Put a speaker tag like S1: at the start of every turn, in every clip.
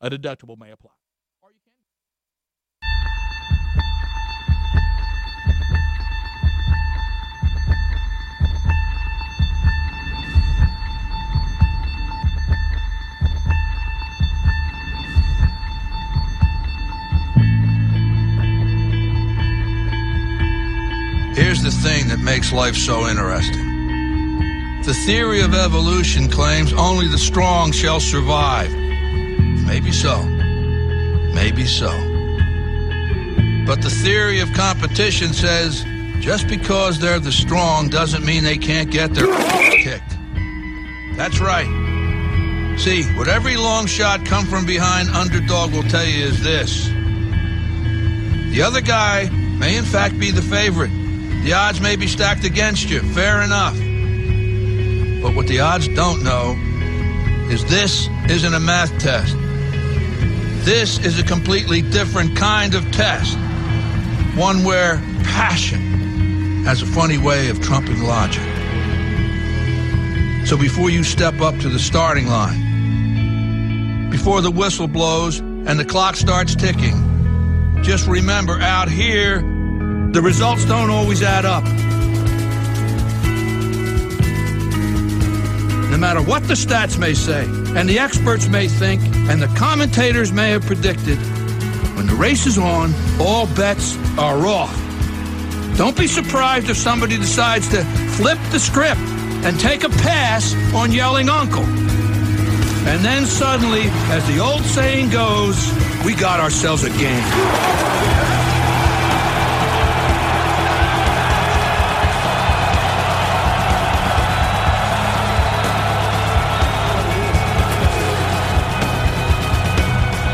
S1: a deductible may apply.
S2: Here's the thing that makes life so interesting. The theory of evolution claims only the strong shall survive. Maybe so. Maybe so. But the theory of competition says just because they're the strong doesn't mean they can't get their kicked. That's right. See, what every long shot come from behind underdog will tell you is this. The other guy may in fact be the favorite. The odds may be stacked against you, fair enough. But what the odds don't know is this isn't a math test. This is a completely different kind of test. One where passion has a funny way of trumping logic. So before you step up to the starting line, before the whistle blows and the clock starts ticking, just remember out here, the results don't always add up. No matter what the stats may say, and the experts may think, and the commentators may have predicted, when the race is on, all bets are off. Don't be surprised if somebody decides to flip the script and take a pass on yelling uncle. And then suddenly, as the old saying goes, we got ourselves a game.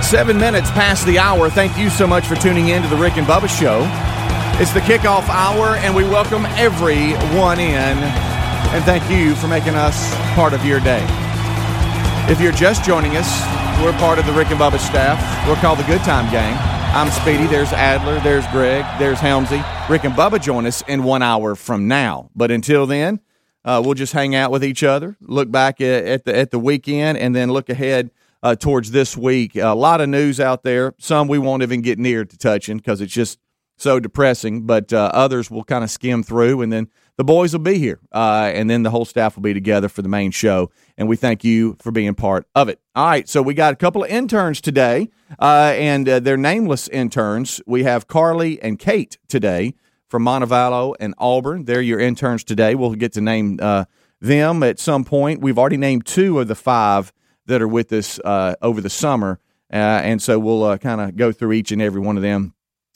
S3: Seven minutes past the hour. Thank you so much for tuning in to the Rick and Bubba Show. It's the kickoff hour, and we welcome everyone in. And thank you for making us part of your day. If you're just joining us, we're part of the Rick and Bubba staff. We're called the Good Time Gang. I'm Speedy. There's Adler. There's Greg. There's Helmsy. Rick and Bubba join us in one hour from now. But until then, uh, we'll just hang out with each other, look back at, at the at the weekend, and then look ahead uh, towards this week. A lot of news out there. Some we won't even get near to touching because it's just so depressing. But uh, others will kind of skim through, and then the boys will be here, uh, and then the whole staff will be together for the main show. And we thank you for being part of it. All right, so we got a couple of interns today, uh, and uh, they're nameless interns. We have Carly and Kate today from Montevallo and Auburn. They're your interns today. We'll get to name uh, them at some point. We've already named two of the five that are with us uh, over the summer, uh, and so we'll uh, kind of go through each and every one of them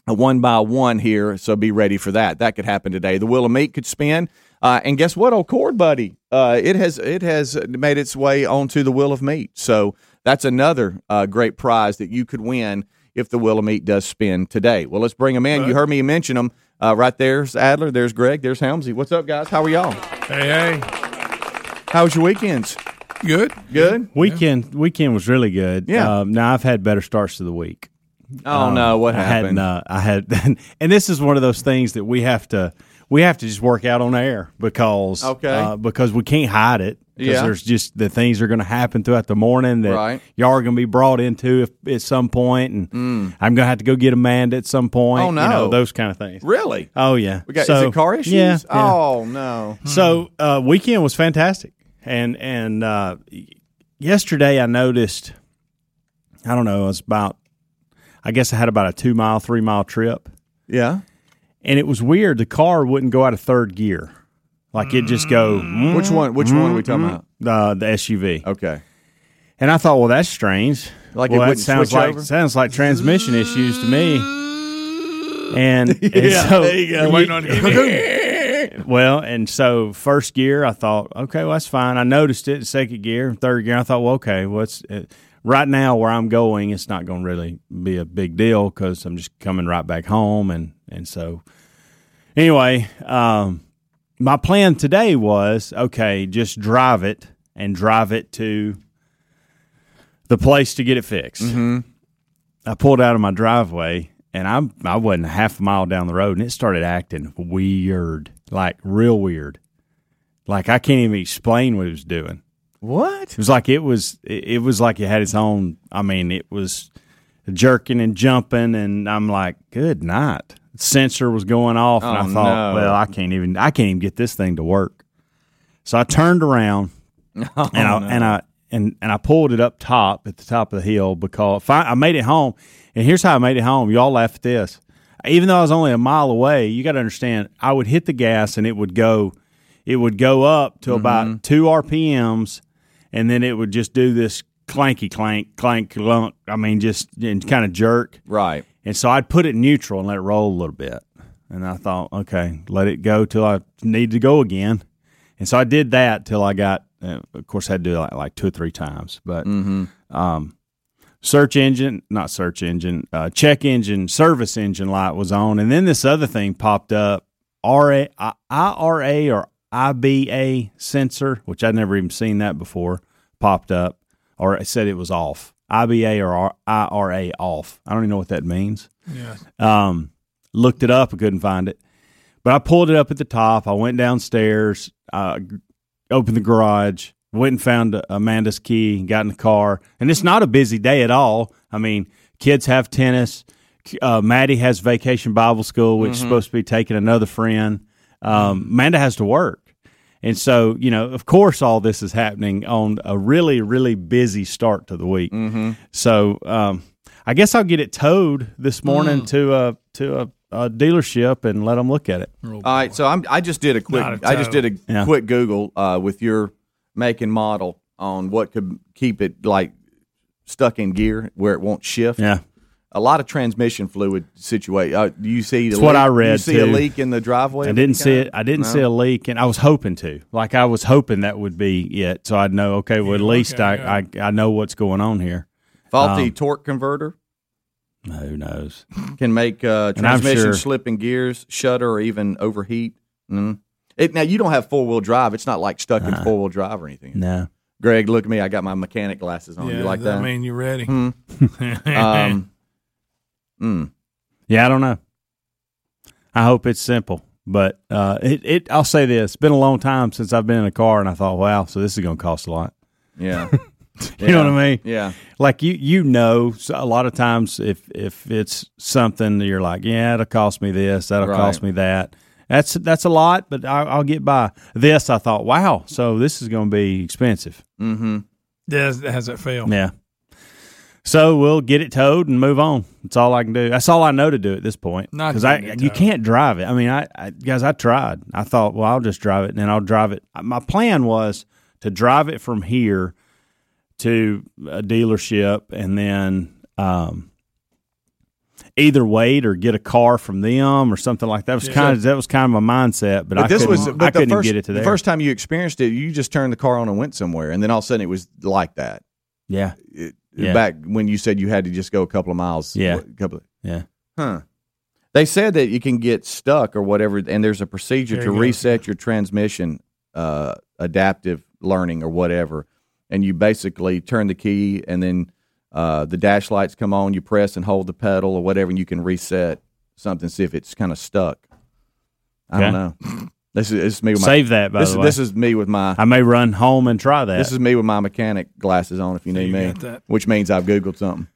S3: uh, one by one here. So be ready for that. That could happen today. The wheel of meat could spin. Uh, and guess what, old cord buddy? Uh, it has it has made its way onto the wheel of meat. So that's another uh, great prize that you could win if the wheel of meat does spin today. Well, let's bring them in. You heard me mention them uh, right there's Adler, there's Greg, there's Helmsy. What's up, guys? How are y'all?
S1: Hey, hey,
S3: How was your weekends?
S1: good.
S3: Good.
S4: Weekend weekend was really good.
S3: Yeah.
S4: Um, now I've had better starts to the week.
S3: Oh
S4: Um,
S3: no, what
S4: I hadn't,
S3: happened?
S4: uh, I had, and this is one of those things that we have to we have to just work out on air because
S3: Okay.
S4: uh, because we can't hide it. 'Cause
S3: Yeah.
S4: there's just the things that are going to happen throughout the morning that
S3: Right.
S4: y'all are going to be brought into if, at some point, and I'm going to have to go get Amanda at some point.
S3: Mm. Oh,
S4: you
S3: no.
S4: know, those kind of things.
S3: really?
S4: Oh yeah,
S3: We got is
S4: So-
S3: it car issues?
S4: Yeah, yeah.
S3: Oh no.
S4: So uh, weekend was fantastic, and and uh, y- yesterday I noticed, I don't know, it was about, I guess I had about a two mile, three mile trip,
S3: Yeah.
S4: and it was weird. The car wouldn't go out of third gear, like it just go mm,
S3: Hmm. Which one? Which one are we talking about?
S4: uh, the SUV.
S3: Okay.
S4: And I thought, well, that's strange.
S3: Like it
S4: well,
S3: wouldn't
S4: that sounds
S3: switch
S4: like
S3: over?
S4: sounds like transmission issues to me. And, and so
S3: there you go.
S1: You're waiting on him.
S4: Well, and so first gear, I thought, okay, well, that's fine. I noticed it. Second gear, third gear, I thought, well, okay, what's well, it's- uh, right now where I'm going? It's not going to really be a big deal because I'm just coming right back home, and and so anyway, um, my plan today was okay, just drive it and drive it to the place to get it fixed.
S3: Mm-hmm.
S4: I pulled out of my driveway and I'm I wasn't a half a mile down the road and it started acting weird, like real weird. Like I can't even explain what it was doing.
S3: What?
S4: It was like it was it it was like it had its own. I mean, it was jerking and jumping, and I'm like, good night. Sensor was going off, and
S3: Oh,
S4: I thought,
S3: no.
S4: well, I can't even I can't even get this thing to work. So I turned around,
S5: Oh,
S4: and I and I and and I pulled it up top at the top of the hill because fi- I made it home. And here's how I made it home. Y'all laugh at this. Even though I was only a mile away, you got to understand. I would hit the gas, and it would go, it would go up to about two RPMs, and then it would just do this clanky clank clank clunk. I mean, just and kind of jerk.
S3: Right.
S4: And so I'd put it in neutral and let it roll a little bit. And I thought, okay, let it go till I need to go again. And so I did that till I got, uh, of course, I had to do it like, like two or three times. But
S1: Mm-hmm.
S4: um, search engine, not search engine, uh, check engine, service engine light was on. And then this other thing popped up RA, I- IRA or IBA sensor, which I'd never even seen that before, popped up or it said it was off. IBA or R- IRA off. I don't even know what that means.
S1: Yeah.
S4: Um, looked it up, I couldn't find it. But I pulled it up at the top. I went downstairs, uh, g- opened the garage, went and found Amanda's key, got in the car. And it's not a busy day at all. I mean, kids have tennis. K- Uh, Maddie has vacation Bible school, which is supposed to be taking another friend. Um, Amanda has to work. And so, you know, of course, all this is happening on a really, really busy start to the week.
S3: Mm-hmm.
S4: So um, I guess I'll get it towed this morning
S3: Mm.
S4: to a to a, a dealership and let them look at it.
S3: All right, so I'm, I just did a quick
S1: Not a
S3: I just did a
S4: Yeah.
S3: quick Google uh, with your make and model on what could keep it like stuck in gear where it won't shift.
S4: Yeah,
S3: A lot of transmission fluid situation. Uh, you see,
S4: It's what I
S3: You
S4: read,
S3: see a
S4: too.
S3: leak in the driveway.
S4: I
S3: of
S4: didn't
S3: any
S4: see
S3: kind?
S4: it. I didn't see a leak, and I was hoping to. Like I was hoping that would be it, so I'd know. Okay, well at least
S1: okay,
S4: I, I I know what's going on here.
S3: Faulty torque converter
S4: um, Who knows?
S3: can make uh,
S4: And I'm
S3: transmission
S4: sure-
S3: slip in gears, shudder, or even overheat. Mm. It, now you don't have four wheel drive. It's not like stuck in four wheel drive or anything.
S4: No.
S3: Greg, look at me. I got my mechanic glasses on.
S1: Yeah,
S3: you like
S1: I
S3: that? Hmm.
S1: mean, you're ready.
S3: um, mm.
S4: Hmm. Yeah, I don't know. I hope it's simple, but uh, it it. I'll say this: it's been a long time since I've been in a car, and I thought, wow, so this is going to cost a lot.
S3: Yeah.
S4: You know what I mean?
S3: Yeah.
S4: like you you know so a lot of times if if it's something that you're like yeah it'll cost me this that'll
S3: Right.
S4: cost me that that's that's a lot but I, i'll get by this i thought wow so this is going to be expensive
S3: Mm-hmm.
S1: Does has it failed?
S4: yeah so we'll get it towed and move on that's all i can do that's all i know to do at this point
S1: Not
S4: because i
S1: getting it
S4: you
S1: towed.
S4: can't drive it i mean I, I guys i tried i thought well i'll just drive it and then i'll drive it my plan was to drive it from here to a dealership and then um, either wait or get a car from them or something like that. was kind of that was kind of my mindset, but, I
S3: this
S4: couldn't,
S3: was but
S4: I couldn't
S3: the first,
S4: get it to
S3: the
S4: there.
S3: first time you experienced it, you just turned the car on and went somewhere, and then all of a sudden it was like that.
S4: yeah,
S3: It-
S4: Yeah.
S3: Back when you said you had to just go a couple of miles.
S4: Yeah.
S3: a couple. Of,
S4: yeah.
S3: huh. They said that you can get stuck or whatever, and there's a procedure
S1: There
S3: to
S1: you go.
S3: reset your transmission, uh, adaptive learning or whatever, and you basically turn the key, and then uh, the dash lights come on. You press and hold the pedal or whatever, and you can reset something see if it's kind of stuck. I don't know. This is, this is me with my
S4: Save that by
S3: this,
S4: the
S3: is-
S4: way.
S3: this is me with my
S4: I may run home and try that.
S3: this is me with my mechanic glasses on. If you need
S1: you
S3: me,
S1: got that.
S3: which means I've googled something.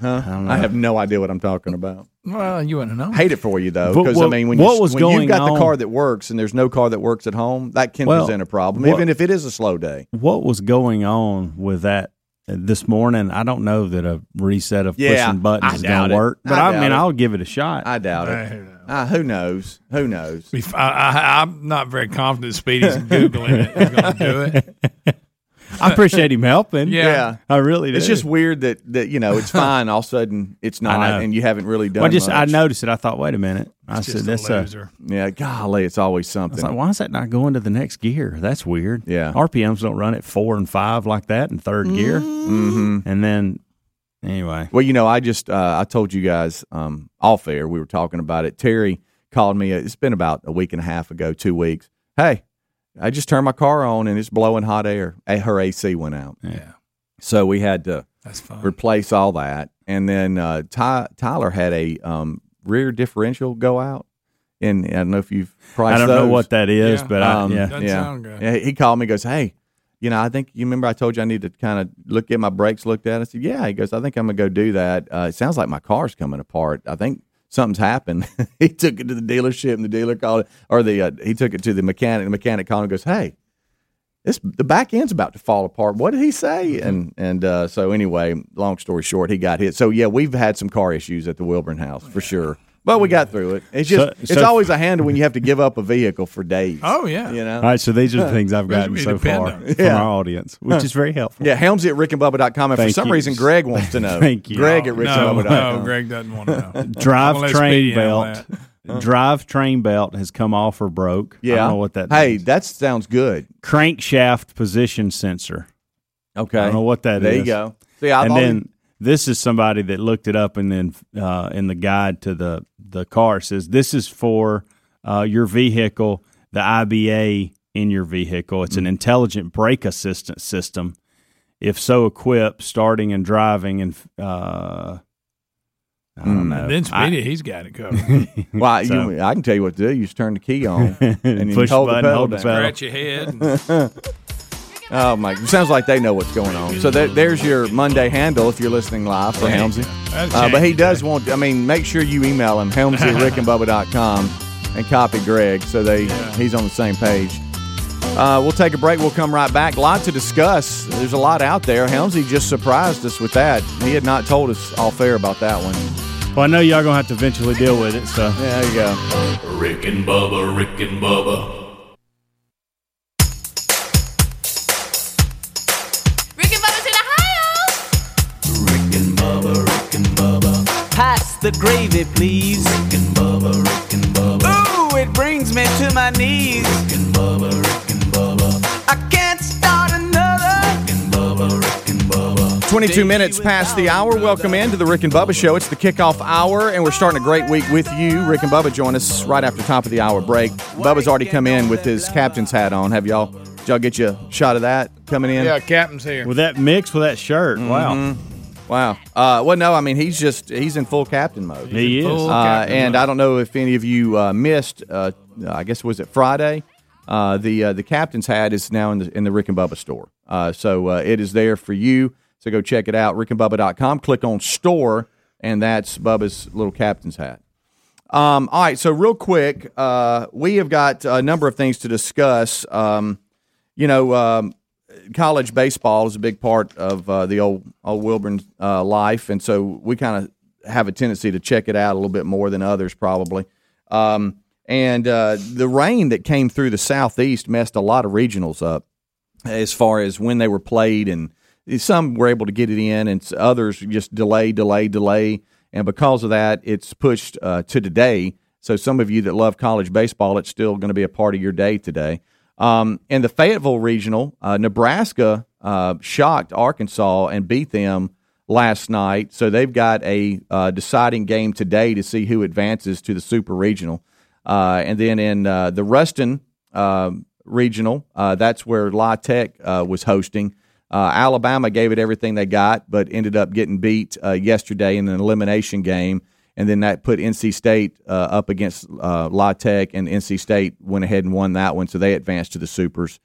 S3: Huh?
S4: I don't know.
S3: I have no idea what I'm talking about.
S1: Well, you wouldn't know.
S3: Hate it for you though,
S4: But
S3: because I
S4: what-
S3: mean, when
S4: what
S3: you,
S4: was
S3: when
S4: going
S3: you've got
S4: on-
S3: the car that works and there's no car that works at home, that can
S4: Well,
S3: present a problem,
S4: what-
S3: even if it is a slow day.
S4: what was going on with that uh, this morning? I don't know that a reset of
S3: Yeah,
S4: pushing buttons
S3: I
S4: is
S3: doubt
S4: going
S3: it.
S4: to work, but
S3: I
S4: I,
S3: doubt
S4: mean,
S3: it.
S4: I'll give it a shot.
S3: I doubt
S1: I
S3: it.
S1: don't know.
S3: Ah, who knows? Who knows?
S1: Bef- I, am not very confident Speedy's googling it. He's going to do it.
S4: I appreciate him helping.
S1: Yeah.
S3: Yeah.
S4: I really do.
S3: It's just weird that that you know it's fine. All of a sudden, it's
S4: know.
S3: not, and you haven't really done.
S4: Well, I just I
S3: much.
S4: noticed it. I thought, wait a minute. I
S1: Just
S4: said that's
S1: a
S4: a
S1: loser.
S3: Yeah, golly, it's always something.
S4: It's like, why is that not going to the next gear? That's weird.
S3: Yeah. Mm,
S4: RPMs don't run at four and five like that in 3rd gear. Mm-hmm. And then, anyway,
S3: Well, you know, I just uh, I told you guys um, off air we were talking about it. Terry called me. uh, It's been about a week and a half ago, two weeks. Hey, I just turned my car on and it's blowing hot air. Eh, Her AC went out,
S1: Yeah.
S3: so we had to
S1: That's fine.
S3: replace all that. And then uh, Ty, Tyler had a um, rear differential go out, and I don't know if you've priced.
S4: I don't know
S3: those.
S4: what that is,
S1: Yeah.
S4: but I,
S3: Um,
S4: yeah.
S1: Doesn't sound good.
S3: yeah. He called me. Goes, hey, you know, I think you remember I told you I need to kind of look get my brakes looked at. I said, yeah. He goes, I think I'm gonna go do that. Uh, it sounds like my car's coming apart. I think something's happened. he took it to the dealership, and the dealer called it, or the uh, he took it to the mechanic. The mechanic called and goes, hey, this the back end's about to fall apart. What did he
S4: Mm-hmm.
S3: say? And and uh, so anyway, long story short, he got hit. So yeah, we've had some car issues at the Wilburn house for sure. But we got through it. It's just
S4: So-
S3: it's
S4: so-
S3: always a handle when you have to give up a vehicle for days.
S1: Oh, yeah.
S3: You know.
S4: All right, so these are the things I've gotten
S1: we
S4: so
S1: depend
S4: far
S1: on.
S4: from
S3: Yeah.
S4: our audience, which is very helpful.
S3: Yeah, Helmsy at rickandbubba.com. And for
S4: Thank
S3: some
S4: you.
S3: reason, Greg wants to know.
S4: Thank you.
S3: Greg at
S1: No, no,
S3: rickandbubba.com.
S1: Greg doesn't want to know. I'm
S4: Drive
S1: gonna let
S4: train
S1: Speedy handle
S4: belt. Drive train belt has come off or broke.
S3: Uh-huh. Yeah.
S4: I don't know what that
S3: Hey,
S4: means.
S3: that sounds good.
S4: Crankshaft position sensor.
S3: Okay.
S4: I don't know what that is.
S3: There you go. See, I've
S4: and
S3: always-
S4: then this is somebody that looked it up and then uh, in the guide to the the car it says this is for uh, your vehicle the iba in your vehicle it's an
S1: Mm-hmm.
S4: intelligent brake assistance system if so equipped starting and driving and uh, i don't know
S1: Then
S4: I-
S1: Speedy, Mm. he's got it covered.
S3: well, you, I can tell you what to do. You just turn the key on and you
S4: Push
S3: hold
S4: button,
S3: the pedal.
S4: hold the
S3: down.
S4: pedal.
S1: Scratch your head. and-
S3: Oh, my. It sounds like they know what's going on. So there, there's your Monday handle if you're listening live for Helmsy.
S1: That'll
S3: Uh, but he
S1: change
S3: does
S1: today.
S3: want, I mean, make sure you email him, helmsy at rickandbubba.com, and copy Greg so they he's on the same page. Uh, we'll take a break. We'll come right back. A lot to discuss. There's a lot out there. Helmsy just surprised us with that. He had not told us all fair about that one.
S4: well i know y'all gonna have to eventually deal with it so
S3: Yeah, there you go.
S6: Rick and Bubba, Rick and Bubba.
S7: Rick and Bubba's in Ohio.
S6: Rick and Bubba, Rick and Bubba.
S8: Pass the gravy, please.
S6: Rick and Bubba, Rick and Bubba.
S8: Ooh, it brings me to my knees.
S6: Rick and Bubba, Rick and Bubba.
S8: I can't start another.
S6: Rick and Bubba, Rick and Bubba.
S3: 22 minutes past the hour. Welcome into the Rick and Bubba Show. It's the kickoff hour, and we're starting a great week with you. Rick and Bubba join us right after top of the hour break. Bubba's already come in with his captain's hat on. Have y'all, did y'all get you a shot of that coming in?
S1: yeah, Captain's here.
S4: with that mix with that shirt wow
S3: Wow. Uh, well, no, I mean he's just he's in full captain mode.
S4: he is
S1: Full
S3: Uh,
S1: captain
S3: and
S1: mode.
S3: I don't know if any of you uh, missed. Uh, I guess was it Friday? Uh, the uh, the captain's hat is now in the in the Rick and Bubba store. Uh, so uh, it is there for you. So go check it out. Rickandbubba.com. Click on store, and that's Bubba's little captain's hat. Um, all right. So real quick, uh, we have got a number of things to discuss. Um, you know, um, college baseball is a big part of uh, the old old Wilburn uh, life, and so we kind of have a tendency to check it out a little bit more than others probably. Um, and uh, the rain that came through the southeast messed a lot of regionals up as far as when they were played, and some were able to get it in, and s- others just delay, delay, delay, and because of that, it's pushed uh, to today. So some of you that love college baseball, it's still going to be a part of your day today. Um, in the Fayetteville regional, uh, Nebraska uh, shocked Arkansas and beat them last night. So they've got a uh, deciding game today to see who advances to the super regional. Uh, and then in uh, the Ruston um regional, uh, that's where La Tech uh, was hosting. Uh, Alabama gave it everything they got, but ended up getting beat uh, yesterday in an elimination game. And then that put NC State uh, up against uh, La Tech, and NC State went ahead and won that one, so they advanced to the Supers.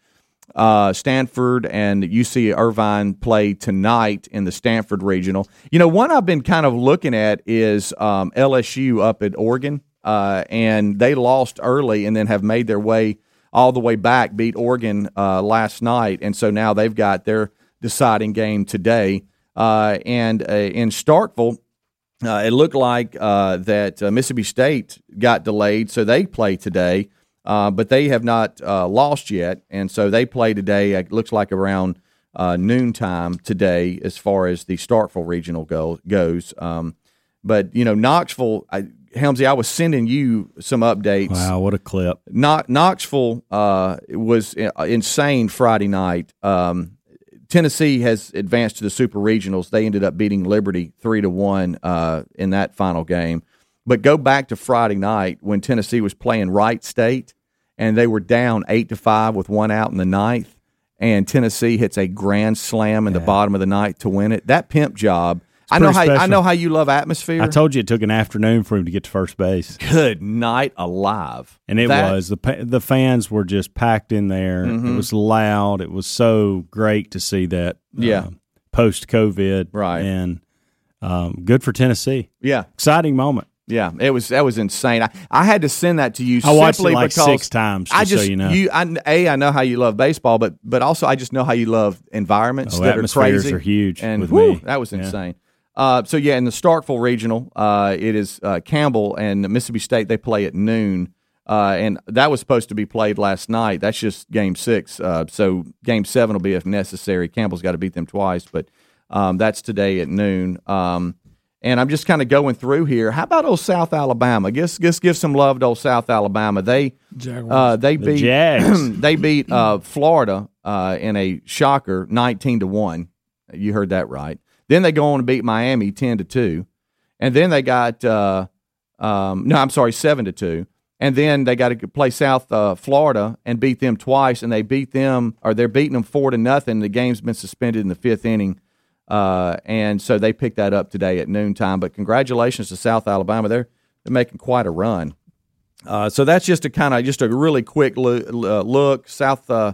S3: Uh, Stanford and UC Irvine play tonight in the Stanford Regional. You know, one I've been kind of looking at is um, LSU up at Oregon, uh, and they lost early and then have made their way all the way back, beat Oregon uh, last night, and so now they've got their deciding game today. Uh, and uh, in Starkville, uh, it looked like uh, that uh, Mississippi State got delayed, so they play today, uh, but they have not uh, lost yet, and so they play today. It looks like around uh, noontime today, as far as the Starkville regional go- goes. Um, but you know, Knoxville, I, Helmsy, I was sending you some updates.
S4: wow what a clip
S3: Kno- Knoxville uh, was i- insane Friday night. Um, Tennessee has advanced to the Super Regionals. They ended up beating Liberty three to one uh, in that final game. But go back to Friday night when Tennessee was playing Wright State, and they were down eight to five with one out in the ninth, and Tennessee hits a grand slam in the bottom of the night to win it. That pimp job. I know
S4: pretty
S3: how I
S4: special.
S3: know how you love atmosphere.
S4: I told you it took an afternoon for him to get to first base,
S3: Good night alive.
S4: and it
S3: That- Mm-hmm.
S4: was the pa- the fans were just packed in there. It was loud. It was so great to see that.
S3: Yeah.
S4: post COVID,
S3: Right.
S4: and um, good for Tennessee.
S3: Yeah.
S4: Exciting moment.
S3: Yeah, it was that was insane. I, I had to send that to you.
S4: I watched it
S3: simply
S4: like
S3: because
S4: six times,
S3: I
S4: just so
S3: just
S4: you know.
S3: I, a I know how you love baseball, but but also I just know how you love environments
S4: Oh,
S3: that are
S4: atmospheres
S3: crazy.
S4: are huge
S3: and
S4: with
S3: whew,
S4: me.
S3: that was
S4: Yeah.
S3: insane. Uh, so yeah, in the Starkville regional, uh, it is uh, Campbell and Mississippi State. They play at noon, uh, and that was supposed to be played last night. That's just game six. Uh, so game seven will be if necessary. Campbell's got to beat them twice, but um, that's today at noon. Um, and I'm just kind of going through here. How about old South Alabama? Guess guess give some love to old South Alabama. They uh, they
S4: The
S3: beat
S4: Jags.
S3: they beat uh, Florida uh, in a shocker, nineteen to one. You heard that right. Then they go on to beat Miami ten to two, and then they got uh, um, no, I'm sorry, seven to two. And then they got to play South uh, Florida and beat them twice, and they beat them or they're beating them four to nothing. The game's been suspended in the fifth inning, uh, and so they picked that up today at noontime. But congratulations to South Alabama, they're they're making quite a run. Uh, so that's just a kind of just a really quick loo- uh, look. South, uh,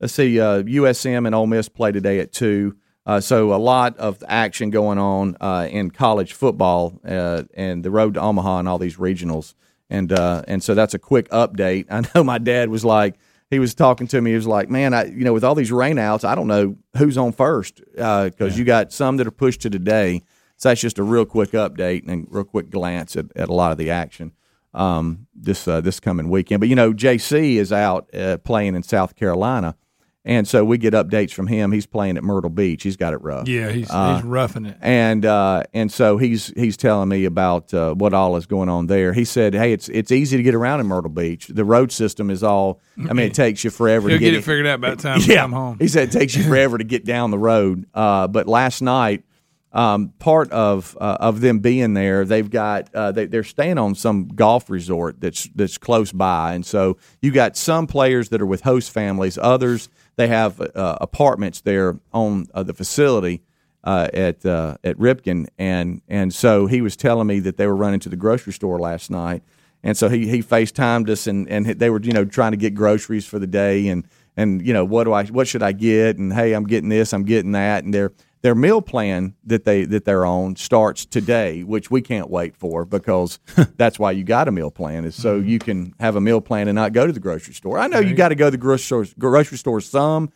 S3: let's see, uh, USM and Ole Miss play today at two. Uh, so a lot of action going on uh, in college football uh, and the road to Omaha and all these regionals. And uh, and so that's a quick update. I know my dad was like, he was talking to me. He was like, man, I you know with all these rainouts, I don't know who's on first because you got some that are pushed to today. So that's just a real quick update and a real quick glance at, at a lot of the action um, this uh, this coming weekend. But you know, JC is out uh, playing in South Carolina, and so we get updates from him. He's playing at Myrtle Beach. He's got it rough. Uh,
S1: Yeah, he's, he's roughing it.
S3: And uh, and so he's he's telling me about uh, what all is going on there. He said, "Hey, it's it's easy to get around in Myrtle Beach. The road system is all. I mean, it takes you forever
S1: He'll
S3: to get,
S1: get it figured out by the time you
S3: yeah.
S1: come home.
S3: He said it takes you forever to get down the road. Uh, but last night, um, part of uh, of them being there, they've got uh, they, they're staying on some golf resort that's that's close by, and so you got some players that are with host families. Others they have uh, apartments there on uh, the facility uh, at uh, at Ripken, and and so he was telling me that they were running to the grocery store last night, and so he he FaceTimed us, and and they were you know trying to get groceries for the day, and and you know what do I what should I get, and hey I'm getting this I'm getting that, and their their meal plan that they that they're on starts today, which we can't wait for because that's why you got a meal plan is so you can have a meal plan and not go to the grocery store. I know you got to go to the grocery store, grocery store some,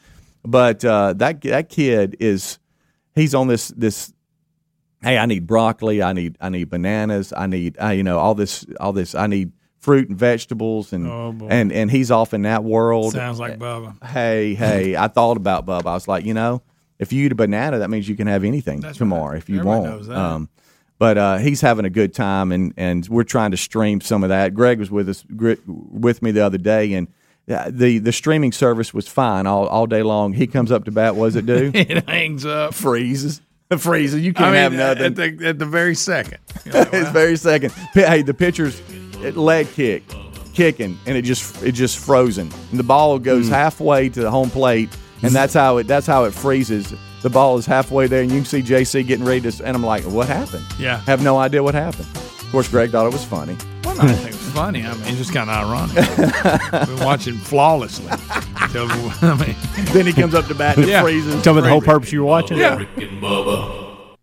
S3: but uh, that that kid is he's on this this hey i need broccoli i need i need bananas i need I, you know all this all this i need fruit and vegetables and
S1: Oh, boy.
S3: and and he's off in that world
S1: Sounds like Bubba.
S3: hey hey i thought about bub i was like you know if you eat a banana that means you can have anything
S1: That's
S3: tomorrow
S1: right.
S3: if you
S1: Everybody
S3: want
S1: knows that.
S3: but uh, he's having a good time, and, and we're trying to stream some of that. Greg was with us gr- with me the other day, and uh, the the streaming service was fine all, all day long. He comes up to bat, was it do?
S1: It hangs up.
S3: freezes. freezes. You
S1: I
S3: can't
S1: mean,
S3: have nothing.
S1: At, the, at the very second. You're like,
S3: His
S1: wow.
S3: very second. P- Hey, the pitcher's leg kick, kicking, and it just it just frozen. And the ball goes halfway to the home plate, and that's how it that's how it freezes. The ball is halfway there, and you can see JC getting ready to. s- And I'm like, what happened?
S1: Yeah.
S3: have no idea what happened. Of course, Greg thought it was funny.
S1: Well, no, I think it's funny. I mean, it's just kind of ironic. We're watching flawlessly. So, I mean,
S3: then he comes up to bat and it
S1: Yeah.
S3: freezes.
S4: Tell me the whole purpose you were watching.
S1: Yeah.
S6: Rick and Bubba.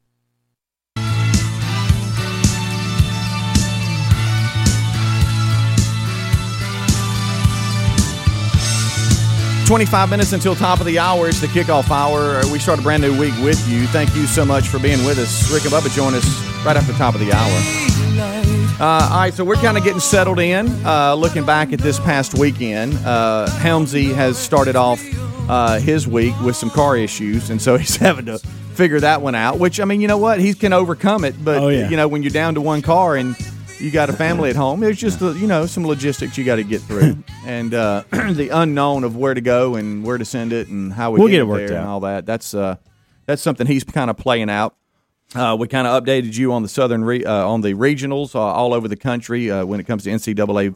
S3: Twenty-five minutes until top of the hour. It's the kickoff hour. Uh, We start a brand new week with you. Thank you so much for being with us. Rick and Bubba join us right after top of the hour. Uh, all right, so we're kind of getting settled in. Uh, looking back at this past weekend, uh, Helmsy has started off uh, his week with some car issues, and so he's having to figure that one out. Which I mean, you know what? He can overcome it, but
S4: Oh, yeah.
S3: you know, when you're down to one car and you got a family at home, there's just uh, you know some logistics you got to get through, and uh, the unknown of where to go and where to send it and how we
S4: We'll
S3: get,
S4: get it worked
S3: there and
S4: out.
S3: all that. That's uh, that's something he's kind of playing out. Uh, we kind of updated you on the southern re- uh, on the regionals uh, all over the country uh, when it comes to NCAA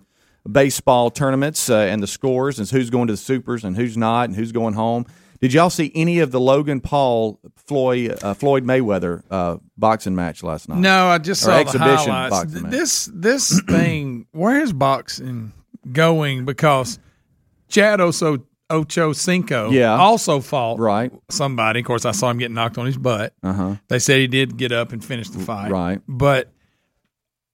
S3: baseball tournaments uh, and the scores and who's going to the supers and who's not and who's going home. Did y'all see any of the Logan Paul Floyd uh, Floyd Mayweather uh, boxing match last night?
S1: No, I just
S3: Or
S1: saw the
S3: exhibition
S1: highlights.
S3: boxing match.
S1: This this thing, where is boxing going? Because Chad Oso, Ocho Cinco
S3: Yeah.
S1: also fought
S3: Right.
S1: somebody. Of course, I saw him get knocked on his butt.
S3: Uh-huh.
S1: They said he did get up and finish the fight.
S3: right.
S1: But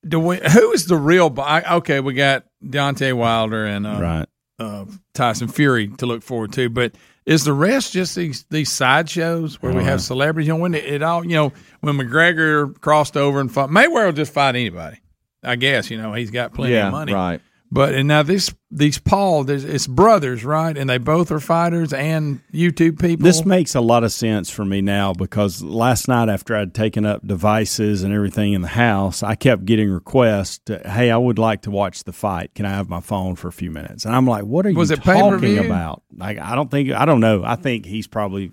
S1: do we, who is the real? bo- I, okay, we got Deontay Wilder and uh,
S4: Right.
S1: uh, Tyson Fury to look forward to. But is the rest just these these sideshows where we have celebrities? You know, when it, it all you know when McGregor crossed over and fought Mayweather, will just fight anybody. I guess you know he's got plenty
S3: Yeah,
S1: of money.
S3: right.
S1: But and now this these Paul, there's, it's brothers, right? And they both are fighters and YouTube people.
S4: This makes a lot of sense for me now because last night after I'd taken up devices and everything in the house, I kept getting requests. To, hey, I would like to watch the fight. Can I have my phone for a few minutes? And I'm like, what are
S1: Was
S4: you
S1: it
S4: talking
S1: pay-per-view?
S4: about? Like, I don't think I don't know. I think he's probably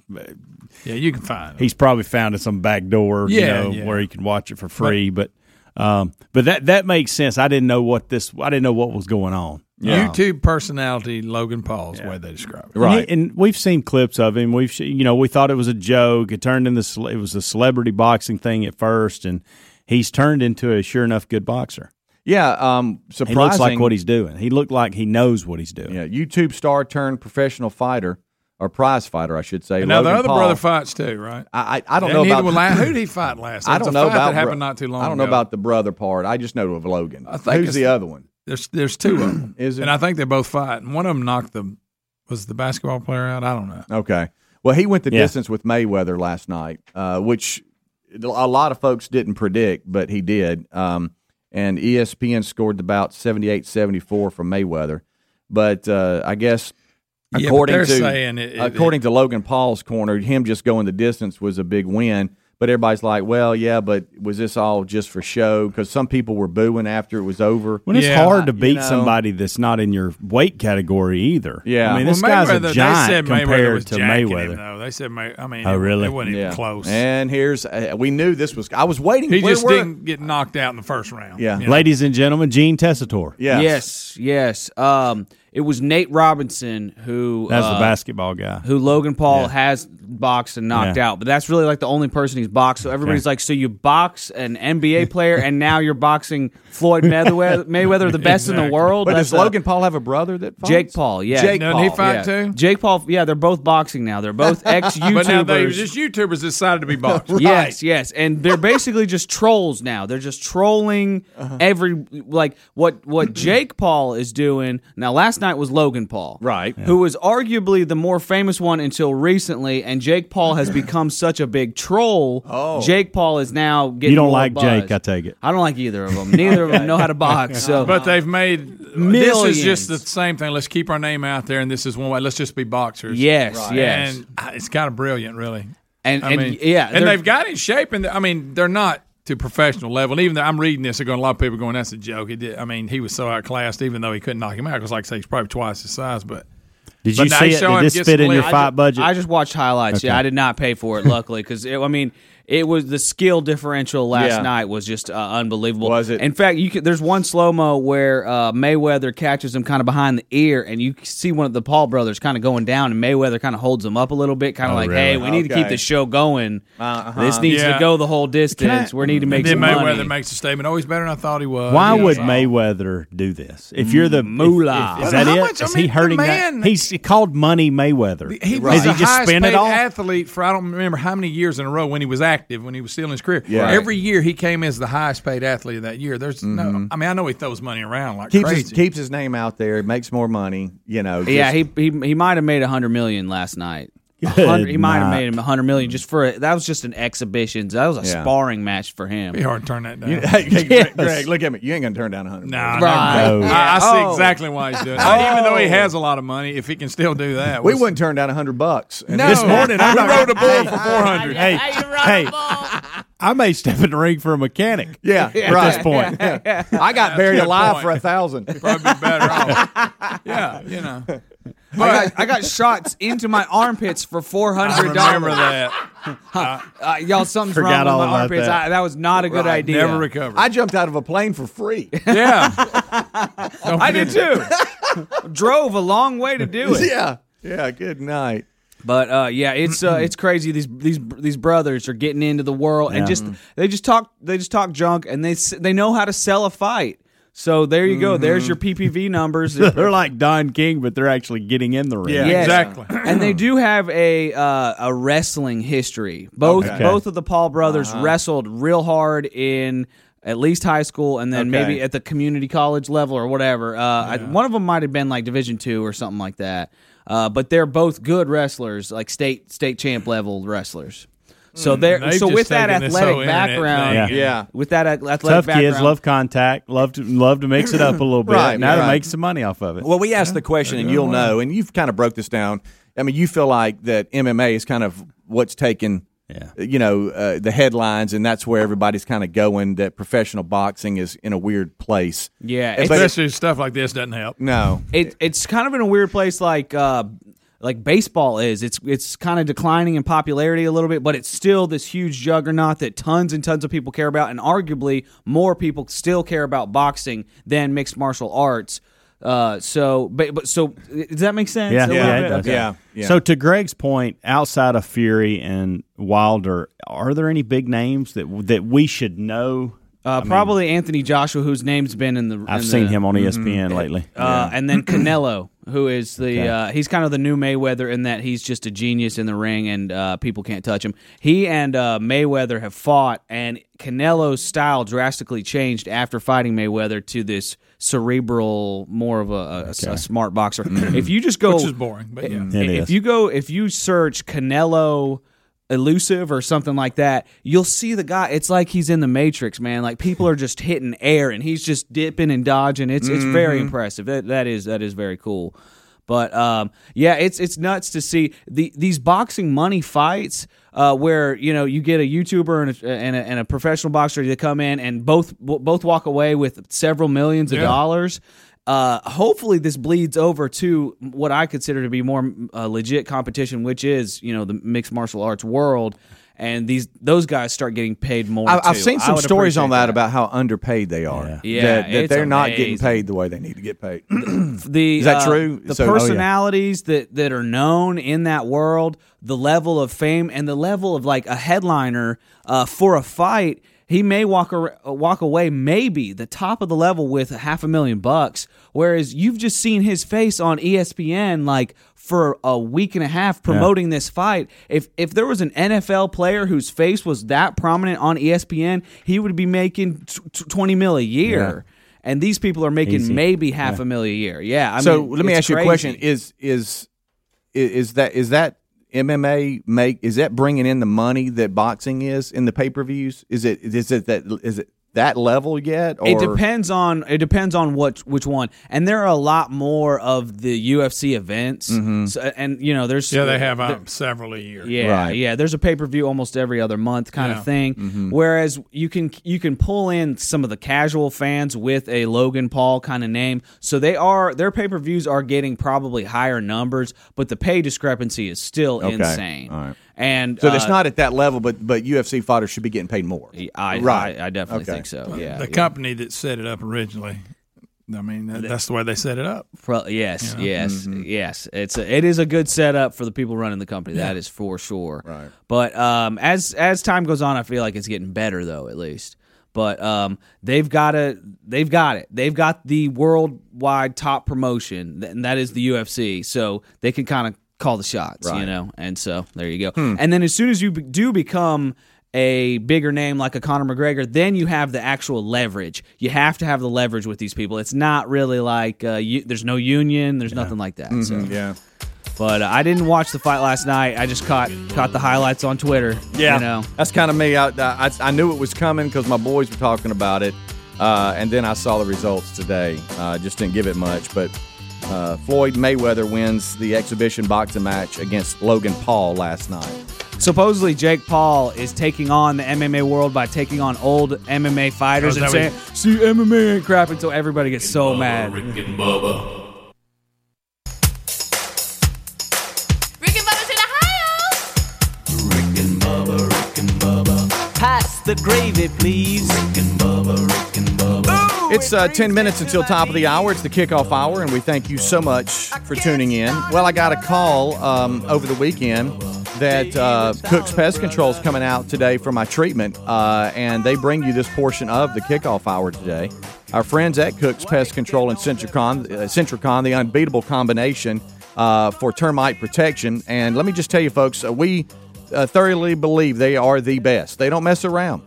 S1: yeah, you can find. Them.
S4: he's probably found it some back door, you
S1: Yeah,
S4: know,
S1: yeah.
S4: where he can watch it for free. But um, but that that makes sense. I didn't know what this. I didn't know what was going on.
S1: YouTube personality Logan Paul is the way they describe it.
S4: Right. And, we've seen clips of him. We've, you know, we thought it was a joke. It turned into, cele- it was a celebrity boxing thing at first. And he's turned into a sure enough good boxer.
S3: Yeah, um,
S4: He
S3: surprising.
S4: looks like what he's doing. He looked like he knows what he's doing.
S3: yeah, YouTube star turned professional fighter or prize fighter, I should say.
S1: And now the
S3: Logan
S1: other
S3: Paul.
S1: brother fights too, right?
S3: I I, I don't
S1: And
S3: know
S1: neither
S3: about
S1: will I- who did he fight last?
S3: I
S1: It's
S3: don't
S1: a
S3: know
S1: fight
S3: about
S1: that happened
S3: bro-
S1: not too long.
S3: I don't know
S1: ago.
S3: about the brother part. I just know of Logan.
S1: I think
S3: Who's
S1: it's-
S3: the other one?
S1: There's there's two of them.
S3: Is it?
S1: And I think they both fight. And one of them knocked the was the basketball player out. I don't know.
S3: Okay. Well, he went the
S4: Yeah.
S3: distance with Mayweather last night, uh, which a lot of folks didn't predict, but he did. Um, and ESPN scored about 78 74 from Mayweather. But uh, I guess
S1: Yeah, but
S3: according
S1: they're
S3: to
S1: saying it- it-
S3: according to Logan Paul's corner, him just going the distance was a big win. But everybody's like, well, yeah, but was this all just for show? Because some people were booing after it was over.
S4: When it's
S1: Yeah.
S4: hard to
S3: You
S4: beat
S3: know.
S4: somebody that's not in your weight category either.
S3: Yeah.
S4: I mean,
S3: Well,
S4: this guy's a giant
S1: they said Mayweather
S4: compared
S1: was
S4: to
S1: jacking
S4: Mayweather.
S1: Him, though. They said May, I mean,
S4: Oh,
S1: it-
S4: really?
S1: It wasn't even close.
S3: And here's, uh, we knew this was, I was waiting.
S1: he
S3: where
S1: just
S3: were-
S1: didn't get knocked out in the first round.
S3: Yeah.
S1: You know?
S4: Ladies and gentlemen, Gene Tessitore.
S3: Yes.
S9: Yes, yes. Um, it was Nate Robinson who
S4: That's the
S9: uh,
S4: basketball guy.
S9: who Logan Paul has boxed and knocked
S4: Yeah.
S9: out, but that's really like the only person he's boxed. So everybody's like, so you box an NBA player, and now you're boxing Floyd Mayweather, Mayweather the best in
S1: Exactly.
S9: the world.
S3: But
S9: That's
S3: does
S9: a-
S3: Logan Paul have a brother that fights?
S9: Jake Paul, yeah,
S3: Jake
S1: Doesn't he
S3: Paul,
S1: fight
S9: yeah.
S1: too?
S9: Jake Paul, yeah, they're both boxing now. They're both ex
S1: But now they
S9: YouTubers.
S1: just YouTubers decided to be boxers.
S9: Yes, yes, and they're basically just trolls now. They're just trolling
S4: Uh-huh.
S9: every like what what Jake Paul is doing now. Last night was Logan Paul,
S3: Right.
S9: Who was arguably the more famous one until recently, and Jake Paul has become such a big troll. Oh, Jake Paul is now getting
S4: You don't
S9: more
S4: like
S9: buzz.
S4: Jake, I take it.
S9: I don't like either of them. Neither of them know how to box. So,
S1: But they've made this is
S9: Millions.
S1: just the same thing. Let's keep our name out there, and this is one way. Let's just be boxers.
S9: yes, yes,
S1: and uh, it's kind of brilliant, really.
S9: and,
S1: I
S9: and,
S1: mean,
S9: yeah,
S1: and
S9: they're-
S1: they've got in shape, and I mean, they're not to professional level. And even though I'm reading this, they're going a lot of people are going, "That's a joke." He did. I mean, he was so outclassed, even though he couldn't knock him out. Because, like I say, he's probably twice his size. But
S4: Did
S1: But
S4: you
S1: now
S4: see
S1: he's
S4: it?
S1: showing
S4: Did
S1: him
S4: this
S1: gets
S4: fit in
S1: split.
S4: your
S1: I
S4: fight
S1: ju-
S4: budget?
S9: I just watched highlights. Yeah,
S4: Okay.
S9: I did not pay for it, luckily, because I mean, it was the skill differential last
S3: Yeah.
S9: night was just uh, unbelievable.
S3: Was it?
S9: In fact, you could, there's one slow mo where uh, Mayweather catches him kind of behind the ear, and you see one of the Paul brothers kind of going down, and Mayweather kind of holds him up a little bit, kind of like,
S4: Oh, really? Uh-huh.
S9: "Hey, we need to
S3: Okay.
S9: keep the show going. This needs
S1: Yeah.
S9: to go the whole distance. we need to make
S1: then
S9: some
S1: Mayweather
S9: money."
S1: makes a statement, "Oh, he's better than I thought he was."
S4: Why
S1: Yeah.
S4: would Mayweather do this? If you're the
S9: Moolah.
S4: if- if- is
S1: But
S4: that
S1: how
S4: it?
S1: much- I
S4: Is
S1: mean,
S4: he
S1: the
S4: hurting
S1: man-
S4: that? He's called Money Mayweather.
S1: He
S3: Right.
S1: was
S4: Does
S1: the
S4: he just
S1: highest
S4: spin
S1: paid
S4: it off?
S1: athlete for I don't remember how many years in a row when he was active, when he was still in his career.
S3: Yeah.
S1: Every year he came as the highest paid athlete of that year. There's no, I mean, I know he throws money around like
S3: Mm-hmm. keeps
S1: crazy.
S3: his, keeps his name out there, makes more money. You know. just-
S9: Yeah, he he, he might have made a hundred million last night. A hundred- he might have
S4: night.
S9: made him a hundred million just for a, that was just an exhibition. That was a
S3: Yeah.
S9: sparring match for him.
S1: Be hard to turn that down.
S3: Hey, Greg,
S9: Yes.
S3: Greg, look at me. You ain't gonna turn down a hundred.
S1: Nah,
S9: Right.
S1: no,
S4: No.
S1: I, I see
S9: Oh.
S1: exactly why he's doing it. Even though he has a lot of money, if he can still do that,
S3: we
S1: what's-
S3: wouldn't turn down a hundred bucks. And
S1: No.
S3: this-
S4: This morning, I
S1: we
S4: wrote-
S1: rode a bull for four hundred.
S4: Hey, hey, I may step in the ring for a mechanic
S3: yeah,
S4: at
S3: right.
S4: this point.
S3: I got buried
S1: good
S3: alive
S1: point.
S3: for a thousand.
S1: Probably better off. Yeah, you know.
S9: I got, I got shots into my armpits for four
S1: I
S9: hundred
S1: remember
S9: dollars.
S1: that.
S9: Uh, y'all, something's
S4: Forgot
S9: wrong
S4: all
S9: with my
S4: about
S9: armpits.
S4: that.
S9: I, that was not a good idea.
S1: Never recovered.
S3: I jumped out of a plane for free.
S1: yeah. Don't
S9: I did
S1: forget-
S9: too. Drove a long way to do it.
S3: yeah, yeah. Good night.
S9: But uh, yeah, it's uh, it's crazy. These these these brothers are getting into the world and just they just talk they just talk junk and they s- they know how to sell a fight. So there you go. There's your PPV numbers.
S4: They're like Don King, but they're actually getting in the ring.
S1: Yeah.
S9: Yes.
S1: Exactly.
S9: and they do have a uh, a wrestling history. Both
S4: Okay.
S9: both of the Paul brothers
S4: Uh-huh.
S9: wrestled real hard in at least high school, and then
S4: Okay.
S9: maybe at the community college level or whatever. Uh, I, one of them might have been like Division two or something like that. Uh, but they're both good wrestlers, like state state champ level wrestlers. So they're
S1: Hmm, They've
S9: so
S1: just
S9: with that
S1: taken this whole
S9: athletic
S1: internet
S9: background,
S1: thing and-
S4: Yeah.
S3: Yeah.
S9: with that athletic
S4: Tough
S9: background,
S4: kids love contact, love to love to mix it up a little bit.
S3: Right,
S4: now
S3: right.
S4: to make some money off of it.
S3: Well, we asked the question, and you'll know, and you've kind of broke this down. I mean, you feel like that MMA is kind of what's taken,
S4: Yeah.
S3: you know, uh, the headlines, and that's where everybody's kind of going. That professional boxing is in a weird place.
S9: Yeah,
S3: And- but it-
S1: Especially stuff like this doesn't help.
S3: no,
S9: it, it's kind of in a weird place like uh like baseball is it's it's kind of declining in popularity a little bit but it's still this huge juggernaut that tons and tons of people care about and arguably more people still care about boxing than mixed martial arts uh so but, but so does that make sense
S4: Yeah,
S9: a
S4: yeah,
S9: little
S4: it
S9: bit?
S4: does.
S9: Okay.
S3: yeah, yeah.
S4: So to Greg's point, outside of Fury and Wilder, are there any big names that that we should know?
S9: uh, probably Anthony Joshua whose name's been in the
S4: I've
S9: in
S4: seen
S9: the- Mm-hmm.
S4: him on E ESPN lately.
S9: Uh, and then Canelo, who is the uh, he's kind of the new Mayweather in that he's just a genius in the ring and uh, people can't touch him. He and uh, Mayweather have fought, and Canelo's style drastically changed after fighting Mayweather to this cerebral, more of a, a- a s- a smart boxer. if you just go,
S1: Which is boring, but yeah.
S4: It
S9: if
S4: is.
S9: you go, if you search Canelo elusive or something like that, you'll see the guy. It's like he's in the Matrix, man. Like people are just hitting air and he's just dipping and dodging. It's it's very
S4: Mm-hmm.
S9: impressive. That that is that is very cool. But um, yeah, it's it's nuts to see the these boxing money fights uh, where you know you get a YouTuber and a, and a, and a professional boxer to come in and both both walk away with several millions of dollars. Uh, hopefully, this bleeds over to what I consider to be more uh, legit competition, which is you know the mixed martial arts world, and these those guys start getting paid more.
S3: I, I've
S9: too.
S3: seen
S9: I
S3: some
S9: would
S3: stories on
S9: appreciate
S3: that, about how underpaid they are.
S9: Yeah,
S3: that, that
S9: it's
S3: they're not getting
S9: amazing.
S3: paid the way they need to get paid.
S9: the
S3: Is that
S9: uh,
S3: true?
S9: The
S3: So- oh, yeah.
S9: personalities that that are known in that world, the level of fame, and the level of like a headliner uh, for a fight. He may walk ar- walk away, maybe the top of the level with a half a million bucks. Whereas you've just seen his face on E ESPN like for a week and a half promoting this fight. If if there was an NFL player whose face was that prominent on E ESPN, he would be making t- t- twenty mil a year. And these people are making
S4: Easy.
S9: maybe half a mil a year. Yeah, I
S3: so
S9: mean,
S3: let me
S9: it's
S3: ask you a
S9: crazy.
S3: question: Is is i- is that is that MMA make is that bringing in the money that boxing is in the pay per views? Is it is it that is it that level yet? Or
S9: it depends on it depends on what which one, and there are a lot more of the UFC events,
S3: Mm-hmm.
S9: so, and you know there's
S1: Yeah, they have um, several a year.
S9: Yeah,
S3: Right. Mm-hmm.
S9: yeah. There's a pay per view almost every other month kind of thing. Whereas you can you can pull in some of the casual fans with a Logan Paul kind of name, so they are their pay per views are getting probably higher numbers, but the pay discrepancy is still insane.
S3: All right.
S9: And
S3: So it's
S9: uh,
S3: not at that level, but but UFC fighters should be getting paid more.
S9: I,
S3: right.
S9: I, I definitely
S3: Okay.
S9: think so. Yeah,
S1: the company that set it up originally. I mean, that, that's the way they set it up.
S9: Pro- yes, yes, yes. It's a, it is a good setup for the people running the company. That is for sure. Right. But um, as as time goes on, I feel like it's getting better though, at least. But um, they've got a they've got it. They've got the worldwide top promotion, th- and that is the UFC. So they can kind of call the shots, you know. And so there you go. And then as soon as you be- do become a bigger name like a Conor McGregor, then you have the actual leverage. You have to have the leverage with these people. It's not really like uh, you, there's no union, there's nothing like that. So.
S1: Mm-hmm.
S3: Yeah.
S9: But uh, I didn't watch the fight last night. I just caught caught the highlights on Twitter. you know.
S3: that's kind of me. I, I I knew it was coming because my boys were talking about it, uh, and then I saw the results today. Uh, just didn't give it much, but uh, Floyd Mayweather wins the exhibition boxing match against Logan Paul last night.
S9: Supposedly Jake Paul is taking on the MMA world by taking on old MMA fighters
S1: Oh,
S9: and
S1: is that
S9: saying, "See MMA ain't crap," until everybody gets so mad.
S6: Rick and Bubba.
S7: Rick and Bubba's in Ohio.
S6: Rick and Bubba, Rick and Bubba,
S8: Pass the gravy, please.
S6: Rick and Bubba, Rick and Bubba.
S8: Ooh!
S3: It's uh, 10 minutes until top of the hour. It's the kickoff hour, and we thank you so much for tuning in. Well, I got a call um, over the weekend that uh, Cook's Pest Control is coming out today for my treatment, uh, and they bring you this portion of the kickoff hour today. Our friends at Cook's Pest Control and Centricon, uh, Centricon the unbeatable combination uh, for termite protection. And let me just tell you, folks, uh, we uh, thoroughly believe they are the best. They don't mess around.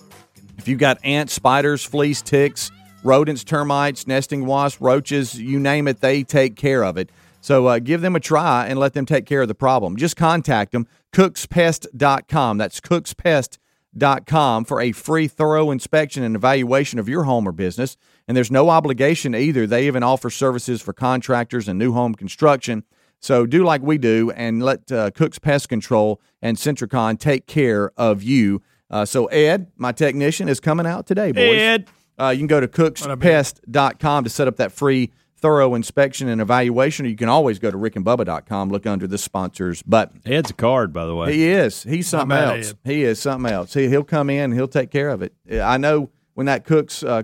S3: If you've got ants, spiders, fleas, ticks, rodents, termites, nesting wasps, roaches, you name it, they take care of it. So uh, give them a try and let them take care of the problem. Just contact them, cookspest.com. That's cookspest.com for a free, thorough inspection and evaluation of your home or business. And there's no obligation either. They even offer services for contractors and new home construction. So do like we do and let uh, Cook's Pest Control and Centricon take care of you. Uh, so Ed, my technician, is coming out today, boys.
S4: Ed.
S3: Uh, you can go to cookspest.com to set up that free thorough inspection and evaluation, or you can always go to rickandbubba.com, look under the sponsors button.
S4: Ed's a card, by the way.
S3: He is. He's something
S1: bad,
S3: else.
S1: Ed.
S3: He is something else. He, he'll come in and he'll take care of it. I know when that cook's uh,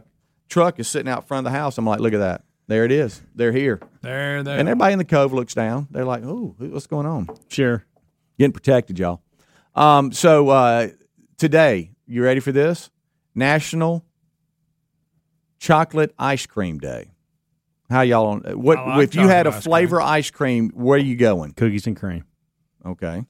S3: truck is sitting out front of the house, I'm like, look at that. There it is. They're here.
S1: There, there.
S3: And everybody in the cove looks down. They're like, "Ooh, what's going on?"
S4: Sure.
S3: Getting protected, y'all. Um, so uh, today, you ready for this? National Chocolate Ice Cream Day. How y'all on? uh, What
S1: I like
S3: if you had a
S1: chocolate ice
S3: flavor ice cream? Where are you going?
S4: Cookies and cream.
S3: Okay, That was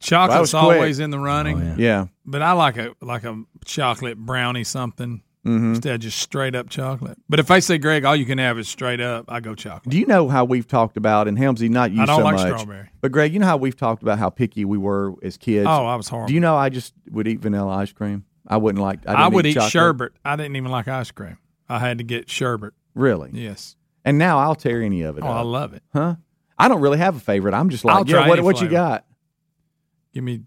S1: Chocolate's
S3: quick.
S1: always in the running,
S3: Oh, yeah,
S1: but I like a like a chocolate brownie something
S3: Mm-hmm.
S1: instead of just straight up chocolate. But if I say Greg, all you can have is straight up, I go chocolate.
S3: Do you know how we've talked about and Helmsy not you
S1: I don't
S3: so
S1: like
S3: much,
S1: strawberry.
S3: but Greg, you know how we've talked about how picky we were as kids.
S1: Oh, I was horrible.
S3: Do you know I just would eat vanilla ice cream? I wouldn't like. I,
S1: I
S3: didn't
S1: would eat
S3: chocolate.
S1: sherbet. I didn't even like ice cream. I had to get sherbet.
S3: Really?
S1: Yes.
S3: And now I'll tear any of it.
S1: Oh,
S3: up.
S1: I love it.
S3: Huh? I don't really have a favorite. I'm just like,
S1: I'll
S3: yeah,
S1: try
S3: what,
S1: any
S3: what you
S1: flavor.
S3: got?
S1: Give me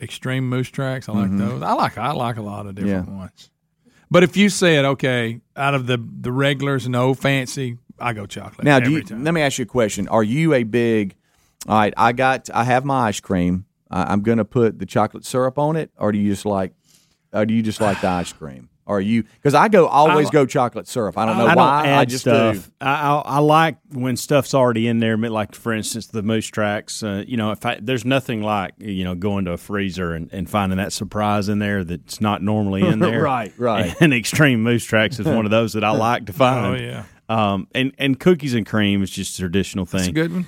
S1: extreme moose tracks. I like those. I like I like a lot of different
S3: Mm-hmm. Yeah.
S1: ones. But if you said okay, out of the the regulars and the old fancy, I go chocolate.
S3: Now, do
S1: every
S3: you,
S1: time.
S3: let me ask you a question. Are you a big? All right, I got. I have my ice cream. I, I'm going to put the chocolate syrup on it, or do you just like? Or do you just like the ice cream? Or you? Because I go always
S1: I-
S3: go chocolate syrup. I don't know
S4: I don't
S3: why.
S4: add
S3: I just
S4: stuff.
S3: do.
S4: I, I I like when stuff's already in there. but Like for instance, the moose tracks. Uh, you know, if I, there's nothing like you know going to a freezer and, and finding that surprise in there that's not normally in there.
S9: Right,
S3: right.
S4: And extreme moose tracks is one of those that I like to
S1: oh
S4: find.
S1: yeah,
S4: Um, and and cookies and cream is just a traditional thing. Um,
S1: it's a good one.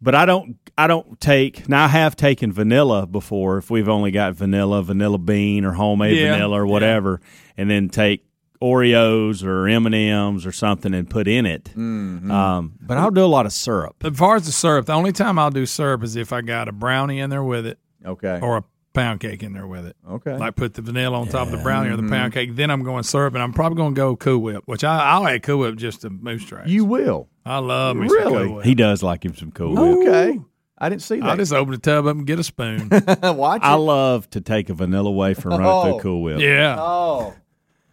S4: but I don't I don't take now I have taken vanilla before if we've only got vanilla, vanilla bean or homemade
S1: Yeah,
S4: vanilla or whatever, and then take Oreos or M and M's or something and put in it.
S9: Mm-hmm.
S1: Mm-hmm.
S4: Um, but I'll do a lot of syrup.
S1: As far as the syrup, the only time I'll do syrup is if I got a brownie in there with it
S3: Okay.
S1: or a pound cake in there with it.
S3: okay. Mm-hmm.
S1: Like put the vanilla on top of the brownie or the pound cake. Then I'm going syrup, and I'm probably going to go Cool Whip, which I, I'll add Cool Whip just to moose tracks.
S3: you will.
S1: I love me some
S3: Really?
S1: Cool Whip.
S4: He does like him some cool. Whip.
S3: Okay. I didn't see that.
S1: I just open the tub up and get a spoon.
S3: watch
S4: I
S3: it.
S4: love to take a vanilla wafer and run it
S3: Oh.
S4: through Cool Whip
S1: yeah.
S3: Oh.
S4: or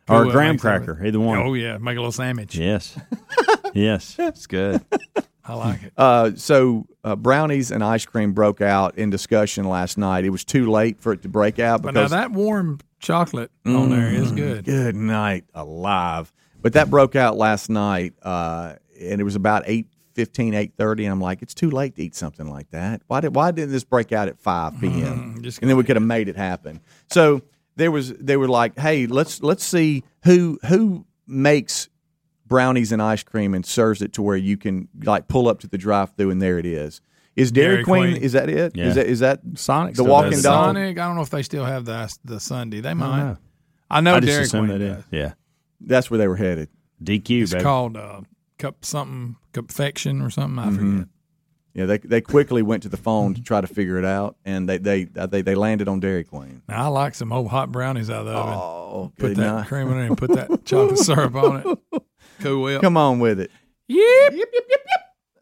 S1: Cool
S4: a
S1: Whip
S4: graham
S1: makes that
S4: cracker, either one.
S1: Oh yeah, make a little sandwich.
S4: Yes, yes, it's good.
S1: I like it.
S3: Uh, so uh, brownies and ice cream broke out in discussion last night. It was too late for it to break out
S1: But now
S3: because
S1: that warm chocolate on there is
S3: Mm.
S1: good.
S3: good night alive. But that broke out last night, uh, and it was about 8.15, 8.30, and I'm like, it's too late to eat something like that. Why did why didn't this break out at five p.m.
S1: Mm-hmm. just
S3: and then we could have made it happen. So there was they were like, hey, let's let's see who who makes brownies and ice cream and serves it to where you can like pull up to the drive through and there it is. Is Dairy,
S1: Dairy
S3: Queen,
S1: Queen.
S3: Is that it? Is
S4: Yeah.
S3: that is that
S1: Sonic,
S3: The
S1: still
S3: Walking
S1: does it.
S3: Dog?
S1: Sonic. I don't know if they still have the ice- the Sunday. They might. I, know
S4: I just
S1: Dairy
S4: assume
S1: Queen
S4: that is.
S1: does.
S4: Yeah,
S3: that's where they were headed?
S4: DQ
S1: It's
S4: baby.
S1: called uh, cup something confection or something. I forget.
S3: Mm-hmm. Yeah, they they quickly went to the phone to try to figure it out, and they they uh, they, they landed on Dairy Queen.
S1: Now I like some old hot brownies out of the oven.
S3: Oh,
S1: put
S3: good
S1: that
S3: night.
S1: cream in it and put that chocolate syrup on it. Cool Whip.
S3: Come on with it.
S1: Yep.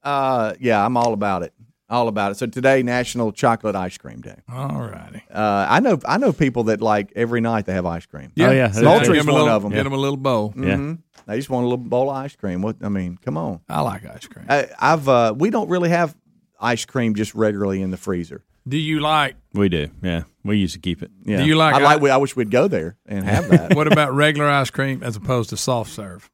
S3: Uh, yeah, I'm all about it. All about it. So today, National Chocolate Ice Cream Day.
S1: All righty.
S3: Uh, I know I know people that like every night they have ice cream.
S4: Oh, yeah.
S1: So
S4: Moultrie's
S1: give 'em a
S3: one
S1: little-
S3: of 'em. Mm-hmm.
S1: Get them a little bowl.
S4: Yeah.
S3: They just want a little bowl of ice cream. What I mean, come on.
S1: I like ice cream.
S3: I, I've uh, we don't really have ice cream just regularly in the freezer.
S1: Do you like?
S4: We do. Yeah. We used to keep it. Yeah.
S1: Do you like?
S3: I like. I wish we'd go there and have that.
S1: what about regular ice cream as opposed to soft serve?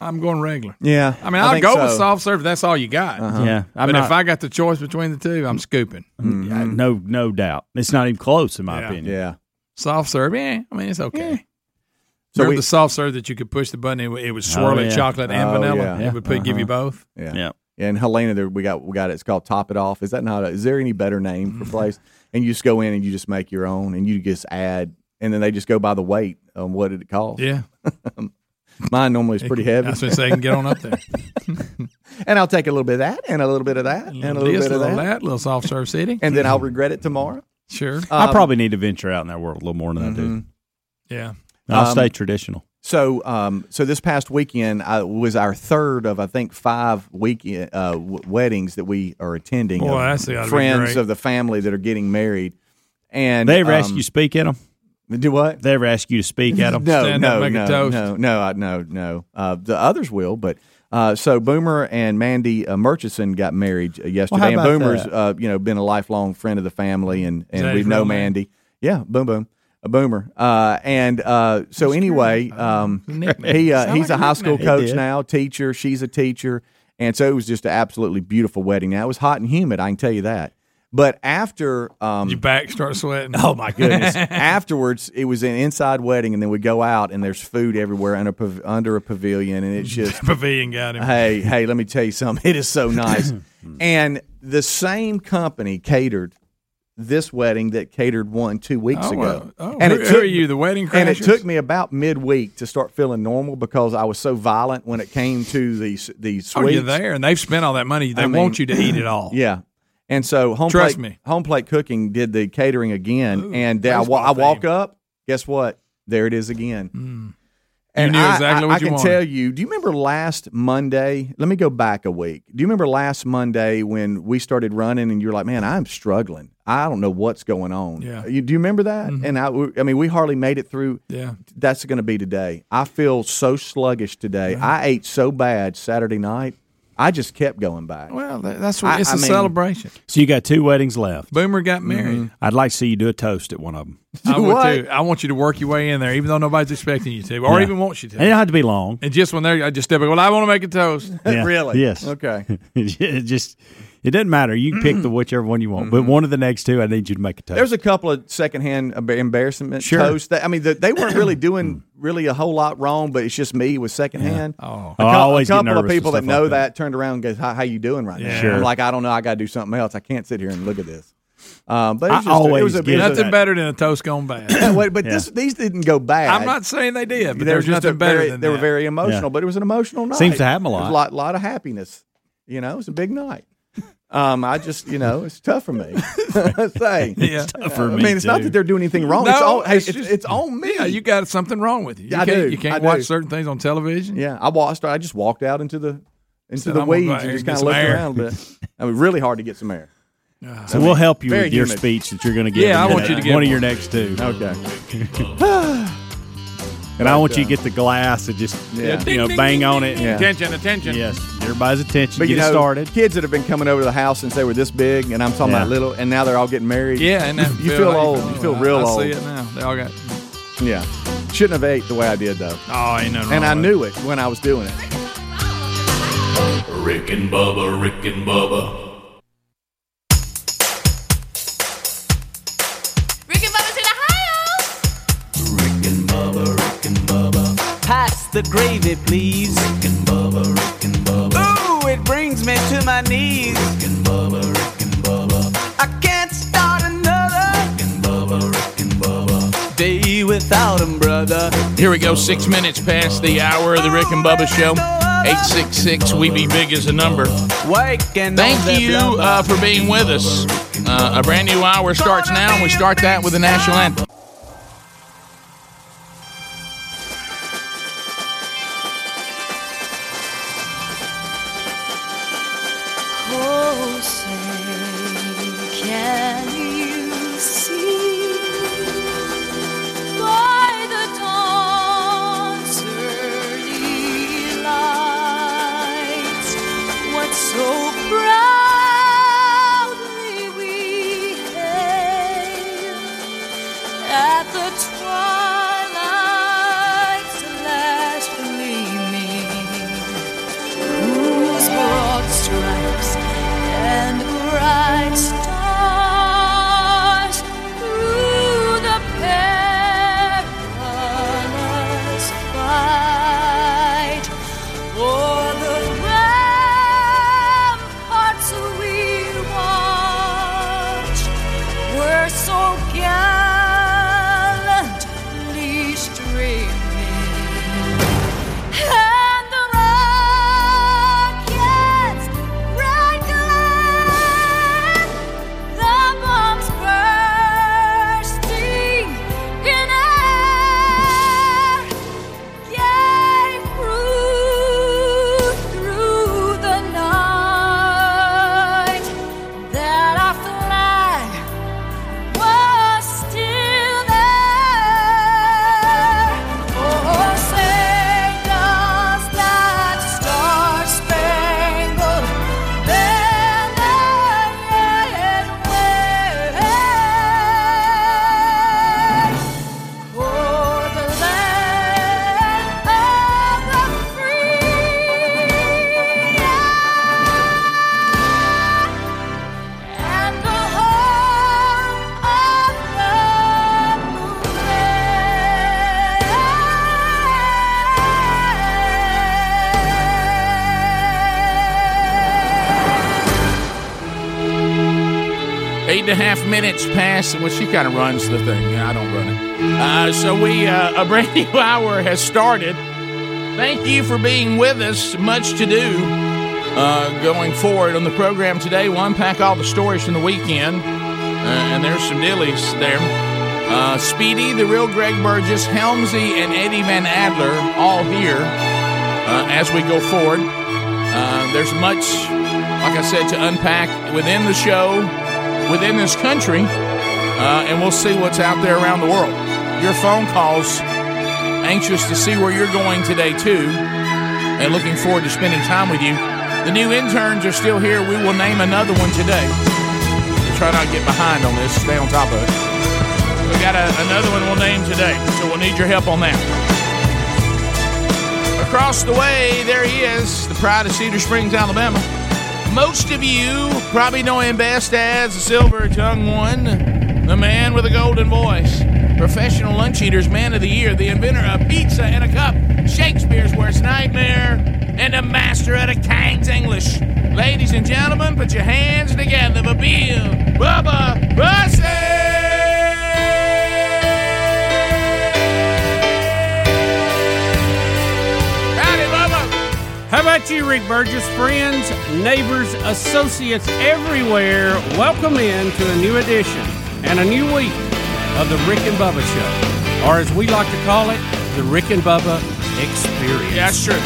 S1: I'm going regular.
S3: yeah,
S1: I mean, I'll
S3: think
S1: go
S3: so.
S1: with soft serve. if That's all you got.
S3: Uh-huh.
S4: yeah. I'm
S1: but
S4: not,
S1: if I got the choice between the two, I'm scooping
S4: I- no no doubt. It's not even close in my
S1: Yeah.
S4: opinion.
S3: Yeah.
S1: soft serve. Yeah, I mean it's okay.
S3: So
S1: So
S3: we-
S1: the soft serve that you could push the button, it, would- it would swirl
S4: yeah. Uh-huh.
S1: it chocolate and
S3: Oh,
S1: vanilla.
S3: yeah. Uh-huh.
S1: It would put, give you both.
S3: Yeah.
S4: Yeah.
S3: And Helena, there we got we got it. It's called Top It Off. Is that not? A, is there any better name for place? And you just go in and you just make your own, and you just add, and then they just go by the weight on what it costs.
S1: Yeah,
S3: Mine normally is pretty heavy,
S1: That's what they can get on up there.
S3: and I'll take a little bit of that, and a little bit of that, and a little
S1: this,
S3: bit of
S1: little
S3: that,
S1: that. little soft serve city.
S3: and then I'll Um, regret it tomorrow. Mm-hmm.
S1: Sure.
S4: I probably need to venture out in that world a little more than I do.
S1: yeah.
S4: I'll
S3: Um,
S4: stay traditional.
S3: So, um, so this past weekend I, was our third of I think five weekend uh, w- weddings that we are attending.
S1: Boy,
S3: of
S1: that's gotta be
S3: friends
S1: great.
S3: of the family that are getting married. And
S4: They ever ask
S3: um,
S4: you to speak at them?
S3: do what?
S4: They ever ask you to speak at them?
S3: No,
S1: Stand
S3: no,
S1: up, make
S3: no,
S1: a toast.
S3: no, no, I- no, no. Uh, the others will, but uh, so Boomer and Mandy uh, Murchison got married uh,
S4: how
S3: yesterday, and
S4: about
S3: Boomer's
S4: that?
S3: uh, you know been a lifelong friend of the family, and and
S1: that
S3: we
S1: his
S3: know
S1: real name?
S3: Mandy. Yeah, boom, boom. A boomer, uh, and uh, so anyway, um,
S1: nickname.
S3: he uh,
S1: Sound
S3: he's
S1: like
S3: a
S1: a
S3: high school
S4: nickname. He
S3: coach
S4: did.
S3: now, teacher. She's a teacher, and so it was just an absolutely beautiful wedding. Now it was hot and humid, I can tell you that. But after um,
S1: Your back starts sweating. Oh my
S3: goodness. Afterwards, it was an inside wedding, and then we go out, and there's food everywhere under pav- under a pavilion, and it's just
S1: Pavilion got him.
S3: hey, hey, let me tell you something. It is so nice. and the same company catered this wedding that catered one two weeks
S1: Oh,
S3: ago,
S1: uh, oh,
S3: and
S1: who-
S3: it
S1: who
S3: took
S1: are you, the wedding
S3: And it
S1: crashers?
S3: took me about midweek to start feeling normal because I was so violent when it came to the s- the
S1: Oh,
S3: sweets.
S1: you're there, and they've spent all that money. They
S3: I mean-
S1: want you to eat it all.
S3: Yeah. And so home
S1: Trust
S3: plate
S1: me.
S3: home plate cooking did the catering again, and I, wa-
S1: baseball
S3: I walk
S1: theme.
S3: up. Guess what? There it is again.
S1: knew
S3: I-
S1: exactly
S3: I,
S1: what
S3: I
S1: you
S3: can
S1: wanted.
S3: tell you. Do you remember last Monday? Let me go back a week. Do you remember last Monday when we started running and you're like, "Man, I'm struggling. I don't know what's going on."
S1: Yeah. Mm-hmm.
S3: You, do you remember that? And I, we- I mean, we hardly made it through.
S1: Yeah.
S3: That's going to be today. I feel so sluggish today. I ate so bad Saturday night. I just kept going back.
S1: Well, that, that's
S3: I-
S1: what it's a
S3: I mean-
S1: celebration.
S4: So you got two weddings left.
S1: Boomer
S10: Mm-hmm.
S1: got married.
S4: I'd like to see you do a toast at one of them.
S1: I would
S3: What?
S1: too. I want you to work your way in there, even though nobody's expecting you to, or
S4: Yeah.
S1: even wants you
S4: And it
S1: to.
S4: don't have to be long.
S1: And just when they're, I just step in. Well, I want to make a toast.
S4: Yeah.
S3: Really?
S4: Yes.
S3: Okay.
S4: it just it doesn't matter. You can
S10: Mm-hmm.
S4: pick the whichever one you want, but one of the next two, I need you to make a toast.
S3: There's a couple of secondhand embar- embarrassment
S4: Sure.
S3: toasts. That, I mean, that they weren't really doing really a whole lot wrong, but it's just me with secondhand.
S1: Oh.
S4: Oh, I
S3: cou-
S4: always
S3: a
S4: get
S3: couple of
S4: nervous with
S3: people that
S4: stuff
S3: know
S4: like
S3: that. turned around and goes, "How, how you doing right now?"
S1: Yeah.
S4: Sure.
S3: I'm like, I don't know. I got to do something else. I can't sit here and look at this. Um, but it
S4: I
S3: was just, it was
S4: always
S3: a,
S4: get
S3: it was
S1: Nothing
S3: a-
S1: better than a toast gone bad.
S3: Wait, but this, these didn't go bad.
S1: I'm not saying they did, but
S3: There
S1: they're
S3: was
S1: just
S3: nothing
S1: better
S3: very-
S1: than
S3: They were
S1: that.
S3: very emotional,
S4: Yeah.
S3: but it was an emotional night.
S4: Seems to happen a
S3: It was
S4: lot.
S3: lot, lot of happiness. You know, it was a big night. Um, I just, you know, it's tough for me. Say,
S1: Yeah.
S4: for
S3: I
S4: me,
S3: mean, it's not
S4: too.
S3: that they're doing anything wrong. it's,
S1: No,
S3: on, hey,
S1: it's
S3: it's,
S1: just-
S3: it's on me.
S1: Yeah, you got something wrong with you. You
S3: I
S1: can't,
S3: do.
S1: You
S3: I
S1: can't
S3: do.
S1: watch certain things on television.
S3: yeah, I watched. I just walked out into the into
S1: Said,
S3: the
S1: "I'm gonna go
S3: weeds
S1: out
S3: and
S1: here
S3: just
S1: and get
S3: kind of
S1: some
S3: looked
S1: air. Uh,
S3: around a bit. I mean, really hard to get some air.
S4: so we'll help you
S3: very
S4: with your
S3: humid.
S4: speech that you're going to give.
S1: Yeah,
S4: in
S1: I
S4: the
S1: want you
S4: next-
S1: to give
S4: one of
S1: one.
S4: your next two,
S3: Okay.
S4: and I want you to get the glass and just
S3: Yeah.
S4: you know
S1: Ding, ding,
S4: bang
S1: ding,
S4: on
S1: ding,
S4: it.
S1: ding.
S3: Yeah.
S1: Attention, attention.
S4: Yes, everybody's attention.
S3: But
S4: get
S3: you know,
S4: it started.
S3: kids that have been coming over to the house since they were this big, and I'm talking
S4: Yeah.
S3: about little, and now they're all getting married.
S1: Yeah, and that
S3: you feel
S1: like-
S3: old. You feel
S1: I-
S3: real
S1: I,
S3: old.
S1: see it now. They all got.
S3: Yeah. Shouldn't have ate the way I did though.
S1: Oh, ain't nothing
S3: And I
S1: wrong with
S3: knew it when I was doing it.
S6: Rick and Bubba, Rick and Bubba.
S7: Rick and Bubba's in Ohio.
S6: Rick and Bubba, Rick and Bubba.
S8: Pass the gravy, please.
S6: Rick and Bubba, Rick and Bubba.
S8: Ooh, it brings me to my knees.
S6: Rick and Bubba, Rick and Bubba.
S8: I can't start another
S6: Rick and Bubba, Rick and Bubba.
S8: day without him, brother.
S11: Here we go, six minutes past the hour of the Rick and Bubba Show. 866 We Be Big is a number.
S8: Working on
S11: Thank
S8: the
S11: you
S8: blubber.
S11: uh, for being with us. Uh, a brand new hour starts now, and we start that with the national anthem.
S5: Oh, say, can you see by the dawn's early light what so proudly we Oh,
S12: and a half minutes past. Well, she kind of runs the thing. Yeah, I don't run it. Uh, so we uh, a brand new hour has started. Thank you for being with us. Much to do uh, going forward on the program today. We'll unpack all the stories from the weekend, uh, and there's some dillies there. Uh, Speedy, the real Greg Burgess, Helmsy, and Eddie Van Adler all here uh, as we go forward. Uh, there's much, like I said, to unpack within the show, within this country, uh, and we'll see what's out there around the world. Your phone calls, anxious to see where you're going today, too, and looking forward to spending time with you. The new interns are still here. We will name another one today. Try not to get behind on this, stay on top of it. We got a, another one we'll name today, so we'll need your help on that. Across the way, there he is, the pride of Cedar Springs, Alabama. Most of you probably know him best as the silver tongue one, the man with a golden voice, professional lunch eaters, man of the year, the inventor of pizza and a cup, Shakespeare's worst nightmare, and the master of the King's English. Ladies and gentlemen, put your hands together for Bill Bubba Bussey! Howdy, Bubba.
S13: How about you, Rick Burgess? Friends, neighbors, associates everywhere, welcome in to a new edition and a new week of the Rick and Bubba Show, or as we like to call it, the Rick and Bubba Experience.
S12: Yeah, that's true.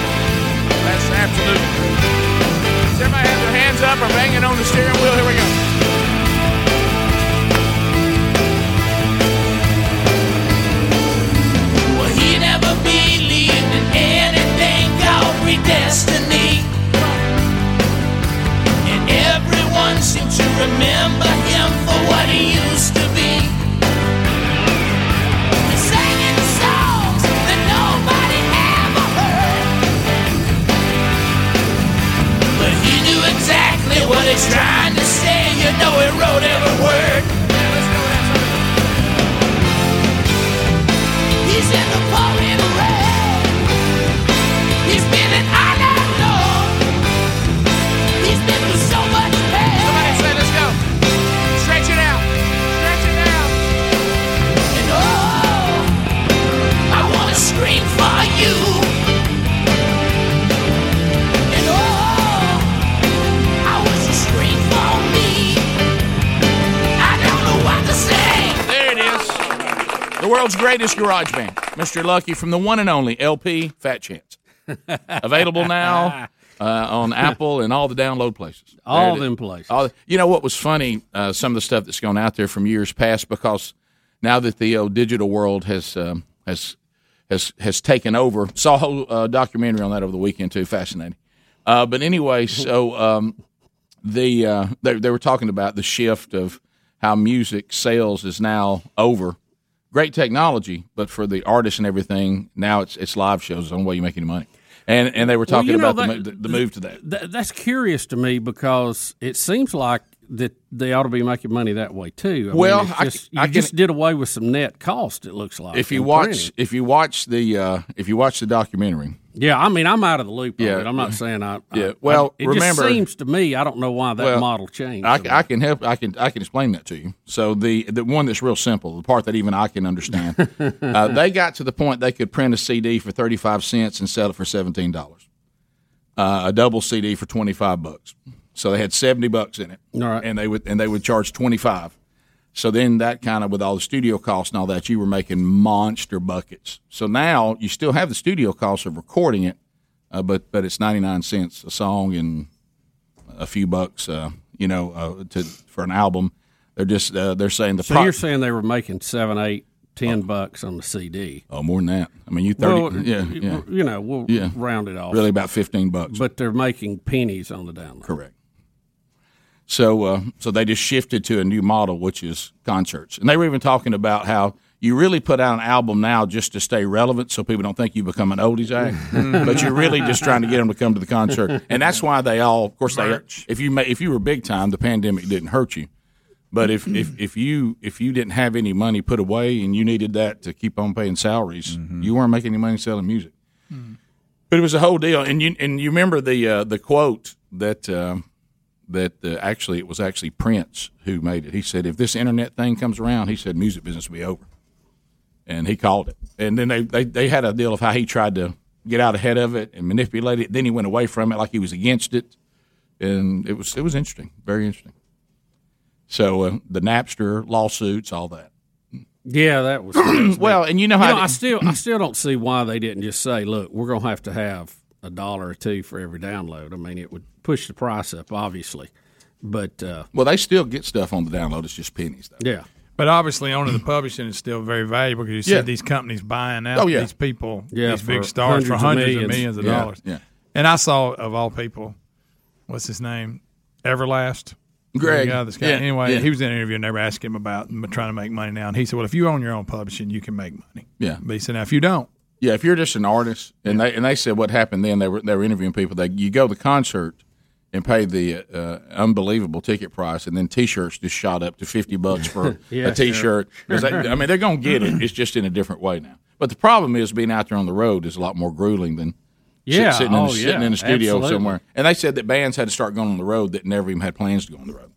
S12: That's absolute. Does everybody have their hands up or banging on the steering wheel? Here we go.
S5: Well, he never believed in anything called predestiny. And everyone seemed to remember him for what he used to be. Singing songs that nobody ever heard. But he knew exactly what he's trying to say. You know, he wrote every word. He's in the pouring rain. He's been an island lord. He's been through so much pain. Somebody say, let's go. Stretch it out. Stretch it out. And oh, I want to scream for you. And oh, I wish you scream for me. I don't know what to say.
S12: There it is. The world's greatest garage band, Mr. Lucky from the one and only LP Fat Chance. Available now uh, on Apple and all the download places. There
S13: All
S12: it is.
S13: them places.
S12: All the- you know what was funny? Uh, some of the stuff that's gone out there from years past, because now that the uh, digital world has um, has has has taken over. Saw a whole uh, documentary on that over the weekend too. Fascinating. Uh, but anyway,
S13: Mm-hmm.
S12: so um, the uh, they, they were talking about the shift of how music sales is now over. Great technology, but for the artists and everything, now it's it's live shows. on the way you make any money. And and they were
S13: Well,
S12: talking
S13: you know
S12: about
S13: that-
S12: the, mo- the, the move to that.
S13: Th- that's curious to me because it seems like that they ought to be making money that way too. mean,
S12: Well,
S13: it's
S12: I-
S13: just, you
S12: I can-
S13: just did away with some net cost. It looks like
S12: If you
S13: in
S12: watch,
S13: printing.
S12: if you watch the uh, if you watch the documentary,
S13: yeah, I mean, I'm out of the loop. Yeah,
S12: Yeah.
S13: on it. I'm not saying I. I-
S12: Yeah, well,
S13: I- it
S12: remember-
S13: just seems to me I don't know why that
S12: Well,
S13: model changed.
S12: I, I can help. I can I can explain that to you. So the the one that's real simple, the part that even I can understand, uh, they got to the point they could print a CD for thirty five cents and sell it for seventeen dollars, uh, a double CD for twenty five bucks. So they had seventy bucks in it,
S13: All right.
S12: and they would and they would charge twenty five. So then that kind of with all the studio costs and all that, you were making monster buckets. So now you still have the studio costs of recording it, uh, but but it's ninety nine cents a song and a few bucks, uh, you know, uh, to for an album. They're just uh, they're saying the Uh,
S13: so
S12: pro-
S13: you're saying they were making seven, eight, ten bucks on the CD.
S12: oh more than that. I mean, you thirty,
S13: well,
S12: yeah,
S13: y-
S12: yeah,
S13: you know, we'll
S12: Yeah.
S13: round it off.
S12: really about fifteen bucks,
S13: but they're making pennies on the download.
S12: correct. So uh, so they just shifted to a new model, which is concerts, and they were even talking about how. You really put out an album now just to stay relevant, so people don't think you become an oldies act. but you're really just trying to get them to come to the concert, and that's why they all, of course, they. If you ma- if you were big time, the pandemic didn't hurt you. But if, if, if you if you didn't have any money put away and you needed that to keep on paying salaries, you weren't making any money selling music. But it was a whole deal, and you and you remember the uh, the quote that uh, that uh, actually it was actually Prince who made it. He said, if this internet thing comes around, he said, music business will be over. And he called it. And then they, they, they had a deal of how he tried to get out ahead of it and manipulate it. Then he went away from it like he was against it. And it was, it was interesting, very interesting. So uh, the Napster lawsuits, all that.
S13: Yeah, that was crazy.
S12: Well, and you know how I
S13: I
S12: did-
S13: still I still don't see why they didn't just say, look, we're gonna have to have a dollar or two for every download. I mean, it would push the price up, obviously, but uh,
S12: Well, they still get stuff on the download. It's just pennies, though.
S13: yeah.
S1: But obviously, owning the publishing is still very valuable because you
S13: Yeah.
S1: said these companies buying out
S13: Oh, yeah.
S1: these people,
S13: Yeah,
S1: these
S13: for
S1: big stars for
S13: hundreds
S1: hundreds
S13: of
S1: of
S13: millions.
S1: millions of
S13: Yeah,
S1: dollars.
S13: yeah.
S1: And I saw, of all people, what's his name? Everlast.
S12: Greg.
S1: The guy that's got-
S12: Yeah,
S1: Anyway,
S12: yeah.
S1: he was in an interview and they were asking him about m- trying to make money now. And he said, Well, if you own your own publishing, you can make money.
S12: Yeah.
S1: But he said, Now, if you don't,
S12: Yeah, if you're just an artist, and they and they said what happened then, they were they were interviewing people. They you go to the concert and pay the uh, unbelievable ticket price, and then T-shirts just shot up to fifty bucks for
S2: Yeah,
S12: a T-shirt.
S2: sure.
S12: 'Cause they- I mean, they're gonna get it. It's just in a different way now. But the problem is being out there on the road is a lot more grueling than sit-
S2: Yeah,
S12: sitting in
S2: oh,
S12: the, sitting
S2: yeah,
S12: in the studio
S2: absolutely.
S12: somewhere. And they said that bands had to start going on the road that never even had plans to go on the road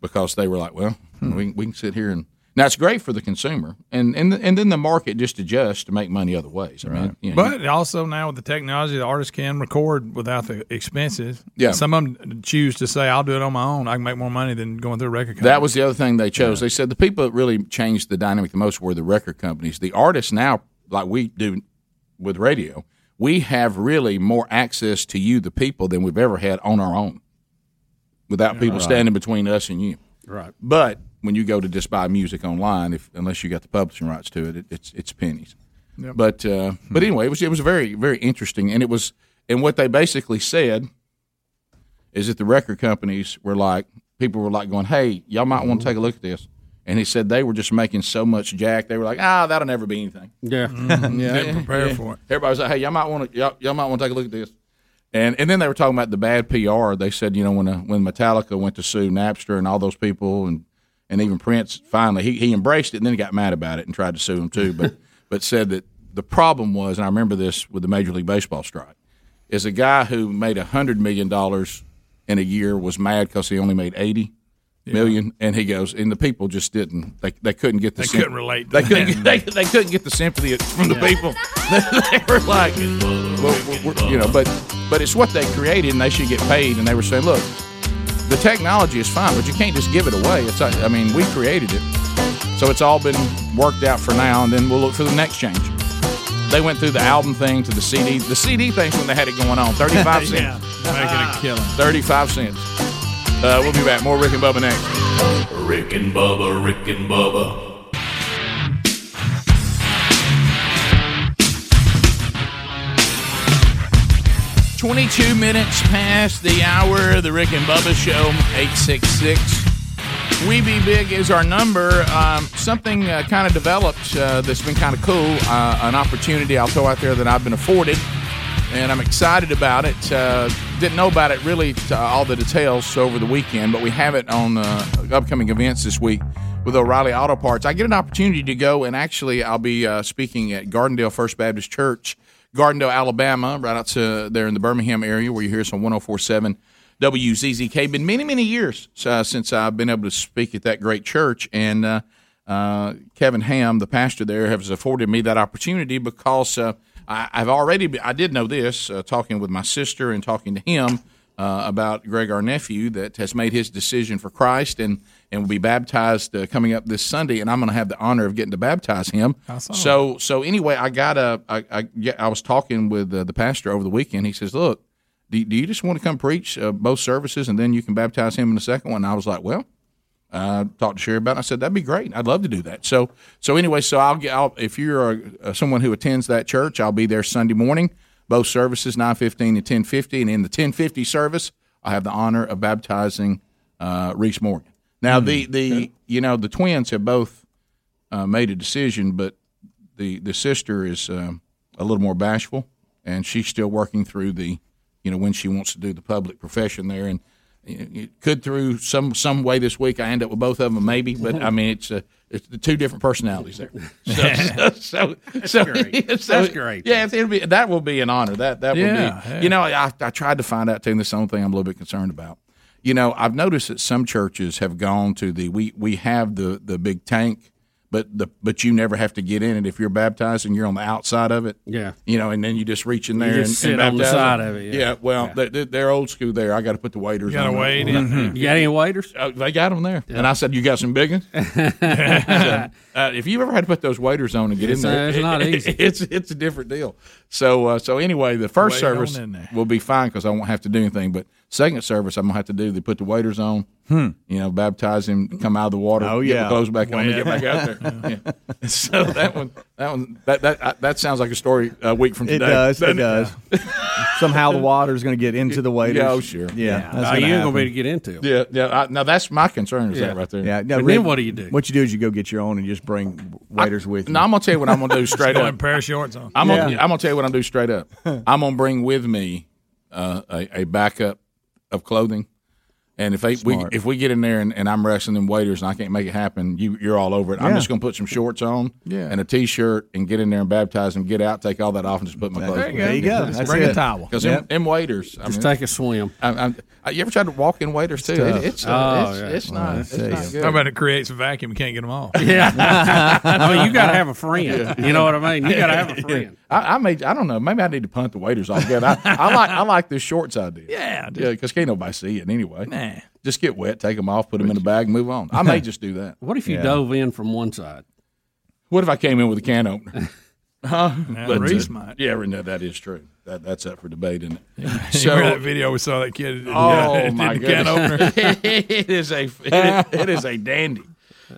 S12: because they were like, well, we, can- we can sit here and now it's great for the consumer, and and and then the market just adjusts to make money other ways. I mean, you know,
S1: But also now with the technology, the artists can record without the expenses.
S12: Yeah.
S1: Some of them choose to say, "I'll do it on my own. I can make more money than going through a record." company."
S12: That was the other thing they chose. They said the people that really changed the dynamic the most were the record companies. The artists now, like we do with radio, we have really more access to you, the people, than we've ever had on our own without people
S2: Right.
S12: standing between us and you.
S13: Right.
S12: But when you go to just buy music online, if unless you got the publishing rights to it, it it's it's pennies.
S2: Yep.
S12: But uh, but anyway, it was it was very very interesting, and it was and what they basically said is that the record companies were like people were like going, hey, y'all might want to take a look at this. And he said they were just making so much jack. They were like, ah, that'll never be anything.
S13: Yeah,
S12: Mm-hmm.
S1: Didn't prepare for it.
S12: Everybody was like, hey, y'all might want to y'all, y'all might want to take a look at this. And and then they were talking about the bad PR. They said, you know, when uh, when Metallica went to sue Napster and all those people, and and even Prince finally he, he embraced it and then he got mad about it and tried to sue him too, but but said that the problem was, and I remember this with the Major League Baseball strike, is a guy who made a hundred million dollars in a year was mad because he only made eighty million, and he goes, and the people just didn't they, they couldn't get the
S1: They
S12: sym-
S1: couldn't relate to
S12: they couldn't
S1: that.
S12: they, they couldn't get the sympathy from the people they were like well, we're- we're- you know but but it's what they created and they should get paid and they were saying look the technology is fine but you can't just give it away it's like- I mean we created it so it's all been worked out for now and then we'll look for the next change they went through the album thing to the CD the CD thing's when they had it going on 35 cents
S1: Yeah, making a killing.
S12: 35 cents uh, we'll be back more Rick and Bubba next
S14: Rick and Bubba, Rick and Bubba.
S12: Twenty-two minutes past the hour of the Rick and Bubba Show. Eight six six. We be big is our number. Um, something uh, kind of developed uh, that's been kind of cool. Uh, an opportunity I'll throw out there that I've been afforded, and I'm excited about it. Uh, didn't know about it really to all the details over the weekend, but we have it on uh, upcoming events this week with O'Reilly Auto Parts. I get an opportunity to go and actually I'll be uh, speaking at Gardendale First Baptist Church, Gardendale, Alabama, right out to there in the Birmingham area where you hear us on 1047. WZZK. Been many, many years uh, since I've been able to speak at that great church, and uh, uh, Kevin Ham, the pastor there, has afforded me that opportunity because uh, I, I've already be, I did know this uh, talking with my sister and talking to him uh, about Greg, our nephew, that has made his decision for Christ and and will be baptized uh, coming up this Sunday, and I'm going to have the honor of getting to baptize him.
S1: Awesome.
S12: So so anyway, I got a I I, yeah, I was talking with uh, the pastor over the weekend. He says, look do, do you just want to come preach uh, both services and then you can baptize him in the second one? And I was like, well, I talked to Sherry about it. I said, that'd be great. I'd love to do that. So, so anyway, so I'll get, I'll, if you're a, uh, someone who attends that church, I'll be there Sunday morning, both services, 915 and 1050. And in the 1050 service, I have the honor of baptizing uh, Reese Morgan. Now, the, the, you know, the twins have both uh, made a decision, but the, the sister is um, a little more bashful and she's still working through the, you know, when she wants to do the public profession there. And it it could through some some way this week. I end up with both of them, maybe. But I mean, it's uh, it's the two different personalities there. So, so,
S2: That's
S12: so,
S2: great.
S12: so-
S2: That's great.
S12: Yeah, it's- it'll be that will be an honor. That that
S2: Yeah,
S12: will be.
S2: yeah.
S12: You know, I, I tried to find out too. And this is the only thing I'm a little bit concerned about You know, I've noticed that some churches have gone to the we we have the the big tank, but the but you never have to get in it if you're baptized and you're on the outside of it.
S13: Yeah.
S12: You know, and then you just reach in
S13: You
S12: there
S13: just
S12: and,
S13: sit
S12: and
S13: on the
S12: baptize
S13: side
S12: them.
S13: of it, yeah.
S12: well, They, they- they're old school there. I got to put the waiters.
S1: Gotta
S12: on it.
S1: wait in. Mhm.
S13: You got any waiters?
S12: Oh, they got them there. And I said, "You got some big ones." So, uh, if you ever had to put those waiters on and get
S13: It's,
S12: in there,
S13: uh, it's not easy.
S12: It's it's a different deal. So uh, so anyway, the first
S13: Wait
S12: service
S13: on in there.
S12: will be fine because I won't have to do anything. But second service, I'm gonna have to do. They put the waiters on.
S13: Hmm.
S12: You know, baptize him, come out of the water.
S13: Oh,
S12: get
S13: yeah.
S12: the clothes back on, and
S13: Way
S12: get back out
S13: up.
S12: there. Yeah. So that one, that one, that that uh, that sounds like a story a week from
S3: It
S12: today.
S3: does. It
S12: doesn't
S3: does. Somehow the water's going to get into the waiters.
S12: Yeah, oh, sure.
S3: Yeah,
S12: Yeah.
S3: that's
S12: Now you ain't gonna
S3: happen.
S12: be able to get into 'em. Yeah, yeah. I- now that's my concern is that right there.
S3: Yeah.
S12: But then
S3: Rick,
S12: what do you do?
S3: What you do is you go get your own and just bring waiters with you.
S12: No, I'm gonna tell you what I'm gonna do straight
S1: Go
S12: up.
S1: in a pair of shorts on.
S12: I'm gonna,
S1: Yeah.
S12: I'm gonna tell you what I'm gonna do straight up. I'm gonna bring with me uh, a, a backup of clothing, and if they, we
S3: Smart.
S12: if we get in there and, and I'm wrestling them waiters and I can't make it happen, you you're all over it. I'm
S3: Yeah.
S12: just gonna put some shorts on,
S3: Yeah.
S12: and a t-shirt and get in there and baptize them. Get out, take all that off, and just put my clothes.
S3: There you go. There you go. That's Bring a it. towel.
S12: because
S3: Yep.
S12: them, them waiters. I
S13: Just
S12: mean,
S13: take a swim.
S12: I, I, you ever tried to walk in waiters too?
S13: tough.
S12: It, it's uh,
S13: Oh,
S12: it's,
S13: yeah.
S12: it's
S13: Well,
S12: not.
S13: I
S12: It's
S13: tell
S12: not
S13: you.
S12: good.
S1: How about it creates a vacuum? Can't get them all.
S13: Yeah. I mean, you got to have a friend. You know what I mean? You got to have a friend.
S12: I, I may, I don't know. Maybe I need to punt the waiters altogether. I, I like, I like this shorts idea. Yeah, yeah, because can't nobody see it anyway.
S13: Nah.
S12: just get wet, take them off, put them in a bag, move on. I may just do that.
S13: What if you
S12: Yeah.
S13: dove in from one side?
S12: What if I came in with a can opener? huh? But,
S1: Reese
S12: uh,
S1: might.
S12: Yeah, no, that is true. That, that's up for debate, isn't it?
S1: So that video we saw that kid.
S12: Oh
S1: did
S12: my
S1: the can
S12: goodness!
S1: opener.
S12: it is a it is, it is a dandy.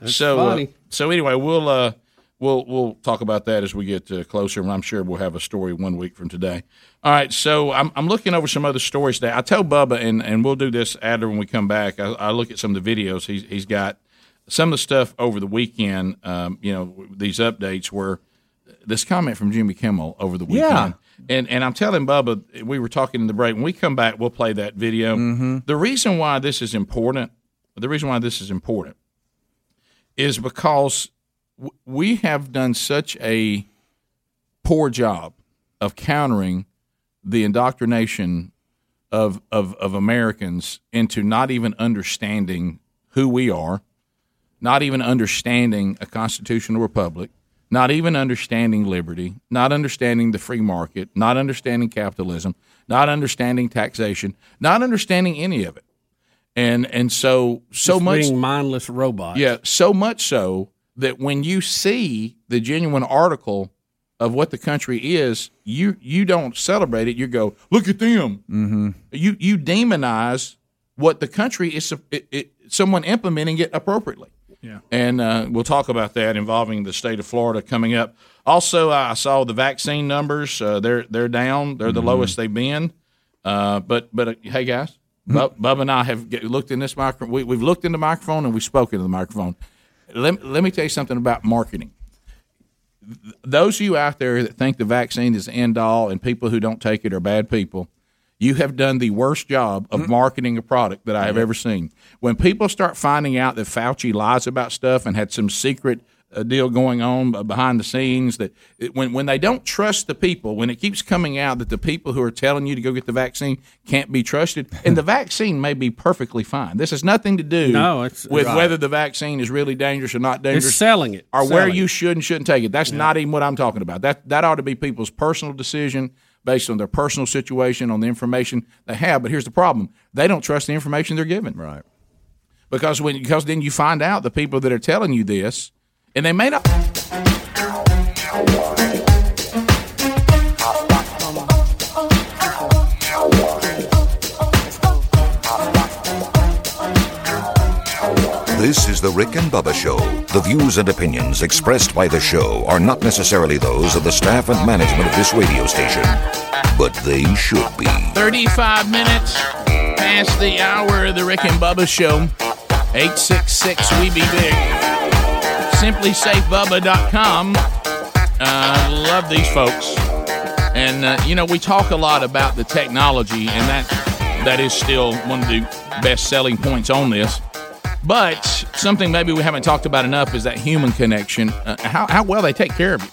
S12: so uh,
S13: funny.
S12: so anyway, we'll uh, we'll we'll talk about that as we get uh, closer, and I'm sure we'll have a story one week from today. All right, so I'm, I'm looking over some other stories today. I tell Bubba, and, and we'll do this Adler when we come back. I, I look at some of the videos he's he's got, some of the stuff over the weekend. Um, you know these updates were this comment from Jimmy Kimmel over the weekend.
S3: Yeah.
S12: And, and I'm telling Bubba, we were talking in the break. When we come back, we'll play that video. The reason why this is important, the reason why this is important, is because w- we have done such a poor job of countering the indoctrination of of, of Americans into not even understanding who we are, not even understanding a constitutional republic, not even understanding liberty, not understanding the free market, not understanding capitalism, not understanding taxation, not understanding any of it. And and so so
S13: Just
S12: much
S13: being mindless robots.
S12: yeah, so much so that when you see the genuine article of what the country is, you you don't celebrate it. You go, look at them.
S3: Mm-hmm.
S12: You you demonize what the country is. It, it, someone implementing it appropriately.
S1: Yeah.
S12: And uh, we'll talk about that involving the state of Florida coming up. Also, I saw the vaccine numbers. Uh, they're they're down. They're the lowest they've been. Uh, but but uh, hey guys, Bub, Bub and I have get, looked in this microphone. We, we've looked in the microphone and we've spoken to the microphone. Let, let me tell you something about marketing. Th- Those of you out there that think the vaccine is the end all and people who don't take it are bad people, you have done the worst job of
S13: Mm-hmm.
S12: marketing a product that I have ever seen. When people start finding out that Fauci lies about stuff and had some secret uh, deal going on b- behind the scenes, that it, when when they don't trust the people, when it keeps coming out that the people who are telling you to go get the vaccine can't be trusted, and the vaccine may be perfectly fine. This has nothing to do
S13: No, it's-
S12: with
S13: Right.
S12: whether the vaccine is really dangerous or not dangerous.
S13: selling it.
S12: or where
S13: Selling
S12: you should and shouldn't take it. That's not even what I'm talking about. That that ought to be people's personal decision based on their personal situation, on the information they have. But here's the problem: they don't trust the information they're given. Right. Because when because then you find out the people that are telling you this, and they may not.
S15: This is the Rick and Bubba Show. The views and opinions expressed by the show are not necessarily those of the staff and management of this radio station, but they should be.
S12: 35 minutes past the hour of the Rick and Bubba Show. 866 We Be Big. SimplySafeBubba.com. Uh, love these folks. And, uh, you know, we talk a lot about the technology, and that that is still one of the best selling points on this. But something maybe we haven't talked about enough is that human connection, uh, how, how well they take care of you.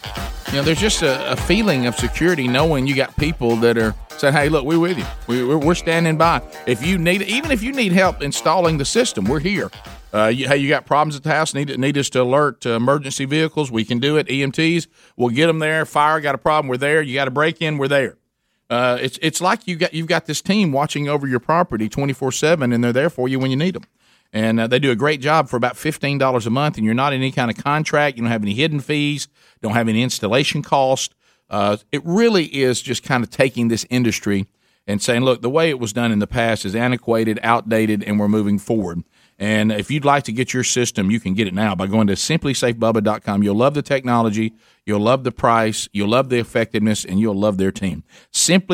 S12: You know, there's just a, a feeling of security knowing you got people that are saying, "Hey, look, we're with you. We, we're, we're standing by. If you need, even if you need help installing the system, we're here. Uh, you, hey, you got problems at the house? Need need us to alert uh, emergency vehicles? We can do it. EMTs, we'll get them there. Fire got a problem? We're there. You got a break in? We're there. Uh, it's it's like you got you've got this team watching over your property twenty four seven, and they're there for you when you need them. And uh, they do a great job for about fifteen dollars a month, and you're not in any kind of contract. You don't have any hidden fees. Don't have any installation cost. Uh, it really is just kind of taking this industry and saying, look, the way it was done in the past is antiquated, outdated, and we're moving forward. And if you'd like to get your system, you can get it now by going to simplysafebubba.com. You'll love the technology, you'll love the price, you'll love the effectiveness, and you'll love their team.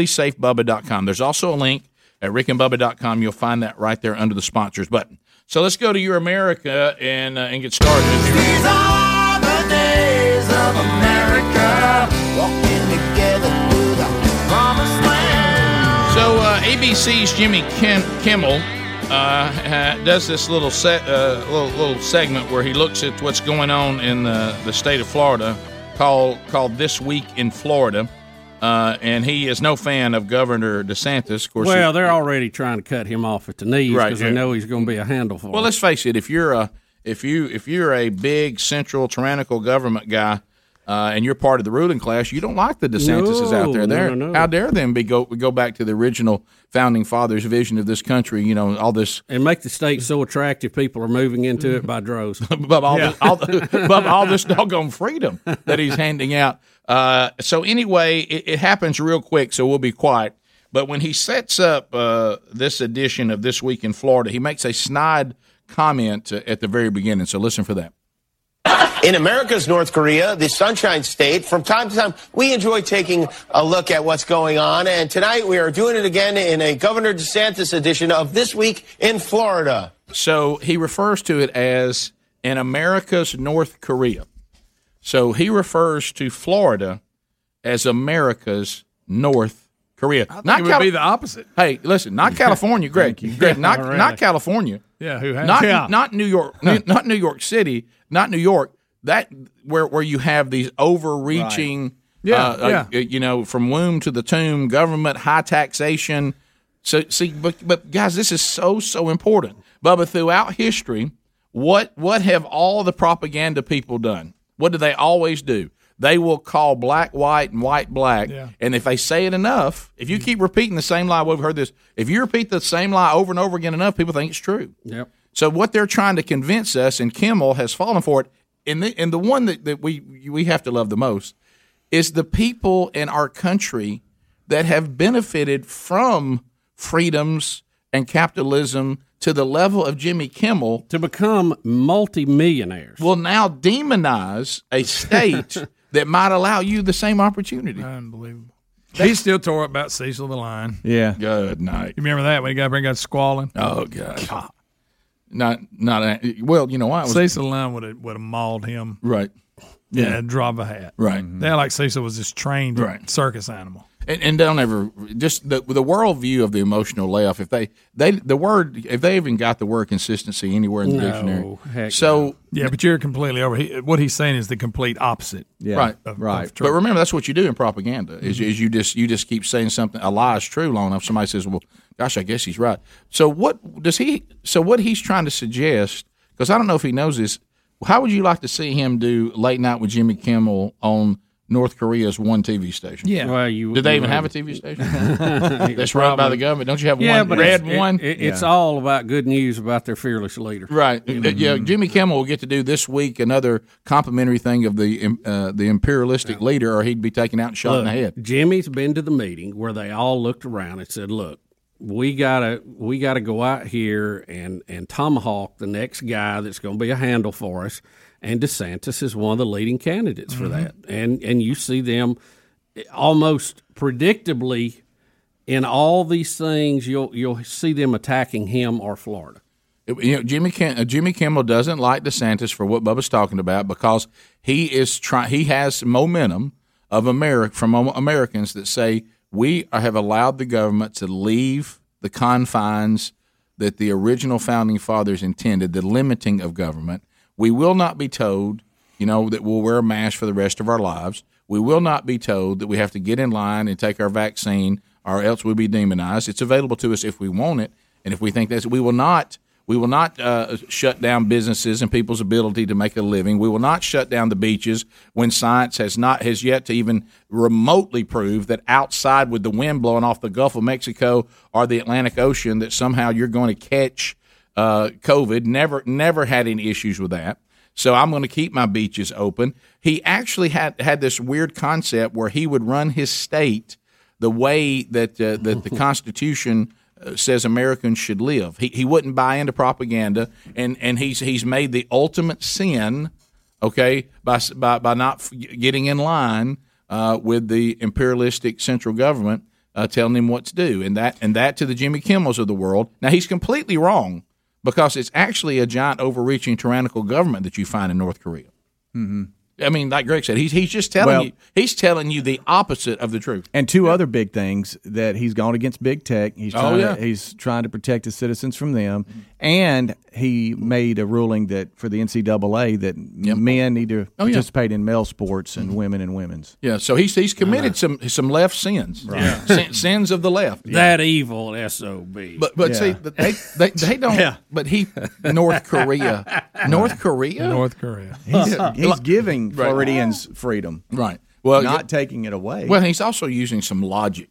S12: Simplysafebubba.com. There's also a link at rickandbubba.com. You'll find that right there under the sponsors button. So let's go to your America and uh, and get started.
S16: These are the days of America. Walking together through the promised land.
S12: So uh, ABC's Jimmy Kim- Kimmel uh, uh, does this little set, uh, little, little segment where he looks at what's going on in the, the state of Florida, called called This Week in Florida, uh, and he is no fan of Governor DeSantis. Of course, he-
S13: Well, they're already trying to cut him off at the knees
S12: Right,
S13: because
S12: yeah.
S13: they know he's going to be a handle for.
S12: Well,
S13: it.
S12: let's face it. If you're a if you if you're a big central tyrannical government guy, uh, and you're part of the ruling class, you don't like the DeSantis is out there.
S13: No,
S12: There,
S13: no, no.
S12: how dare them be go go back to the original founding fathers' vision of this country? You know, all this
S13: and make the state so attractive, people are moving into it by droves.
S12: above all, this, all, the, above all this doggone freedom that he's handing out. Uh, so anyway, it, it happens real quick, so we'll be quiet. But when he sets up uh, this edition of This Week in Florida, he makes a snide comment uh, at the very beginning. So listen for that.
S5: In America's North Korea, the Sunshine State, from time to time, we enjoy taking a look at what's going on. And tonight we are doing it again in a Governor DeSantis edition of This Week in Florida.
S12: So he refers to it as in America's North Korea. So he refers to Florida as America's North Korea.
S1: I think it would be the opposite.
S12: Hey, listen, not California, Greg. Greg, not not California.
S1: Yeah, who has?
S12: Not
S1: Yeah.
S12: not New York, not New York City, not New York. That where where you have these overreaching,
S1: Yeah,
S12: uh, uh, you know, from womb to the tomb, government high taxation. So see, but but guys, this is so so important. Bubba, throughout history, what what have all the propaganda people done? What do they always do? They will call black white and white black,
S1: Yeah. Mm-hmm.
S12: and if they say it enough, if you keep repeating the same lie, we've heard this. If you repeat the same lie over and over again enough, people think it's true.
S13: Yep.
S12: So what they're trying to convince us, and Kimmel has fallen for it, and the and the one that, that we we have to love the most is the people in our country that have benefited from freedoms and capitalism to the level of Jimmy Kimmel
S13: to become multimillionaires.
S12: Will now demonize a state that might allow you the same opportunity.
S1: Unbelievable. He still tore up about Cecil the Lion.
S17: Yeah.
S12: Good night.
S1: You remember that when he got bring out squalling?
S12: Oh God. Not not a, well, you know why it was-
S1: Cecil the Lion would have would have mauled him.
S12: Right.
S1: Yeah,
S12: Yeah.
S1: drop a hat. Mm-hmm.
S12: Right.
S1: They act like Cecil was this trained
S12: Right.
S1: circus animal.
S12: And, and don't ever just the the worldview of the emotional layoff. If they they the word if they even got the word consistency anywhere in the
S1: No,
S12: dictionary.
S1: heck
S12: so
S1: Yeah, but you're completely over. He, what he's saying is the complete opposite.
S12: right,
S1: of-
S12: right.
S1: of
S12: but
S1: truth.
S12: remember, that's what you do in propaganda. Is,
S1: Mm-hmm.
S12: is you just you just keep saying something a lie is true long enough. Somebody says, "Well, gosh, I guess he's right." So what does he? So what he's trying to suggest? Because I don't know if he knows this. How would you like to see him do late night with Jimmy Kimmel on North Korea's one TV station?
S13: Yeah. Well, you-
S12: do they
S13: you
S12: even
S13: would.
S12: have a TV station? that's run by the government. Don't you have
S13: yeah,
S12: one
S13: but
S12: red
S13: it's, it-
S12: one?
S13: it- it's all about good news about their fearless leader.
S12: Right. Uh, Yeah. Jimmy Kimmel will get to do this week another complimentary thing of the um, uh, the imperialistic leader, or he'd be taken out and shot in the
S13: Look,
S12: head.
S13: Jimmy's been to the meeting where they all looked around and said, "Look, we gotta we gotta go out here and and tomahawk the next guy that's going to be a handle for us." And DeSantis is one of the leading candidates for
S18: Mhm.
S12: Mm-hmm.
S13: that, and and you see them almost predictably in all these things. You'll you'll see them attacking him or Florida.
S12: You know, Jimmy Kim, uh, Jimmy Kimmel doesn't like DeSantis for what Bubba's talking about because he is try- He has momentum of America from Am- Americans that say we are- have allowed the government to leave the confines that the original founding fathers intended, the limiting of government. We will not be told, you know, that we'll wear a mask for the rest of our lives. We will not be told that we have to get in line and take our vaccine or else we'll be demonized. It's available to us if we want it. And if we think that's, we will not. We will not uh, shut down businesses and people's ability to make a living. We will not shut down the beaches when science has not has yet to even remotely prove that outside with the wind blowing off the Gulf of Mexico or the Atlantic Ocean that somehow you're going to catch uh, COVID. Never never had any issues with that. So I'm going to keep my beaches open. He actually had had this weird concept where he would run his state the way that uh, that the Constitution uh, says Americans should live. He, he wouldn't buy into propaganda, and, and he's he's made the ultimate sin, okay, by s- by, by not f- getting in line uh, with the imperialistic central government uh, telling him what to do, and that and that to the Jimmy Kimmels of the world. Now he's completely wrong because it's actually a giant overreaching tyrannical government that you find in North Korea.
S3: Mm-hmm.
S12: I mean, like Greg said, he's he's just telling
S3: Well-
S12: you he's telling you the opposite of the truth.
S3: And two other big things that he's gone against big tech. He's
S12: Oh,
S3: trying,
S12: yeah.
S3: to, he's trying to protect his citizens from them, and he made a ruling that for the NCAA that men need to
S12: Oh, yeah. Mm-hmm.
S3: participate in male sports and women in women's.
S12: Yeah, so he's he's committed some some left sins,
S3: Right.
S12: Yeah. Sin, sins of the left.
S13: That evil sob.
S12: But but see,
S13: Yeah.
S12: they, they they don't.
S13: Yeah.
S12: But he, North Korea, North Korea,
S1: North Korea.
S3: He's, he's giving
S12: Right.
S3: Floridians freedom,
S12: right? Well,
S3: not
S12: yeah.
S3: taking it away.
S12: Well, he's also using some logic.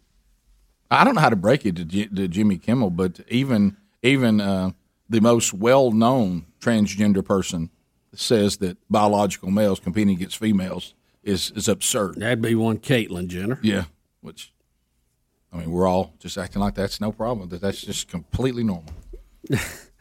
S12: I don't know how to break it to, J- to Jimmy Kimmel, but even even uh, the most well known transgender person says that biological males competing against females is is absurd.
S13: That'd be one Caitlyn Jenner.
S12: Yeah, which I mean, we're all just acting like that's no problem. That that's just completely normal.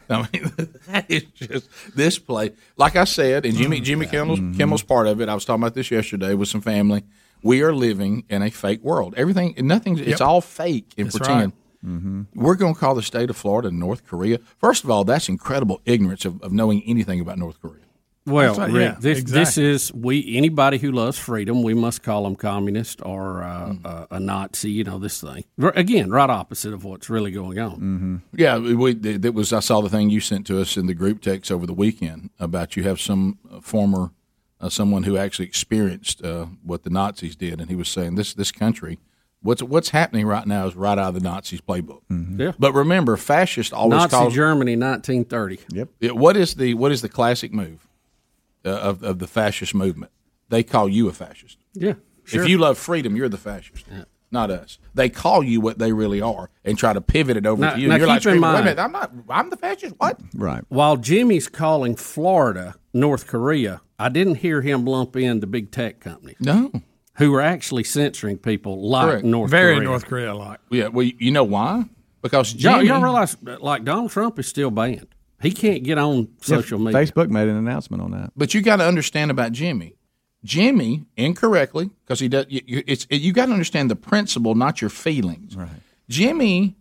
S12: I mean, that is just this play. Like I said, and
S13: Oh,
S12: Jimmy Jimmy Kimmel's,
S13: Mm-hmm.
S12: Kimmel's part of it. I was talking about this yesterday with some family. We are living in a fake world. Everything, nothing. It's
S1: Yep.
S12: all fake and
S1: That's
S12: pretend.
S1: right. Mm-hmm.
S12: We're going to call the state of Florida North Korea. First of all, that's incredible ignorance of, of knowing anything about North Korea.
S13: Well,
S12: That's right,
S13: Rick,
S12: yeah,
S13: this this
S12: exactly.
S13: is we anybody who loves freedom, we must call them communist or uh,
S12: Mm.
S13: uh, a Nazi. You know this thing R- again, right opposite of what's really going on.
S12: Mm-hmm. Yeah, we, that was. I saw the thing you sent to us in the group text over the weekend about you have some former uh, someone who actually experienced uh, what the Nazis did, and he was saying this this country, what's what's happening right now is right out of the Nazis' playbook.
S13: Yeah.
S12: But remember, fascists always
S13: Nazi
S12: call
S13: Germany, nineteen thirty.
S3: Yep.
S12: Yeah, what is the what is the classic move uh, of of the fascist movement? They call you a fascist.
S13: Yeah. Sure.
S12: If you love freedom, you're the fascist, not us. They call you what they really are and try to pivot it over
S13: Now-
S12: to you.
S13: now
S12: and you're like,
S13: keep in
S12: "Wait a
S13: mind-
S12: minute, I'm not. I'm the fascist. What?
S3: Right.
S13: While Jimmy's calling Florida North Korea, I didn't hear him lump in the big tech companies.
S12: No.
S13: Who are actually censoring people like
S12: Correct.
S13: North
S12: Very
S13: Korea.
S12: North
S1: Korea like.
S12: Yeah. Well, you you know why? Because
S13: Y'all-
S12: Jimmy,
S13: y'all realize, that, like Donald Trump is still banned. He can't get on
S3: Yeah,
S13: social media.
S3: Facebook made an announcement on that.
S12: but you got to understand about Jimmy. Jimmy incorrectly because he does. You, you- it's you got to understand the principle, not your feelings. Right. Jimmy,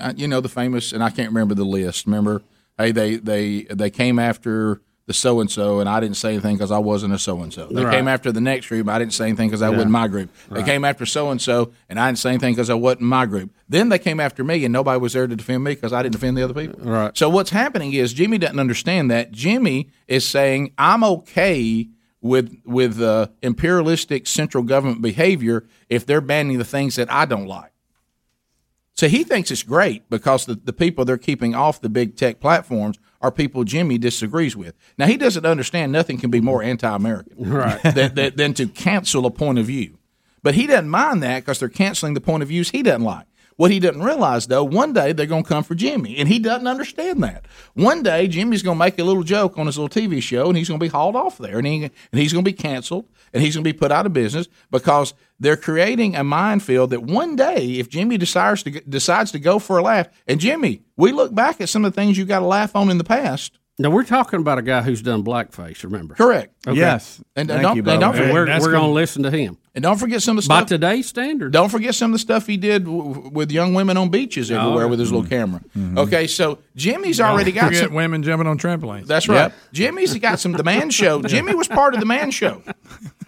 S12: uh, you know the famous, and I can't remember the list. Remember, hey, they they they came after the so and so, and I didn't say anything because I wasn't a so and so. They
S1: Right.
S12: came after the next group, I didn't say anything because I
S1: Yeah.
S12: wasn't my group. They
S1: Right.
S12: came after so and so, and I didn't say anything because I wasn't my group. Then they came after me, and nobody was there to defend me because I didn't defend the other people. Right. So what's happening is Jimmy doesn't understand that. Jimmy is saying I'm okay with with uh, imperialistic central government behavior if they're banning the things that I don't like. So he thinks it's great because the, the people they're keeping off the big tech platforms are people Jimmy disagrees with. Now, he doesn't understand nothing can be more anti American
S13: Right.
S12: than, than, than to cancel a point of view. But he doesn't mind that because they're canceling the point of views he doesn't like. What he doesn't realize, though, one day they're going to come for Jimmy, and he doesn't understand that. One day Jimmy's going to make a little joke on his little TV show, and he's going to be hauled off there, and, he, and he's going to be canceled, and he's going to be put out of business because they're creating a minefield that one day, if Jimmy decides to g- decides to go for a laugh, and Jimmy, we look back at some of the things you got to laugh on in the past.
S13: Now we're talking about a guy who's done blackface. Remember?
S12: Correct.
S13: Okay.
S12: And, and don't, and don't
S13: And we're we're going to listen to him.
S12: And don't forget some of the
S13: By
S12: stuff.
S13: today's standard.
S12: Don't forget some of the stuff he did w- w- with young women on beaches everywhere
S1: Oh.
S12: with his little camera. Okay, so Jimmy's already got
S1: Mm-hmm. Forget
S12: some.
S1: women jumping on trampolines.
S12: That's right. Jimmy's got some. The man show. Jimmy was part of the man show.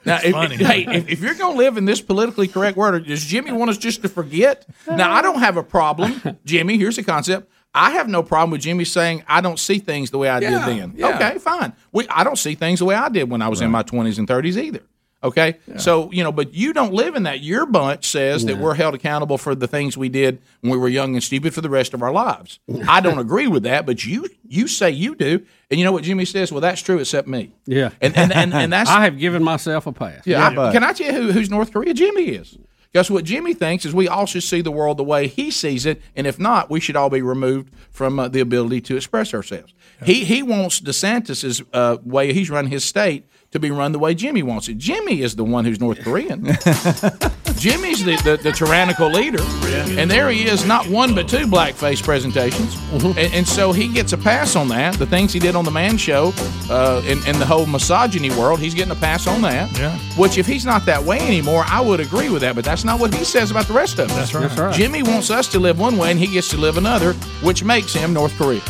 S12: Now, if,
S1: funny.
S12: hey, if, if you're going to live in this politically correct world, does Jimmy want us just to forget? Now, I don't have a problem, Jimmy. Here's the concept. I have no problem with Jimmy saying I don't see things the way I
S1: Yeah,
S12: did then.
S1: yeah.
S12: Okay, fine. We I don't see things the way I did when I was in my 20s and 30s either. Okay, so you know, but you don't live in that. Your bunch says that we're held accountable for the things we did when we were young and stupid for the rest of our lives. I don't agree with that, but you you say you do, and you know what Jimmy says? Well, that's true, except me.
S13: Yeah,
S12: and and and, and that's
S13: I have given myself a pass.
S12: yeah. I- can I tell you who, who's North Korea? Jimmy is. Guess what Jimmy thinks is we all should see the world the way he sees it, and if not, we should all be removed from uh, the ability to express ourselves. He he wants DeSantis's uh, way he's run his state to be run the way Jimmy wants it. Jimmy is the one who's North Korean. Jimmy's the, the, the tyrannical leader, and there he is, not one but two blackface presentations,
S1: Mm-hmm.
S12: and, and so he gets a pass on that. The things he did on the Man Show, uh, and, and the whole misogyny world, he's getting a pass on that.
S1: Yeah.
S12: Which, if he's not that way anymore, I would agree with that. But that's not what he says about the rest of us.
S1: That's right. That's right.
S12: Jimmy wants us to live one way, and he gets to live another, which makes him North Korea.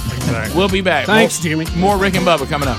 S12: We'll be back.
S14: Thanks,
S12: Jimmy. More Rick and Bubba coming up.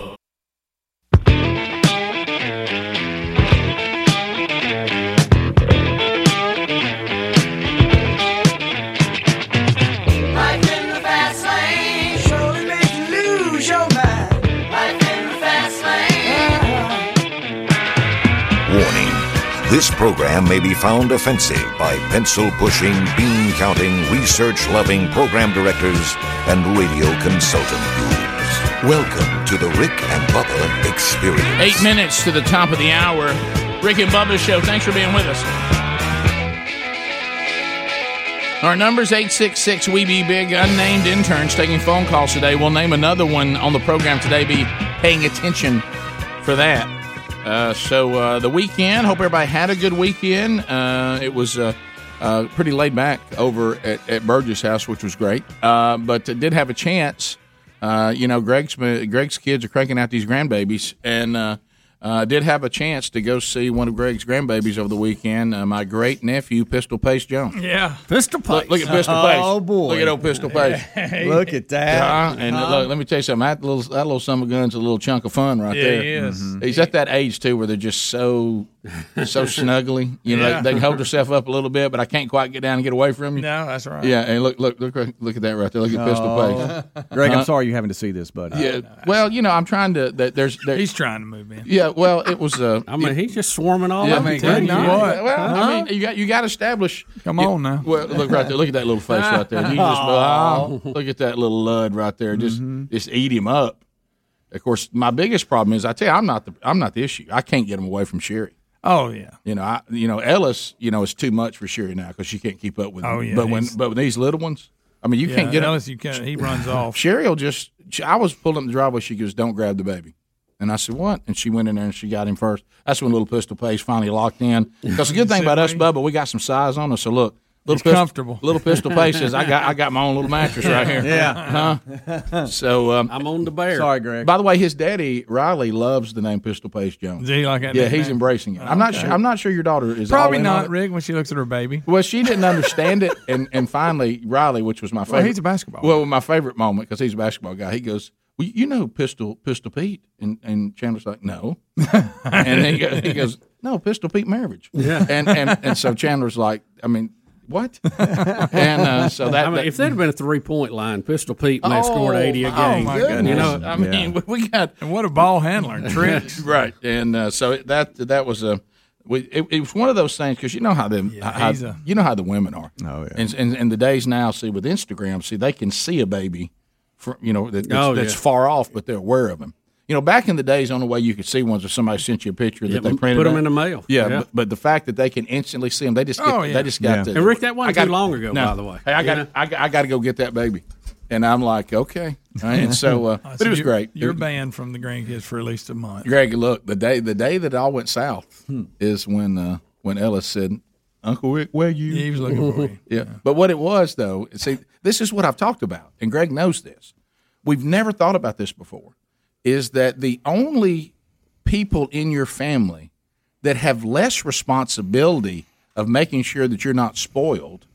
S5: Life in the fast lane surely makes you lose your mind. Life in the fast lane.
S15: Warning this program may be found offensive by pencil pushing, bean counting, research loving program directors and radio consultant gurus. Welcome to the Rick and Bubba Experience.
S12: Eight minutes to the top of the hour. Rick and Bubba Show, thanks for being with us. Our number's 866 We Be Big. Unnamed interns taking phone calls today. We'll name another one on the program today. Be paying attention for that. Uh, so, uh, the weekend, hope everybody had a good weekend. Uh, it was uh, uh, pretty laid back over at, at Burgess' house, which was great. Uh, but it did have a chance. Uh, you know, Greg's Greg's kids are cranking out these grandbabies, and uh, uh, did have a chance to go see one of Greg's grandbabies over the weekend. Uh, my great nephew, Pistol Pace Jones.
S1: Yeah, pistol
S12: Look, look at Pistol Pace. Look at old Pistol Pace.
S1: Look at that.
S12: Uh-huh. and
S1: Huh?
S12: look, let me tell you something. That little that little summer gun's a little chunk of fun right
S1: Yeah,
S12: there. Mm-hmm.
S1: he is. Mhm.
S12: He's at that age too where they're just so so snuggly. You know,
S1: Yeah.
S12: they, they can hold themselves up a little bit, but I can't quite get down and get away from you.
S1: No, that's right.
S12: Yeah, and look, look, look, look at that right there. Look at Pistol Pace.
S3: Oh. Greg,
S12: Huh?
S3: I'm sorry you're having to see this, buddy.
S12: Yeah.
S13: uh,
S12: Well, you know, I'm trying to. That there's. There,
S1: He's trying to move in.
S12: Yeah. Well, it was. Uh,
S13: I mean, he's just swarming all
S12: yeah,
S13: over.
S12: I mean,
S13: the place.
S12: good night. Well, I
S13: uh-huh.
S12: mean, you got you got to establish.
S1: Come
S12: you-
S1: on now.
S12: Well, look right there. Look at that little face right there. You just
S1: Aw.
S12: oh, look at that little lud right there. Just
S1: Mm-hmm.
S12: just eat him up. Of course, my biggest problem is I tell you, I'm not the I'm not the issue. I can't get him away from Sherry.
S1: Oh yeah.
S12: You know, I you know Ellis, you know, is too much for Sherry now because she can't keep up with him.
S1: Oh, yeah,
S12: But when
S1: he's-
S12: but when these little ones, I mean, you can't get him.
S1: unless you can. He runs off.
S12: Sherry will just. She, I was pulling up the driveway. She goes, "Don't grab the baby," and I said, "What?" And she went in there and she got him first. That's when little pistol pace finally locked in. Because the good thing about us, Bubba, we got some size on us. So look, little
S1: He's
S12: Pist-
S1: comfortable.
S12: Little pistol pace says, "I got, I got my own little mattress right here."
S1: Yeah.
S12: huh? So um,
S13: I'm on the bear.
S1: Sorry, Greg.
S12: By the way, his daddy Riley loves the name Pistol Pace Jones.
S1: Does he like that
S12: Yeah, he's
S1: nickname?
S12: embracing it. I'm not
S1: Okay.
S12: sure. I'm not sure your daughter is all
S1: Probably
S12: in on
S1: not,
S12: it.
S1: Rick, when she looks at her baby.
S12: Well, she didn't understand it, and and finally Riley, which was my favorite.
S1: Well, he's a basketball
S12: Well, my favorite moment because he's a basketball guy. He goes, "Well, you know, Pistol Pistol Pete," and and Chandler's like, "No," and he goes, he goes, "No, Pistol Pete marriage."
S13: Yeah.
S12: and and and so Chandler's like, "I mean, what?" and uh, so that,
S13: I mean,
S12: that-
S13: if that had been a three point line, Pistol Pete may have
S12: Oh,
S13: scored 80 a
S12: oh,
S13: game.
S12: my
S13: You know,
S12: goodness. I mean, we- we got
S1: and what a ball handler and tricks.
S12: right, and uh, so it- that that was a. We, it, it was one of those things because you know how them how,
S1: he's a-
S12: you know how the women are. Oh yeah. And, and and the days now, see with Instagram, see they can see a baby, from you know that, that's,
S13: Oh,
S12: that's
S13: yeah.
S12: far off, but they're aware of him. You know, back in the days, the only way you could see ones if somebody sent you a picture that
S13: Yeah,
S12: they
S13: put
S12: printed.
S13: them
S12: out.
S13: in the mail.
S12: Yeah,
S13: Yeah.
S12: But, but the fact that they can instantly see them, they just get,
S13: Oh, yeah.
S12: they just got
S13: Yeah.
S12: to.
S13: And Rick, that wasn't
S12: I
S13: too long ago,
S12: no.
S13: by the way.
S12: Hey, I
S13: You
S12: got
S13: know?
S12: I, got- I got to go get that baby, and I'm like, okay, All right, and so
S13: Oh,
S12: uh, but it was
S1: you're,
S12: great.
S1: You're
S12: It-
S1: banned from the grandkids for at least a month.
S12: Greg, look, the day the day that it all went south
S1: Hmm.
S12: is when uh, when Ellis said, "Uncle Rick, where you?"
S1: Yeah, he was looking for you.
S12: Yeah. but what it was though, see, this is what I've talked about, and Greg knows this. We've never thought about this before. Is that the only people in your family that have less responsibility of making sure that you're not spoiled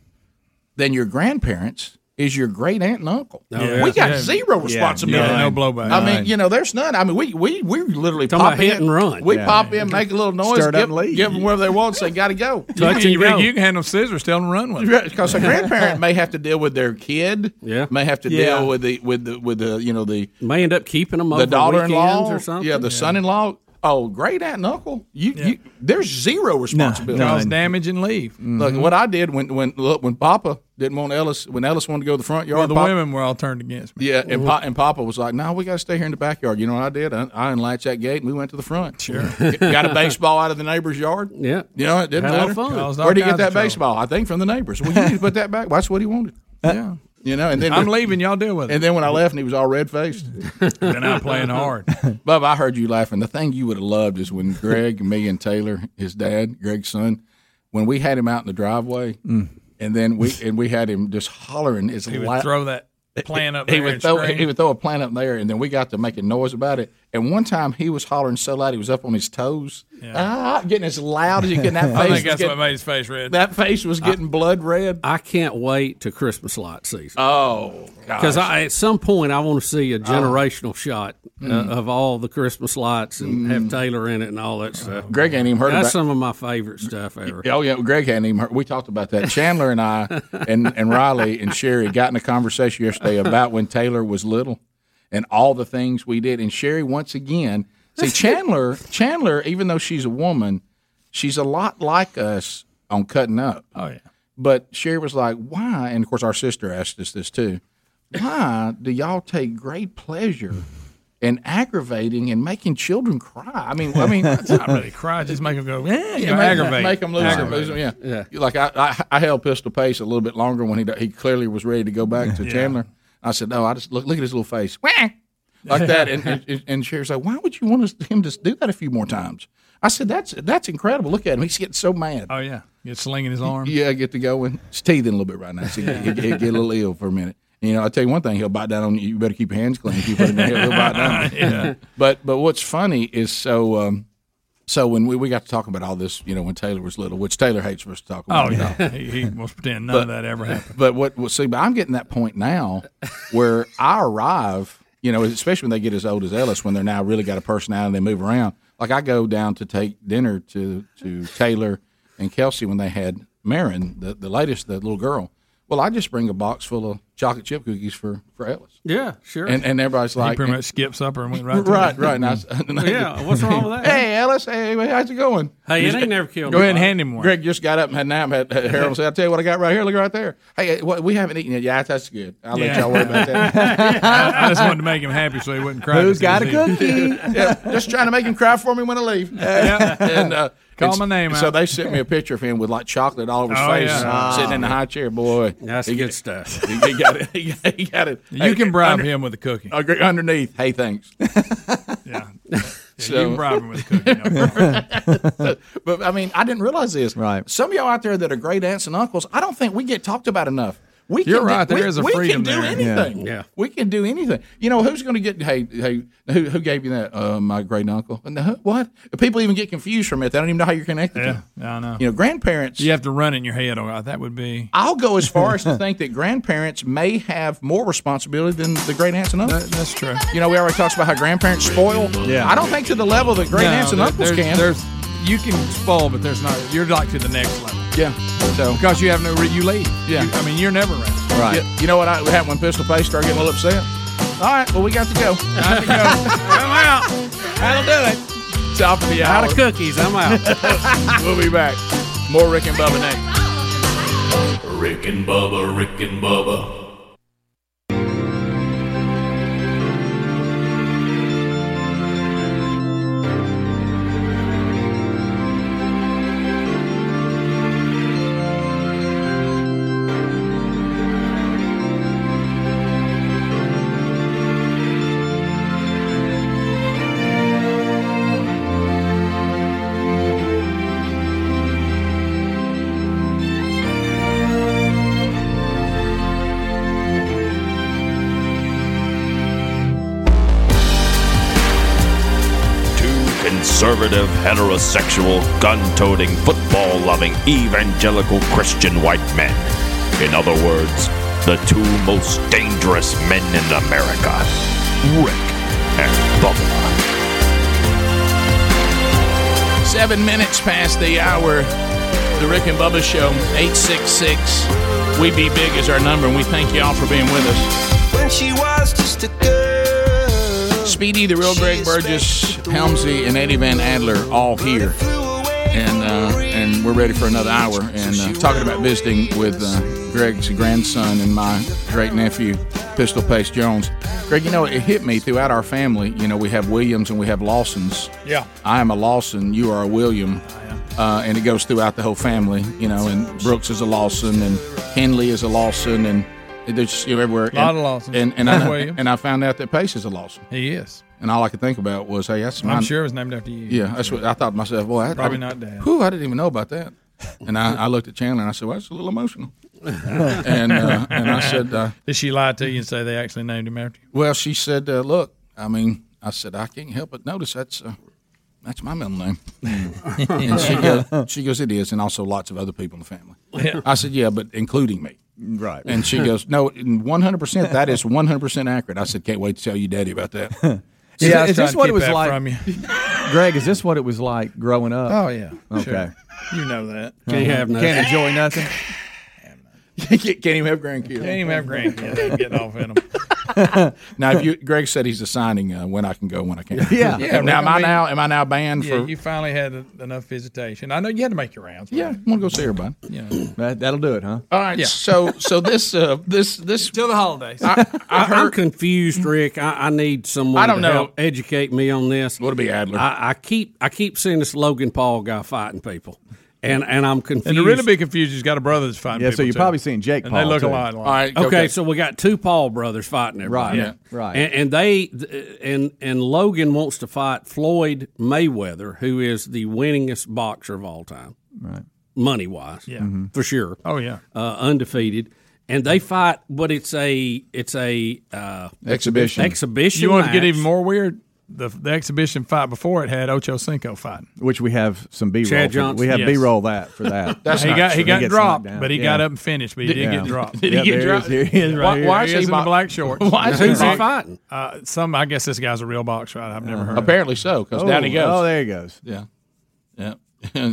S12: than your grandparents is your great aunt and uncle.
S1: Oh, yeah.
S12: We got
S1: Yeah.
S12: zero
S1: Yeah.
S12: responsibility.
S1: Yeah, no blowback.
S12: I mean,
S1: Right.
S12: you know, there's none. I mean, we we we literally
S1: Talking
S12: pop
S1: about hit
S12: in
S1: and run.
S12: We
S1: Yeah.
S12: pop in, make a little noise,
S1: Stir it up
S12: give,
S1: and leave.
S12: give them where they want, say got to go.
S1: Touch you, can- you can handle scissors, tell them to run with it.
S12: because a grandparent may have to deal with their kid.
S1: Yeah.
S12: may have to
S1: Yeah.
S12: deal with the with the with the you know the
S13: may end up keeping them
S12: the
S13: over
S12: daughter-in-law
S13: weekends or something.
S12: Yeah, the son-in-law. Oh, great aunt and uncle. You, you there's zero responsibility.
S1: Cause damage and leave. Mm-hmm.
S12: Look, what I did when when look when Papa didn't want Ellis when Ellis wanted to go to the front yard.
S1: Well, the
S12: Papa-
S1: women were all turned against me.
S12: Yeah, and pa- and Papa was like, "No, we got to stay here in the backyard." You know what I did? I, I unlatched that gate and we went to the front. Sure, got a baseball out of the neighbor's yard.
S13: Yeah,
S12: you know it didn't
S13: Had a
S12: matter.
S13: little fun. Caused all
S12: Where would he get
S13: kinds
S12: that
S13: of trouble.
S12: baseball? I think from the neighbors. Well, you need to put that back. That's what he wanted. Yeah, you know. And then
S1: Uh, I'm leaving. Y'all deal with it.
S12: And then when I left, and he was all red faced.
S1: Then I'm playing hard.
S12: Bub, I heard you laughing. The thing you would have loved is when Greg, me, and Taylor, his dad, Greg's son, when we had him out in the driveway,
S1: Mm.
S12: and then we and we had him just hollering. It's
S1: He would throw that plan up
S12: he
S1: there
S12: would
S1: and
S12: throw
S1: scream.
S12: he would throw a plant up there, and then we got to making noise about it. And one time he was hollering so loud he was up on his toes, ah, getting as loud as you can. That face,
S1: I
S12: was
S1: think that's
S12: getting-
S1: what made his face red.
S12: that face was getting blood red.
S13: I can't wait to Christmas light season.
S12: Oh,
S13: because
S12: gosh.
S13: I at some point I want to see a
S12: Oh.
S13: generational shot uh,
S12: Mm.
S13: of all the Christmas lights and
S12: Mm.
S13: have Taylor in it and all that stuff.
S12: Greg ain't even heard
S13: That's
S12: about-
S13: some of my favorite stuff ever.
S12: Oh yeah, Greg hadn't even heard. We talked about that. Chandler and I and and Riley and Sherry got in a conversation yesterday about when Taylor was little and all the things we did. And Sherry once again, see Chandler, Chandler, even though she's a woman, she's a lot like us on cutting up.
S1: Oh yeah.
S12: But Sherry was like, "Why?" And of course, our sister asked us this too. Why do y'all take great pleasure in aggravating and making children cry? I mean, I mean,
S1: It's not really cry. Just make him go. Yeah, you know,
S12: make-
S1: aggravate.
S12: Make him lose, lose
S1: Aggravate.
S12: him, Yeah. Like I, I, I held Pistol Pace a little bit longer when he he clearly was ready to go back to
S1: Yeah.
S12: Chandler. I said, no, I just look look at his little face, Wah! like that, and and, and Sherry's like, why would you want us, him to do that a few more times? I said, that's that's incredible. Look at him; he's getting so mad.
S1: Oh yeah. Get slinging his arm.
S12: Yeah, I get to go in. He's teething a little bit right now. So he, he, he get a little ill for a minute. You know, I tell you one thing, he'll bite down on you. You better keep your hands clean. If you put him in here, he'll bite down.
S1: Yeah.
S12: But but what's funny is so um, so when we, we got to talking about all this, you know, when Taylor was little, which Taylor hates for us to talk about.
S1: Oh yeah. he, he was pretending none of that ever happened.
S12: But what well, see, but I'm getting that point now where I arrive, you know, especially when they get as old as Ellis, when they're now really got a personality and they move around. Like I go down to take dinner to to Taylor and Kelsey when they had Marin, the, the latest, the little girl. Well, I just bring a box full of chocolate chip cookies for, for Ellis.
S13: Yeah, sure.
S12: And, and everybody's like,
S1: he pretty much skipped supper and went right. to
S12: right, Mm.
S1: it.
S12: right. And I s- and I- Hey, Ellis. Hey, how's it going?
S13: Hey, it
S12: Just-
S13: ain't never killed
S12: Go ahead and
S13: nobody.
S12: hand him one. Greg just got up and had nap. Had, had Harold said, "I'll tell you what I got right here. Look right there. Hey, what, we haven't eaten yet. Yeah, that's good. I'll let
S1: Yeah.
S12: y'all worry about that.
S1: I, I just wanted to make him happy so he wouldn't cry.
S12: Who's
S1: Who's
S12: got a Yeah, just trying to make him cry for me when I leave. Yeah. And, uh,
S1: Call
S12: and
S1: my
S12: s-
S1: name
S12: So
S1: out.
S12: they sent me a picture of him with like chocolate all over his
S1: Oh,
S12: face, uh,
S1: yeah. Ah.
S12: sitting in the high chair. Boy,
S13: that's
S12: good
S13: stuff.
S12: He, he got it. He got, he got it.
S1: You can bribe him with a cookie.
S12: underneath, hey, thanks.
S1: you can bribe him with a cookie. No
S12: but, I mean, I didn't realize this. Right. Some of y'all out there that are great aunts and uncles, I don't think we get talked about enough. We
S1: You're
S12: can
S1: right.
S12: Do,
S1: There
S12: we,
S1: is a
S12: we
S1: freedom
S12: can do
S1: there. Yeah.
S12: anything.
S1: Yeah.
S12: We can do anything. You know who's going to get? Hey, hey, who, who gave you that? Uh, my great uncle. No, what? People even get confused from it. They don't even know how you're connected. To
S1: Yeah,
S12: them.
S1: I know.
S12: You know, grandparents.
S1: You have to run in your head. Oh, that would be.
S12: I'll go as far as to think that grandparents may have more responsibility than the great aunts and uncles.
S1: that's true.
S12: You know, we already talked about how grandparents spoil.
S1: Yeah.
S12: I don't think to the level that great
S1: No,
S12: aunts and
S1: there-
S12: uncles
S1: there's-
S12: can.
S1: There's, you can spoil, but there's not. You're like to the next level.
S12: Yeah. So
S1: because you have no, re- you leave. Yeah. I mean, you're never around.
S12: Right. You, you know what I, what happened when Pistol Face started getting a little upset? All right, well, we got to go. Time to go. I'm out. That'll do it. Top of the hour.
S13: Out of cookies, I'm out.
S12: we'll be back. More Rick and Bubba next.
S14: Rick and Bubba, Rick and Bubba,
S19: Two conservative, heterosexual, gun toting, football loving, evangelical Christian white men. In other words, the two most dangerous men in America, Rick and Bubba.
S12: Seven minutes past the hour. The Rick and Bubba Show, 866. We Be Big is our number, and we thank you all for being with us.
S5: When she was just a girl.
S12: Speedy, the real Greg Burgess, Helmsy, and Eddie Van Adler all here. And, uh, and we're ready for another hour. And uh, talking about visiting with uh, Greg's grandson and my great nephew, Pistol Pace Jones. Greg, you know, it hit me throughout our family. You know, we have Williams and we have Lawsons.
S1: Yeah.
S12: I am a Lawson, you are a William. Uh, and it goes throughout the whole family, you know. And Brooks is a Lawson, and Henley is a Lawson, and there's just, you know, everywhere. and,
S1: Lot of Lawsons.
S12: And, and, I,
S1: William.
S12: and I found out that Pace is a Lawson.
S1: He is.
S12: And all I could think about was, hey, that's
S1: I'm
S12: mine.
S1: sure it was named after you.
S12: Yeah, that's what I thought to myself. Boy, I,
S1: Probably
S12: I,
S1: not Dad.
S12: Whew, I didn't even know about that. And I, I looked at Chandler and I said, well, that's a little emotional. and uh, and I said, uh,
S1: Did she lie to you and say they actually named him after you?
S12: well, she said, uh, look, I mean, I said, I can't help but notice that's uh, that's my middle name. and she goes, she goes, it is, and also lots of other people in the family.
S5: Yeah.
S12: I said, yeah, but including me.
S5: Right.
S12: And she goes, no, 100%, that is 100% accurate. I said, can't wait to tell you daddy about that.
S3: Is-
S12: I was
S3: is
S12: trying
S3: this
S12: to
S3: what
S12: keep
S3: it was
S12: that
S3: like?
S12: from you.
S3: Greg, is this what it was like growing up?
S1: Oh, yeah.
S3: Okay.
S1: Sure. You know that.
S3: Can't have nothing. Can't enjoy nothing.
S12: can't even have grandkids.
S1: Can't even have grandkids. I'm getting off in them.
S12: now, if you, Greg said he's assigning uh, when I can go, when I can't.
S1: Yeah. Yeah,
S12: now, am
S1: I
S12: I
S1: mean-
S12: now am I now banned
S1: yeah,
S12: for?
S1: you finally had a, enough visitation. I know you had to make your rounds.
S12: Yeah, want to go see everybody. Yeah,
S3: that, that'll do it, huh?
S12: All right.
S1: Yeah.
S12: So so this uh, this this till
S1: the holidays.
S12: I, I
S13: am confused, Rick. I, I need someone.
S12: I don't
S13: to
S12: know.
S13: help educate me on this.
S12: What'll be Adler?
S13: I, I keep I keep seeing this Logan Paul guy fighting people, and and I'm confused.
S1: And to really be confused, he's got a brother that's fighting. people, too. and They look a lot alike.
S13: Okay, so we got two Paul brothers fighting everybody.
S1: Right, Yeah. right.
S13: And, and they th- and and Logan wants to fight Floyd Mayweather, who is the winningest boxer of all time,
S3: Right.
S13: money wise,
S1: Yeah. Mhm.
S13: for sure.
S1: Oh, yeah.
S13: uh, undefeated. And they fight, but it's a it's a uh,
S12: Exhibition.
S13: Exhibition.
S1: You want to get
S13: match.
S1: even more weird? The, the exhibition fight before it had Ocho Cinco fighting.
S3: Which we have some B roll.
S1: Chad
S3: for- We
S1: Johnson.
S3: have
S1: Yes.
S3: B roll that for that.
S1: he got he got
S3: gets knocked
S1: dropped,
S3: down.
S1: but he
S3: Yeah.
S1: got up and finished, but he didn't
S3: Yeah.
S1: get dropped.
S3: Yeah, there he is. Here he is right
S1: why,
S3: here.
S1: why is he, in
S3: bo-
S1: the black shorts?
S3: Why is he Who's he bo-
S12: fighting?
S1: Uh, some I guess this guy's a real boxer. I- I've never heard. of him.
S12: Apparently so, because down he goes.
S3: Oh, there he goes.
S12: Yeah.
S1: Uh,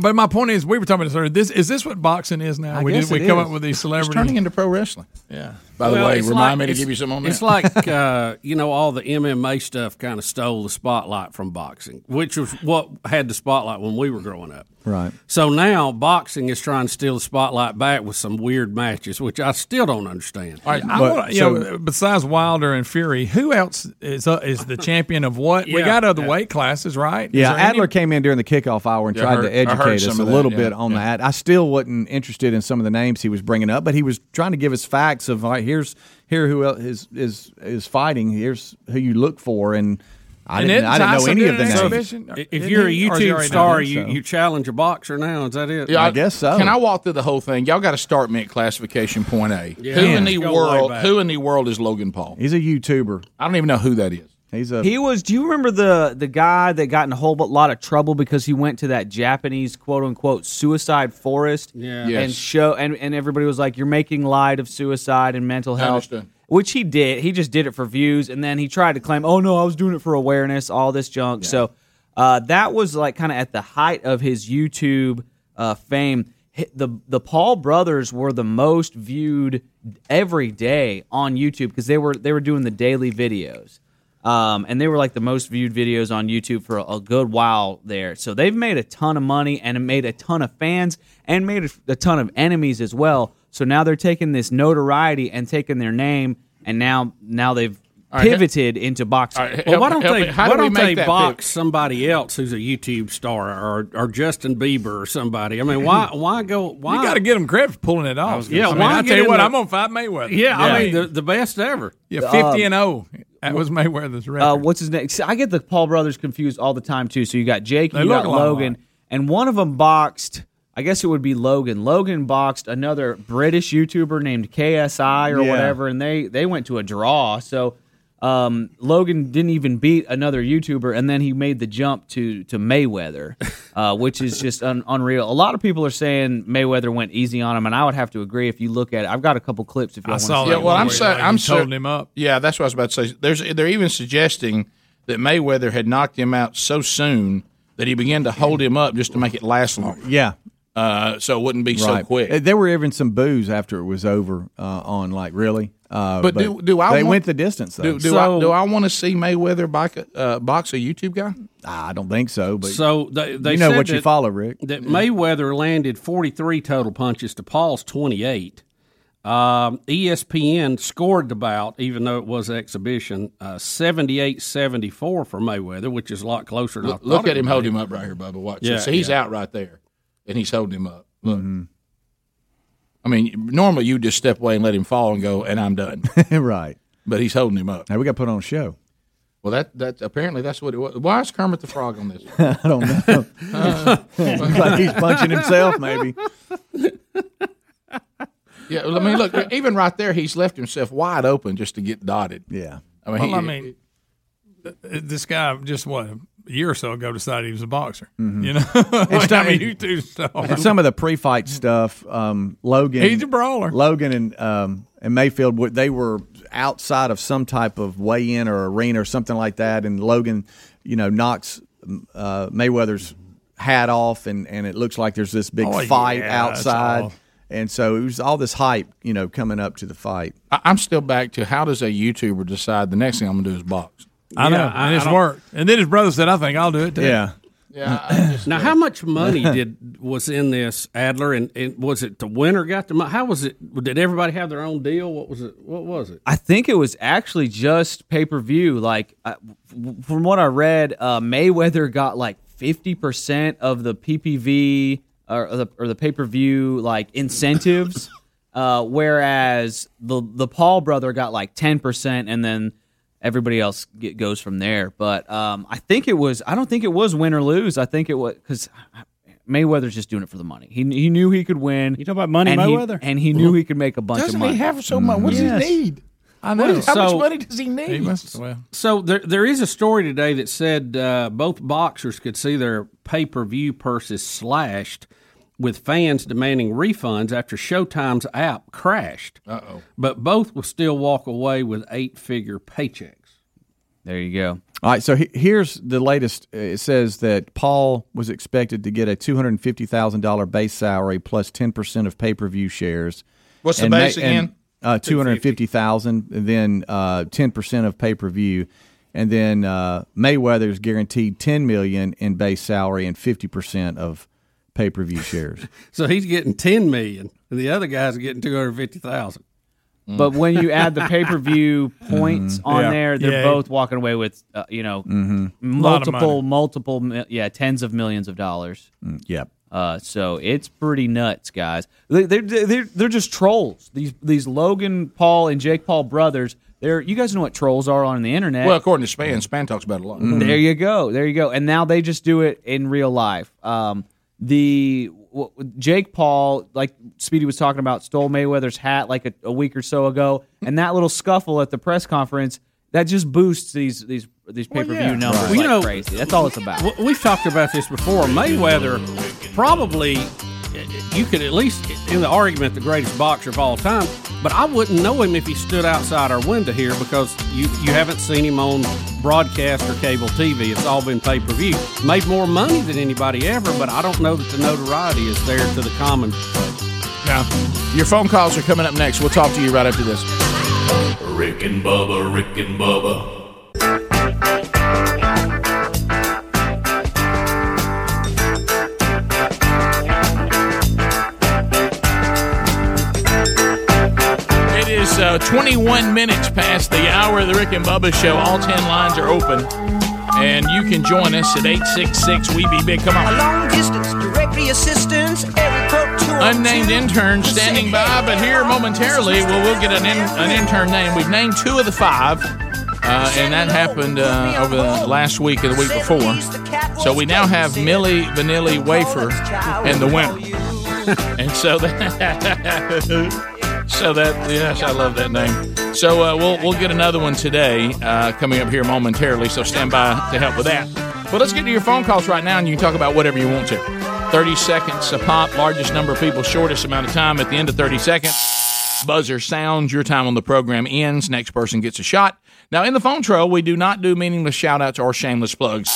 S1: But my point is, we were talking about this. earlier. This is this what boxing is now.
S12: I
S1: we
S12: guess
S1: we
S12: it
S1: come
S12: is.
S1: up with these
S12: It's
S1: celebrities
S12: turning into pro wrestling.
S1: Yeah.
S12: By the
S13: Well,
S12: way,
S13: it's like-
S12: remind me to
S13: it's-
S12: give you some on that.
S13: It's like uh, you know all the MMA stuff kind of stole the spotlight from boxing, which was what had the spotlight when we were growing up.
S3: Right.
S13: So now boxing is trying to steal the spotlight back with some weird matches, which I still don't understand.
S1: All right, I
S13: But-
S1: wanna, you know, besides Wilder and Fury, who else is uh, is the champion of what? We
S13: Yeah.
S1: got other weight classes, right? Is
S3: Yeah,
S1: there any-
S3: Adler came in during the kickoff hour and
S1: Yeah, I
S3: tried
S1: heard-
S3: to
S1: I heard
S3: educate
S1: some
S3: us a
S1: of that,
S3: little
S1: yeah,
S3: bit on that. I still wasn't interested in some of the names he was bringing up, but he was trying to give us facts of all right, here's here who el- is is is fighting. Here's who you look for, and I
S13: And
S3: didn't
S13: then
S3: I didn't know
S13: Tyson
S3: any
S13: did
S3: of the
S13: an
S3: names.
S13: exhibition? If- if you're a
S3: Or has he
S13: YouTube
S3: already done
S13: star,
S3: that?
S13: you, you challenge a boxer now. Is that it?
S12: Can I walk through the whole thing? Y'all got to start me at classification point A.
S13: Yeah.
S12: Who
S13: Yeah.
S12: in the
S13: Go way
S12: world?
S13: back.
S12: Who in the world is Logan Paul?
S3: He's a YouTuber.
S12: I don't even know who that is.
S3: He's a
S9: He was. Do you remember the the guy that got in a whole bu- lot of trouble because he went to that Japanese quote unquote suicide forest?
S13: Yeah.
S9: And
S13: Yes.
S9: show and and everybody was like, "You're making light of suicide and mental
S12: I
S9: health,"
S12: understand.
S9: which he did. He just did it for views, and then he tried to claim, "Oh no, I was doing it for awareness." All this junk. So uh, that was like kind of at the height of his YouTube uh, fame. Hi- The the Paul brothers were the most viewed every day on YouTube because they were they were doing the daily videos. Um, and they were like the most viewed videos on YouTube for a, a good while there. So they've made a ton of money and made a ton of fans and made a, a ton of enemies as well. So now they're taking this notoriety and taking their name, and now now they've
S13: All right, he-
S9: pivoted into boxing.
S13: Well, why don't they, why don't they box somebody else who's a YouTube star or, or Justin Bieber or somebody? I mean, why why go? Why
S1: You got to give him credit for pulling it off.
S13: gonna
S1: yeah,
S13: say-
S1: why?
S13: I
S1: I
S13: get
S1: tell you
S13: in
S1: what,
S13: the-
S1: I'm gonna fight Mayweather.
S13: Yeah, I mean the, the best ever.
S1: yeah, fifty and zero. That was Mayweather's record.
S9: Uh, what's his name? See, I get the Paul brothers confused all the time too. So you got Jake,
S1: They
S9: you
S1: look
S9: got
S1: a lot
S9: Logan, and one of them boxed. I guess it would be Logan. Logan boxed another British YouTuber named KSI or
S3: Yeah.
S9: whatever, and they they went to a draw. So Um, Logan didn't even beat another YouTuber, and then he made the jump to to Mayweather, uh, which is just un- unreal. A lot of people are saying Mayweather went easy on him, and I would have to agree. If you look at it, I've got a couple clips. If you want to see
S12: Yeah, well, I'm
S9: saying.
S12: saying I'm so-
S1: him up.
S12: Yeah, that's what I was about to say. There's they're even suggesting that Mayweather had knocked him out so soon that he began to hold him up just to make it last longer.
S3: Yeah.
S12: Uh, so it wouldn't be so
S3: Right.
S12: quick.
S3: Uh, There were even some boos after it was over uh, on like really. Uh,
S12: But do- do I
S3: They
S12: want-
S3: went the distance though.
S12: Do, do I do I want to see Mayweather box, uh, box a YouTube guy?
S3: I don't think so. But
S13: So they, they
S3: you know
S13: said
S3: what you
S13: that-
S3: follow, Rick.
S13: That Mayweather landed 43 total punches to Paul's 28. Um, ESPN scored the bout, even though it was exhibition, uh, 78 74 for Mayweather, which is a lot closer than I
S12: Look, look
S13: thought
S12: at
S13: it
S12: him
S13: would
S12: hold
S13: be.
S12: him up right here, Bubba. Watch.
S13: Yeah,
S12: Yeah, so he's
S13: yeah.
S12: out right there, and he's holding him up. Look.
S3: Mm-hmm.
S12: I mean, normally you just step away and let him fall and go, and I'm done.
S3: right.
S12: But he's holding him up.
S3: Now we got put on a show.
S12: Well, that that apparently that's what it was. Why is Kermit the Frog on this?
S3: I don't know. like he's punching himself, maybe.
S12: Yeah, well, I mean, look, even right there, he's left himself wide open just to get dotted.
S3: Yeah,
S12: I mean,
S1: well,
S12: he-
S1: I mean, th- th- this guy just what a year or so ago decided he was a boxer.
S3: Mhm.
S1: You know,
S3: It's
S1: Like,
S3: not-
S1: I mean, you two star.
S3: And some of the pre-fight stuff, um, Logan.
S1: He's a brawler.
S3: Logan and um, and Mayfield, were- they were outside of some type of weigh-in or arena or something like that, and Logan, you know, knocks uh, Mayweather's hat off, and and it looks like there's this big
S12: Oh,
S3: fight
S12: yeah, it's
S3: outside,
S12: all-
S3: and so it was all this hype, you know, coming up to the fight.
S12: I- I'm still back to how does a YouTuber decide the next thing I'm going to do is box?
S1: I know, and it's worked. And then his brother said, "I think I'll do it too."
S12: Yeah.
S13: now, how much money did was in this Adler, and, and was it the winner got the money? How was it? Did everybody have their own deal? What was it? What was it?
S9: I think it was actually just pay per view. Like I- w- from what I read, uh, Mayweather got like fifty percent of the PPV or, or the, or the pay per view like incentives, uh, whereas the the Paul brother got like ten percent, and then everybody else get, goes from there. But um, I think it was. I don't think it was win or lose. I think it was because. Mayweather's just doing it for the money. He, he knew he could win. You
S13: talk about money, Mayweather?
S9: and he knew he could make a bunch of
S12: Doesn't
S9: money. Mm.
S12: he have so much? What does
S9: Yes.
S12: he need?
S1: I
S12: What is- how much
S13: So-
S12: money does he need?
S1: He must- well,
S13: So there, there is a story today that said uh, both boxers could see their pay per view purses slashed, with fans demanding refunds after Showtime's app crashed.
S12: Uh oh.
S13: But both will still walk away with eight figure paychecks.
S9: There you go.
S3: All right, so he- here's the latest. Uh, It says that Paul was expected to get a two hundred fifty thousand dollar base salary plus ten percent of pay per view shares.
S12: What's the
S3: Ma-
S12: base again?
S3: uh, two hundred fifty thousand, and then uh, ten percent of pay per view, and then uh, Mayweather's guaranteed ten million in base salary and fifty percent of pay per view shares.
S13: So he's getting ten million, and the other guy's getting two hundred fifty thousand.
S9: Mm. But when you add the pay per view points
S13: Mhm.
S9: on
S13: Yeah.
S9: there, they're
S13: Yeah.
S9: both walking away with uh, you know
S13: Mhm. Lot of
S9: multiple, multiple, mi- yeah, tens of millions of dollars.
S13: Mm,
S3: yep.
S9: Uh, so it's pretty nuts, guys. They, they're they're they're just trolls. These these Logan Paul and Jake Paul brothers. They're you guys know what trolls are on the internet.
S12: Well, according to Span, Span talks about it a lot.
S9: Mm-hmm.
S13: Mm-hmm.
S9: There you go. There you go. And now they just do it in real life. Um, the w- Jake Paul, like Speedy was talking about, stole Mayweather's hat like a, a week or so ago, and that little scuffle at the press conference that just boosts these these these pay per view
S13: yeah.
S9: numbers
S13: Well, you
S9: like
S13: know-
S9: crazy. That's all it's about.
S13: W- We've talked about this before. Mayweather probably, eh, you could at least, in the argument, the greatest boxer of all time. But I wouldn't know him if he stood outside our window here because you, you haven't seen him on broadcast or cable TV. It's all been pay per view. Made more money than anybody ever, but I don't know that the notoriety is there to the common.
S12: Now, your phone calls are coming up next. We'll talk to you right after this.
S14: Rick and Bubba, Rick and Bubba,
S12: It is uh, 21 minutes past the hour of the Rick and Bubba show. All 10 lines are open, and you can join us at 866 We Be Big. Come
S5: A
S12: on.
S5: long distance, directory assistance, every quote to
S12: Unnamed intern standing by, but here momentarily, well, we'll get an, in, an intern name. We've named two of the five, uh, and that happened uh, over the last week or the week before. So we now have Millie Vanilli Wafer and the winner. And so that. So that yes, I love that name. So uh, we'll we'll get another one today uh, coming up here momentarily. So stand by to help with that. But let's get to your phone calls right now, and you can talk about whatever you want to. Thirty seconds a pop, largest number of people, shortest amount of time. At the end of thirty seconds, buzzer sounds. Your time on the program ends. Next person gets a shot. Now in the phone trail, we do not do meaningless shout outs or shameless plugs.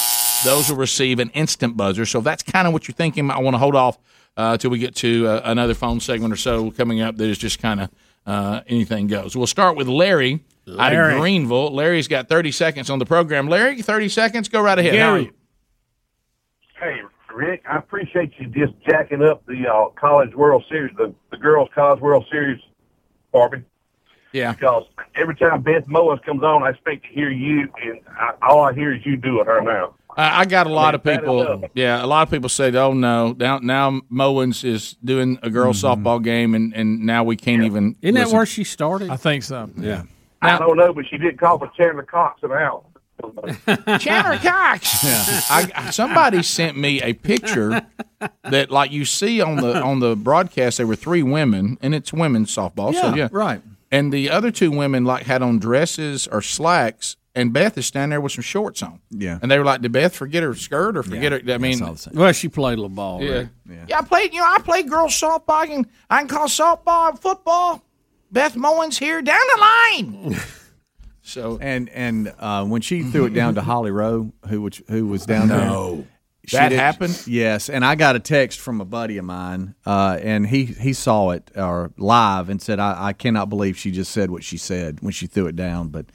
S12: Those will receive an instant buzzer. So if that's kind of what you're thinking, I want to hold off uh, till we get to uh, another phone segment or so coming up that is just kind of uh, anything goes. We'll start with Larry, out
S20: Larry.
S12: of Greenville. Larry's got 30 seconds on the program. Larry, 30 seconds. Go right ahead. How are
S18: Gary.
S12: you?
S18: Hey, Rick, I appreciate you just jacking up the uh, College World Series, the, the girls' College World Series, Barbie.
S12: Yeah.
S18: Because every time Beth Moas comes on, I expect to hear you, and I, all I hear is you doing her now.
S12: Uh, I I got a lot of
S18: mean, that is
S12: people. Yeah, a lot of people say, "Oh no, now now Mowens is doing a girls' softball game, and, and now we can't even."
S13: Isn't that
S12: listen."
S13: where she started?
S1: I think so.
S12: Yeah.
S18: I don't know, but she did call for Chandler Cox and out.
S12: Chandler Cox. I, somebody sent me a picture that, like you see on the on the broadcast, there were three women, and it's women's softball. so yeah,
S1: right.
S12: And the other two women like had on dresses or slacks, and Beth is standing there with some shorts on.
S1: Yeah.
S12: And they were like, "Did Beth forget her skirt or forget her?" I mean,
S13: Well, she played a little ball.
S12: Yeah.
S13: right?
S12: Oh, Yeah, I played. You know, I played girls softball. I can, I can call softball and football. Beth Mowens here down the line. So
S3: and and uh, when she threw it down to Holly Rowe, who which, who was down
S12: No.
S3: there, she
S12: That
S3: did-
S12: happened?
S3: Yes, and I got a text from a buddy of mine, uh, and he he saw it or live and said, I, "I cannot believe she just said what she said when she threw it down." But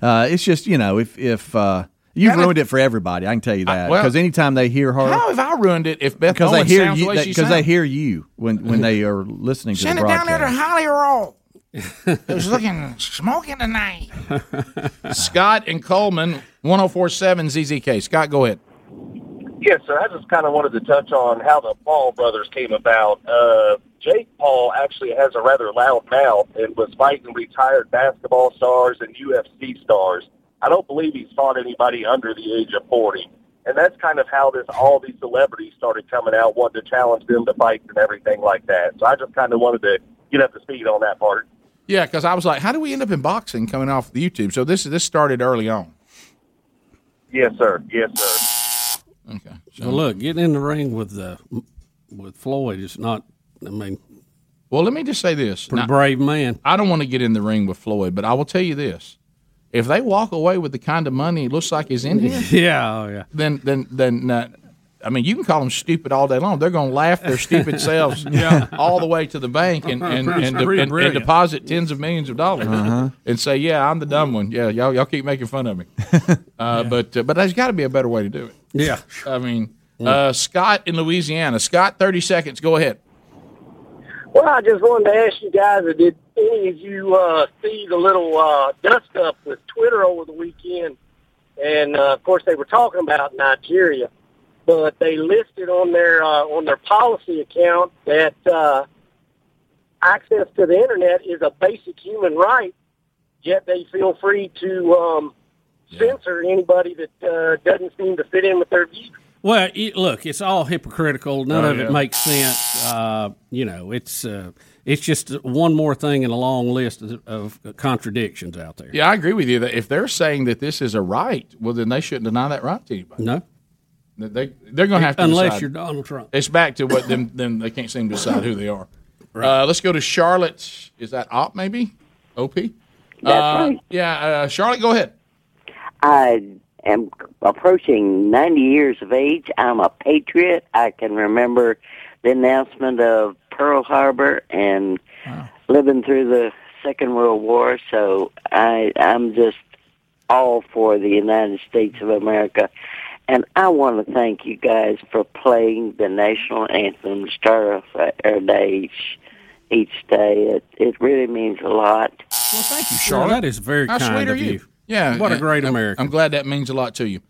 S3: uh, it's just you know if if uh, you've ruined it for everybody, I can tell you that
S12: well-
S3: because anytime they hear her,
S12: How have I ruined it if Beth
S3: because they
S12: Owens
S3: hear
S12: sounds the
S3: you
S12: way she
S3: because
S12: sounds?
S3: they hear you when when they are listening to
S12: Send
S3: the
S12: it down
S3: broadcast.
S12: there to Holly Roll. Who's looking smoking tonight? Scott and Coleman, 1047 ZZK. Scott, go ahead.
S21: Yes, sir. I just kind of wanted to touch on how the Paul brothers came about. Uh, Jake Paul actually has a rather loud mouth and was fighting retired basketball stars and UFC stars. I don't believe he's fought anybody under the age of 40. And that's kind of how this all these celebrities started coming out, wanting to challenge them to fights and everything like that. So I just kind of wanted to get up to speed on that part.
S12: Yeah, because I was like, how do we end up in boxing coming off the YouTube? So this this started early on.
S21: Yes, sir. Yes, sir.
S13: Well, look, getting in the ring with the with Floyd is not. I mean,
S12: well, let me just say this:
S13: pretty
S12: Now,
S13: brave man.
S12: I don't want to get in the ring with Floyd, but I will tell you this: if they walk away with the kind of money it looks like is in here,
S13: yeah, oh, yeah,
S12: then then then. Uh, I mean, you can call them stupid all day long. They're going to laugh their stupid selves
S1: Yeah.
S12: all the way to the bank and and,
S1: Pretty-
S12: and, de- and,
S1: pretty
S12: and
S1: brilliant.
S12: deposit tens of millions of dollars
S1: Uh-huh.
S12: and say, "Yeah, I'm the dumb one. Yeah, y'all y'all keep making fun of me." Uh, But uh, but there's got to be a better way to do it.
S13: Yeah.
S12: I mean, uh, Scott in Louisiana. Scott, thirty seconds. Go ahead.
S21: Well, I just wanted to ask you guys, uh, did any of you uh, see the little uh, dust up with Twitter over the weekend? And uh, of course, they were talking about Nigeria, but they listed on their uh, on their policy account that uh, access to the internet is a basic human right. Yet they feel free to um, censor anybody that uh, doesn't seem to fit in with their views.
S13: Well, it, look, it's all hypocritical. None
S21: Oh,
S13: of
S21: yeah.
S13: it makes sense. Uh, you know, it's uh, it's just one more thing in a long list of, of contradictions out there.
S12: Yeah, I agree with you that if they're saying that this is a right, well, then they shouldn't deny that right to anybody.
S13: No,
S12: they they're going to have to
S13: unless
S12: decide.
S13: you're Donald Trump.
S12: It's back to what them them they can't seem to decide who they are. Uh, let's go to Charlotte. Is that op maybe? Op. uh,
S22: right.
S12: Yeah, uh, Charlotte, go ahead.
S22: I am approaching 90 years of age. I'm a patriot. I can remember the announcement of Pearl Harbor and living through the Second World War. So I, I'm just all for the United States of America. And I want to thank you guys for playing the national anthem, start of our day each, each day. It, it really means a lot.
S12: Well, thank you,
S13: Well, that is very
S12: How
S13: kind
S12: sweet are
S13: of
S12: you?
S13: you.
S12: Yeah,
S13: What a
S12: and-
S13: great
S12: I'm-
S13: American.
S12: I'm glad that means a lot to you,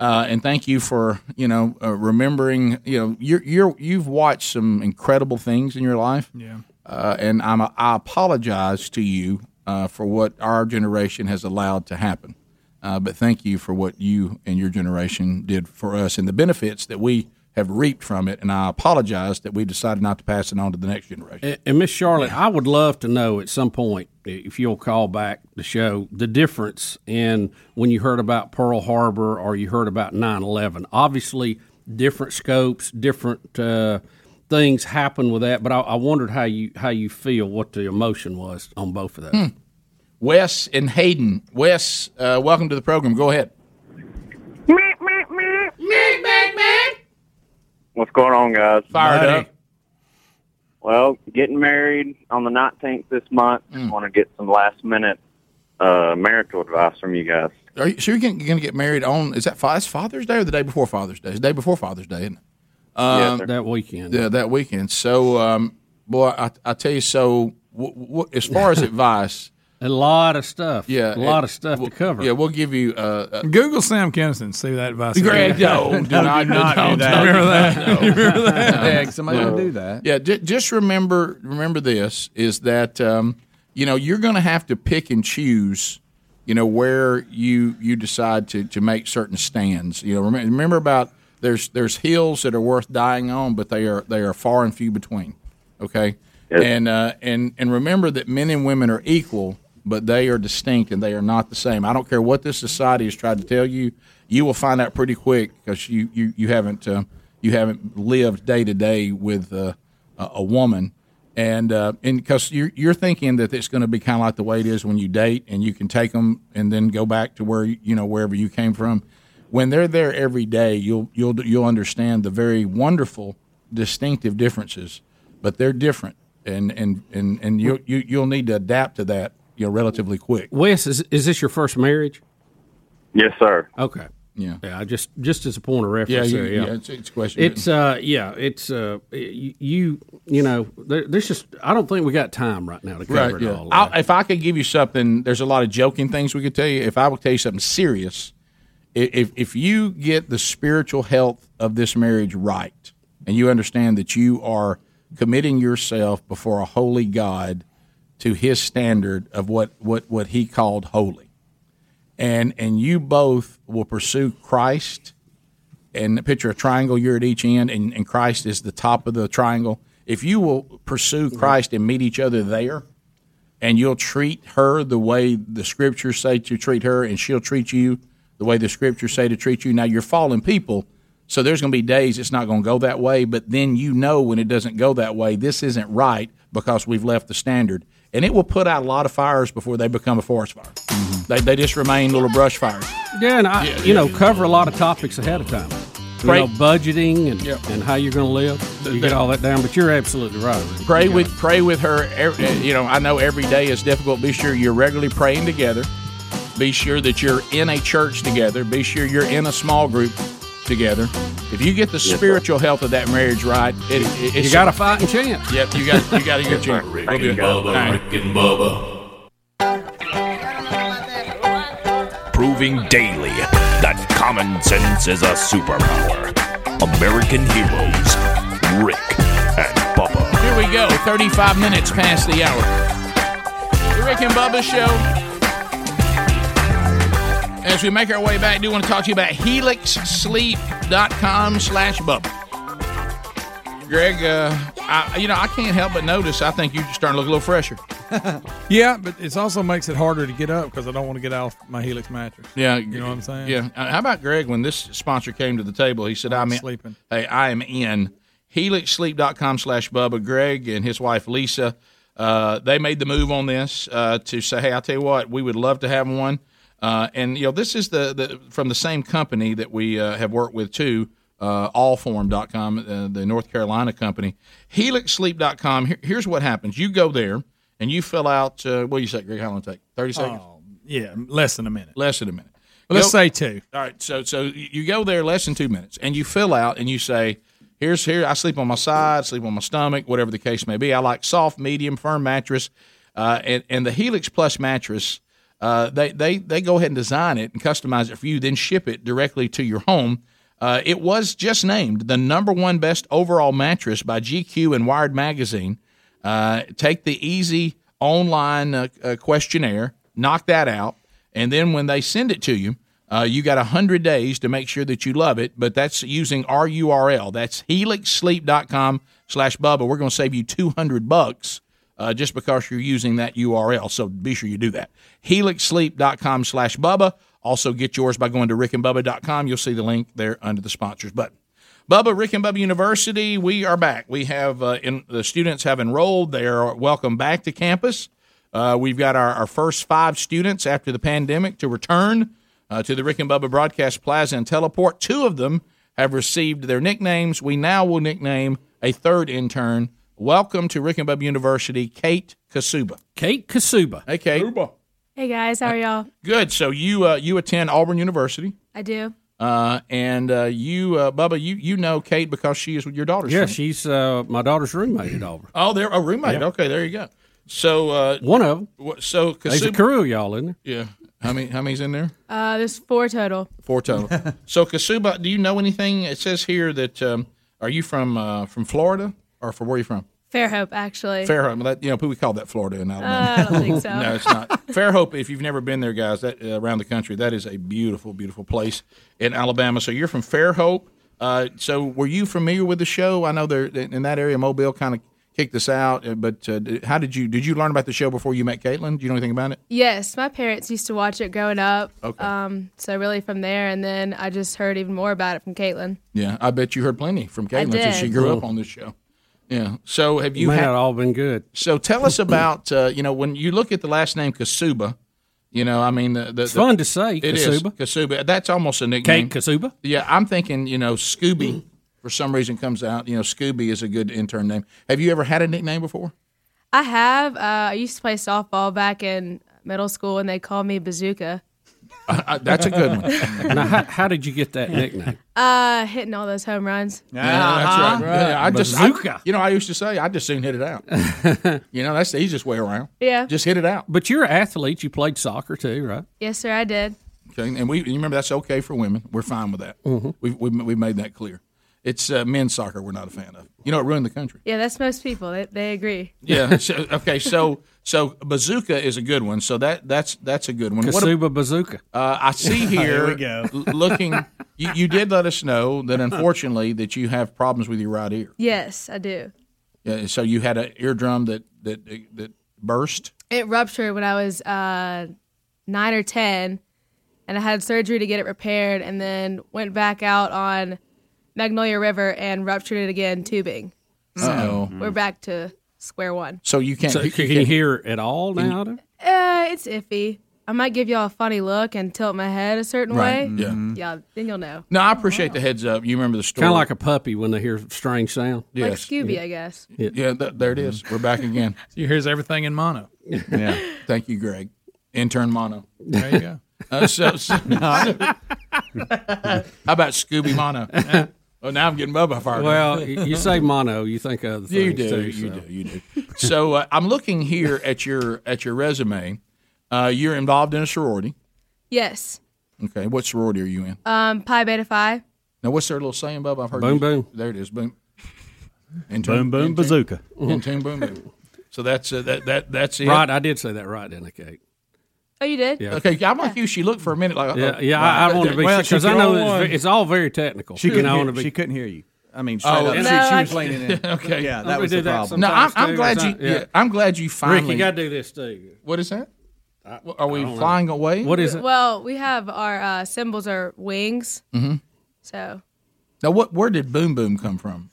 S12: uh, and thank you for you know uh, remembering. You know, you're you're you've watched some incredible things in your life.
S1: Yeah.
S12: uh, and I'm I apologize to you uh, for what our generation has allowed to happen. Uh, but thank you for what you and your generation did for us and the benefits that we have reaped from it, and I apologize that we decided not to pass it on to the next generation.
S13: And, and Miss Charlotte, I would love to know at some point if you'll call back the show the difference in when you heard about Pearl Harbor or you heard about 9/11. Obviously, different scopes, different uh, things happen with that. But I, I wondered how you how you feel, what the emotion was on both of those.
S11: Hmm. Wes and Hayden. Wes, uh, welcome to the program. Go ahead.
S10: What's going on, guys?
S11: Fired
S10: up. Well, getting married on the 19th this month.
S1: Mm.
S10: Want to get some last minute uh, marital advice from you guys.
S12: Are you sure you're going to get married on? Is that Fa- it's Father's Day or the day before Father's Day? It's the day before Father's Day, isn't it? Um,
S13: Yes, sir. That weekend.
S12: Yeah, that weekend. So, um, boy, I, I tell you, so w- w- as far as advice,
S13: a lot of stuff.
S12: Yeah,
S13: A lot
S12: it-
S13: of stuff to cover.
S12: Yeah, we'll give you. Uh,
S1: Google Sam Kinnison. See that advice.
S12: Greg, no, do not, do that.
S1: Remember that?
S12: No.
S1: You remember that?
S12: No.
S1: No.
S12: Yeah, ju- just remember remember this is that um, you know you're going to have to pick and choose. You know where you you decide to to make certain stands. You know, remember, remember about there's there's hills that are worth dying on, but they are they are far and few between. Okay,
S10: Yes.
S12: and uh, and and remember that men and women are equal, but they are distinct and they are not the same. I don't care what this society has tried to tell you; you will find out pretty quick because you you you haven't uh, you haven't lived day to day with uh, a a woman, and uh, and because you're you're thinking that it's going to be kind of like the way it is when you date, and you can take them and then go back to where you you know wherever you came from. When they're there every day, you'll you'll you'll understand the very wonderful distinctive differences, but they're different, and and and and you you you'll need to adapt to that you know relatively quick.
S13: Wes, is, is this your first marriage?
S10: Yes, sir.
S13: Okay.
S12: Yeah.
S13: Yeah. I Just just as a point of reference.
S12: Yeah, you-
S13: there, yeah.
S12: yeah, it's- it's a question.
S13: It's uh, yeah. It's uh, y- you you know, there, there's just I don't think we got time right now to cover it all.
S12: I'll, if I could give you something, there's a lot of joking things we could tell you. If I would tell you something serious, i- if if you get the spiritual health of this marriage right, and you understand that you are committing yourself before a holy God to His standard of what what what He called holy, and and you both will pursue Christ and picture a triangle. You're at each end, and, and Christ is the top of the triangle. If you will pursue
S13: Mm-hmm.
S12: Christ and meet each other there, and you'll treat her the way the scriptures say to treat her, and she'll treat you the way the scriptures say to treat you. Now you're fallen people, so there's going to be days it's not going to go that way. But then you know when it doesn't go that way, this isn't right because we've left the standard, and it will put out a lot of fires before they become a forest fire. They, they just remain little brush fires.
S13: Yeah, and I, Mm-hmm. you know, cover a lot of topics ahead of time. You
S12: Pray-
S13: know, budgeting and, and how you're going to live. You get all that down, but you're absolutely right. Rick.
S12: Pray with pray with her. ev- You know, I know every day is difficult. Be sure you're regularly praying together. Be sure that you're in a church together. Be sure you're in a small group together. If you get the
S11: sir.
S12: spiritual health of that marriage right, it, it, it's
S11: You got a
S13: fighting chance.
S12: Yep, you got you got a good chance.
S6: Rick
S12: We'll
S6: and
S12: be-
S6: Bubba,
S12: all right.
S6: Rick and Bubba.
S19: proving daily that common sense is a superpower. American heroes, Rick and Bubba.
S11: Here we go. 35 minutes past the hour. The Rick and Bubba Show. As we make our way back, I do want to talk to you about helixsleep.com slash Bubba. Greg, uh, I, you know, I can't help but notice I think you're just starting to look a little fresher.
S1: Yeah, but it also makes it harder to get up because I don't want to get off my Helix mattress.
S12: Yeah,
S1: you know what I'm saying.
S12: Yeah. Uh, How about Greg? When this sponsor came to the table, he said, "I'm in,
S1: sleeping.
S12: Hey, I am in helixsleep.com slash Bubba." Greg and his wife Lisa, uh, they made the move on this uh, to say, "Hey, I tell you what, we would love to have one." Uh, and you know, this is the, the from the same company that we uh, have worked with too. Uh, allform.com, uh, the North Carolina company. HelixSleep.com. Here, here's what happens. You go there and you fill out, uh, what do you say, Greg? How long it take? 30 seconds?
S1: Oh, yeah, less than a minute.
S12: Less than a minute.
S1: Well, let's
S12: Go-
S1: say two.
S12: All right, so so you you go there less than two minutes, and you fill out, and you say, "Here's here. I sleep on my side, sleep on my stomach, whatever the case may be. I like soft, medium, firm mattress, uh, and and the Helix Plus mattress. Uh, they they they go ahead and design it and customize it for you, then ship it directly to your home. Uh, it was just named the number one best overall mattress by GQ and Wired magazine. Uh, take the easy online uh, uh, questionnaire, knock that out, and then when they send it to you, Uh, you got 100 days to make sure that you love it, but that's using our URL. That's helixsleep.com slash Bubba. We're going to save you 200 bucks uh, just because you're using that URL. So be sure you do that. helixsleep.com slash Bubba. Also get yours by going to rickandbubba.com. You'll see the link there under the sponsors button. Bubba, Rick and Bubba University, we are back. We have uh, in, the students have enrolled. They are welcome back to campus. Uh, we've got our, our first five students after the pandemic to return uh, to the Rick and Bubba Broadcast Plaza and Teleport. Two of them have received their nicknames. We now will nickname a third intern. Welcome to Rick and Bubba University, Kate Kasuba.
S13: Kate Kasuba.
S12: Hey, Kate.
S23: Hey guys, how are y'all?
S12: Good. So you uh, you attend Auburn University.
S23: I do.
S12: Uh, and uh, you, uh, Bubba, you you know Kate because she is your daughter's.
S13: Yeah,
S12: friend.
S13: she's uh, my daughter's roommate at Auburn.
S12: Oh, they're a roommate.
S13: Yeah.
S12: Okay, there you go. So uh,
S13: One of
S12: them. So
S13: There's a
S12: Kasuba-
S13: crew, of y'all, isn't there?
S12: Yeah. How many? How many's in there?
S23: Uh, there's four total.
S12: Four total. so Kasuba, do you know anything? It says here that um, are you from uh, from Florida or from where are you from?
S23: Fairhope, actually.
S12: Fairhope. That, you know, we call that Florida in Alabama.
S23: Uh, I don't think so.
S12: no, it's not. Fairhope. If you've never been there, guys, that uh, around the country, that is a beautiful, beautiful place in Alabama. So you're from Fairhope. Uh, so were you familiar with the show? I know there in that area, Mobile kind of kicked us out. uh, But uh, d- how did you did you learn about the show before you met Caitlin? Do you know anything about it?
S23: Yes, my parents used to watch it growing up.
S12: Okay.
S23: Um, so really from there, and then I just heard even more about it from Caitlin.
S12: Yeah, I bet you heard plenty from
S23: I
S12: Caitlin since she
S23: did.
S12: grew up
S23: Cool.
S12: on this show. Yeah. So have you
S13: Man,
S12: had
S13: it all been good?
S12: So tell us about uh, you know when you look at the last name Kasuba, you know I mean the, the,
S13: It's
S12: the-
S13: fun to say,
S12: it is.
S13: Kasuba.
S12: Kasuba. That's almost a nickname.
S13: Kate Kasuba.
S12: Yeah, I'm thinking you know Scooby for some reason comes out. You know Scooby is a good intern name. Have you ever had a nickname before?
S23: I have. Uh, I used to play softball back in middle school, and they called me Bazooka.
S12: Uh, that's a good one.
S13: now, how, how did you get that nickname?
S23: Uh, hitting all those home runs.
S12: Yeah, Uh, that's right.
S13: Uh-huh.
S12: Yeah, I just,
S13: Bazooka.
S12: I, you know, I used to say I just soon hit it out. you know, that's the easiest way around.
S23: Yeah.
S12: Just hit it out.
S13: But you're an athlete. You played soccer too, right?
S23: Yes, sir. I did.
S12: Okay, and we you remember that's okay for women. We're fine with that.
S13: Mm-hmm.
S12: We've, we've we've made that clear. It's uh, men's soccer we're not a fan of. You know, it ruined the country.
S23: Yeah, that's most people. They, they agree.
S12: Yeah. So, okay. So so bazooka is a good one. So that that's that's a good one. What a-
S13: Kasuba Bazooka.
S12: uh, I see
S13: There
S12: here.
S13: we go.
S12: l- looking, you, you did let us know that unfortunately that you have problems with your right ear.
S23: Yes, I do.
S12: Yeah, so you had an eardrum that that that burst.
S23: It ruptured when I was uh, nine or ten, and I had surgery to get it repaired, and then went back out on Magnolia River and ruptured it again tubing. So
S12: Uh-oh.
S23: we're back to square one.
S12: So you can't.
S13: So
S12: you
S13: can
S12: can't-
S13: you hear at all
S12: Can you-
S13: now?
S23: Uh, it's iffy. I might give y'all a funny look and tilt my head a certain
S12: Right,
S23: way.
S12: yeah. Mhm.
S23: Yeah. Then you'll know.
S12: No, I appreciate the heads up. You remember the story.
S13: Kind of like a puppy when they hear strange sound.
S23: Like Scooby, I guess.
S12: Yeah, th- there it is. We're back again.
S1: You hears everything in mono.
S12: Yeah. Thank you, Greg. Intern mono.
S1: There you go.
S12: Uh, so, so- how about Scooby Mono? Oh, now I'm getting Bubba fired. up.
S13: Well, y- you say mono, you think of the
S12: You
S13: things
S12: do,
S13: too,
S12: you
S13: so.
S12: do, you do. So uh, I'm looking here at your at your resume. Uh, you're involved in a sorority.
S23: Yes.
S12: Okay, what sorority are you in?
S23: Um, pi beta phi.
S12: Now, what's their little saying, Bubba? I've heard.
S13: Boom,
S12: you- There it is. Boom.
S4: Boom, boom, bazooka.
S12: And tune, boom, boom. So that's uh, that that that's it.
S13: Right, I did say that right, didn't I, Kate?
S23: Oh, you did.
S13: Yeah.
S12: Okay, I'm like you. She looked for a minute like.
S13: Yeah,
S12: oh,
S13: yeah,
S12: wow.
S13: I, I want to be
S12: Well,
S13: because
S12: she
S13: I
S12: could
S13: know
S12: all
S13: it's,
S12: one.
S13: ve- it's all very technical.
S12: She
S13: and
S12: couldn't
S13: I want
S12: hear-
S13: to be.
S12: she
S3: couldn't hear you. I mean,
S12: straight up.
S3: she-
S12: Oh, No,
S3: Oh, she
S12: I-
S3: was leaning in.
S12: okay,
S3: Yeah, that was
S13: do
S3: the
S13: that
S3: problem.
S12: No, I'm,
S13: sometimes,
S12: I'm
S13: too,
S12: glad
S13: it's
S12: you.
S13: not-
S12: Yeah.
S13: yeah.
S12: I'm glad you finally.
S13: Rick, you got to do this too.
S12: What is that? Are
S13: I
S12: we
S13: don't know.
S12: flying away?
S13: What is it?
S23: Well, we have our uh, symbols are wings.
S12: hmm
S23: So
S12: Now, what? Where did boom boom come from?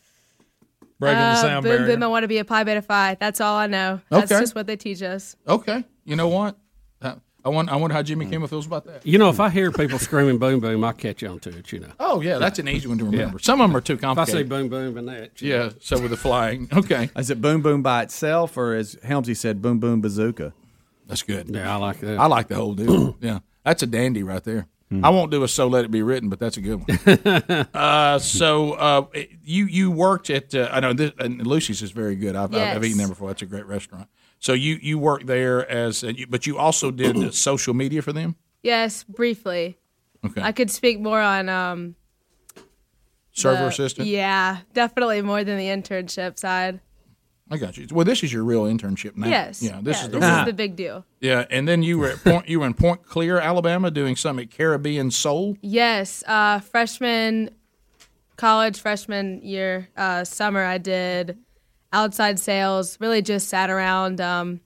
S23: uh, boom, boom. I want to be a pi beta phi. That's all I know. That's
S12: Okay.
S23: just what they teach us.
S12: Okay, you know what? I, I want. I wonder how Jimmy Kimmel feels about that.
S13: You know, if I hear people screaming "boom boom," I catch on to it. You know.
S12: Oh yeah, that's an easy one to remember. Some of them are too
S13: If I say
S12: complicated.
S13: "boom boom" and that, you
S12: yeah.
S13: know.
S12: So with the flying, okay.
S3: Is it boom boom by itself, or as Helmsy said, boom boom bazooka?
S12: That's good.
S13: Yeah, I like that.
S12: I like the whole deal. yeah, that's a dandy right there. I won't do a so let it be written, but that's a good one. uh, so uh, you you worked at uh, I know this, and Lucy's is very good. I've, I've, I've eaten there
S23: Yes.
S12: before. That's a great restaurant. So you you worked there as a, but you also did social media for them.
S23: Yes, briefly.
S12: Okay.
S23: I could speak more on um,
S12: Server
S23: the-
S12: assistant.
S23: Yeah, definitely more than the internship side.
S12: I got you. Well, this is your real internship now.
S23: Yes.
S12: Yeah. This is the
S23: this
S12: real-
S23: is the big deal.
S12: Yeah, and then you were at Point. You were in Point Clear, Alabama, doing something at Caribbean Soul.
S23: Yes, uh, freshman college freshman year uh, summer I did outside sales. Really just sat around um,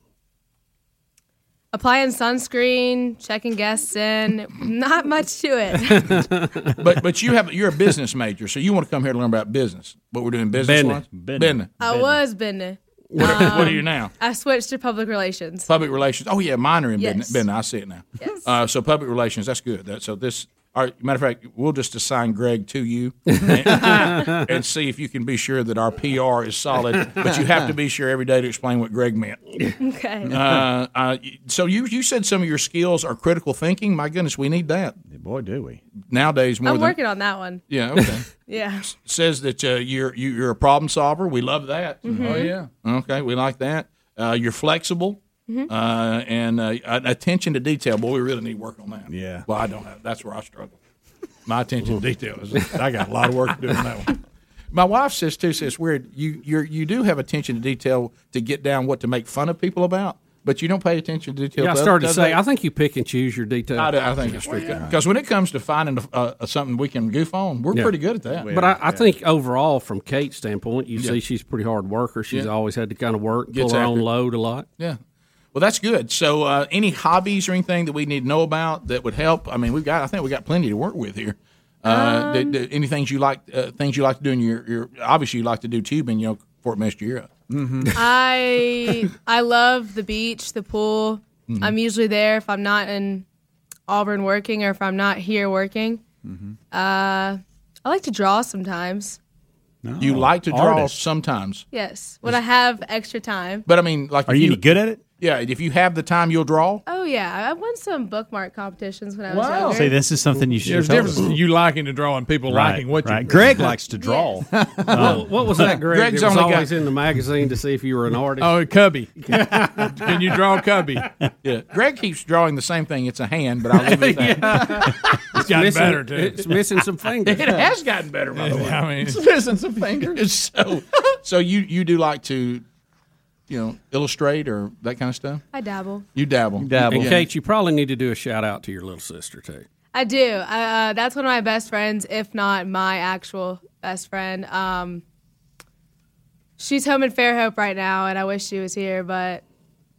S23: applying sunscreen, checking guests in. Not much to it.
S12: but but you have you're a business major, so you want to come here to learn about business. But we're doing business.
S4: Business.
S12: lunch?
S4: Business.
S12: Business.
S23: I was um, been.
S12: What, are- what are you now?
S23: I switched to public relations.
S12: Public relations. Oh yeah, minor in
S23: Yes.
S12: business. business. I see it now. Yes. Uh, so public relations. That's good. That, so this. All right, matter of fact, we'll just assign Greg to you and, and see if you can be sure that our PR is solid. But you have to be sure every day to explain what Greg meant.
S23: okay.
S12: Uh, uh, so you you said some of your skills are critical thinking. My goodness, we need that.
S4: Boy, do we
S12: nowadays more
S23: I'm
S12: than
S23: working on that one.
S12: yeah. Okay,
S23: Yeah.
S12: says that uh, you're you, you're a problem solver. We love that.
S23: Mhm. Oh, yeah.
S12: Okay, we like that. Uh, you're flexible.
S23: Mhm.
S12: Uh, and uh, attention to detail. Boy, we really need work on that. Yeah. Well, I don't have. That's where I struggle. My attention to detail is. I got a lot of work to do on that one. My wife says too. Says weird. You you you do have attention to detail to get down what to make fun of people about, but you don't pay attention to detail.
S13: Yeah, I
S12: to other-
S13: started to
S12: other-
S13: say, I think you pick and choose your details.
S12: I, do- I think it's pretty good. Because when it comes to finding uh, something we can goof on, we're
S13: Yeah.
S12: pretty good at that.
S13: But I, I think overall, from Kate's standpoint, you
S12: Yeah.
S13: see she's a pretty hard worker. She's
S12: Yeah.
S13: always had to kind of work, pull
S12: Gets
S13: her own
S12: after it.
S13: load a lot.
S12: Yeah. Well, that's good. So, uh, any hobbies or anything that we need to know about that would help? I mean, we've got. I think we got plenty to work with here. Uh,
S23: Um,
S12: th- th- any things you like? Uh, things you like to do in your, your obviously you like to do tubing. You know, Fort messed you up.
S13: Mm-hmm.
S23: I I love the beach, the pool.
S12: Mhm.
S23: I'm usually there if I'm not in Auburn working or if I'm not here working. Uh, I like to draw sometimes.
S12: You like to draw
S23: Artist.
S12: sometimes,
S23: Yes, when I have extra time.
S12: but I mean, like,
S4: Are
S12: if
S4: you any good at it?
S12: Yeah, if you have the time, you'll draw.
S23: Oh yeah, I won some bookmark competitions when I was
S12: Wow.
S23: younger.
S4: See, this is something you should.
S1: There's
S4: have told
S1: difference
S4: us.
S1: between you liking to draw and people
S4: Right,
S1: liking what
S4: right.
S1: you.
S4: Greg likes to draw. Um,
S12: Um,
S13: What- what was that, Greg?
S1: Greg's
S13: Greg's was
S1: only got-
S13: always in the magazine to see if you were an artist.
S1: Oh, Cubby. Can you draw Cubby?
S12: Yeah. Greg keeps drawing the same thing. It's a hand, but I'll leave it at that.
S13: It's gotten missing- better, too. it's missing some fingers.
S12: It has gotten better, by the way.
S1: I mean,
S12: missing some fingers. So, so you you do like to, you know, illustrate or that kind of stuff.
S23: I dabble.
S12: You dabble.
S13: And
S12: Yeah.
S13: Kate, you probably need to do a shout out to your little sister too.
S23: I do. I, uh, that's one of my best friends, if not my actual best friend. Um, she's home in Fairhope right now, and I wish she was here, but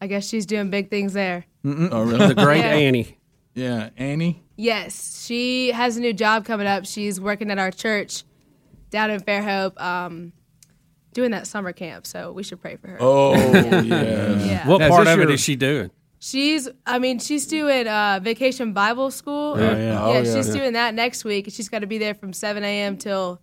S23: I guess she's doing big things there.
S12: Oh, really?
S13: The great
S23: Yeah.
S13: Annie.
S12: Yeah, Annie.
S23: Yes, she has a new job coming up. She's working at our church down in Fairhope, um, doing that summer camp. So we should pray for her.
S12: Oh, yeah.
S23: Yeah.
S13: What
S23: Now, is
S13: part
S23: this
S13: of it
S23: your-
S13: is she doing?
S23: She's, I mean, she's doing uh, vacation Bible school.
S13: Oh, yeah. Oh, yeah.
S23: she's
S13: Yeah.
S23: doing that next week. and She's got to be there from 7 a.m. till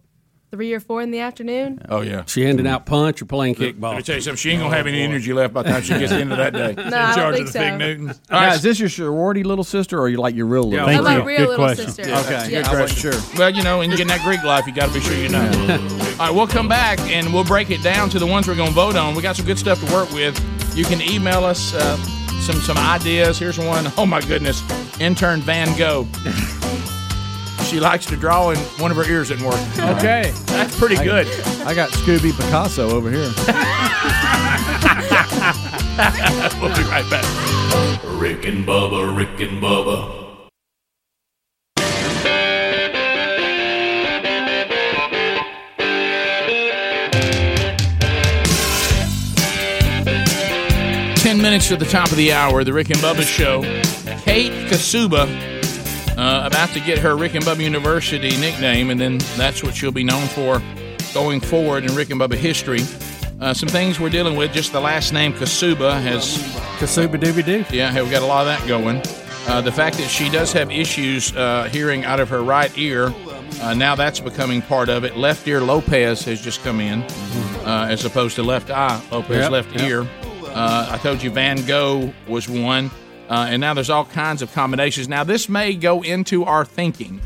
S23: 3 or 4 in the afternoon.
S12: Oh yeah.
S13: She handing out punch or playing kickball.
S12: Let me tell you something. She ain't gonna have any energy left by the time she gets to the end of that day.
S23: No, I don't think so.
S12: All
S3: Now,
S12: right.
S3: is this your sorority little sister, or are you like your real little?
S12: Yeah,
S3: sister?
S12: I'm my real
S23: Good little question. sister.
S3: Okay,
S23: Yes.
S3: good
S12: I
S3: question.
S12: wasn't
S3: Sure.
S12: Well, you know, and getting that Greek life, you got to be sure you know. All right, we'll come back and we'll break it down to the ones we're going to vote on. We got some good stuff to work with. You can email us uh, some some ideas. Here's one. Oh my goodness, intern Van Gogh. she likes to draw, and one of her ears didn't work.
S1: Okay.
S12: that's pretty
S3: I-
S12: good.
S3: I got Scooby Picasso over here.
S6: we'll
S12: be right back.
S6: Rick and Bubba, Rick and Bubba,
S12: Ten minutes to the top of the hour, the Rick and Bubba Show. Kate Kasuba uh, about to get her Rick and Bubba University nickname, and then that's what she'll be known for going forward in Rick and Bubba history. Uh, some things we're dealing with. Just the last name Kasuba has
S13: Kasuba Dooby Doo.
S12: Yeah, hey, we got a lot of that going. Uh, the fact that she does have issues uh, hearing out of her right ear, uh, now that's becoming part of it. Left ear Lopez has just come in, uh, as opposed to left eye Lopez,
S13: Mm-hmm. Yep,
S12: left
S13: yep.
S12: ear. Uh, I told you Van Gogh was one, uh, and now there's all kinds of combinations. Now this may go into our thinking.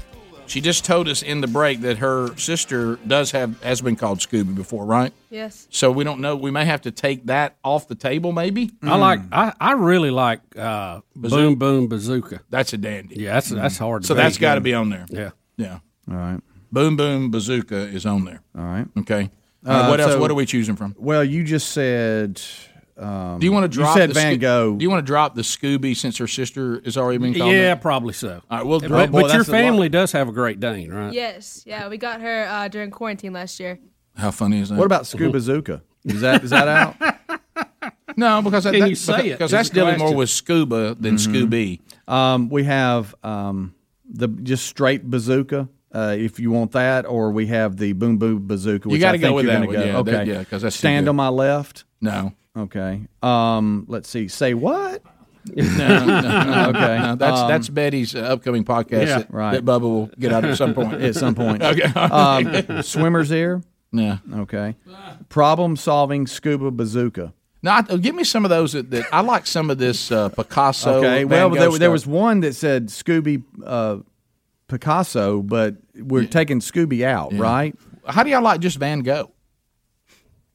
S12: She just told us in the break that her sister does have has been called Scooby before, right?
S23: Yes.
S12: So we don't know. We may have to take that off the table, maybe.
S13: I like I, I really like uh, Boom Boom Bazooka.
S12: That's a dandy. Mm-hmm.
S13: Yeah, that's that's hard. To
S12: So
S13: beat.
S12: that's got to be on there.
S13: Yeah.
S12: Yeah.
S3: All right.
S12: Boom Boom Bazooka is on there.
S3: All right. Uh,
S12: Okay. All right, what else?
S3: so-
S12: what are we choosing from?
S3: Well, you just said. Um,
S12: Do you want to drop?
S3: You said
S12: the
S3: Van
S12: Sco-
S3: Gogh.
S12: Do you want to drop the Scooby since her sister has already been called?
S13: Yeah,
S12: that?
S13: probably so.
S12: All right, well,
S13: but,
S12: drop-
S13: but
S12: boy,
S13: your
S12: that's a lot.
S13: family does have a Great Dane, right?
S23: Yes, yeah, we got her uh, during quarantine last year.
S12: How funny is that?
S3: What about Scuba Bazooka? Is that is that out?
S12: No, because that,
S3: Can
S12: that-
S3: you say
S12: because,
S3: it?
S12: because
S3: Is
S12: that's
S3: the
S12: dealing
S3: question.
S12: more
S3: Mm-hmm.
S12: with scuba than Scooby.
S3: Um, we have um, the just straight bazooka. Uh, if you want that, or we have the boom boom bazooka.
S12: You
S3: Which
S12: gotta
S3: I
S12: go
S3: think
S12: with
S3: you're
S12: that
S3: gonna
S12: one,
S3: Go.
S12: yeah,
S3: okay,
S12: that- yeah, 'cause that's too
S3: stand
S12: good.
S3: on my left.
S12: No.
S3: Okay. Um, let's see. Say what?
S12: No, no, no,
S3: okay.
S12: no, that's
S3: Um,
S12: that's Betty's uh, upcoming podcast.
S3: yeah,
S12: that,
S3: right.
S12: that Bubba will get out at some point.
S3: At some point.
S12: okay.
S3: Um, swimmer's ear.
S12: Yeah.
S3: Okay. Problem solving scuba bazooka.
S12: Now, I- give me some of those that, that I like. Some of this uh, Picasso.
S3: okay.
S12: Van
S3: well,
S12: Gogh
S3: there, there
S12: stuff.
S3: was one that said Scooby uh, Picasso, but we're taking Scooby out, right?
S12: How do y'all like just Van Gogh?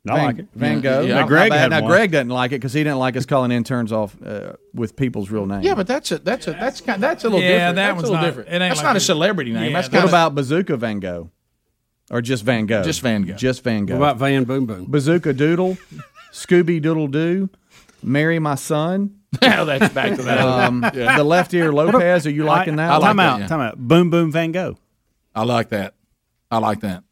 S3: Van, Van Gogh.
S12: Yeah,
S3: Not bad. now, Greg doesn't like it because he didn't like us calling interns off uh, with people's real names.
S12: Yeah, but that's a that's a that's kind that's a little
S1: Yeah,
S12: different.
S1: that
S12: that's
S1: one's
S12: a little
S1: not-
S12: different.
S1: it ain't
S12: that's
S1: like
S12: not a
S1: it-
S12: celebrity name.
S1: Yeah,
S12: that's
S1: that-
S12: kind
S3: What
S12: of
S3: about Bazooka Van Gogh? Or just Van Gogh?
S12: Just Van Gogh.
S3: Just Van Gogh.
S13: What about Van Boom Boom?
S3: Bazooka Doodle, Scooby Doodle Doo, Marry My Son.
S12: Now Oh, that's back to that.
S3: Um,
S12: Yeah.
S3: The Left Ear Lopez. Are you liking that?
S4: time out. Time out. Boom Boom Van Gogh.
S12: I like that. I like that.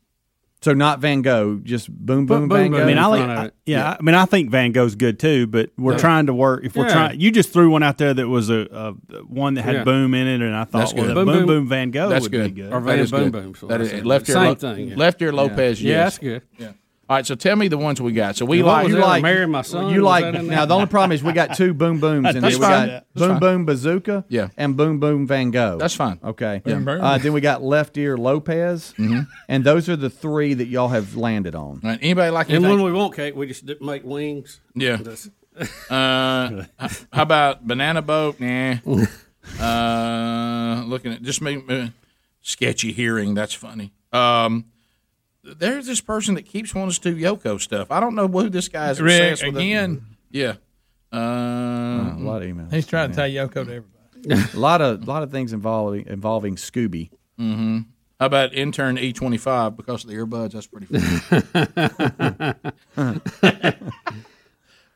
S3: So not Van Gogh, just Boom Boom, Van Gogh.
S4: I mean, I like, I- yeah, I mean, I think Van Gogh's good too, but we're
S3: Yeah.
S4: trying to work. If we're
S3: Yeah.
S4: trying, you just threw one out there that was a, a one that had
S12: Yeah.
S4: boom in it, and I thought,
S12: That's
S4: well,
S12: good.
S4: that boom, boom Van Gogh
S12: That's
S4: would
S12: good.
S4: be good.
S12: That is good. That is, left ear,
S13: Same
S12: Lo-
S13: thing, yeah.
S12: Left ear
S13: Yeah.
S12: Lopez.
S13: Yeah,
S12: yes.
S13: that's good.
S12: Yeah. All right. So tell me the ones we got. So we
S3: You
S12: like.
S3: you like You like now. The only problem is we got two boom booms in there. We
S12: That's
S3: got
S12: fine. That's
S3: boom
S12: fine.
S3: boom bazooka,
S12: Yeah.
S3: and boom boom Van Gogh.
S12: That's fine.
S3: Okay.
S12: Boom boom.
S3: Uh, then we got left ear Lopez,
S12: Mhm.
S3: and those are the three that y'all have landed on.
S12: All right, anybody like
S13: And
S12: anything?
S13: when we want cake, we just dip- make wings.
S12: Yeah.
S13: That's-
S12: Uh, h- how about banana boat? Nah. uh, looking at just me, uh, sketchy hearing. That's funny. Um, there's this person that keeps wanting us to do Yoko stuff. I don't know who this guy is.
S1: Rick,
S12: obsessed with it.
S1: again.
S12: Yeah. Uh,
S3: a lot of emails.
S1: He's trying to tie Yoko to everybody.
S3: a lot of lot of things involving involving Scooby.
S12: Mm-hmm. How about intern E twenty five because of the earbuds? That's pretty funny. uh,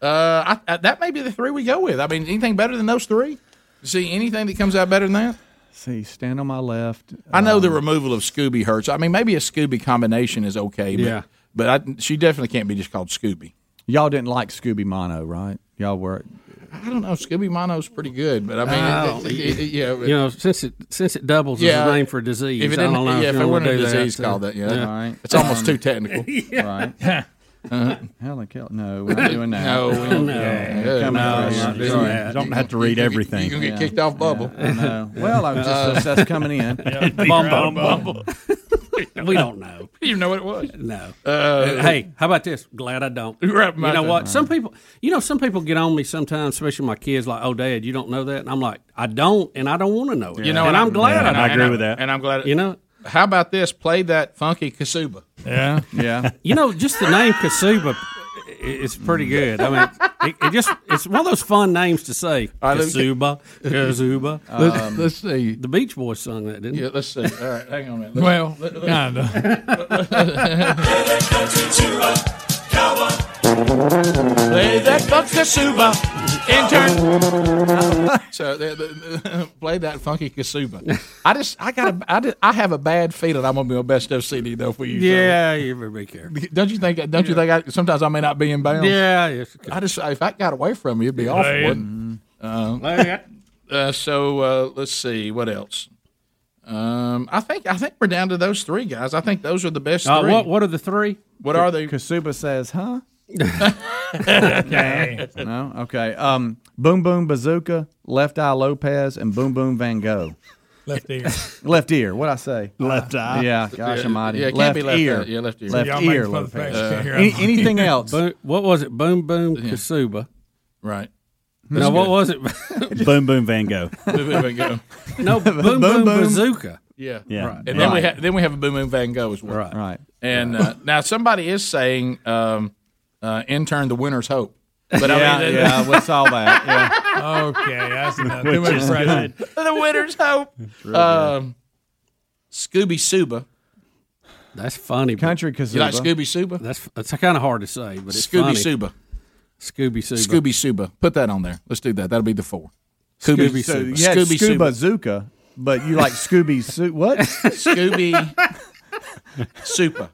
S12: I, I, that may be the three we go with. I mean, anything better than those three? See anything that comes out better than that?
S3: See, stand on my left. um,
S12: I know the removal of Scooby hurts. I mean, maybe a Scooby combination is okay. But,
S3: Yeah.
S12: But I, she definitely can't be just called Scooby.
S3: Y'all didn't like Scooby Mono, right? Y'all were
S12: I don't know. Scooby Mono's pretty good, but I mean,
S13: I
S3: Oh,
S12: it-
S13: don't-
S12: it- it- it- yeah.
S13: you know, since it since it doubles as a name for a disease,
S12: If it
S13: I don't
S12: didn't-
S13: know
S12: yeah, if
S13: you
S12: it
S13: wanna
S12: weren't a
S13: do that,
S12: disease,
S13: so-
S12: call that. Yeah,
S13: Yeah.
S12: All right. it's almost too technical.
S13: Yeah.
S3: Right.
S12: Uh-huh.
S3: Helen Keller. No, we're not doing that.
S12: No, we don't.
S3: Yeah,
S12: No,
S3: come
S12: no,
S3: on,
S12: we're not
S3: Chris.
S12: doing
S3: Sorry.
S12: that. You don't have to read everything. You're gonna get kicked off Bubble. Uh,
S3: Yeah, I know. Well, I'm just that's- that's coming in.
S12: Yeah,
S13: Bumble.
S12: Bumble.
S13: we don't know.
S12: You know what it was?
S13: No.
S12: Uh,
S13: hey, how about this? Glad I don't.
S12: Right,
S13: you know
S12: my-
S13: what? Some people, you know, some people get on me sometimes, especially my kids. Like, oh, Dad, you don't know that, and I'm like, I don't, and I don't want to know it.
S12: You know,
S13: and
S12: what
S13: I'm glad I, don't.
S12: that. And I'm glad.
S13: You know,
S12: how about this? Play that funky kasuba.
S13: Yeah,
S3: yeah.
S13: You know, just the name Kasuba i- is pretty good. I mean, it, it just it's one of those fun names to say.
S12: All right, let's-
S13: Kasuba, Kasuba.
S12: Let's- let's see.
S13: The Beach Boys sung that, didn't
S12: Yeah,
S13: they?
S12: let's see. All right, hang on a minute.
S13: Well,
S12: Play that funky kasuba, intern. so the, the, play that funky kasuba. I just I got a, I, did, I have a bad feeling I'm gonna be on best of CD though for you. so-
S13: Yeah, you better be careful.
S12: Don't you think? Don't you think? I, sometimes I may not be in bounds.
S13: Yeah, yes,
S12: I just if that got away from me, it'd be awful.
S13: Right.
S12: wouldn't it? Uh,
S13: Right.
S12: uh, so uh, let's see what else. Um, I think I think we're down to those three guys. I think those are the best.
S13: Uh,
S12: three.
S13: what what are the three?
S12: What are they?
S3: Kasuba says, huh?
S12: Okay.
S3: no? Okay. Um, boom Boom Bazooka, Left Eye Lopez, and Boom Boom Van Gogh.
S1: Left ear.
S3: Left ear. What I say?
S4: Left eye.
S3: Yeah, gosh
S1: Yeah,
S3: almighty.
S1: yeah, it can't
S3: left,
S1: be left
S3: ear.
S1: eye. Yeah, left ear.
S3: Left
S1: Y'all
S3: ear.
S1: making fun of the
S3: Lopez.
S1: facts,
S12: Uh,
S1: can't hear
S3: Any-
S1: them.
S3: anything else?
S13: Boom, what was it? Boom boom Kasuba.
S12: Right.
S13: No,
S4: That's
S13: what
S4: good.
S13: was it?
S4: Boom Boom Van Gogh.
S12: Boom Boom Van Gogh.
S13: No, boom boom, bazooka.
S12: Yeah,
S4: Yeah.
S12: Right. And then we
S4: Right.
S12: have then we have a boom boom Van Gogh as well. Right,
S3: right.
S12: And Uh, now somebody is saying, um, uh, intern the winner's hope. But
S3: Yeah,
S12: I mean,
S3: yeah, we saw that, yeah.
S1: Okay, that's enough.
S12: Which
S1: Too much
S12: is
S1: pressure.
S12: the winner's hope.
S1: It's real
S12: Um, Scooby Suba.
S13: That's funny.
S3: Country
S12: You like Scooby Suba?
S13: That's that's kind of hard to say, but it's
S12: Scooby
S13: funny.
S12: Suba.
S13: Scooby Suba.
S12: Scooby Suba. Put that on there. Let's do that. That'll be the four. Scooby Suba.
S3: So you had
S12: Scooby
S3: Scuba
S12: Suba.
S3: Zuka, but you like Scooby Su What?
S12: Scooby Supa.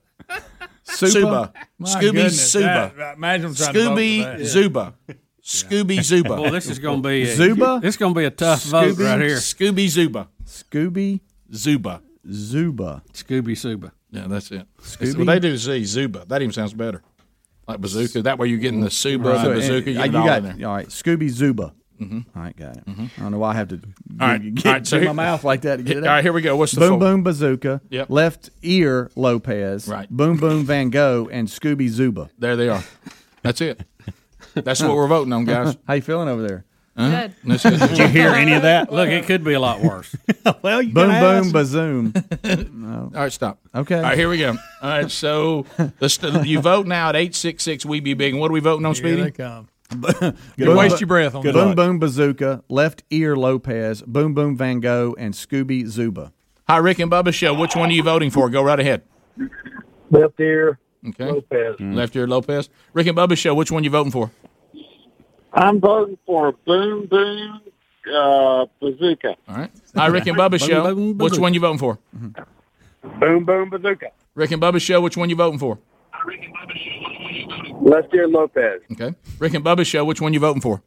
S3: Supa?
S12: Suba.
S3: My
S12: Scooby
S3: goodness,
S12: Suba.
S1: that- imagine I'm trying to vote for that.
S12: Scooby
S1: Yeah.
S12: Zuba. Scooby Zuba.
S13: Well, this is gonna be a- Zuba? this is gonna be a tough vote
S12: Scooby-
S13: right here.
S12: Scooby Zuba.
S3: Scooby
S12: Zuba.
S3: Zuba.
S13: Scooby Suba.
S12: Yeah, that's it.
S13: Scooby?
S12: Well, they do Z Zuba. That even sounds better. Like bazooka. That way you're getting the Suba,
S3: So,
S12: the
S3: and-
S12: bazooka.
S3: uh,
S12: You're
S3: you
S12: getting it all
S3: got
S12: in there. Mm-hmm.
S3: all right. Scooby Zuba. All right, got it. I don't know why I have to.
S12: All right,
S3: get,
S12: all right, so
S3: do
S12: here-
S3: my mouth like that to get it.
S12: All
S3: out.
S12: right, here we go. What's the
S3: boom
S12: four?
S3: boom bazooka?
S12: Yep.
S3: Left ear Lopez.
S12: Right.
S3: Boom boom Van Gogh and Scooby Zuba.
S12: There they are. That's it. That's what we're voting on, guys.
S3: How you feeling over there?
S12: Huh? That's good. Did you hear any of that?
S13: Look, it could be a lot worse.
S3: well,
S12: you
S3: boom
S12: gotta
S3: boom
S12: ask.
S3: bazoom. No.
S12: All right, stop.
S3: Okay.
S12: All right, here we go. All right, so let's, you vote now at eight six six. We be big. And what are we voting on, Speedy?
S1: they come.
S12: You waste your breath on
S3: boom
S12: that.
S3: boom bazooka. Left ear Lopez. Boom boom Van Gogh and Scooby Zuba.
S12: Hi, Rick and Bubba Show. Which one are you voting for? Go right ahead.
S6: Left ear.
S12: Okay. Lopez. Left ear Lopez. Rick and Bubba Show. Which one you voting for?
S18: I'm voting for Boom Boom uh, Bazooka.
S12: All right. Hi, Rick and Bubba Show. Which one you voting for?
S18: Boom Boom Bazooka.
S12: Rick and Bubba Show. Which one you voting for?
S6: Left ear Lopez.
S12: Okay. Rick and Bubba Show. Which one you voting for?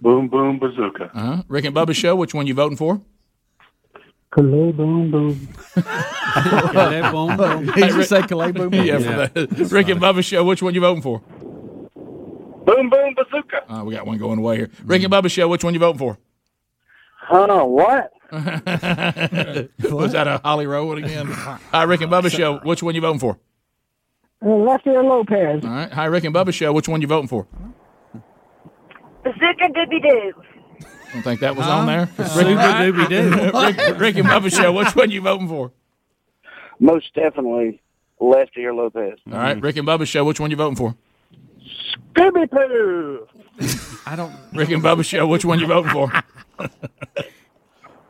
S6: Boom boom bazooka.
S12: Uh huh. Rick and Bubba Show. Which one you voting for?
S6: Hello, boom boom.
S13: Boom, boom.
S3: He just said Kalei Boom Boom.
S12: Yeah, for that. Rick and Bubba Show. Which one you voting for?
S6: Boom boom bazooka.
S12: Uh, we got one going away here. Rick and Bubba Show. Which one you voting for?
S18: Huh? What?
S12: Was that a Holly Rowan again? Hi, Rick and Bubba Show. Which one you voting for?
S6: Uh,
S18: Left ear Lopez.
S12: All right. Hi, Rick and Bubba Show. Which one you voting for?
S5: Bazooka Doobie Doo.
S12: I don't think that was on there.
S13: Doobie Doo.
S12: Rick, Rick and Bubba Show. Which one you voting for?
S18: Most definitely Left ear Lopez.
S12: All right. Rick and Bubba Show. Which one you voting for?
S18: Scooby Poo.
S12: I don't. Rick and Bubba Show. Which one you voting for?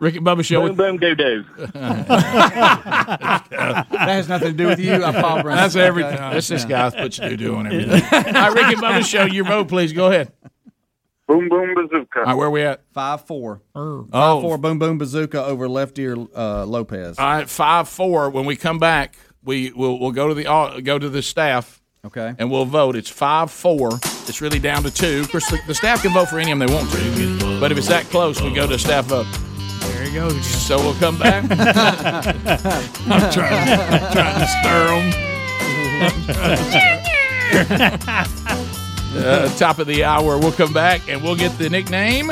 S12: Rick and Bubba Show.
S6: Boom boom doo doo.
S12: that
S3: has nothing to do with you. I'm Paul Brown.
S12: That's everything.
S3: Okay.
S12: That's this
S3: Yeah.
S12: guy puts doo doo on everything. All right, Rick and Bubba Show. Your vote, please. Go ahead.
S6: Boom boom bazooka.
S12: All right, where are we at?
S3: Five four.
S12: Oh.
S3: Five four. Boom boom bazooka over left ear uh, Lopez.
S12: All right, five four. When we come back, we will we'll go to the au- go to the staff.
S3: Okay.
S12: And we'll vote. It's five four. It's really down to two. Of course, the, the staff can vote for any of them they want to, but if it's that close, we go to a staff vote.
S1: There you go.
S12: So we'll come back. I'm trying, I'm trying to stir them. uh, top of the hour, we'll come back and we'll get the nickname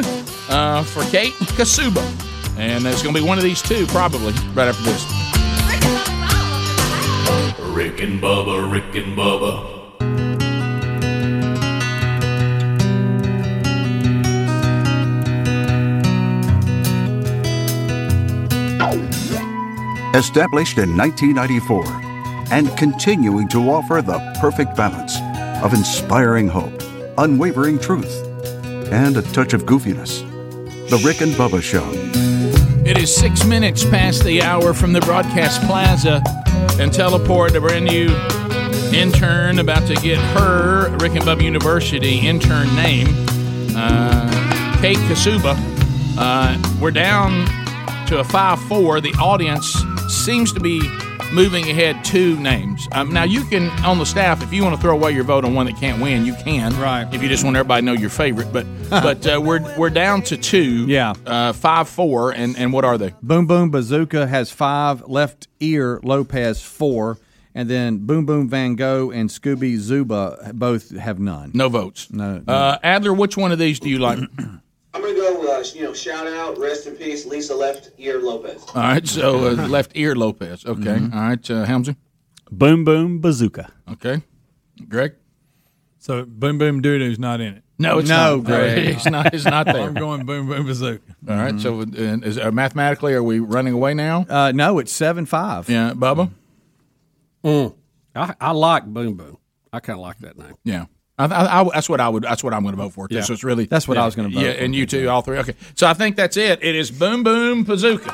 S12: uh, for Kate Kasuba, and it's going to be one of these two probably right after this.
S9: Rick and Bubba, Rick and Bubba,
S24: Established in 1994 and continuing to offer the perfect balance of inspiring hope, unwavering truth, and a touch of goofiness. The Rick and Bubba Show.
S12: It is six minutes past the hour from the broadcast plaza and teleport a brand new intern about to get her Rick and Bubba University intern name, uh, Kate Kasuba. Uh, we're down to a 5 4. The audience seems to be moving ahead two names. Um, now, you can, on the staff, if you want to throw away your vote on one that can't win, you can. Right. If you just want everybody to know your favorite. But but uh, we're we're down to two. Yeah. Uh, 5 4. And, and what are they?
S3: Boom Boom Bazooka has five, Left Ear Lopez four, and then Boom Boom Van Gogh and Scooby Zuba both have none.
S12: No votes.
S3: No.
S12: Uh, Adler, which one of these do you like?
S9: I'm gonna go. Uh, you know, shout out, rest in peace, Lisa Left Ear Lopez.
S12: All right, so uh, left ear Lopez. Okay. All right, uh, Helmsy.
S3: Boom Boom Bazooka.
S12: Okay. Greg?
S1: So boom boom doo doo's not in it.
S12: No, it's No, not. Greg. It's not- it's not there.
S1: I'm going boom boom bazooka.
S12: All right, so uh, is, uh, mathematically, are we running away now?
S3: Uh, no, it's seven five.
S12: Yeah, Bubba.
S13: Mm. I, I like Boom Boom. I kind of like that name.
S12: Yeah. I, I, I- that's what I would. That's what I'm going to vote for. too.
S13: Yeah.
S12: So it's really
S13: That's what
S12: yeah,
S13: I was gonna vote
S12: Yeah,
S13: for,
S12: and you too, all three. Okay. So I think that's it. It is boom boom bazooka.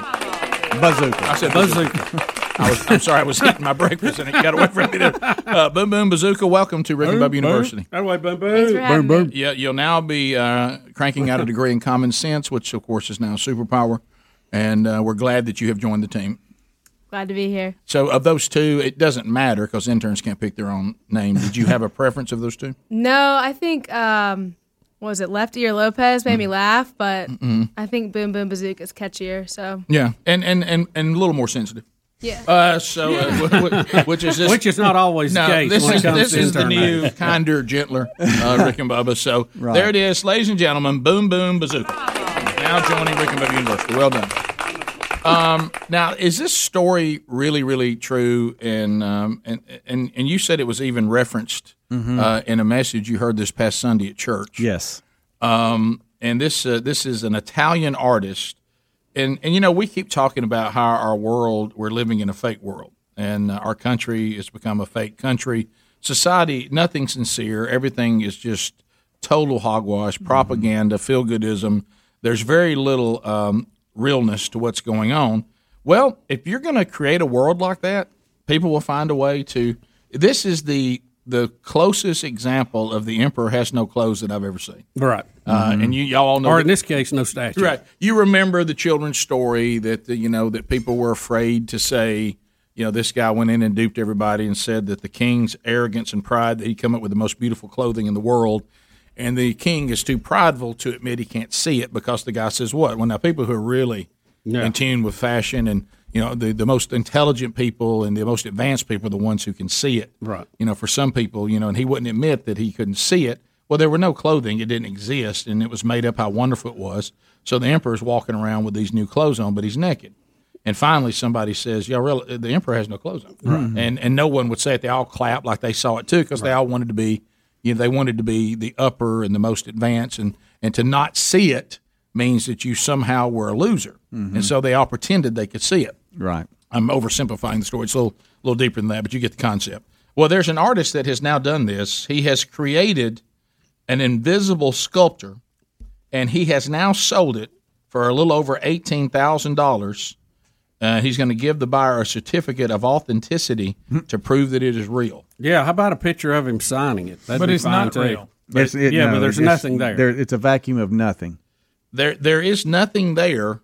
S3: Bazooka.
S12: I said bazooka. I was, I'm sorry, I was eating my breakfast and it got away from me. There. Uh, boom, boom, bazooka! Welcome to Rick and Bubba University.
S13: That way, boom,
S23: Thanks for having
S13: boom.
S23: me.
S12: Yeah, you'll now be uh, cranking out a degree in common sense, which of course is now a superpower, and uh, we're glad that you have joined the team.
S23: Glad to be here.
S12: So, of those two, it doesn't matter because interns can't pick their own name. Did you have a preference of those two?
S23: No, I think um, what was it Left Ear Lopez made me laugh, but
S12: Mm-mm.
S23: I think Boom Boom Bazooka's catchier. So
S12: Mm-hmm. Yeah, and and and, and a little more sensitive.
S23: yeah,
S12: Uh, so uh, wh- wh- which is this,
S13: Which is not always the
S12: no,
S13: case
S12: This
S13: when it
S12: is,
S13: comes
S12: this
S13: to
S12: is the
S13: intern
S12: new
S13: life.
S12: kinder, gentler uh, Rick and Bubba. So there it is, ladies and gentlemen. Boom, boom, bazooka. Now joining Rick and Bubba University. Well done. Um, now, is this story really, really true? And um, and and and you said it was even referenced
S4: Mhm.
S12: uh, in a message you heard this past Sunday at church.
S4: Yes.
S12: Um, and this uh, this is an Italian artist, and and you know we keep talking about how our world we're living in a fake world, and uh, our country has become a fake country. Society, nothing sincere. Everything is just total hogwash, propaganda, feel goodism. There's very little um, realness to what's going on. Well, if you're going to create a world like that, people will find a way to. This is the the closest example of the emperor has no clothes that I've ever seen.
S13: Right. Mm-hmm.
S12: Uh, and you y'all know
S13: Or
S12: that-
S13: in this case, no statue.
S12: Right. You remember the children's story that the, you know that people were afraid to say. You know, this guy went in and duped everybody and said that the king's arrogance and pride that he come up with the most beautiful clothing in the world, and the king is too prideful to admit he can't see it because the guy says what? Well, now people who are really in tune with fashion and you know the the most intelligent people and the most advanced people are the ones who can see it.
S13: Right.
S12: You know, for some people, you know, and he wouldn't admit that he couldn't see it. Well, there were no clothing; it didn't exist, and it was made up how wonderful it was. So the emperor's walking around with these new clothes on, but he's naked. And finally, somebody says, "Y'all, real- the emperor has no clothes on."
S13: Right.
S12: Mm-hmm. And and no one would say it. They all clapped like they saw it too, because they all wanted to be, you know, they wanted to be the upper and the most advanced, and and to not see it means that you somehow were a loser. And so they all pretended they could see it.
S3: Mm-hmm. Right.
S12: I'm oversimplifying the story. It's a little, little deeper than that, but you get the concept. Well, there's an artist that has now done this. He has created an invisible sculptor, and he has now sold it for a little over eighteen thousand dollars. Uh, he's going to give the buyer a certificate of authenticity to prove that it is real.
S13: Yeah. How about a picture of him signing it? That'd
S12: But
S13: be
S12: it's
S13: fine,
S12: not
S13: too.
S12: real.
S13: But-
S12: It's- it-
S13: yeah,
S12: no,
S13: but there's
S12: it's-
S13: nothing there.
S3: it's a vacuum of nothing.
S12: There, there is nothing there,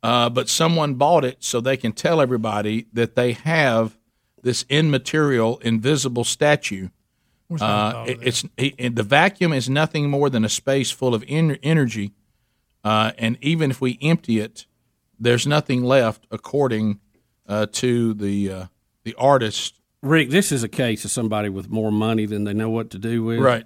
S12: uh, but someone bought it so they can tell everybody that they have this immaterial, invisible statue.
S11: Where's that
S12: Uh,
S11: thought
S12: it- it's he- and the vacuum is nothing more than a space full of en- energy, uh, and even if we empty it, there's nothing left, according uh, to the uh, the artist.
S13: Rick, this is a case of somebody with more money than they know what to do with.
S12: Right.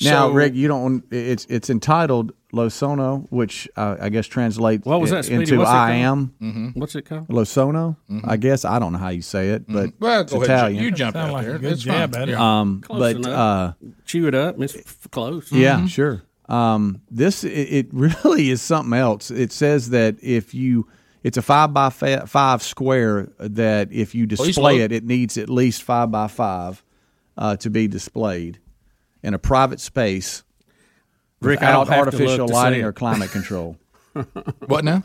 S3: Now,
S13: So-
S3: Rick, you don't. It's it's entitled Losono, which uh, I guess translates
S13: What was that? Speedy?
S3: into
S13: What's it
S3: I
S13: called?
S3: am.
S12: Mm-hmm.
S13: Mhm. What's it called?
S3: Losono, I guess. I don't know how you say it, but
S13: Mm-hmm. Well,
S3: it's
S13: go ahead,
S3: Italian.
S13: you jump Sound out like a there. good It's jab fine. at it.
S3: Um,
S13: Close
S3: but uh,
S13: enough. chew it up. It's f- close.
S3: Yeah, sure. Um, this it, it really is something else. It says that if you, it's a five by fa- five square that
S13: Oh,
S3: if you
S12: Please
S3: display
S12: look.
S3: it, it needs at least five by five uh, to be displayed in a private space
S12: Rick, I
S3: without
S12: don't have to look
S3: artificial
S12: to see
S3: lighting
S12: it.
S3: or climate control.
S13: Mm-hmm.
S12: What now?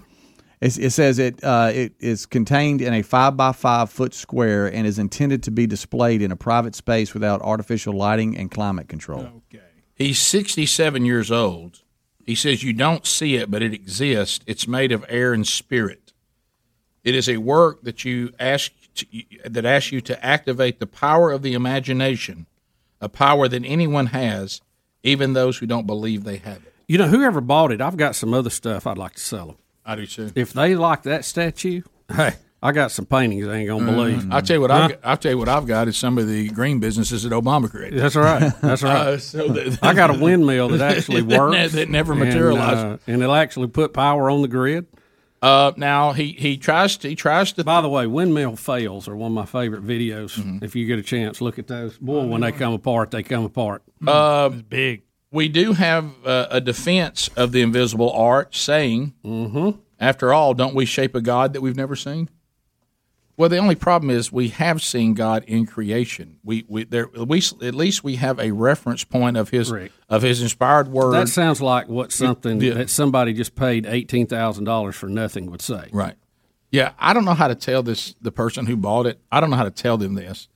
S3: It's, it says it uh, it is contained in a five by five foot square and is intended to be displayed in a private space without artificial lighting and climate control.
S12: He's 67 years old. He says, You don't see it, but it exists. It's made of air and spirit. It is a work that you ask to, that asks you to activate the power of the imagination, a power that anyone has, even those who don't believe they have it.
S13: You know, whoever bought it, I've got some other stuff I'd like to sell them.
S12: I do too.
S13: If they like that statue, hey, I got some paintings they ain't gonna believe.
S12: Mm-hmm. I'll tell you what
S13: Huh?
S12: I've, I'll tell you what I've got is some of the green businesses that Obama created.
S13: That's right. That's right.
S12: Uh, so the-
S13: I got a windmill that actually
S12: That ne-
S13: works.
S12: that never
S13: and, uh,
S12: materialized.
S13: and it'll actually put power on the grid.
S12: Uh, now he he tries to he tries to.
S13: By the way, windmill fails are one of my favorite videos.
S12: Mm-hmm.
S13: If you get a chance, look at those. Boy, when they come apart, they come apart.
S12: Uh, big. We do have uh, a defense of the invisible art, saying, "After all, don't we shape a God that we've never seen?" Well, the only problem is we have seen God in creation. We we there we at least we have a reference point of His
S13: Rick.
S12: of His inspired word.
S13: That sounds like what something
S12: Yeah.
S13: that somebody just paid eighteen thousand dollars for nothing would say.
S12: Right. Yeah, I don't know how to tell this the person who bought it. I don't know how to tell them this.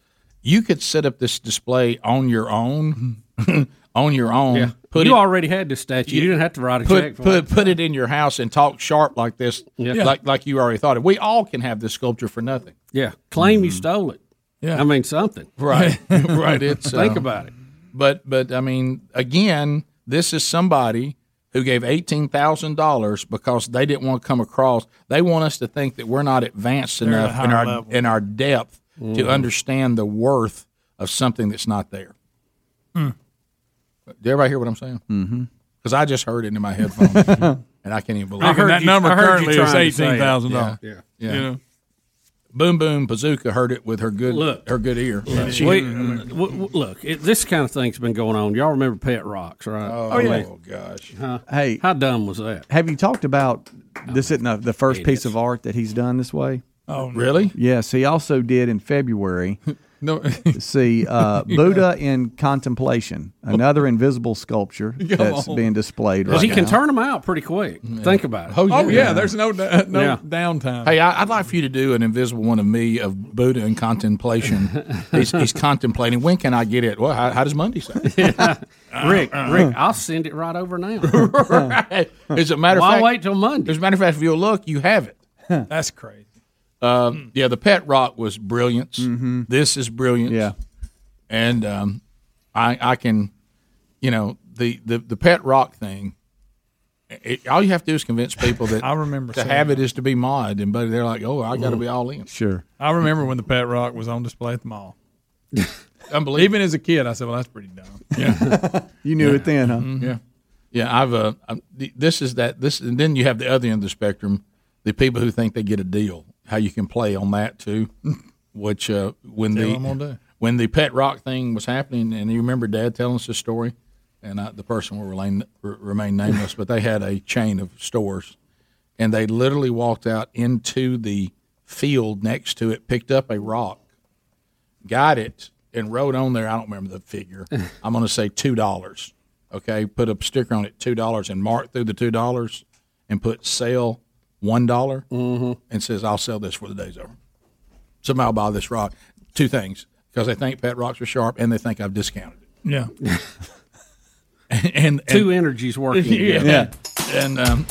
S12: You could set up this display on your own, on your own.
S13: Yeah.
S12: Put
S13: you
S12: it,
S13: already had this statue. You didn't have to write a
S12: put,
S13: check for
S12: put,
S13: it.
S12: put it in your house and talk sharp like this,
S13: Yeah.
S12: like like you already thought it. We all can have this sculpture for nothing. Mm.
S13: Yeah, claim you stole it. Yeah, I mean something.
S12: Right, right. It's
S13: think
S12: uh,
S13: about it.
S12: But but I mean, again, this is somebody who gave eighteen thousand dollars because they didn't want to come across. They want us to think that we're not advanced
S1: They're at a
S12: enough in
S1: higher
S12: our
S1: level.
S12: in our depth
S1: Mhm.
S12: to understand the worth of something that's not there.
S1: Hmm.
S12: Did everybody hear what I'm saying? Mm-hmm. Because I just heard it in my headphones, and I can't even believe.
S1: I heard
S12: it.
S1: That you- number I heard you currently is trying to say it. $18,000.
S12: Yeah,
S1: Yeah.
S12: yeah.
S1: You know?
S12: Boom, boom, bazooka heard it with her good
S13: Look.
S12: her good ear.
S13: We, w- w- look, it, this kind of thing's been going on. Y'all remember Pet Rocks,
S3: Mm-hmm.
S13: right?
S12: Oh,
S13: I mean,
S12: gosh.
S13: Huh?
S3: Hey,
S13: how dumb was that?
S3: Have you talked about this? Isn't the, the first piece of art that he's done this way?
S12: Oh, no. Really?
S3: Yes. He also did in February.
S12: No.
S3: see uh, Buddha in contemplation, another invisible sculpture
S13: Come
S3: that's
S13: on.
S3: being displayed
S13: Because
S3: right
S13: he can
S3: now.
S13: turn them out pretty quick. Think about it.
S12: Oh, yeah.
S1: there's no da- no
S12: Yeah.
S1: downtime.
S12: Um, Hey, I, I'd like for you to do an invisible one of me of Buddha and contemplation. he's, he's contemplating. When can I get it? Well, how, how does Monday sound? Uh,
S13: Rick,
S12: Uh-uh.
S13: Rick, I'll send it right over now.
S12: As uh. a matter of
S13: Why
S12: fact,
S13: wait till Monday?
S12: As a matter of fact, if you'll look, you have it.
S1: That's crazy.
S12: Um, yeah, the pet rock was brilliance. This is brilliance. Yeah, and um, I I can, you know, the the the pet rock thing. It, all you have to do is convince people that
S1: I remember
S12: to
S1: seeing
S12: have it is to be mod, and but they're like, oh, I got to be all in.
S3: Sure.
S1: I remember when the pet rock was on display at the mall.
S12: Unbelievable.
S1: Even as a kid, I said, "Well, that's pretty dumb." Yeah,
S3: You knew it then, huh?
S12: Mhm. Yeah, yeah. I've uh, I'm, th- this is that this, and then you have the other end of the spectrum, the people who think they get a deal. How you can play on that too, which uh, when
S1: Tell
S12: the
S1: 'em all day.
S12: when the pet rock thing was happening, and you remember Dad telling us this story, and I, the person will remain r- remain nameless, but they had a chain of stores, and they literally walked out into the field next to it, picked up a rock, got it, and wrote on there. I don't remember the figure. I'm going to say two dollars. Okay, put a sticker on it, two dollars, and mark through the two dollars, and put sell one and says I'll sell this for the day's over. Somebody will buy this rock. Two things because they think pet rocks are sharp and they think I've discounted it.
S1: yeah.
S12: And, and
S13: Two energies working
S12: Yeah.
S13: together.
S12: And um,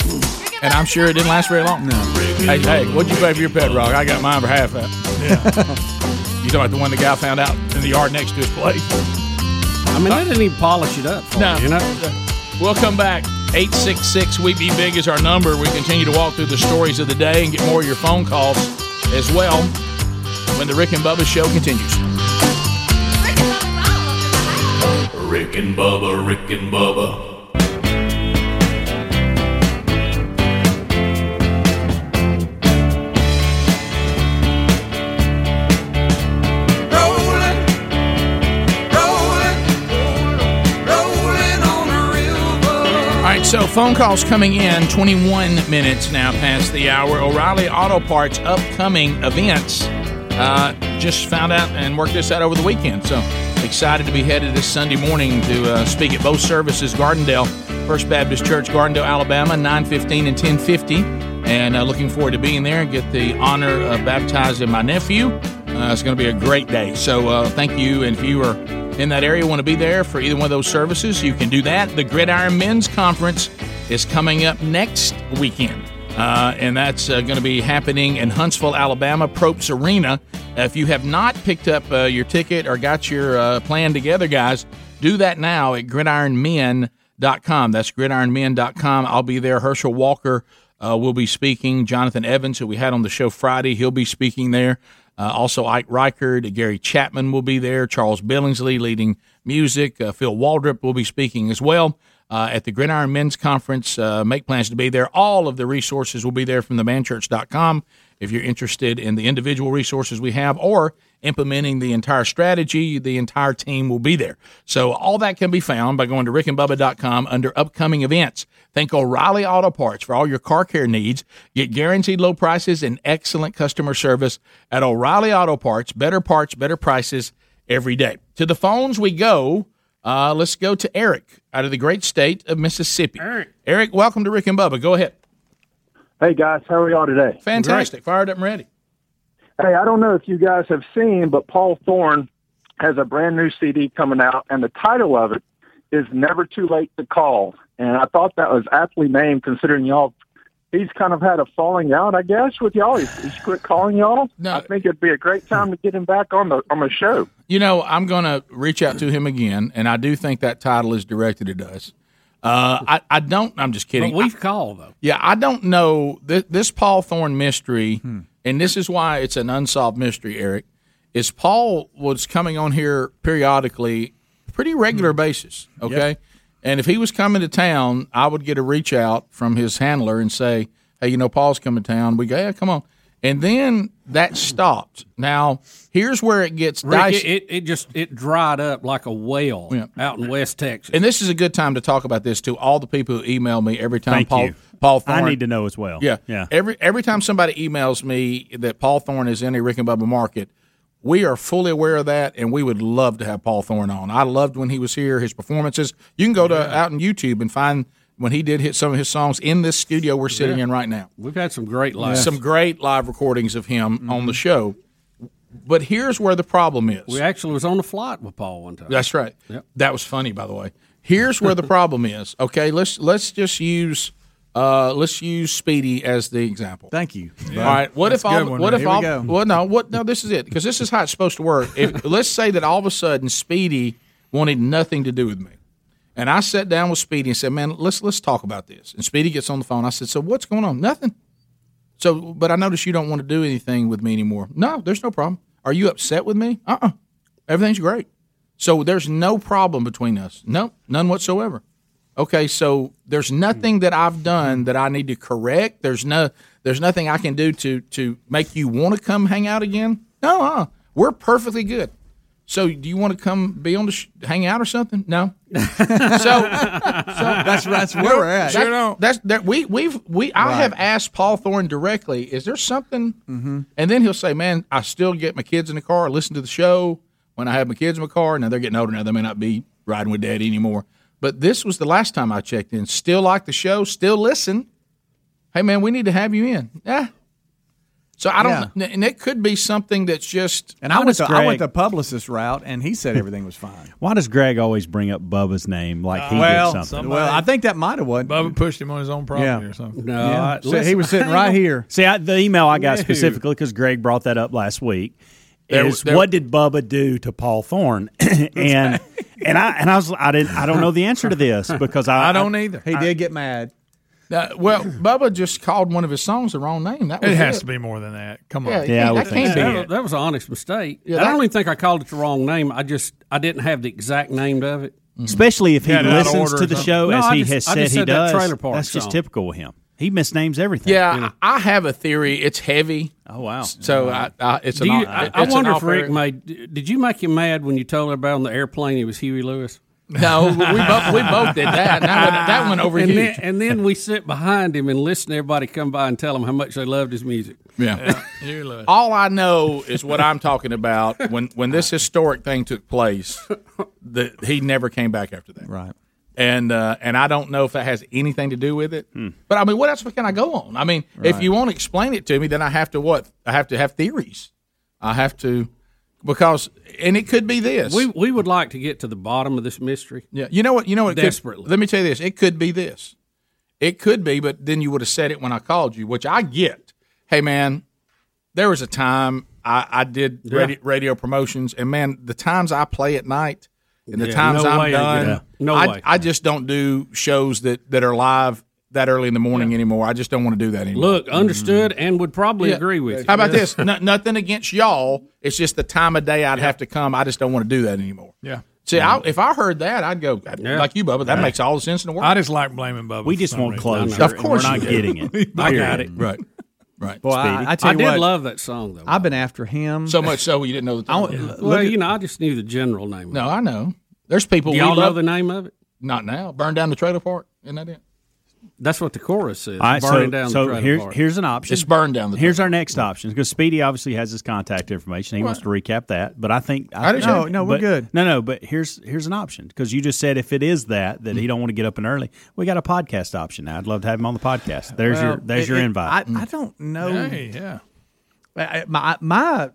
S12: and I'm sure it didn't last very long. No. Hey, hey, what'd you pay for your pet rock? I got mine for half that. Yeah. you talking about the one the guy found out in the yard next to his place?
S13: I mean, they didn't even polish it up. For
S12: No.
S13: you, you know?
S12: We'll come back. 866 We Be Big is our number. We continue to walk through the stories of the day and get more of your phone calls as well when the Rick and Bubba show continues.
S24: Rick and Bubba, Rick and Bubba.
S12: All right, so phone calls coming in 21 minutes now past the hour. O'Reilly Auto Parts upcoming events. Uh, just found out and worked this out over the weekend. So excited to be headed this Sunday morning to uh, speak at both services, Gardendale First Baptist Church, Gardendale, Alabama, 9:15 and 10:50, and uh, looking forward to being there. and Get the honor of baptizing my nephew. Uh, it's going to be a great day. So uh, thank you, and if you are in that area want to be there for either one of those services, you can do that. The Gridiron Men's Conference is coming up next weekend. Uh, and that's uh, going to be happening in Huntsville, Alabama, Propes Arena. If you have not picked up uh, your ticket or got your uh, plan together, guys, do that now at gridironmen.com. That's gridironmen.com. I'll be there. Herschel Walker uh, will be speaking. Jonathan Evans, who we had on the show Friday, he'll be speaking there. Uh, also, Ike Reichard, Gary Chapman will be there. Charles Billingsley leading music. Uh, Phil Waldrop will be speaking as well uh, at the Gridiron Men's Conference. Uh, make plans to be there. All of the resources will be there from themanchurch.com if you're interested in the individual resources we have or implementing the entire strategy. The entire team will be there. So all that can be found by going to rickandbubba.com under upcoming events. Thank O'Reilly Auto Parts for all your car care needs. Get guaranteed low prices and excellent customer service at O'Reilly Auto Parts. Better parts, better prices every day. To the phones we go. Uh, let's go to Eric out of the great state of Mississippi. Eric, welcome to Rick and Bubba. Go ahead.
S18: Hey guys, how are y'all today?
S12: Fantastic. Fired up and ready.
S18: Hey, I don't know if you guys have seen, but Paul Thorne has a brand new CD coming out, and the title of it is Never Too Late to Call. And I thought that was aptly named considering y'all, he's kind of had a falling out, I guess, with y'all. He's, he's quit calling y'all. No. I think it'd be a great time to get him back on the, on the show.
S12: You know, I'm going to reach out to him again, and I do think that title is directed at us. Uh, I, I don't. I'm just kidding.
S13: But we've called though.
S12: Yeah, I don't know this, this Paul Thorne mystery, and this is why it's an unsolved mystery. Eric, is Paul was coming on here periodically, pretty regular basis. Okay, and if he was coming to town, I would get a reach out from his handler and say, "Hey, you know, Paul's coming to town." We go, "Yeah, come on." And then that stopped. Now here's where it gets
S13: Rick,
S12: dicey.
S13: it, it, it just it dried up like a whale
S12: Yeah.
S13: out in West Texas.
S12: And this is a good time to talk about this to all the people who email me every time
S13: Thank
S12: Paul
S13: you.
S12: Paul
S13: I
S12: Thorne.
S13: need to know as well.
S12: Yeah,
S13: Yeah.
S12: Every every time somebody emails me that Paul Thorne is in a Rick and Bubba market, we are fully aware of that, and we would love to have Paul Thorne on. I loved when he was here, his performances. You can go to out on YouTube and find when he did hit some of his songs in this studio we're sitting
S13: Yeah.
S12: in right now.
S13: We've had some great lives.
S12: Some great live recordings of him on the show. But here's where the problem is.
S13: Mm-hmm. We actually was on the flight with Paul one time.
S12: That's right. That was funny, by the way. Here's where the problem is. Okay, let's let's just use uh, let's use Speedy as the example. Thank you. All right. What
S1: That's
S12: if
S1: a
S12: all?
S1: good one,
S12: what
S1: man.
S12: if
S1: Here we
S12: all?
S1: go.
S12: Well, no. What? No. This is it because this is how it's supposed to work. If let's say that all of a sudden Speedy wanted nothing to do with me, and I sat down with Speedy and said, "Man, let's let's talk about this." And Speedy gets on the phone. I said, "So what's going on? Nothing." So, but I notice you don't want to do anything with me anymore. No, there's no problem. Are you upset with me? Uh uh Everything's great. So there's no problem between us. No, none whatsoever. Okay, so there's nothing that I've done that I need to correct. There's no there's nothing I can do to to make you want to come hang out again. No, uh, we're perfectly good. So do you want to come be on the sh- hang out or something? No. so,
S5: That's- that's where we're
S12: That-
S5: at. Sure don't.
S12: that's that we we've we I
S5: Right.
S12: have asked Paul Thorne directly. Is there something?
S3: Mm-hmm.
S12: And then he'll say, "Man, I still get my kids in the car, listen to the show when I have my kids in my car. Now they're getting older. Now they may not be riding with Daddy anymore. But this was the last time I checked in. Still like the show. Still listen. Hey, man, we need to have you in. Yeah. So I don't, and it could be something that's just.
S4: And I How went does to- I Greg- went to
S6: publicist route, and he said everything was fine.
S4: Why does Greg always bring up Bubba's name like he
S6: well,
S4: did something?
S6: well, I think that might have what
S1: Bubba pushed him on his own property
S4: Yeah.
S1: or something.
S13: No, I-
S6: So he was sitting right here.
S4: See, I, the email I got
S1: No.
S4: specifically because Greg brought that up last week
S1: There-
S4: is
S1: there-
S4: what did Bubba do to Paul Thorne? and and I and I was I didn't I don't know the answer to this because I
S12: I don't either. He did
S6: get mad.
S12: well, Bubba just called one of his songs the wrong name. That was
S13: It has to
S1: be more than that. Come
S12: on. Yeah, yeah, I would think so.
S13: That, was- that was an honest mistake.
S12: Yeah,
S13: I
S12: that-
S13: don't even think I called it the wrong name. I just I didn't have the exact name of it.
S12: Mm-hmm.
S4: especially if he
S13: Yeah, out of
S4: listens
S13: order
S4: to
S13: or
S4: the
S13: something.
S4: show
S13: No,
S4: as
S13: I
S4: he
S13: just-
S4: has
S13: I
S4: said
S13: just
S4: he
S13: said that
S4: does.
S13: trailer park
S4: that's just
S13: song.
S4: typical with him. He misnames everything.
S12: Yeah, I I have a theory. It's heavy. Oh
S4: wow!
S12: So I, I it's
S13: Do
S12: an.
S13: you,
S12: off-
S13: I,
S12: it's
S13: I
S12: an
S13: wonder if
S12: off
S13: Rick
S12: area.
S13: made. Did you make him mad when you told everybody on the airplane he was Huey Lewis?
S12: No, we both- we both did that. That went- that went over
S13: and
S12: huge.
S13: Then, and then we sit behind him and listen to everybody come by and tell him how much they loved his music.
S12: Yeah. All I know is what I'm talking about. When when this historic thing took place, that he never came back after that.
S6: Right.
S12: And uh, and I don't know if that has anything to do with it.
S13: Hmm.
S12: But I mean, what else can I go on? I mean, if
S6: Right.
S12: you won't explain it to me, then I have to what? I have to have theories. I have to because and it could be this.
S13: We we would like to get to the bottom of this mystery.
S12: Yeah, you know what? You know what? it could-
S13: Desperately.
S12: let me tell you this. It could be this. It could be, but then you would have said it when I called you, which I get. Hey, man, there was a time I, I did
S13: Yeah.
S12: radio, radio promotions, and man, the times I play at night and the
S13: Yeah,
S12: times
S13: no
S12: I'm
S13: way I do
S12: done,
S13: that. No
S12: I,
S13: way.
S12: I just don't do shows that that are live that early in the morning anymore. I just don't want to do that anymore. Mm-hmm.
S13: Look, understood, and would probably
S12: Yeah.
S13: agree with you.
S12: How about this? No, nothing against y'all. It's just the time of day I'd have to come. I just don't want to do that anymore.
S1: Yeah.
S12: See, I, if I heard that, I'd go like you, Bubba. That makes all the sense in the world.
S1: I just like blaming Bubba.
S12: We
S1: for
S12: just
S1: some
S12: want
S1: reason.
S12: closure, Of and course we're not you do. getting it. I got it.
S1: Right.
S12: Right.
S6: Well, I, I, tell you
S13: did
S6: what,
S13: love that song though.
S6: I've been after him
S12: So much so you didn't know the
S6: I
S12: title.
S6: want- look
S13: Well,
S6: at-
S13: you know, I just knew the general name. Of
S12: No, I know. There's people
S13: Do
S12: we
S13: y'all know
S12: love-
S13: the name of it?
S12: Not now. Burn down the trailer park. Isn't that it?
S13: That's what the chorus is.
S4: All right,
S13: burning
S4: so,
S13: down
S4: so
S13: the trailer
S4: here's,
S13: park.
S4: here's an option.
S13: It's burned down the
S4: Here's our next option because Speedy obviously has his contact information. He wants to recap that, but I think
S9: I do
S4: no,
S9: too. No, we're
S4: but-
S9: good.
S4: No, no, but here's here's an option because you just said if it is that that he don't want to get up and early, we got a podcast option now. I'd love to have him on the podcast. There's your
S3: Well,
S4: there's
S3: it-
S4: your
S3: it-
S4: invite.
S3: I, I don't know.
S1: Hey, yeah.
S3: I- I- My my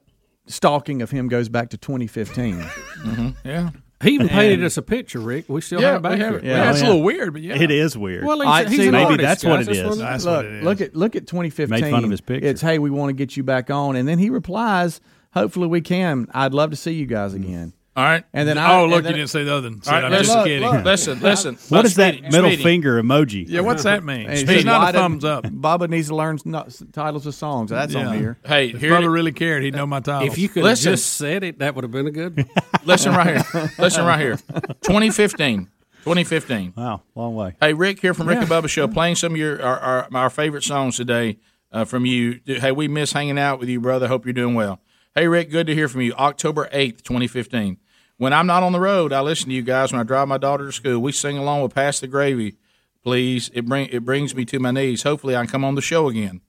S3: stalking of him goes back to 2015.
S1: Yeah.
S13: Mm-hmm. He even
S3: And-
S13: painted us a picture, Rick. We still
S1: Yeah,
S13: have it back
S1: we have
S13: here.
S1: it. Yeah, it's a little weird, but yeah. It is weird.
S13: Well, he's,
S3: All right,
S13: he's
S3: see,
S13: an artist, guys.
S3: Look,
S13: That's
S3: look,
S13: what it is.
S3: look at look at 2015.
S4: Made fun of his
S3: picture. It's hey, we want to get you back on, and then he replies, "Hopefully we can. I'd love to see you guys again."
S1: All right.
S3: And then
S1: oh,
S3: I, and
S1: look,
S3: then-
S1: you didn't say the other. Than,
S3: All right,
S1: I'm
S3: let's-
S1: just
S3: look,
S1: kidding.
S3: look.
S12: Listen, listen.
S4: What
S12: Let's
S4: is that
S12: speedy-
S4: middle
S12: speedy.
S4: finger emoji?
S3: And he
S1: Speedy,
S3: said,
S1: not a
S3: "Why didn't-
S1: thumbs up."
S3: Bubba needs to learn no- titles of songs. That's
S1: Yeah.
S3: on here.
S12: Hey,
S1: if
S12: here
S1: brother
S12: it-
S1: really cared, he'd know my title.
S12: If you could've Listen. just
S13: said it, that would have been a good.
S12: Listen right here. Listen right here. 2015. 2015.
S4: Wow, long way.
S12: Hey, Rick here from Rick and
S4: Yeah.
S12: Bubba Show, playing some of your our, our, our favorite songs today uh, from you. Hey, we miss hanging out with you, brother. Hope you're doing well. Hey, Rick, good to hear from you. October 8th, 2015. When I'm not on the road, I listen to you guys when I drive my daughter to school. We sing along with Pass the Gravy, please. It, bring, it brings me to my knees. Hopefully, I can come on the show again.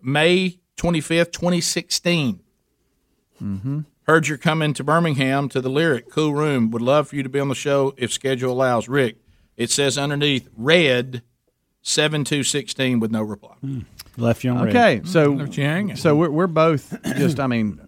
S12: May 25th, 2016.
S3: Mm-hmm.
S12: Heard you're coming to Birmingham to the Lyric. Cool room. Would love for you to be on the show if schedule allows. Rick, it says underneath red 7216 with no reply.
S4: Left you on red.
S12: Mm-hmm.
S3: Okay, so
S12: Left you hanging.
S3: so we're we're both just. I mean.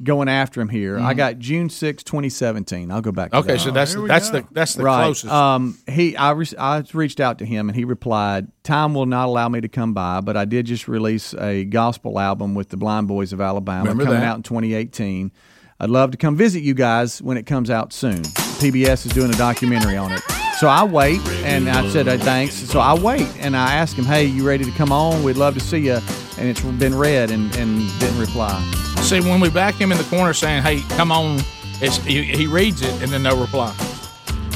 S3: Going after him here. I
S12: Mhm.
S3: got June 6, 2017. I'll go back. To
S12: Okay,
S3: that.
S12: so that's
S3: Here we
S12: that's
S3: go.
S12: the that's the
S3: right.
S12: closest.
S3: Um, he, I, re- I reached out to him and he replied, "Time will not allow me to come by, but I did just release a gospel album with the Blind Boys of Alabama
S12: Remember
S3: coming
S12: that.
S3: out in 2018. I'd love to come visit you guys when it comes out soon. PBS is doing a documentary on it." So I wait, and I said, hey, thanks. So I wait, and I asked him, hey, you ready to come on? We'd love to see you. And it's been read and, and didn't reply.
S12: See, when we back him in the corner saying, "Hey, come on," it's, he, he reads it and then no reply.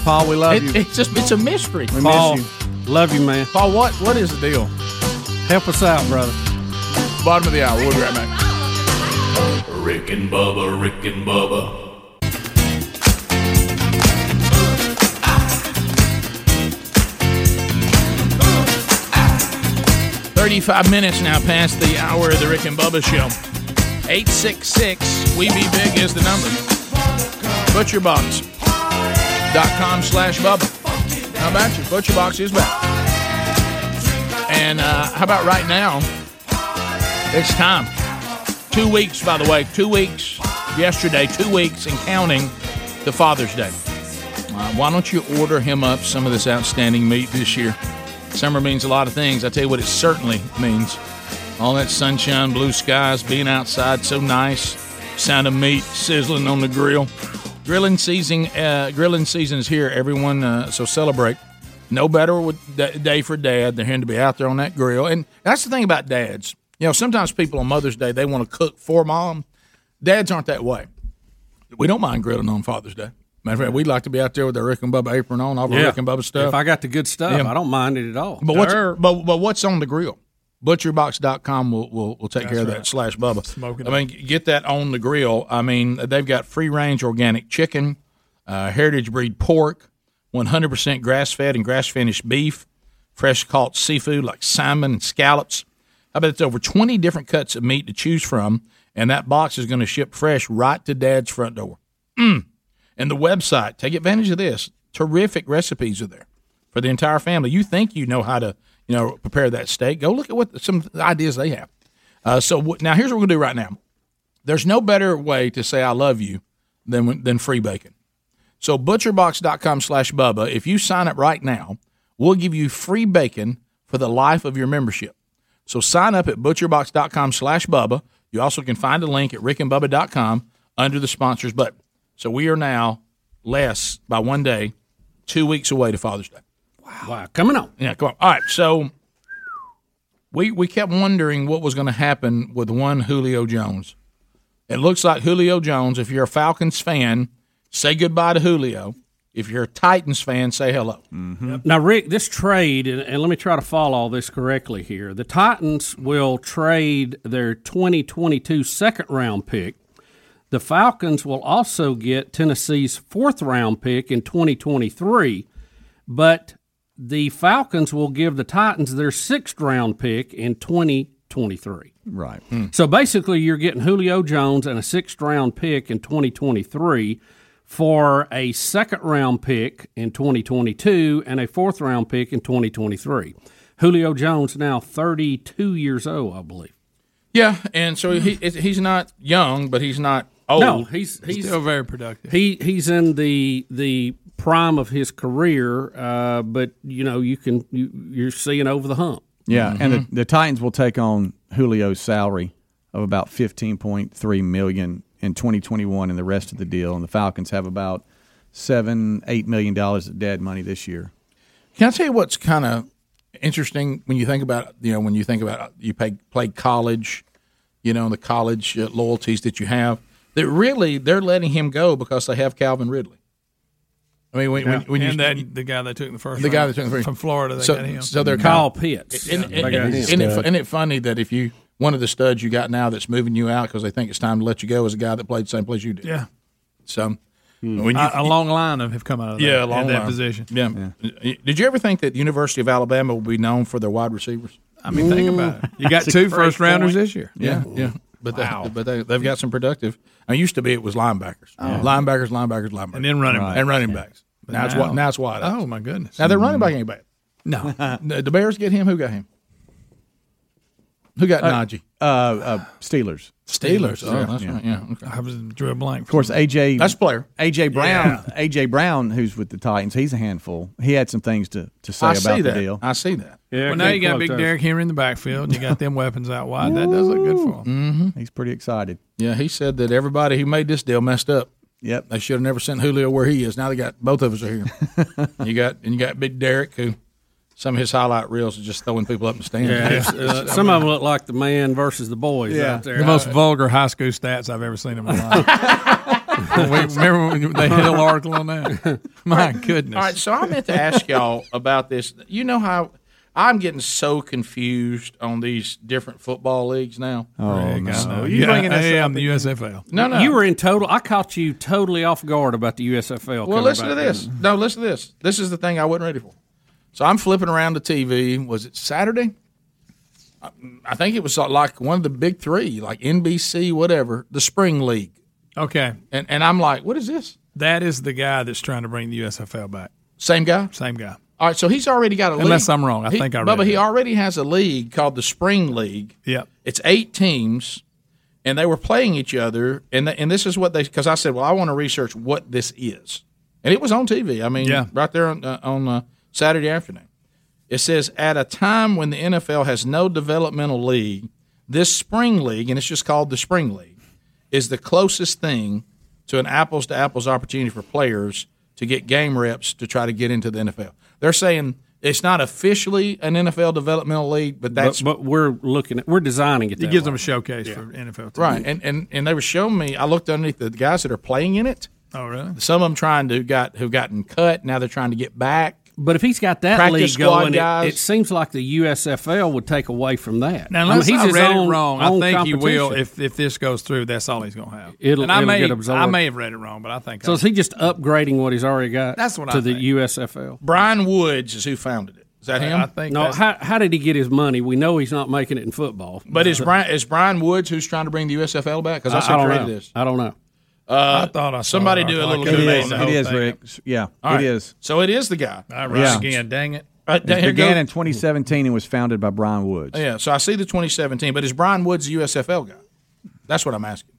S3: Paul, we love
S12: It-
S3: you.
S12: It's just it's a mystery.
S3: We
S13: Paul,
S3: miss
S13: love you, man.
S12: Paul, what what is the deal?
S13: Help us out, brother.
S12: Bottom of the hour. We'll be right back.
S14: Rick and Bubba, Rick and Bubba.
S12: Thirty-five minutes now past the hour of the Rick and Bubba Show. Eight six six. We be big is the number. Butcherbox.com slash Bubba. How about you? Butcherbox is back. And uh, how about right now? It's time. Two weeks, by the way, two weeks yesterday, two weeks and counting the Father's Day. Uh, why don't you order him up some of this outstanding meat this year? Summer means a lot of things. I tell you what, it certainly means all that sunshine, blue skies, being outside, so nice. Sound of meat sizzling on the grill. Grilling season, uh, grilling season is here. Everyone, uh, so celebrate. No better with da- day for dad than him to be out there on that grill. And that's the thing about dads. You know, sometimes people on Mother's Day they want to cook for mom. Dads aren't that way. We don't mind grilling on Father's Day. Matter of fact, we'd like to be out there with our Rick and Bubba apron on, all the Rick and Bubba stuff.
S13: If I got the good stuff,
S12: Yeah.
S13: I don't mind it at all.
S12: But what's, but, but what's on the grill? Butcherbox.com will, will, will take care of
S13: That's
S12: that slash Bubba.
S13: Smoking
S12: I mean, get that on the grill. I mean, they've got free range organic chicken, uh, heritage breed pork, 100% grass fed and grass finished beef, fresh caught seafood like salmon and scallops. I bet it's over 20 different cuts of meat to choose from, and that box is going to ship fresh right to dad's front door. Mm. And the website, take advantage of this. Terrific recipes are there for the entire family. You think you know how to, you know, prepare that steak? Go look at what some ideas they have. Uh, so w- now here's what we're gonna do right now. There's no better way to say I love you than when- than free bacon. So butcherbox.com/bubba. If you sign up right now, we'll give you free bacon for the life of your membership. So sign up at butcherbox.com/bubba. You also can find a link at rickandbubba.com under the sponsors button. So we are now less by one day, two weeks away to Father's Day.
S13: Wow, coming on.
S12: Yeah, come on. All right, so we we kept wondering what was going to happen with one Julio Jones. It looks like Julio Jones. If you're a Falcons fan, say goodbye to Julio. If you're a Titans fan, say hello. Mm.
S13: Now, Rick, this trade, and, and let me try to follow all this correctly here. The Titans will trade their 2022 second round pick. The Falcons will also get Tennessee's fourth round pick in 2023, but the Falcons will give the Titans their sixth round pick in 2023.
S8: Right.
S13: So basically, you're getting Julio Jones and a sixth round pick in 2023 for a second round pick in 2022 and a fourth round pick in 2023. Julio Jones now 32 years old, I believe.
S12: Yeah, and so he he's not young, but he's not old.
S13: No, he's he's
S12: Oh, Still
S1: very productive.
S13: He he's in the the prime of his career, uh, but you know you can you, you're seeing over the hump.
S8: Yeah, and the, the Titans will take on Julio's salary of about fifteen point three million in twenty twenty one, and the rest of the deal. And the Falcons have about seven, eight million dollars of dead money this year.
S12: Can I tell you what's kind of Uh, interesting when you think about you know when you think about you pay, play college, you know the college uh, loyalties that you have that really they're letting him go because they have Calvin Ridley. I mean, when, when, when you
S1: and that the guy that took the first
S12: the guy
S1: round
S12: that took the first
S1: from Florida, they
S12: so,
S1: got him. Mm-hmm.
S12: So they're And, and, and, isn't it, isn't it funny that if you one of the studs you got now that's moving you out because they think it's time to let you go is a guy that played the same place you did.
S1: Yeah.
S12: So
S1: When you, a, a long line of have come out of Oh, that,
S12: yeah, a long
S1: at that
S12: line.
S1: position.
S12: Yeah. Did you ever think that the University of Alabama will be known for their wide receivers?
S1: I mean, think about it. Mm. You got
S12: That's a
S1: two
S12: great
S1: first rounders
S12: point.
S1: this year.
S12: Yeah, yeah. But they, but they they've got some productive. I used to be it was linebackers, linebackers, linebackers, linebackers,
S1: Oh. And then running backs.
S12: and running backs.
S1: But
S12: now, it's
S1: now-
S12: what now it's wide.
S1: Oh, my goodness.
S12: Now they're running back ain't bad.
S1: No,
S12: the Bears get him. Who got him? Who got
S8: Uh,
S12: Najee?
S8: Uh, uh, Steelers.
S12: Steelers. Oh, that's right. Yeah. Okay.
S1: I was drew a blank.
S8: Of course, AJ.
S12: That's player.
S8: AJ Brown. AJ Brown, who's with the Titans, he's a handful. He had some things to, to say
S12: I
S8: about
S12: see
S8: the
S12: that.
S8: deal.
S12: I see that.
S1: well, now you got big Derrick Henry in the backfield. You got them weapons out wide. That does look good for them.
S12: Mm-hmm.
S8: He's pretty excited.
S12: Yeah, he said that everybody who made this deal messed up.
S8: Yep,
S12: they should have never sent Julio where he is. Now they got both of us are here. you got and you got Big Derek who some of his highlight reels are just throwing people up in the stands.
S13: Yeah, it's, uh, some of them look like the man versus the boys out there.
S1: The most vulgar high school stats I've ever seen in my life. Wait, remember when they hit an article on that? My goodness.
S12: All right, so I meant to ask y'all about this. You know how I'm getting so confused on these different football leagues now.
S1: Oh, no.
S12: You
S1: Yeah,
S12: bringing this
S1: I
S12: up
S1: am the USFL.
S12: No, no.
S13: You were in total. I caught you totally off guard about the USFL.
S12: Well,
S13: coming
S12: listen to
S13: back,
S12: this.
S13: didn't
S12: No, listen to this. This is the thing I wasn't ready for. So I'm flipping around the TV. Was it Saturday? I- I think it was uh, like one of the big three, like NBC, whatever, the Spring League.
S1: Okay.
S12: And, and I'm like, what is this?
S1: That is the guy that's trying to bring the USFL back.
S12: Same guy?
S1: Same guy.
S12: All right, so he's already got a league.
S1: Unless I'm wrong. I
S12: He-
S1: think I read
S12: Bubba, he
S1: that.
S12: already has a league called the Spring League.
S1: Yep.
S12: It's eight teams, and they were playing each other. And, th- and this is what they, because I said, well, I want to research what this is. And it was on TV. I mean,
S1: Yeah.
S12: right there on, uh, on uh, Saturday afternoon. It says, at a time when the NFL has no developmental league, this Spring League, and it's just called the Spring League, is the closest thing to an apples to apples opportunity for players to get game reps to try to get into the NFL. They're saying it's not officially an NFL developmental league, but
S13: But,
S12: that's
S13: but we're looking at we're designing it.
S12: It
S13: that
S12: gives
S13: way.
S12: them a
S1: showcase for NFL.
S12: right. And, and and they were showing me. I looked underneath the guys that are playing in it.
S1: Oh, really?
S12: Some of them trying to got who've gotten cut. Now they're trying to get back.
S13: But if he's got that
S12: Practice
S13: league
S12: squad
S13: going, it-
S12: guys.
S13: It, seems like the USFL would take away from that.
S1: Now,
S13: I mean,
S1: unless I,
S13: he's his
S1: read
S13: own-
S1: it wrong,
S13: own
S1: I think he will.
S13: competition.
S1: If if this goes through, that's all he's going to have.
S13: It'll-
S1: and I
S13: it'll
S1: may,
S13: get absorbed.
S1: I may have read it wrong, but I think
S13: so
S1: I,
S13: is he just upgrading what he's already got?
S1: That's what
S13: to
S1: I
S13: the
S1: think.
S13: USFL.
S12: Brian Woods is who founded it. Is that him?
S13: I think no. How, how did he get his money? We know he's not making it in football.
S12: But is Brian is Brian Woods who's trying to bring the USFL back? Because I,
S13: I, I don't
S12: created
S13: know.
S12: this.
S13: I don't know.
S12: Uh,
S1: I thought I saw
S12: somebody
S1: it.
S12: do a
S1: I
S12: little.
S1: couldn't
S12: Google
S1: remember
S12: on
S1: the
S12: that
S1: whole
S12: whole
S1: thing.
S12: thing.
S8: Rick. Yeah,
S12: All
S8: it
S12: right.
S8: is.
S12: So it is the guy.
S1: I
S8: right Yeah. again,
S1: dang it.
S12: Uh,
S8: It
S12: here
S8: began
S12: goes-
S8: in 2017 and was founded by Brian Woods.
S12: Yeah, so I see the 2017, but is Brian Woods the USFL guy? That's what I'm asking.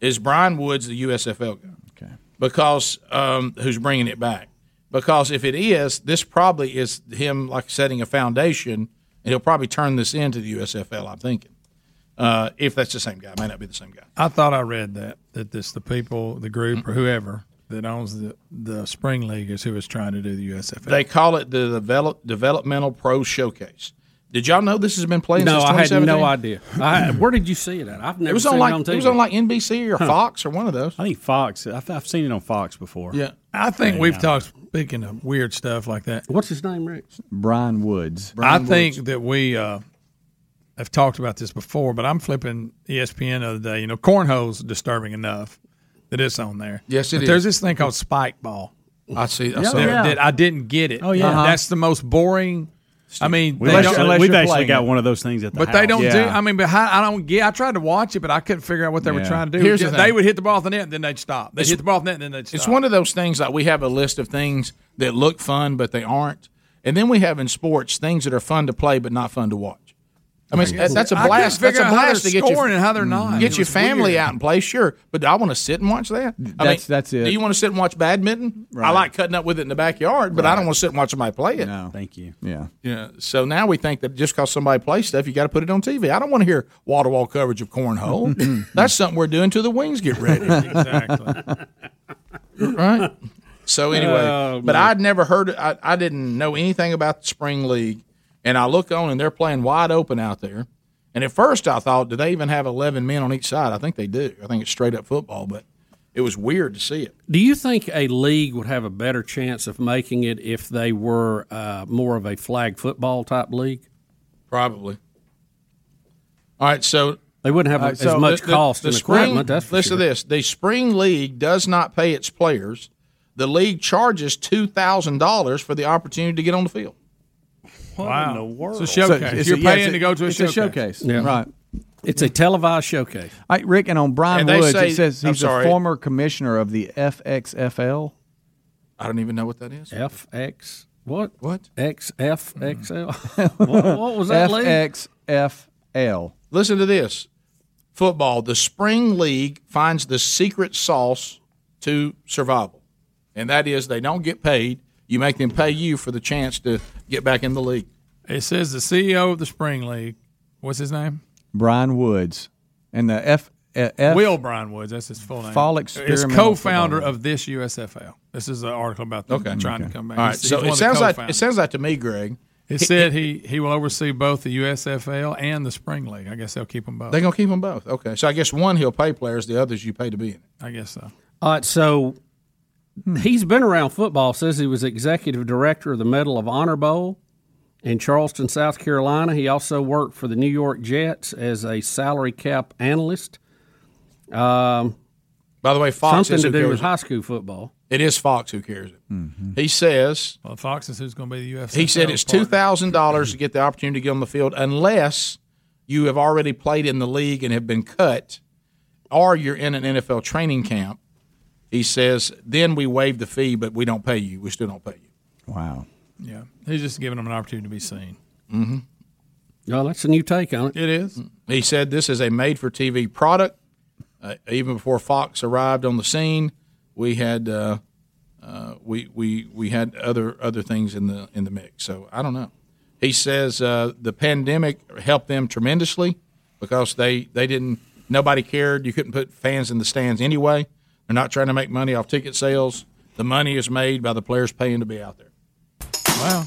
S12: Is Brian Woods the USFL guy?
S8: Okay.
S12: Because um, who's bringing it back? Because if it is, this probably is him like setting a foundation, and he'll probably turn this into the USFL. I'm thinking. Uh, if that's the same guy, it may not be the same guy.
S1: I thought I read that that this the people, the group, or whoever that owns the the spring league is who is trying to do the USFL.
S12: They call it the develop, developmental pro showcase. Did y'all know this has been playing
S13: No,
S12: since
S13: I had
S12: 2017?
S13: no idea. I, where did you see it at? I've never
S12: It was
S13: seen
S12: on like
S13: it on TV.
S12: it was on like NBC or
S13: Huh.
S12: Fox or one of those.
S4: I think Fox. I've, I've seen it on Fox before.
S12: Yeah.
S1: I think
S4: Yeah.
S1: we've talked. Speaking of weird stuff like that,
S13: what's his name, Rick?
S8: Brian Woods.
S1: I think that we uh, have talked about this before, but I'm flipping E ESPN the other day. You know, cornhole's disturbing enough that it's on there.
S12: Yes, it
S1: but There's
S12: is.
S1: this thing called spike ball. I see.
S12: Yeah.
S1: I, saw it.
S12: Yeah.
S1: Did- I didn't get it.
S12: Oh, yeah. Uh-huh.
S1: That's the most boring. I mean,
S4: We've
S1: they
S4: actually-
S1: don't-
S4: we've actually got one of those things at the
S1: But
S4: house.
S1: they don't do.
S4: Yeah.
S1: I mean, behind I don't get. I tried to watch it, but I couldn't figure out what they were
S12: Yeah.
S1: trying to do.
S12: Here's the
S1: they
S12: thing.
S1: would hit the ball off the net, then they'd stop. They
S12: It's-
S1: hit the ball off the net, then they'd stop.
S12: It's one of those things like we have a list of things that look fun but they aren't, and then we have in sports things that are fun to play but not fun to watch. I mean,
S1: Yeah.
S12: that's a
S1: I couldn't
S12: blast. That's
S1: figure
S12: a
S1: out how
S12: blast
S1: they're
S12: to get your-
S1: scoring and how they're not.
S12: Get
S1: It
S12: your
S1: was
S12: family
S1: weird.
S12: out and play, sure. But do I want to sit and watch that? I
S8: That's- that's it.
S12: Do you want to sit and watch badminton? I like cutting up with it in the backyard, but I don't want to sit and watch somebody play it. No,
S4: thank you.
S8: Yeah.
S12: Yeah. So now we think that just because somebody plays stuff, you got to put it on TV. I don't want to hear wall to wall coverage of cornhole. That's something we're doing till the wings get ready.
S5: Exactly.
S12: right. So anyway,
S5: Oh,
S12: but
S5: man.
S12: I'd never heard. I, I didn't know anything about the spring league, and I look on and they're playing wide open out there. And at first I thought, do they even have eleven men on each side? I think they do. I think it's straight up football, but it was weird to see it.
S13: Do you think a league would have a better chance of making it if they were uh, more of a flag football type league?
S12: Probably. All right, Uh, so
S13: they wouldn't have as much cost in equipment. That's for
S12: listen
S13: sure.
S12: to this: the spring league does not pay its players. The league charges two thousand dollars for the opportunity to get on the field.
S1: Wow.
S12: the world?
S1: It's a showcase. You're
S8: yeah,
S1: paying
S8: it's
S1: to go to a
S8: it's
S1: showcase.
S8: showcase.
S1: Yeah.
S8: Right.
S13: It's a televised showcase.
S8: I, Rick, and on Brian
S13: And they
S8: Woods,
S13: say-
S8: it says
S13: I'm
S8: he's a
S13: sorry.
S8: former commissioner of the FXFL.
S12: I don't even know what that is.
S13: FX what
S12: what Hmm.
S13: XFXL? what, what was that league?
S8: FXFL.
S12: Listen to this. Football, the spring league finds the secret sauce to survival. And that is they don't get paid. You make them pay you for the chance to get back in the league.
S1: It says the CEO of the spring league. What's his name?
S8: Brian Woods. And the F. uh, F
S1: Will Brian Woods. That's his full name.
S8: Fall
S1: It's
S8: Experimental
S1: co-founder of this USFL. This is an article about them
S12: Okay.
S1: trying
S12: Okay.
S1: to come back.
S12: All right,
S1: He's- he's
S12: so
S1: one
S12: it
S1: of the
S12: sounds like it
S1: co-founders.
S12: sounds like to me, Greg.
S1: It said he, he will oversee both the USFL and the spring league. I guess they'll keep them both.
S12: they're gonna keep them both. Okay, so I guess one he'll pay players, the others you pay to be in.
S1: I guess so.
S13: All right, so he's been around football. Says he was executive director of the Medal of Honor Bowl in Charleston, South Carolina. He also worked for the New York Jets as a salary cap analyst. Um,
S12: By the way, Fox is
S13: something to do
S12: who cares
S13: with
S12: it.
S13: high school football.
S12: It is Fox who carries it.
S1: Mm-hmm.
S12: He says
S1: Well, Fox is who's going to be the USFL.
S12: he said it's two
S1: partner.
S12: thousand dollars to get the opportunity to get on the field unless you have already played in the league and have been cut, or you're in an NFL training camp. He says then we waive the fee, but we don't pay you. We still don't pay you.
S8: Wow.
S1: Yeah, he's just giving them an opportunity to be seen.
S12: Mm-hmm.
S13: No, that's a new take on it.
S1: It is.
S12: He said this is a made-for-TV product. Uh, even before Fox arrived on the scene, we had uh, uh, we we we had other other things in the in the mix. So I don't know. He says uh, the pandemic helped them tremendously because they they didn't nobody cared. You couldn't put fans in the stands anyway. They're not trying to make money off ticket sales. The money is made by the players paying to be out there.
S1: Wow.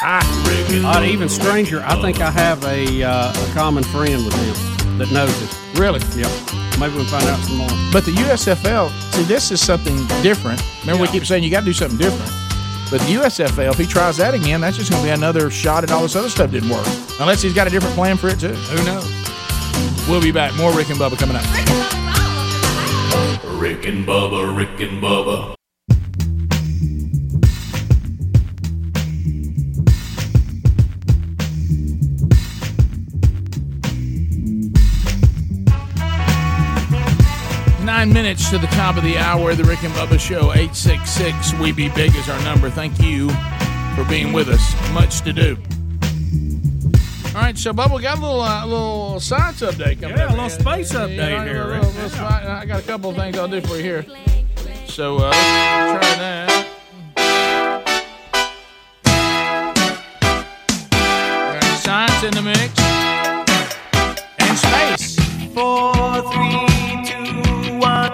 S12: Ah.
S13: All right, even stranger, I think I have a, uh, a common friend with him that knows it.
S12: Really?
S13: Yep. Maybe we'll find out some more.
S12: But the USFL, see, this is something different. Remember, we keep saying you got to do something different. But the USFL, if he tries that again, that's just going to be another shot at all this other stuff didn't work. Unless he's got a different plan for it, too. Who knows? We'll be back. More Rick and Bubba coming up.
S14: Rick and Bubba, Rick and Bubba.
S12: Nine minutes to the top of the hour, the Rick and Bubba Show, 866 We Be Big is our number. Thank you for being with us. Much to do. All right, so Bubba we got a little uh, little science update coming
S5: Yeah,
S12: up.
S5: a little space
S12: Yeah,
S5: update
S12: yeah,
S5: here,
S12: a
S5: Rick.
S12: little- little spi- I got a couple of things I'll do for you here. So uh, let's try that. Got Science in the mix and space. Four, three, two, one.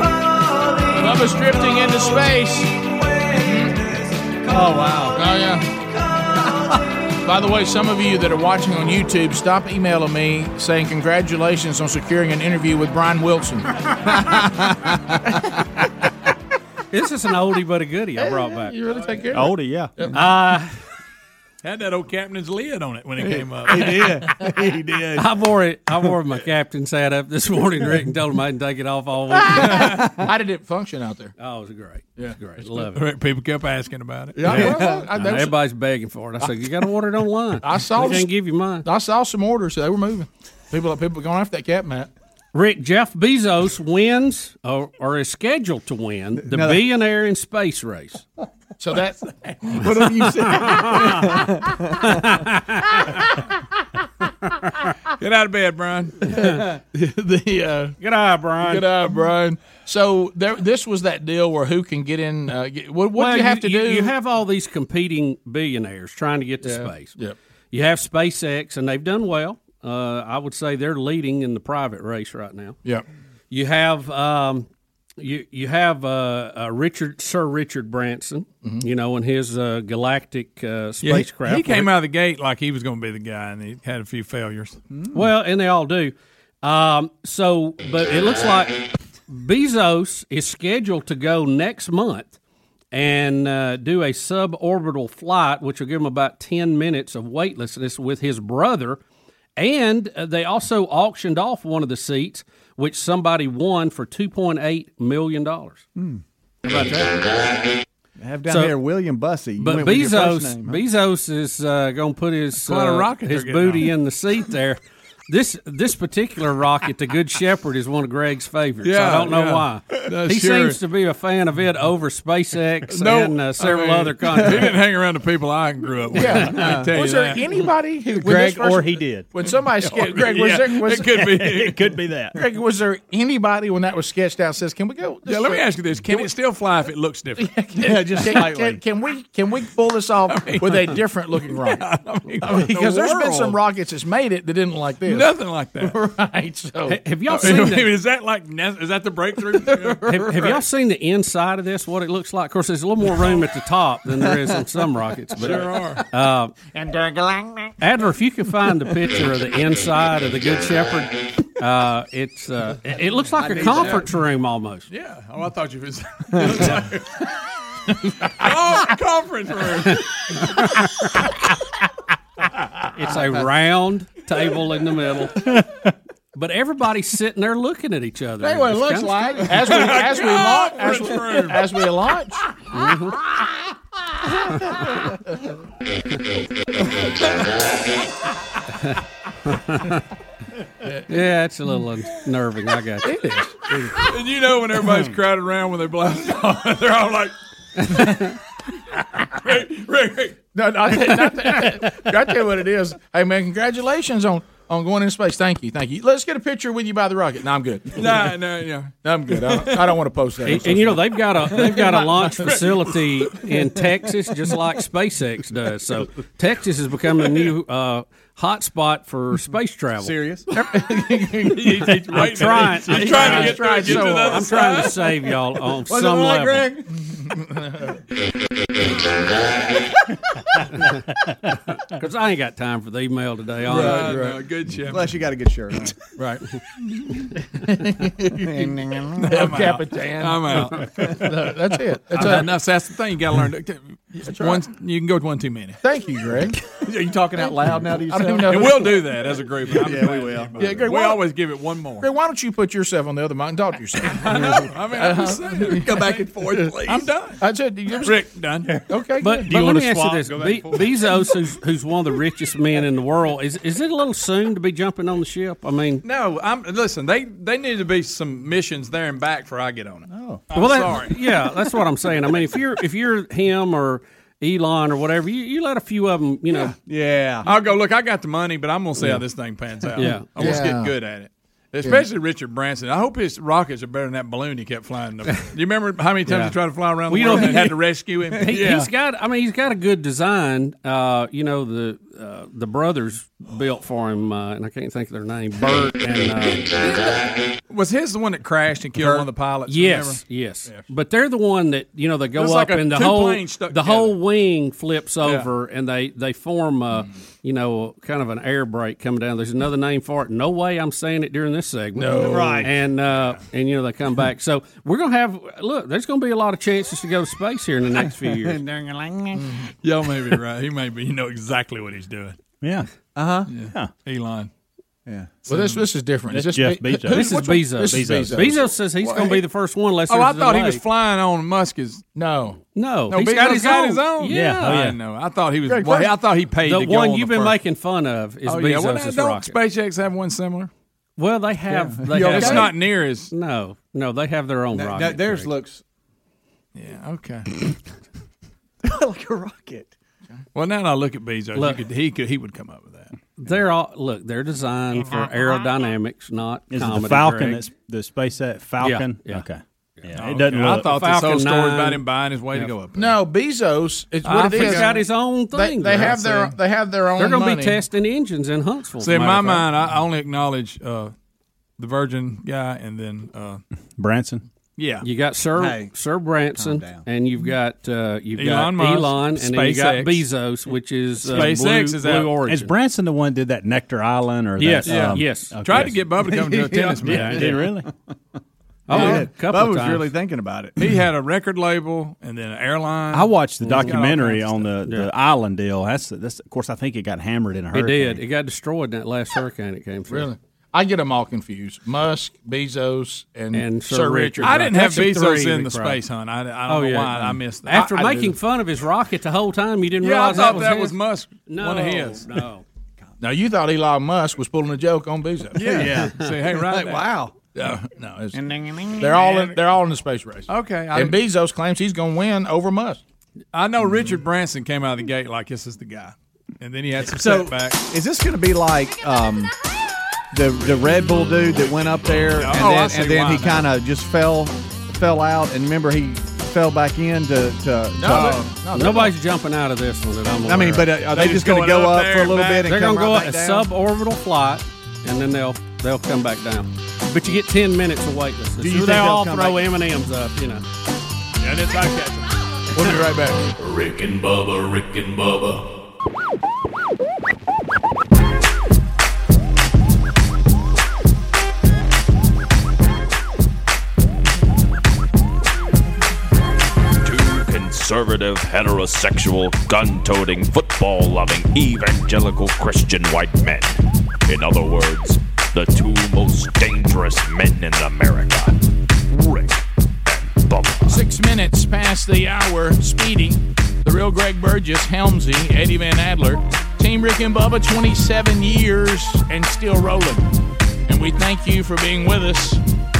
S12: Bubba's drifting into space. Oh wow! Oh yeah. By the way, some of you that are watching on YouTube, stop emailing me saying congratulations on securing an interview with Brian Wilson.
S13: This is an oldie but a goodie I brought back.
S12: You really take care.
S13: Oldie, yeah. Uh,
S1: Had that old captain's lid on it when it
S13: He-
S1: came up.
S13: he did.
S1: He did.
S13: I wore it. I wore my captain's hat up this morning, Rick, and told him I didn't take it off all week. How
S12: did it function out there?
S13: Oh, it was great.
S12: Yeah,
S13: great. Love it.
S1: Right, People kept asking about it.
S13: Yeah,
S12: Yeah. well, I-
S13: And
S12: that was-
S13: everybody's begging for it. I said, "You got to order it online."
S12: I saw.
S13: They can't give you mine.
S12: I saw some orders. They were moving. People, people were going after that cap, Matt.
S13: Rick Jeff Bezos wins or, or is scheduled to win the
S12: No, that-
S13: billionaire in space race.
S12: So that's
S13: Whatever you said.
S1: Get out of bed, Brian.
S12: the uh,
S13: good eye, Brian.
S12: Good eye, Brian. So there, this was that deal where who can get in? Uh, get, what what
S13: Well,
S12: do you have to do?
S13: You have all these competing billionaires trying to get to
S12: Yeah.
S13: space.
S12: Yep.
S13: You have SpaceX, and they've done well. Uh, I would say they're leading in the private race right now.
S12: Yep.
S13: You have um, you you have uh, uh, Richard Sir Richard Branson,
S12: Mm-hmm.
S13: you know, and his uh, galactic uh,
S1: Yeah, he-
S13: spacecraft.
S1: He came out of the gate like he was going to be the guy, and he had a few failures.
S13: Well, and they all do. Um, so, but it looks like Bezos is scheduled to go next month and uh, do a suborbital flight, which will give him about 10 minutes of weightlessness with his brother. And uh, they also auctioned off one of the seats, which somebody won for $2.8 million.
S8: Hmm.
S13: How about that?
S8: Have down
S13: So-
S8: there William Bussey. You
S13: But
S8: went with your first
S13: Bezos,
S8: name, huh?
S13: Bezos is uh, going to put his
S8: Quite a
S13: uh,
S8: rocket
S13: his
S8: they're
S13: booty
S8: getting
S13: in the seat there. This this particular rocket, the Good Shepherd, is one of Greg's favorites.
S1: Yeah,
S13: I don't know
S1: yeah.
S13: why.
S1: No,
S13: he
S1: sure.
S13: seems to be a fan of it over SpaceX and uh, several
S1: I mean,
S13: other countries.
S1: He didn't hang around the people I grew up with.
S13: Yeah.
S1: I can tell you
S12: was there
S1: that.
S12: anybody who when this
S1: Greg
S12: first-
S1: or he did.
S12: When somebody
S1: Or-
S12: sketched Greg, was
S1: yeah,
S12: there, was
S1: it could be. It
S12: could be that. Greg, was there anybody when that was sketched out says, "Can we go?"
S1: Yeah, let me ask you this: Can
S12: we-
S1: it still fly if it looks different?
S12: Yeah, just can, can, can we can we pull this off with a different looking rocket? I mean,
S1: what in the
S12: because there's been
S1: world?
S12: some rockets that's made it that didn't like this.
S1: Nothing like that.
S12: right. So
S13: Ha- have y'all seen that?
S1: Is that like is that the breakthrough?
S13: have, have y'all seen the inside of this? What it looks like? Of course, there's a little more room at the top than there is on some rockets. But,
S1: Sure are.
S13: Uh,
S5: And Durgalang.
S13: Adler, if you could find a picture of the inside of the Good Shepherd, uh, it's uh, it it looks like
S1: I
S13: a
S1: need
S13: conference
S1: that.
S13: room almost.
S1: Yeah. Oh, I thought you was. oh, conference room.
S13: It's a round table in the middle, but everybody's sitting there looking at each other.
S12: That's what it
S13: It's
S12: looks
S13: kinda
S12: like
S13: strange.
S12: as we as we launch as we, as we launch.
S13: yeah, it's a little unnerving. I got you.
S1: and you know when everybody's crowded around with their blouse on, they're all like. Rick, Rick, Rick.
S12: No, no, I tell, I tell- I tell you what it is. Hey man, congratulations on on going into space. Thank you, thank you. Let's get a picture with you by the rocket. No, I'm good.
S1: No, no, yeah.
S12: I'm good. I don't, I don't want to post that.
S13: And, and you know they've got a they've got a launch facility in Texas, just like SpaceX does. So Texas has become a new uh, hotspot for space travel.
S8: Serious?
S13: I'm trying.
S5: He's trying to
S13: trying
S5: get through, get
S13: so
S5: to the
S13: hard.
S5: other
S13: I'm trying to
S5: side.
S13: save y'all on
S5: Was it
S13: some
S5: all right,
S13: level. Because I ain't got time for the email today. All
S1: Right, right. Good shirt.
S8: Unless you got a good shirt.
S12: right.
S1: I'm
S12: Capitan.
S1: Out. I'm out.
S12: No, that's it. That's
S1: That's,
S12: it.
S1: that's, that's the thing you got to learn. to-
S12: That's right.
S1: One, you can go with one too many.
S12: Thank you, Greg.
S1: Are you talking
S12: out loud now to I don't even know
S1: and
S12: who-
S1: we'll do that as a group. I'm
S12: Yeah, we
S1: glad
S12: will.
S1: you did,
S12: Yeah, Greg,
S1: we
S12: why-
S1: always give it one more.
S12: Greg, why don't you put yourself on the other mic and talk to yourself? I
S1: know. I mean, I'm just saying.
S12: Go back and forth, please.
S1: I'm done.
S12: I said, you just-
S1: Rick, done.
S12: Okay,
S13: But,
S12: good.
S13: but let me ask you this: Be- Bezos, who's, who's one of the richest men in the world, is is it a little soon to be jumping on the ship? I mean,
S1: No, I'm listen. They they need to be some missions there and back before I get on it. Oh, I'm
S13: well, that-
S1: sorry.
S13: yeah, that's what I'm saying. I mean, if you're if you're him or Elon or whatever, you, you let a few of them, you know.
S1: Yeah. I'll go. Look, I got the money, but I'm gonna see
S13: Yeah.
S1: how this thing pans out.
S13: Yeah.
S1: I want
S13: Yeah.
S1: to get good at it. Especially Richard Branson. I hope his rockets are better than that balloon he kept flying. Up. Do you remember how many times
S13: Yeah.
S1: he tried to fly around
S13: Well,
S1: the
S13: you
S1: world
S13: know,
S1: and
S13: he-
S1: had to rescue him?
S13: He, He's got. I mean, he's got a good design. Uh, you know the uh, the brothers built for him, uh, and I can't think of their name. Bert and uh,
S1: Was his the one that crashed and killed one of the pilots?
S13: Yes, yes, But they're the one that you know they go
S1: It's
S13: up
S1: like a-
S13: and the
S1: two
S13: whole the
S1: planes stuck
S13: whole wing flips over and they they form a
S1: Mm-hmm.
S13: you know kind of an air brake coming down. There's another name for it. No way I'm saying it during this segment.
S1: No. Right.
S13: And uh, and you know they come back. So we're gonna have look. There's gonna be a lot of chances to go to space here in the next few years.
S1: Y'all may be right. He may be. You know exactly what he's doing.
S13: Yeah.
S1: Uh huh. Yeah. Elon.
S8: Yeah.
S1: Well, this this is different. Is this Jeff Be- Bezos. who-
S13: This is
S1: which one-
S13: Bezos.
S1: this is
S13: Bezos.
S1: Bezos.
S13: says he's
S1: Well,
S13: going to be
S1: he-
S13: the first one. Unless
S1: oh,
S13: there's
S1: I
S13: a
S1: thought he
S13: delay.
S1: was flying on Musk's. No,
S13: No,
S1: no, he's got, he's got his own.
S13: Yeah,
S1: I know. I thought he was.
S13: Greg,
S1: well,
S13: first-
S1: I thought he paid
S13: the
S1: to go
S13: one
S1: on
S13: you've
S1: the
S13: been
S1: first-
S13: making fun of is
S1: oh,
S13: Bezos'
S1: yeah. Well, now, don't
S13: rocket.
S1: SpaceX have one similar?
S13: Well, they have.
S1: Yeah.
S13: They
S1: Yeah,
S13: have
S1: it's not near as.
S13: No, no, they have their own
S1: That-
S13: rocket.
S1: that- theirs
S8: looks.
S1: Yeah. Okay.
S8: like a rocket.
S1: Well, now that I look at Bezos,
S13: Look.
S1: he could he could he would come up with that.
S13: They're all look. They're designed for
S12: Uh-huh.
S13: aerodynamics, not
S4: Is it
S13: comedy.
S4: the Falcon?
S13: Greg.
S4: That's the SpaceX Falcon.
S13: Yeah, yeah.
S4: Okay. Yeah,
S13: Oh,
S4: it doesn't.
S1: okay. I
S4: Look.
S1: thought this whole story
S13: Falcon
S1: about
S13: 9.
S1: him buying his way
S13: Yeah.
S1: to go up.
S12: No, Bezos. It's what
S13: I
S12: it is.
S13: forgot his own
S12: They-
S13: thing.
S12: They,
S13: Greg.
S12: have their they have their own.
S13: They're gonna
S12: money.
S13: be testing engines in Huntsville.
S1: See, in my mind, I I only acknowledge uh, the Virgin guy, and then uh,
S4: Branson.
S1: yeah,
S13: you got Sir
S1: Hey,
S13: Sir Branson,
S1: calm down.
S13: and you've got uh, you've
S1: Elon
S13: got
S1: Musk,
S13: Elon, and then you got
S1: SpaceX.
S13: Bezos, which is uh, Blue, Blue Origin.
S4: Is Branson the one that did that Nectar Island or
S13: Yes,
S4: that, um, uh,
S13: yeah, yes.
S1: Tried to get Bubba to come to a tennis match.
S4: Yeah, did he really?
S13: Oh,
S1: Yeah.
S13: a couple
S1: Bubba
S13: of
S1: was
S13: times.
S1: really thinking about it. He had a record label and then an airline.
S4: I watched the
S1: He's got all
S4: documentary
S1: kinds of
S4: on the, the island deal. That's that's of course I think it got hammered in a
S13: It
S4: hurricane.
S13: did. It got destroyed in that last hurricane it came through.
S12: Really, I get them all confused. Musk, Bezos, and,
S13: And Sir
S12: Sir,
S13: Richard.
S12: Richard.
S1: I didn't
S13: That's
S1: have
S13: your
S1: Bezos
S13: three,
S1: in the
S13: Rick Rock.
S1: space hunt. I, I don't know why I missed that.
S13: After
S1: I- I
S13: making
S1: didn't.
S13: fun of his rocket the whole time, you didn't
S1: Yeah, I
S13: realize
S1: thought
S13: that was,
S1: that
S13: his?
S1: was Musk,
S13: No,
S1: one of his.
S13: No,
S12: Now you thought Elon Musk was pulling a joke on Bezos.
S1: Yeah. Yeah. Say, hey, right there.
S12: No, no, it's,
S1: And ding, ding,
S12: they're all
S1: ding.
S12: in, they're all in the space race.
S1: Okay, I
S12: and Bezos claims he's going to win over Musk.
S1: I know Richard Branson came out of the gate like this is the guy, and then he had some
S8: So,
S1: setbacks.
S8: is this going to be like um, the the Red Bull dude that went up there and
S1: Oh, I
S8: then,
S1: see
S8: and then
S1: why
S8: he
S1: now.
S8: kind of just fell fell out and remember he fell back in to, uh, to,
S13: no,
S8: to
S13: nobody's jumping out of this one. That I'm
S8: I mean,
S13: aware
S8: but
S13: of.
S8: uh, are they, just going to go up, for a little bit and
S13: They're
S8: come
S13: gonna go
S8: right
S13: up
S8: back
S13: a
S8: down?
S13: suborbital flight, and then they'll they'll come back down. But you get ten minutes of weightlessness.
S1: Do you think
S13: they
S1: they'll
S13: all
S1: come
S13: throw
S1: back-
S13: M and M's up, you know.
S1: And it's like that. We'll be right back.
S14: Rick and Bubba, Rick and Bubba,
S19: Two conservative, heterosexual, gun toting, football loving, evangelical Christian white men. In other words, the two most dangerous men in America Rick and Bubba.
S12: Six minutes past the hour. Speedy, the real Greg Burgess, Helmsy, Eddie Van Adler, Team Rick and Bubba, 27 years and still rolling. And we thank you for being with us.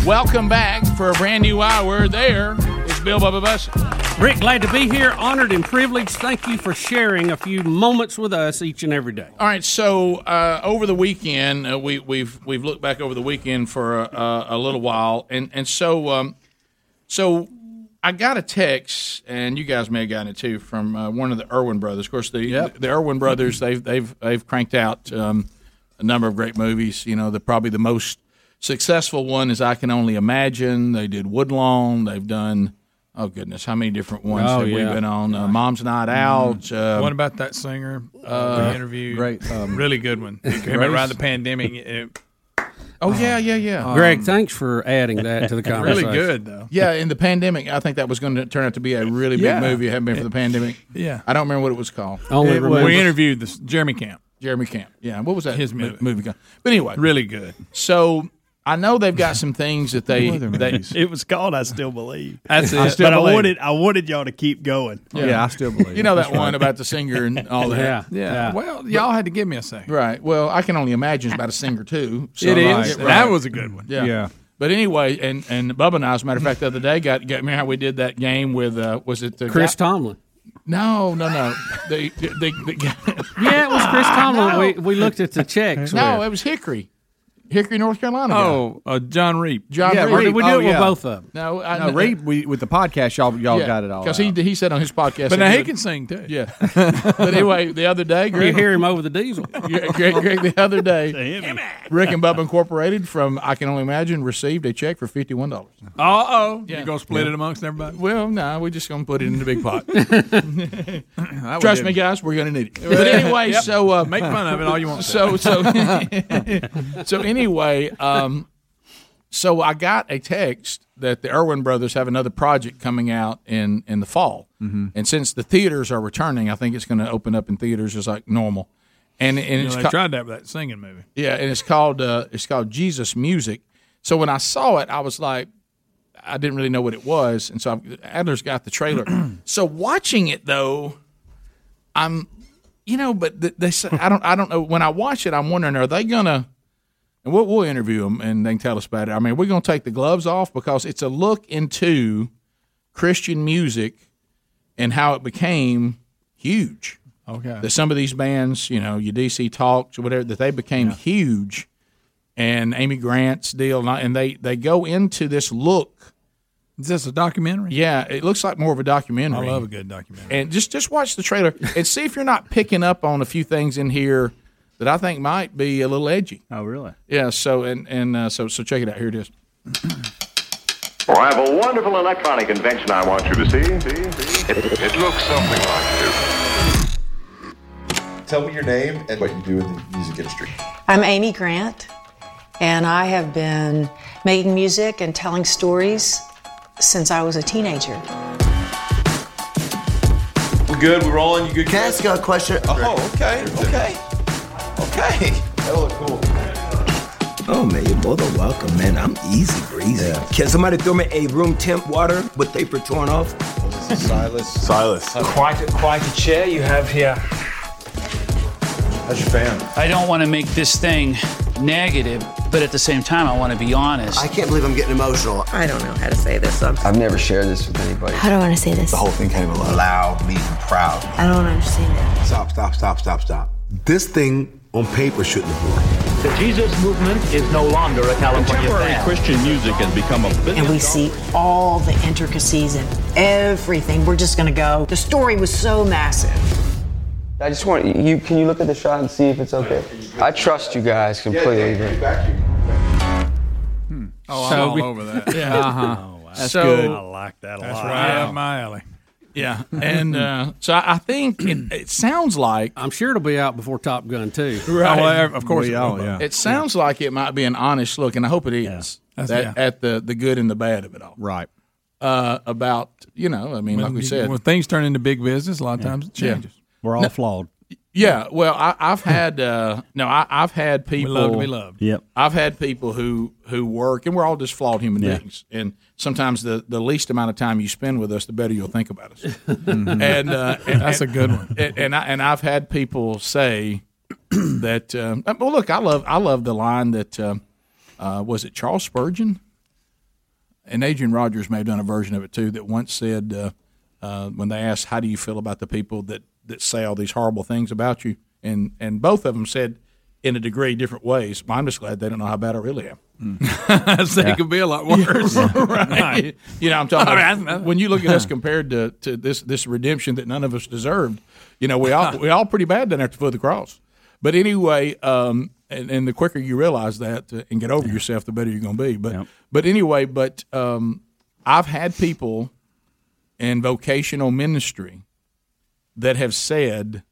S12: Welcome back for a brand new hour. There is Bill Bubba Bussett.
S13: Rick, glad to be here. Honored and privileged. Thank you for sharing a few moments with us each and every day.
S12: All right, so uh, over the weekend, uh, we, we've we've looked back over the weekend for uh, a little while, and and so um, so I got a text, and you guys may have gotten it too from uh, one of the Irwin brothers. Of course, the the Irwin brothers they've they've they've cranked out um, a number of great movies. You know, the probably the most successful one is I Can Only Imagine. They did Woodlawn. They've done. Oh goodness! How many different ones
S1: Oh,
S12: have we
S1: yeah. Mm.
S12: been on? Uh, Mom's Night Out. Uh,
S1: what about that singer? Uh,
S12: uh,
S1: we interviewed.
S12: great, um,
S1: really good one. It came out
S12: Grace?
S1: around the pandemic. It-
S12: Oh yeah, yeah, yeah. Um,
S13: Greg, thanks for adding that to the
S1: really
S13: conversation.
S1: good though.
S12: Yeah, in the pandemic, I think that was going to turn out to be a really big
S1: Yeah.
S12: movie. It hadn't been for the pandemic.
S1: Yeah.
S12: I don't remember what it was called.
S1: It
S12: It
S1: was-
S12: was-
S1: we interviewed this Jeremy Camp.
S12: Jeremy Camp. Yeah, what was that?
S1: His
S12: mo-
S1: movie.
S12: movie called? But anyway,
S1: Really good.
S12: So I know they've got some things that they.
S1: What other
S12: they
S1: movies?
S12: it
S4: was called I Still Believe.
S1: That's
S4: I
S1: it.
S4: but I wanted I wanted y'all to keep going.
S12: You know that one about the singer and all that.
S4: Yeah.
S1: Yeah.
S4: Yeah.
S1: Well, y'all had to give me a second.
S12: Right. Well, I can only imagine it's about a singer too.
S1: It is.
S12: Right,
S1: That
S12: right.
S1: was a good one.
S12: Yeah.
S1: Yeah.
S12: But anyway, and and Bubba and I, as a matter of fact, the other day got got remember how we did that game with uh, was it the
S13: Chris
S12: guy-
S13: Tomlin.
S12: No, no, no. They, they, they,
S1: Ah,
S13: Yeah, it was Chris Tomlin. We, we looked at the checks.
S12: No,
S13: with.
S12: it was Hickory. Hickory, North Carolina. guy.
S1: Oh, uh, John Reap.
S12: John
S8: Yeah,
S12: Reap.
S8: Reap.
S12: We do it with
S1: both of them.
S12: No, I,
S8: No, Reed, we, with the podcast, y'all y'all got it all.
S12: because he he said on his podcast.
S1: But now
S12: that
S1: he
S12: would-
S1: can sing too.
S12: Yeah. but anyway, the other day, Greg,
S1: hear him over the diesel.
S12: Greg, Greg, the other day, Rick and Bub Incorporated from I can only imagine received a check for fifty one dollars.
S1: Uh oh. You're going to split
S12: Yeah.
S1: it amongst everybody?
S12: Well, no, we're just going to put it in the big pot.
S1: would
S12: Trust
S1: do.
S12: me, guys, we're going to need it. But anyway,
S1: Yep.
S12: so uh,
S1: Make fun of it all you want to.
S12: So so so anyway, um, so I got a text that the Irwin brothers have another project coming out in in the fall,
S1: Mm-hmm.
S12: and since the theaters are returning, I think it's going to open up in theaters just like normal. And and
S1: You know,
S12: it's
S1: they
S12: co-
S1: tried that with that singing movie.
S12: yeah, and it's called uh, it's called Jesus Music. So when I saw it, I was like, I didn't really know what it was, and so I, Adler's got the trailer. so watching it though, I'm, you know, but th- they say, I don't I don't know. When I watch it, I'm wondering are they gonna, and we'll, we'll interview them and they can tell us about it. I mean, we're gonna take the gloves off because it's a look into Christian music and how it became huge
S1: Okay.
S12: that some of these bands, you know, your DC Talks, whatever, that they became huge, and Amy Grant's deal, and I- and they they go into this look.
S1: Is this a documentary?
S12: Yeah, it looks like more of a documentary.
S1: I love a good documentary.
S12: And just just watch the trailer and see if you're not picking up on a few things in here that I think might be a little edgy.
S4: Oh, really?
S12: Yeah. So and and uh, so so check it out. Here it is.
S2: Well, I have a wonderful electronic invention I want you to see. It, it looks something like
S15: Tell me your name and what you do in the music industry.
S25: I'm Amy Grant, and I have been making music and telling stories since I was a teenager.
S15: We're good. We're rolling. You good? Can I ask you a question? Oh, okay. Okay. Okay. That'll look cool.
S26: Oh man, you're more than welcome, man. I'm easy breezy. Can somebody throw me a room temp water with paper torn off? Silas. Silas.
S27: Quite a, quite a chair you have here.
S15: How's your band?
S27: I don't want to make this thing negative, but at the same time, I want to be honest. I can't believe I'm getting emotional. I don't know how to say this. I'm
S15: I've never shared this with anybody.
S25: How do I want to say this?
S15: The whole thing came alive. Loud, mean, and proud.
S25: I don't understand it.
S15: Stop, stop, stop, stop, stop. This thing on paper shouldn't have worked.
S28: The Jesus movement is no longer a California fad.
S15: Christian music has become a
S25: And we see all the intricacies and everything. We're just going to go. The story was so massive.
S29: I just want you. Can you look at the shot and see if it's okay? I trust you guys completely.
S1: Oh,
S28: So
S1: I'm all
S28: we-
S1: over that.
S28: Yeah. Uh-huh.
S12: Oh, That's good. I
S1: like that
S12: a
S1: That's
S12: lot.
S1: right
S12: Wow.
S1: up my alley.
S12: Yeah, and uh, so I I think it, it sounds like
S13: I'm sure it'll be out before Top Gun too.
S12: Oh, well, of course, it, will. it sounds like it might be an honest look, and I hope it is
S13: That's-
S12: that,
S13: yeah.
S12: at the the good and the bad of it all.
S8: Right.
S12: Uh, about you know, I mean,
S1: when,
S12: like we
S1: you-
S12: said,
S1: when things turn into big business, a lot of times it
S12: Yeah.
S1: changes.
S8: We're all
S12: No.
S8: flawed.
S12: yeah. Well, I, I've had uh, no, I, I've had people
S1: love to be loved.
S8: Yep.
S12: I've had people who who work, and we're all just flawed human
S1: Yeah.
S12: beings. And sometimes the the least amount of time you spend with us, the better you'll think about us. and, uh, and
S1: Mm-hmm. That's a good one.
S12: And, and I and I've had people say that. Um, well, look, I love I love the line that um, uh, was it Charles Spurgeon and Adrian Rogers may have done a version of it too that once said uh, uh, when they asked how do you feel about the people that that say all these horrible things about you and and both of them said in a degree different ways. Well, I'm just glad they don't know how bad I really am.
S1: Hmm. so it could be a lot worse.
S12: right. You know, I'm talking.
S1: I mean,
S12: About,
S1: that's nothing.
S12: when you look at us compared to, to this this redemption that none of us deserved, you know, we all we all pretty bad down there at the foot of the cross. But anyway, um, and, and the quicker you realize that uh, and get over yourself, the better you're going to be. But but anyway, but um, I've had people in vocational ministry that have said,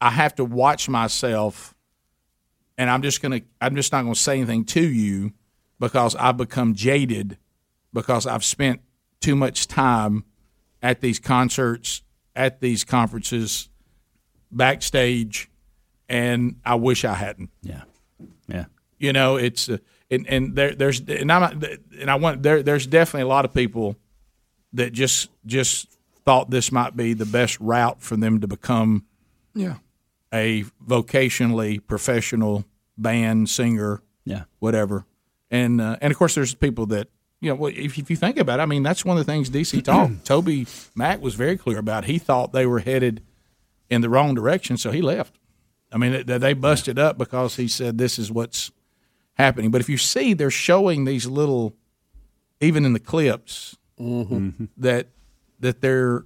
S12: "I have to watch myself." And I'm just gonna. I'm just not gonna say anything to you because I've become jaded because I've spent too much time at these concerts, at these conferences, backstage, and I wish I hadn't.
S4: Yeah, yeah.
S12: You know, it's uh, and and there there's and I'm not- and I want there there's definitely a lot of people that just just thought this might be the best route for them to become
S1: Yeah.
S12: a vocationally professional band singer,
S4: Yeah.
S12: whatever. And uh, and of course, there's people that you know. well, If, if you think about it, I mean, that's one of the things DC Talk Toby Mack was very clear about. He thought they were headed in the wrong direction, so he left. I mean, they, they busted up because he said this is what's happening. But if you see, they're showing these little, even in the clips, that that there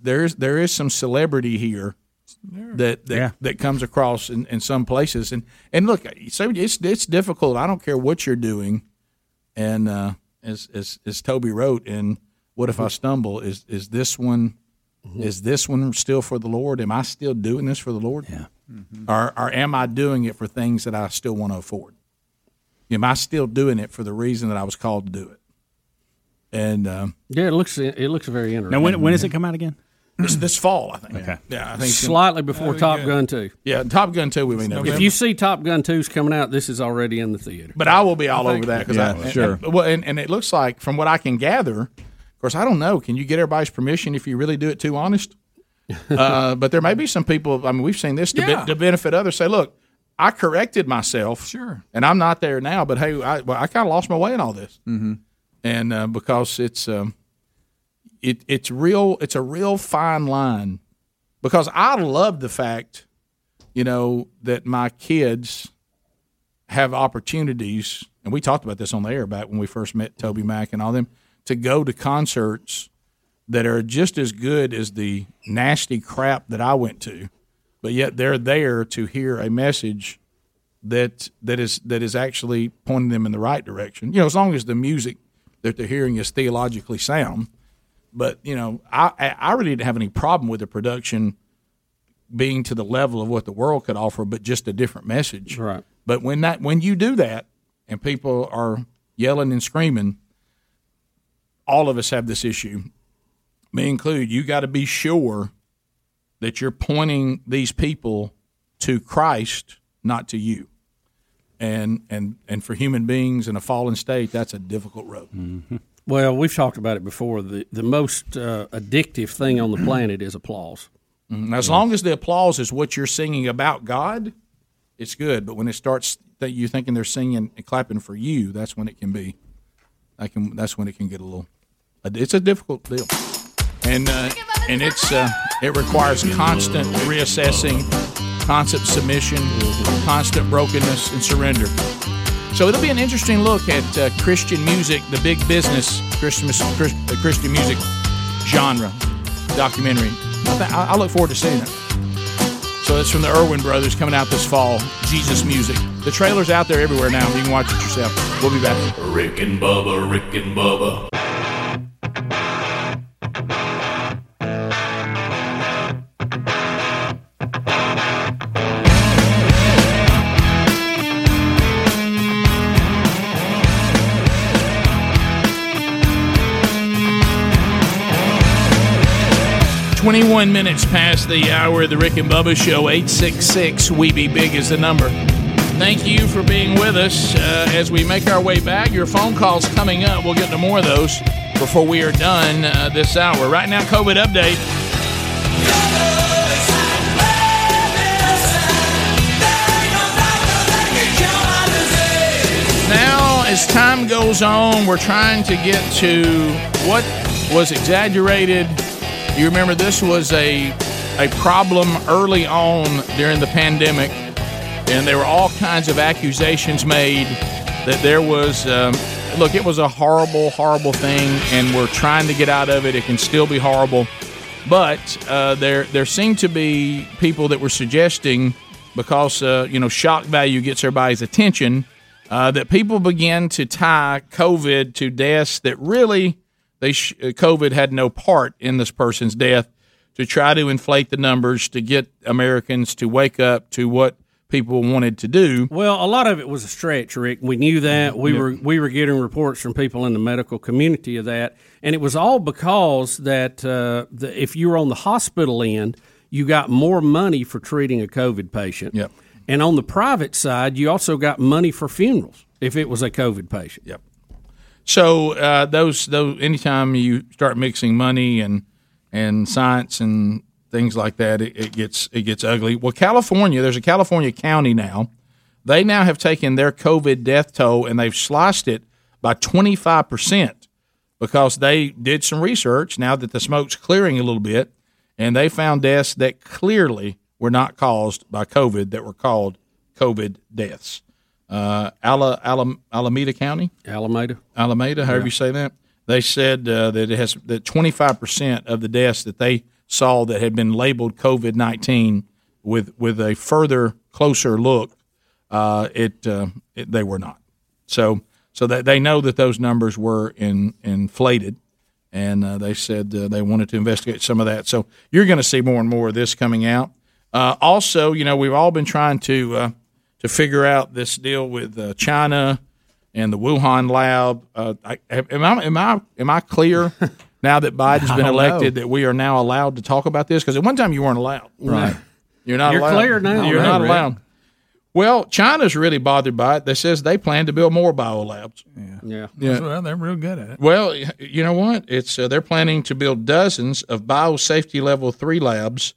S12: there's there is some celebrity here that that,
S1: Yeah.
S12: that comes across in, in some places. And and look, so it's it's difficult. I don't care what you're doing, and uh, as as as Toby wrote in "What If I Stumble," is is this one.
S13: Mm-hmm.
S12: Is this one still for the Lord? Am I still doing this for the Lord? Yeah. Or, or am I doing it for things that I still want to afford? Am I still doing it for the reason that I was called to do it? And um,
S13: Yeah, it looks it looks very interesting.
S12: Now, when- when does it
S13: come out again?
S12: Mm-hmm. This, this fall, I think. Yeah, I think it's gonna-
S13: slightly before
S12: That'll be
S13: Top
S12: good.
S13: Gun Two.
S12: Yeah, Top Gun Two. We may know.
S13: If you see Top Gun Two's coming out, this is already in the theater.
S12: But I will be all
S13: I
S12: over
S13: think-
S12: that because
S13: Yeah,
S12: I
S13: sure.
S12: And, well, and, and it looks like from what I can gather, of course, I don't know. Can you get everybody's permission if you really do it too honest? uh, but there may be some people. I mean, we've seen this to, be-
S1: Yeah.
S12: to benefit others. Say, look, I corrected myself. Sure. And I'm not there now, but hey, I, well, I kind of lost my way in all this,
S1: Mm-hmm.
S12: and uh, because it's um, it it's real. It's a real fine line because I love the fact, you know, that my kids have opportunities, and we talked about this on the air back when we first met Toby Mack and all them, to go to concerts that are just as good as the nasty crap that I went to, but yet they're there to hear a message that that is that is actually pointing them in the right direction. You know, as long as the music that they're hearing is theologically sound. But you know, I I I really didn't have any problem with the production being to the level of what the world could offer, but just a different message. Right. But when that when you do that, and people are yelling and screaming, all of us have this issue, me include. You got to be sure that you're pointing these people to Christ, not to you. And and and for human beings in a fallen state, that's a difficult road.
S13: Well, we've talked about it before. The the most uh, addictive thing on the planet is applause.
S12: Mhm. As long as the applause is what you're singing about God, it's good. But when it starts that you thinking they're singing and clapping for you, that's when it can be. I can. That's when it can get a little. It's a difficult deal, and uh, and it's uh, it requires constant reassessing, constant submission, constant brokenness and surrender. So it'll be an interesting look at uh, Christian music, the big business Christmas Chris, uh, Christian music genre documentary. I, th- I I look forward to seeing it. So it's from the Irwin Brothers coming out this fall. Jesus music. The trailer's out there everywhere now. You can watch it yourself. We'll be back.
S14: Rick and Bubba, Rick and Bubba.
S12: Twenty-one minutes past the hour of the Rick and Bubba Show. Eight six six. We be big is the number. Thank you for being with us uh, as we make our way back. Your phone calls coming up. We'll get to more of those before we are done uh, this hour. Right now, COVID update. Now, as time goes on, we're trying to get to what was exaggerated. You remember this was a a problem early on during the pandemic, and there were all kinds of accusations made that there was. Um, look, it was a horrible, horrible thing, and we're trying to get out of it. It can still be horrible, but uh, there there seemed to be people that were suggesting because uh, you know shock value gets everybody's attention uh, that people begin to tie COVID to deaths that really they sh- uh, COVID had no part in this person's death to try to inflate the numbers to get Americans to wake up to what people wanted to do.
S13: Well, a lot of it was a stretch, Rick. We knew that. We
S12: Yeah.
S13: were we were getting reports from people in the medical community of that, and it was all because that uh, the, if you were on the hospital end, you got more money for treating a COVID patient. Yep. And on the private side, you also got money for funerals if it was a COVID patient.
S12: Yep. So uh, those those anytime you start mixing money and and science and things like that, it, it gets it gets ugly. Well, California, there's a California county now. They now have taken their COVID death toll and they've sliced it by 25 percent because they did some research now that the smoke's clearing a little bit, and they found deaths that clearly were not caused by COVID that were called COVID deaths. Uh, uh, Ala, Ala, Alameda County,
S13: Alameda,
S12: Alameda, however
S13: Yeah.
S12: you say that. They said uh, that it has that twenty five percent of the deaths that they saw that had been labeled COVID nineteen with with a further closer look, uh, it, uh, it they were not. So so that they know that those numbers were in, inflated, and uh, they said uh, they wanted to investigate some of that. So you're going to see more and more of this coming out. Uh, also, you know, we've all been trying to uh, to figure out this deal with uh, China and the Wuhan lab. Uh, I, am I am I am I clear now that Biden's
S13: I
S12: been
S13: don't
S12: elected
S13: know.
S12: that we are now allowed to talk about this? Because at one time you weren't allowed.
S13: Right.
S12: You're not.
S13: You're
S12: allowed.
S13: clear now.
S12: You're
S13: I know,
S12: not
S13: Rick.
S12: allowed. Well, China's really bothered by it. They says they plan to build more biolabs.
S13: Yeah.
S12: Yeah.
S1: Well, they're real good at it.
S12: Well, you know what? It's uh, they're planning to build dozens of biosafety level three labs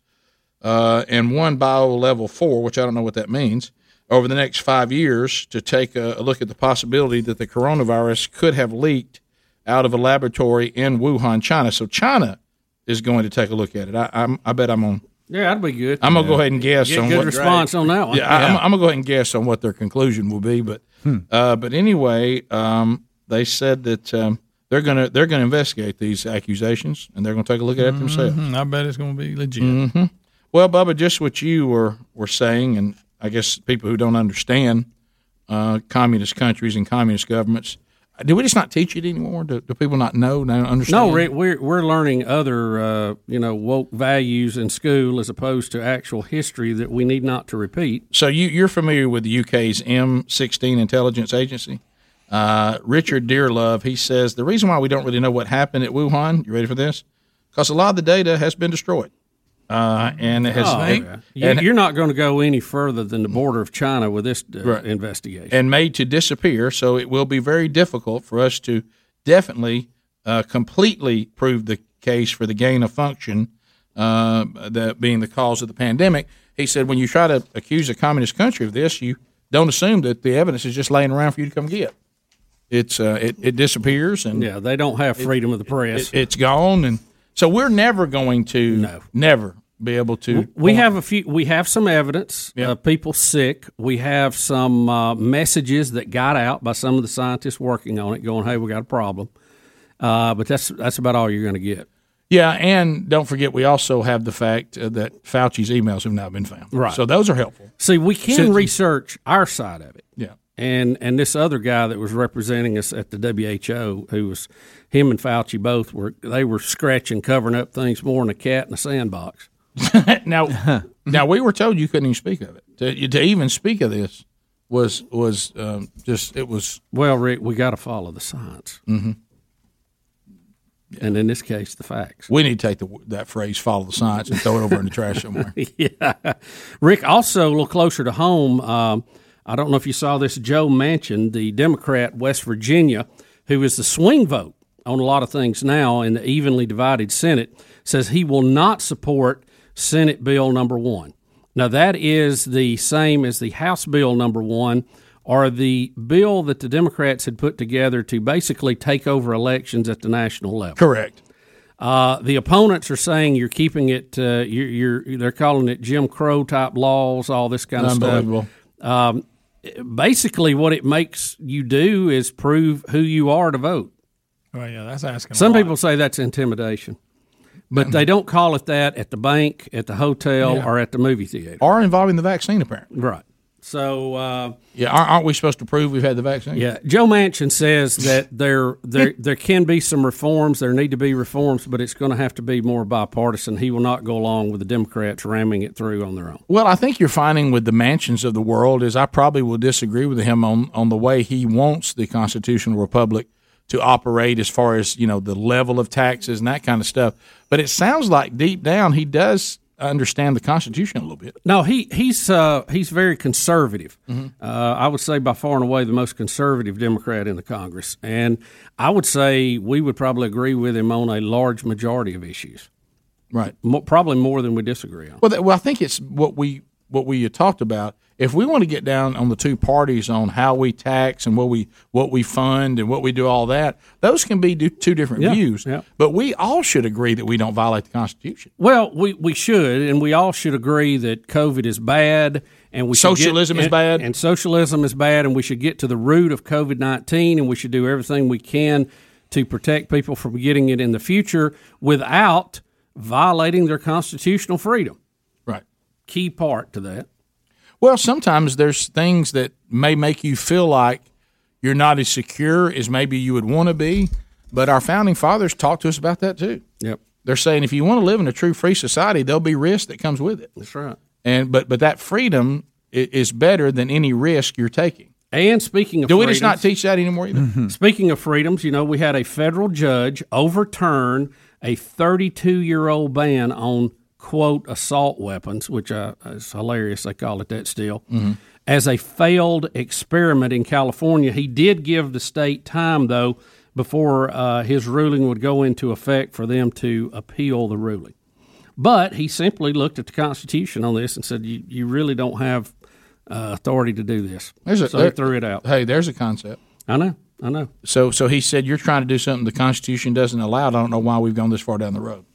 S12: uh, and one bio level four, which I don't know what that means, over the next five years to take a, a look at the possibility that the coronavirus could have leaked out of a laboratory in Wuhan, China. So China is going to take a look at it. I, I'm, I bet I'm on.
S13: Yeah, that'd be good.
S12: I'm gonna go ahead and guess
S13: Get
S12: on
S13: good
S12: what
S13: response on that one.
S12: Yeah, I, am I'm gonna go ahead and guess on what their conclusion will be. But uh, but anyway, um, they said that um, they're gonna they're gonna investigate these accusations and they're gonna take a look at it themselves.
S1: Mhm. I bet it's going to be
S13: Mm-hmm.
S1: legit.
S12: hmm Well, Bubba, just what you were were saying, and I guess people who don't understand uh, communist countries and communist governments. Do we just not teach it anymore? Do, do people not know? Don't understand?
S13: No, Rick, we're we're learning other uh, you know woke values in school as opposed to actual history that we need not to repeat.
S12: So you, you're familiar with the UK's M16 intelligence agency? Uh, Richard Dearlove, he says the reason why we don't really know what happened at Wuhan. You ready for this? Because a lot of the data has been destroyed, uh, and it has.
S13: Oh,
S12: and-
S13: yeah. You-
S12: and-
S13: you're not going to go any further than the border of China with this uh,
S12: Right.
S13: investigation.
S12: and made to disappear. So it will be very difficult for us to definitely, uh, completely prove the case for the gain of function uh, that being the cause of the pandemic. He said, when you try to accuse a communist country of this, you don't assume that the evidence is just laying around for you to come get. It's uh, it, it disappears and
S13: Yeah, they don't have
S12: It-
S13: freedom of the press.
S12: it, it's gone and so we're never going to never be able to
S13: we have a few. We have some evidence of people sick. We have some uh, messages that got out by some of the scientists working on it, going, "Hey, we got a problem." Uh, but that's that's about all you're going to get.
S12: Yeah, and don't forget we also have the fact uh, that Fauci's emails have not been found.
S13: Right.
S12: So those are helpful.
S13: See, we can
S12: Since-
S13: research our side of it.
S12: Yeah.
S13: And and this other guy that was representing us at the WHO, who was him and Fauci both were they were scratching, covering up things more than a cat in a sandbox.
S12: now, now we were told you couldn't even speak of it. To, to even speak of this was was um, just it was
S13: Well, Rick, we got to follow the science,
S12: Mhm.
S13: and in this case, the facts.
S12: We need to take the, that phrase "follow the science" and throw it over in the trash somewhere.
S13: yeah, Rick. Also, a little closer to home. Um, I don't know if you saw this. Joe Manchin, the Democrat, West Virginia, who is the swing vote on a lot of things now in the evenly divided Senate, says he will not support Senate Bill Number One. Now, that is the same as the House Bill Number One, or the bill that the Democrats had put together to basically take over elections at the national level.
S12: Correct.
S13: Uh, the opponents are saying you're keeping it. Uh, you're, you're they're calling it Jim Crow type laws, all this kind of
S12: Unbelievable.
S13: stuff. Um, basically, what it makes you do is prove who you are to vote.
S1: Well, yeah, that's asking.
S13: Some people say that's intimidation, but they don't call it that at the bank, at the hotel,
S12: Yeah.
S13: or at the movie theater.
S12: Are involving the vaccine apparently?
S13: Right. So uh,
S12: yeah, aren't aren't we supposed to prove we've had the vaccine?
S13: Yeah, Joe Manchin says that there there there can be some reforms. There need to be reforms, but it's going to have to be more bipartisan. He will not go along with the Democrats ramming it through on their own.
S12: Well, I think you're finding with the mansions of the world is I probably will disagree with him on, on the way he wants the constitutional republic to operate as far as, you know, the level of taxes and that kind of stuff. But it sounds like deep down he does understand the Constitution a little bit.
S13: No, he he's uh, he's very conservative.
S12: Mm-hmm.
S13: Uh, I would say by far and away the most conservative Democrat in the Congress, and I would say we would probably agree with him on a large majority of issues.
S12: Right.
S13: Mo- probably more than we disagree on.
S12: Well, that, well, I think it's what we what we had talked about if we want to get down on the two parties on how we tax and what we what we fund and what we do all that, those can be do, two different
S13: Yeah,
S12: views.
S13: yeah.
S12: But we all should agree that we don't violate the Constitution.
S13: Well, we, we should, and we all should agree that COVID is bad, and we should get-
S12: Socialism is
S13: and-
S12: bad.
S13: and socialism is bad, and we should get to the root of COVID nineteen, and we should do everything we can to protect people from getting it in the future without violating their constitutional freedom.
S12: Right,
S13: key part to that.
S12: Well, sometimes there's things that may make you feel like you're not as secure as maybe you would want to be. But our founding fathers talked to us about that too.
S13: Yep.
S12: They're saying if you want to live in a true free society, there'll be risk that comes with it.
S13: That's right.
S12: And but but that freedom i- is better than any risk you're taking.
S13: And speaking of
S12: do we just not
S13: freedoms-
S12: teach that anymore
S13: Mm-hmm.
S12: either?
S13: Speaking of freedoms, you know, we had a federal judge overturn a 32 year old ban on, quote, assault weapons, which uh, is hilarious. They call it that still.
S5: Mhm.
S13: As a failed experiment in California. He did give the state time, though, before uh, his ruling would go into effect for them to appeal the ruling. But he simply looked at the Constitution on this and said, you, you really don't have uh, authority to do this.
S12: There's a-
S13: so
S12: there-
S13: he threw it out.
S12: Hey, there's a concept.
S13: I know. I know.
S12: So so he said you're trying to do something the Constitution doesn't allow. I don't know why we've gone this far down the road.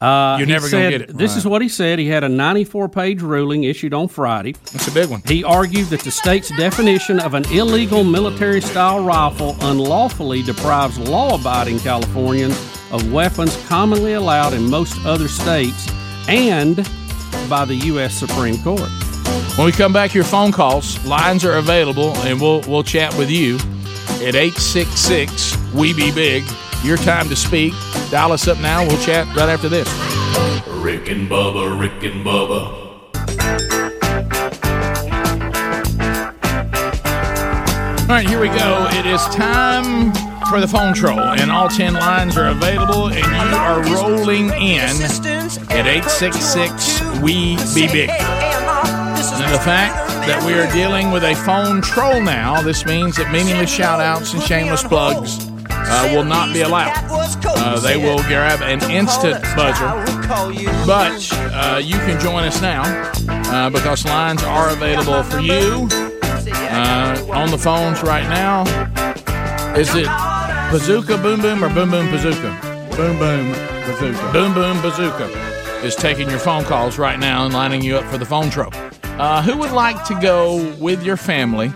S13: Uh,
S12: You're
S13: he
S12: never gonna
S13: said-
S12: get it.
S13: This is what he said. He had a 94 page ruling issued on Friday.
S12: That's a big one.
S13: He argued that the state's definition of an illegal military style rifle unlawfully deprives law abiding Californians of weapons commonly allowed in most other states and by the U.S. Supreme Court.
S12: When we come back, your phone calls, lines are available, and we'll we'll chat with you at 866 We Be Big. Your time to speak. Dial us up now. We'll chat right after this.
S14: Rick and Bubba, Rick and Bubba,
S12: All right, here we go. It is time for the phone troll, and all 10 lines are available, and you are rolling in at 866 We Be Big. And the fact that we are dealing with a phone troll now, this means that meaningless shout outs and shameless plugs uh, will not be allowed. Uh, they will grab an instant buzzer. But uh, you can join us now uh, because lines are available for you uh, on the phones right now. Is it Bazooka Boom Boom or Boom Boom Bazooka? Boom Boom Bazooka. Boom Boom Bazooka is taking your phone calls right now and lining you up for the phone trope. Uh, who would like to go with your family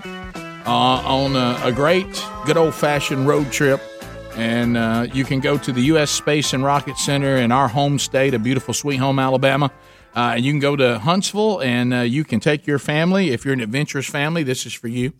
S12: uh, on a, a great, good old fashioned road trip? And uh, you can go to the U.S. Space and Rocket Center in our home state, a beautiful, sweet home, Alabama. Uh, and you can go to Huntsville and uh, you can take your family. If you're an adventurous family, this is for you.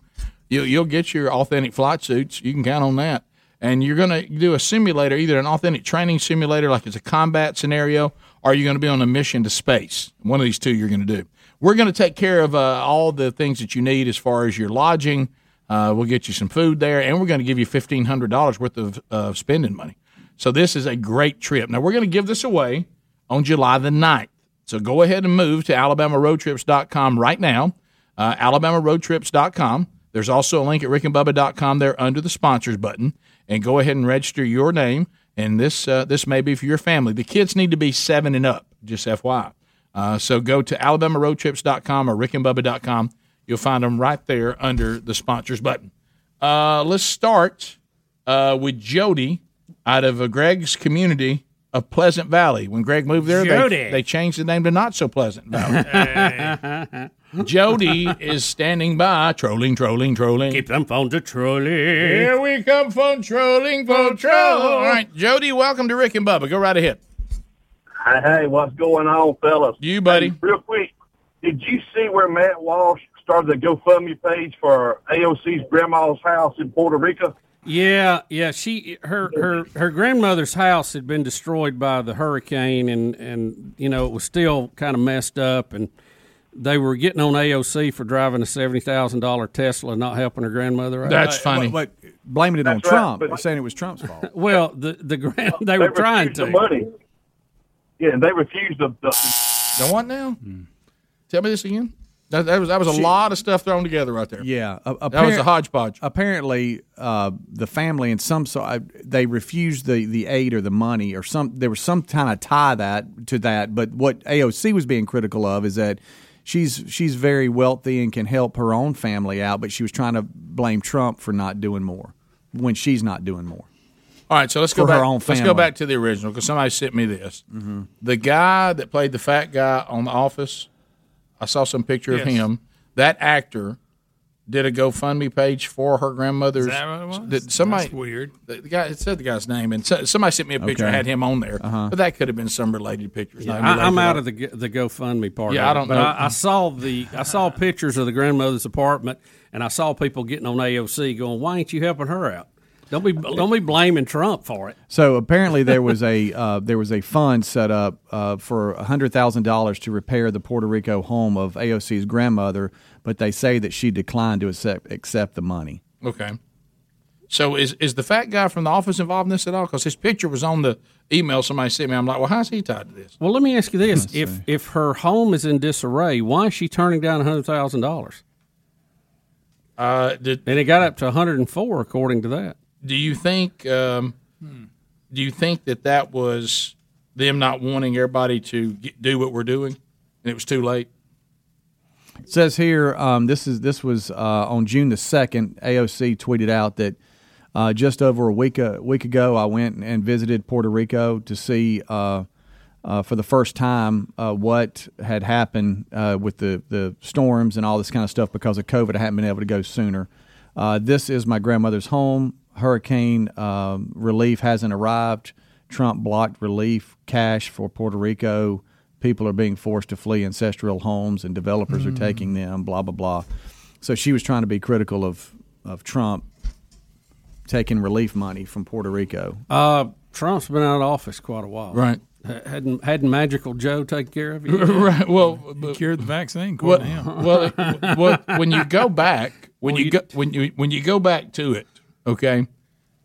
S12: you you'll get your authentic flight suits. You can count on that. And you're going to do a simulator, either an authentic training simulator, like it's a combat scenario, or you're going to be on a mission to space. One of these two you're going to do. We're going to take care of uh, all the things that you need as far as your lodging. Uh, we'll get you some food there, and we're going to give you $1,500 worth of uh, spending money. So this is a great trip. Now, we're going to give this away on July the 9th. So go ahead and move to alabamaroadtrips.com right now. Uh, alabamaroadtrips.com. There's also a link at rickandbubba.com there under the sponsors button. And go ahead and register your name. And this uh, this may be for your family. The kids need to be seven and up, just FYI. Uh, so go to alabamaroadtrips.com or rickandbubba.com. You'll find them right there under the sponsors button. Uh, let's start uh, with Jody out of uh, Greg's community of Pleasant Valley. When Greg moved there,
S13: Jody.
S12: they, they changed the name to Not So Pleasant Valley. Jody is standing by, Uh, trolling, trolling, trolling. Keep
S13: them phones a trolling.
S12: Here we come, phone trolling, phone troll.
S13: Oh.
S12: All right, Jody, welcome to Rick and Bubba. Go right ahead.
S7: Hey, what's going on, fellas?
S12: You, buddy.
S7: real quick, did you see where Matt Walsh started the GoFundMe page for AOC's grandma's house in Puerto Rico?
S13: Yeah, yeah. She her her her grandmother's house had been destroyed by the hurricane, and and you know it was still kind of messed up, and they were getting on AOC for driving a seventy thousand dollar Tesla, and not helping her grandmother. out.
S8: Uh, But, but blaming it on
S13: That's right,
S8: Trump,
S13: but-
S8: saying it was Trump's fault.
S13: well, the the grand they were trying
S7: refused
S13: to.
S7: The money. Yeah, and they refused the. the
S12: Don't want now? Tell me this again. That, that was that was a
S8: She-
S12: lot of stuff thrown together right there.
S8: Yeah, a-
S12: that was
S8: appar-
S12: a hodgepodge.
S8: Apparently, uh, the family in some so I, they refused the, the aid or the money or some. There was some kind of tie that to that. But what AOC was being critical of is that
S3: she's she's very wealthy and can help her own family out, but she was trying to blame Trump for not doing more when she's not doing more.
S12: All right, so let's go
S3: For her
S12: back.
S3: own
S12: let's
S3: family.
S12: go back to the original because somebody sent me this. The guy that played the fat guy on The Office, I saw some picture
S1: Yes.
S12: of him. That actor did a GoFundMe page for her grandmother's.
S1: Is that what it was?
S12: Did somebody
S1: That's weird.
S12: The, the guy it said the guy's name, and so, somebody sent me a picture.
S1: Okay.
S12: had him on there,
S1: Uh-huh.
S12: but that could have been some related pictures.
S13: Yeah, I, I'm out of the Go- the GoFundMe part.
S12: Yeah, I
S13: of it,
S12: don't
S13: but
S12: know.
S13: I, I saw the I saw pictures of the grandmother's apartment, and I saw people getting on AOC going, "Why ain't you helping her out? Don't be don't be blaming Trump for it."
S3: So apparently there was a uh, there was a fund set up uh, for hundred thousand dollars to repair the Puerto Rico home of AOC's grandmother, but they say that she declined to accept accept the money.
S12: Okay. So is is the fat guy from the office involved in this at all? Because his picture was on the email somebody sent me. I'm like, well, how's he tied to this?
S13: Well, let me ask you this: if if her home is in disarray, why is she turning down hundred thousand dollars?
S12: Uh,
S13: and it got up to one hundred and four, according to that.
S12: Do you think? Um, Do you think that that was them not wanting everybody to get, do what we're doing, and it was too late?
S3: It says here, um, this is this was uh, on June the second. AOC tweeted out that uh, just over a week a week ago, I went and visited Puerto Rico to see uh, uh, for the first time uh, what had happened uh, with the the storms and all this kind of stuff because of COVID. I hadn't been able to go sooner. Uh, this is my grandmother's home. Hurricane um, relief hasn't arrived. Trump blocked relief cash for Puerto Rico. People are being forced to flee ancestral homes, and developers are
S30: Mm.
S3: taking them. Blah blah blah. So she was trying to be critical of of Trump taking relief money from Puerto Rico.
S13: Uh, Trump's been out of office quite a while,
S3: Right.
S13: Ha- Hadn't hadn't Magical Joe take care of you,
S12: right? Well, but-
S1: cured the vaccine.
S12: Well,
S1: Quit now.
S12: well, well, when you go back, when you go when you when you go back to it, okay,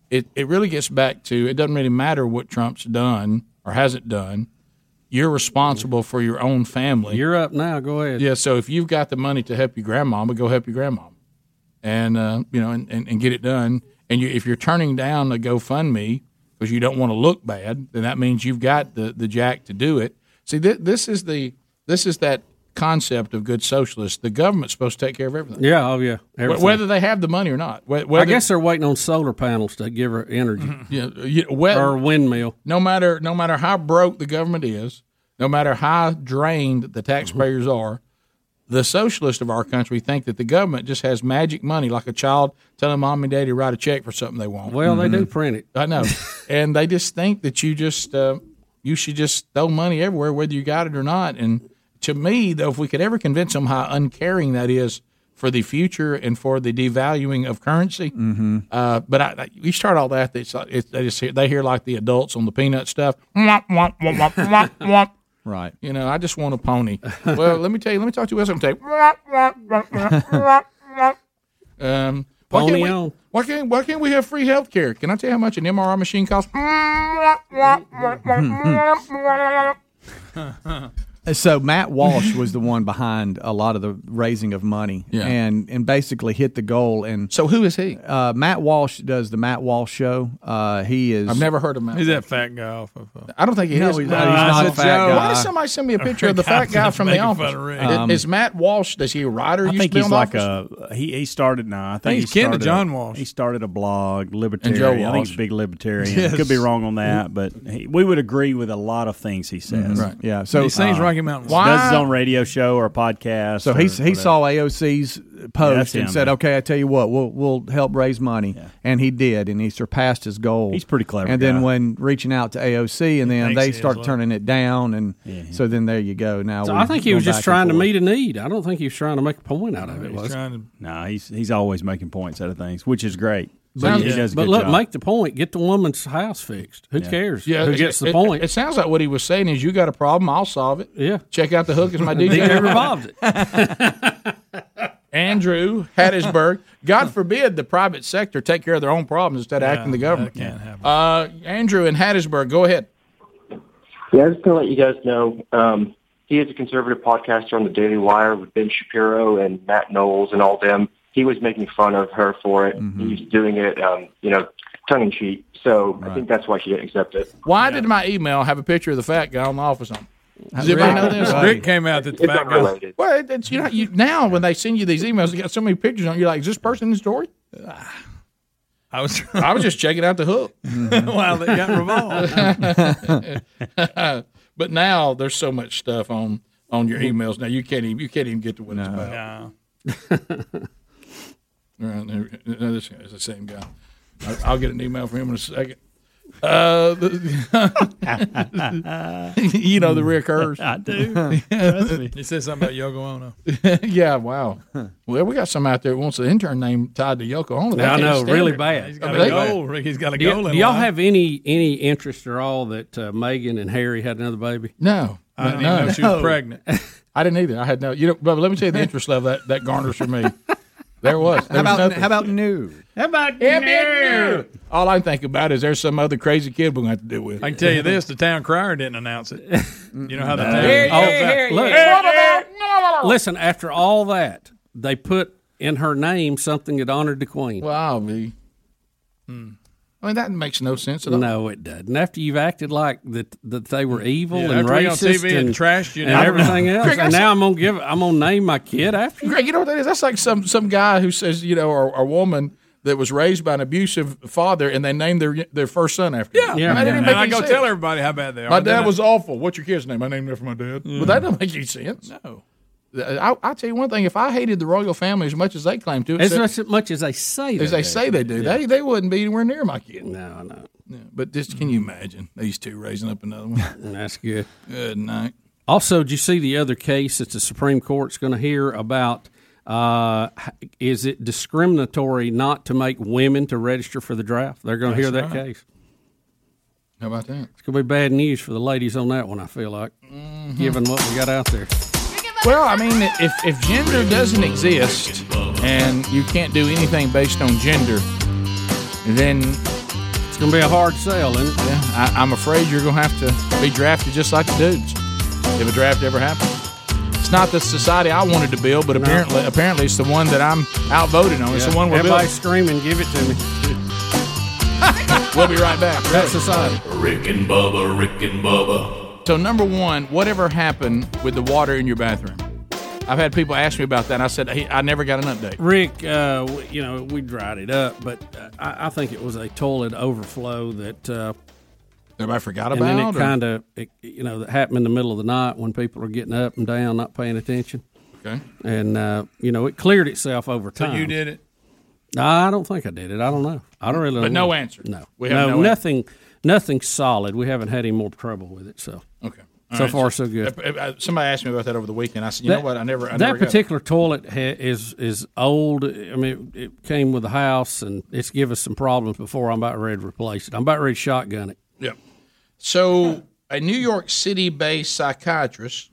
S12: it it really gets back to it doesn't really matter what Trump's done or hasn't done. You're responsible for your own family.
S13: You're up now. Go ahead.
S12: Yeah. So if you've got the money to help your grandmama, go help your grandmama, and uh, you know, and, and, and get it done. And you, if you're turning down a GoFundMe because you don't want to look bad, then that means you've got the the jack to do it. See, th- this is the this is that concept of good socialists. The government's supposed to take care of everything.
S13: Yeah, oh yeah. Everything.
S12: Whether they have the money or not. Wh- Whether,
S13: I guess they're waiting on solar panels to give her energy.
S12: yeah, yeah, well-
S13: or a windmill.
S12: no matter no matter how broke the government is, no matter how drained the taxpayers
S13: Mm-hmm.
S12: are, the socialists of our country think that the government just has magic money, like a child telling mom and daddy to write a check for something they want. Mm-hmm.
S13: Well, they do print it.
S12: I know, and they just think that you just uh, you should just throw money everywhere, whether you got it or not. And to me, though, if we could ever convince them how uncaring that is for the future and for the devaluing of currency,
S9: Mm-hmm.
S12: uh, but I, I, you start all that. It's like, it's, they just hear, they hear like the adults on the peanut stuff.
S3: Right.
S12: You know, I just want a pony. well, let me tell you. Let me talk to you about something. Um, why
S9: Pony
S12: can't, we,
S9: on.
S12: why can't why can't we have free health care? Can I tell you how much an MRI machine costs?
S3: Uh, So Matt Walsh was the one behind a lot of the raising of money,
S12: Yeah.
S3: and and basically hit the goal. And
S12: so, who is he?
S3: Uh, Matt Walsh does the Matt Walsh show. Uh, he is.
S12: I've never heard of Matt.
S1: He's that fat guy off of. Uh,
S12: I don't think he
S3: No,
S12: is.
S3: he's not- he's No, not it's a a fat joke. guy.
S4: Uh,
S12: Why does somebody send me a picture of the fat guy from the
S1: Making fun
S12: office?
S1: of Rick.
S12: Is-
S1: Um,
S12: is Matt Walsh? Does he a
S4: I
S12: writer? Used
S4: think
S12: to be
S4: he's
S12: on the
S4: like
S12: office?
S4: a he. He started now. I think
S12: he's
S4: he
S12: kin to
S4: started
S12: John
S4: a-
S12: Walsh.
S4: He started a blog,
S12: And
S4: libertarian.
S12: Joe
S4: I think
S12: Walsh.
S4: he's a big libertarian.
S12: Yes.
S4: Could be wrong on that, but he, we would agree with a lot of things he says.
S12: Mm-hmm.
S4: uh,
S3: Mhm. Right. Yeah, so- He sings Rocky Mountain.
S4: Does
S3: Why-
S4: his own radio show or a podcast.
S3: So
S4: or
S3: he he
S4: whatever.
S3: saw AOC's
S4: Yeah,
S3: post
S4: that's
S3: and
S4: him,
S3: said,
S4: yeah.
S3: "Okay, I tell you what, we'll we'll help raise money," and he did, and he surpassed his goal.
S4: He's pretty clever
S3: And then
S4: guy.
S3: when reaching out to AOC, and then
S4: thinks
S3: they
S4: he is,
S3: start
S4: like-
S3: turning it down, and so then there you go. Now
S13: So
S3: we're
S13: I think he was
S3: going
S13: just
S3: back
S13: trying
S3: and
S13: to
S3: forth.
S13: meet a need. I don't think he was trying to make a point out of it. was he?
S4: Nah, he's he's always making points out of things, which is great.
S13: But,
S4: But he does a
S13: but
S4: good
S13: look,
S4: job.
S13: make the point. Get the woman's house fixed. Who cares? Who
S12: it-
S13: gets the
S12: it-
S13: point?
S12: It, sounds like what he was saying is, "You got a problem, I'll solve it."
S13: Yeah.
S12: Check out the hook as my
S13: They
S12: DJ
S13: never solved
S12: it. Andrew Hattiesburg. God forbid the private sector take care of their own problems instead of acting the government. can't happen. Uh, Andrew in Hattiesburg, go ahead.
S11: Yeah, just to let you guys know, um, he is a conservative podcaster on the Daily Wire with Ben Shapiro and Matt Knowles and all them. He was making fun of her for it. He was doing it, um, you know, tongue in cheek. So I think that's why she didn't accept it.
S12: Why did my email have a picture of the fat guy in the office on? it?
S1: Does anybody know this? Rick came out that the fat guy.
S12: Well, it- it's, you know, you, now when they send you these emails, you got so many pictures on. it, You're like, is this person in the story?
S1: I was,
S12: I was just checking out the hook.
S1: Mm-hmm. Wow, they got
S12: Mm-hmm. revolved. but now there's so much stuff on on your emails. Now you can't even you can't even get to what it's about. All right, there we go. No, this guy is the same guy. I- I'll get an email from him in a second. Uh, the- you know the reoccurs.
S1: I do.
S12: Yeah.
S1: He said something about Yoko Ono.
S12: yeah, wow. Well, we got some out there that wants an intern name tied to Yoko Ono. They
S13: I
S1: Oh,
S12: can't
S13: know,
S12: stand
S13: really
S12: it.
S13: bad.
S12: I mean, they-
S1: He's got a
S13: do,
S1: goal in
S13: Do y'all
S1: life.
S13: have any any interest at all that uh, Megan and Harry had another baby?
S12: No,
S13: I didn't
S12: no.
S13: even know she was No. pregnant.
S12: I didn't either. I had no. You know, but let me tell you the interest level that, that garners for me. There was.
S8: How about,
S12: nothing.
S8: how about new?
S13: How about
S12: All I think about is there's some other crazy kid we're going to have to deal with.
S1: I can tell you this: the town crier didn't announce it. You know how the
S12: No.
S1: town.
S12: Here,
S1: Oh,
S12: here,
S1: that-
S12: here,
S1: look.
S12: Oh.
S13: Listen, after all that, they put in her name something that honored the queen.
S12: Well, I'll be. Hmm. I mean, that makes no sense at all.
S13: No, it doesn't. After you've acted like that, that they were evil
S12: Yeah,
S13: and
S12: after we on
S13: racist
S12: TV and trashed you
S13: and
S12: now.
S13: everything else,
S12: Greg, I
S13: and
S12: said-
S13: now I'm gonna give, I'm gonna name my kid after.
S12: Greg, you know what that is? That's like some some guy who says, you know, or a woman that was raised by an abusive father, and they named their their first son after. him.
S1: Yeah,
S12: That didn't
S1: And
S12: make
S1: I
S12: any
S1: go
S12: sense.
S1: tell everybody how bad they are.
S12: My
S1: But then
S12: dad
S1: I- Mm.
S12: was Mm. awful. What's your kid's name? I named it after my dad. Well, that don't make any sense.
S1: No.
S12: I, I uh, tell you one thing: if I hated the royal family as much as they claim to,
S13: As
S12: except-
S13: much, as much as they say,
S12: as they
S13: do.
S12: say they do,
S13: Yeah.
S12: they they wouldn't be anywhere near my kid.
S13: No, no.
S12: But just can you imagine these two raising up another one?
S13: That's good.
S12: Good night.
S13: Also, did you see the other case that the Supreme Court's going to hear about? Uh, h- is it discriminatory not to make women to register for the draft? They're going to hear that
S12: That's right.
S13: case.
S12: How about that?
S13: It's going to be bad news for the ladies on that one. I feel like, given what we got out there.
S12: Well, I mean, if, if gender doesn't exist and you can't do anything based on gender, then it's
S13: going to be a hard sell, isn't it?
S12: Yeah, I, I'm afraid you're going to have to be drafted just like the dudes if a draft ever happens. It's not the society I wanted to build, but apparently, apparently, it's the one that I'm outvoted on. It's the one we're
S13: Everybody
S12: building.
S13: screaming, give it to me.
S12: We'll be right back. That's society.
S14: Rick and Bubba, Rick and Bubba,
S12: So number one, whatever happened with the water in your bathroom? I've had people ask me about that. And I said hey, I never got an update.
S13: Rick, uh, w- you know, we dried it up, but uh, I, I think it was a toilet overflow that uh,
S12: everybody forgot
S13: And then
S12: about,
S13: it
S12: or-
S13: kind of, you know, that happened in the middle of the night when people are getting up and down, not paying attention.
S12: Okay.
S13: And uh, you know, it cleared itself over
S1: So
S13: time.
S1: you did it.
S13: No, I don't think I did it. I don't know. I don't really.
S1: But
S13: know.
S1: no answer.
S13: No.
S1: We have
S13: no,
S1: no answer.
S13: nothing. Nothing solid. We haven't had any more trouble with it. So
S12: Okay. All
S13: so
S12: right,
S13: far, so good.
S12: Uh, uh, Somebody asked me about that over the weekend. I said, you know what? I never. I
S13: that
S12: never got-
S13: particular toilet ha- is is old. I mean, it, it came with the house, and it's give us some problems before I'm about ready to replace it. I'm about ready to shotgun it.
S12: Yep. So a New York City-based psychiatrist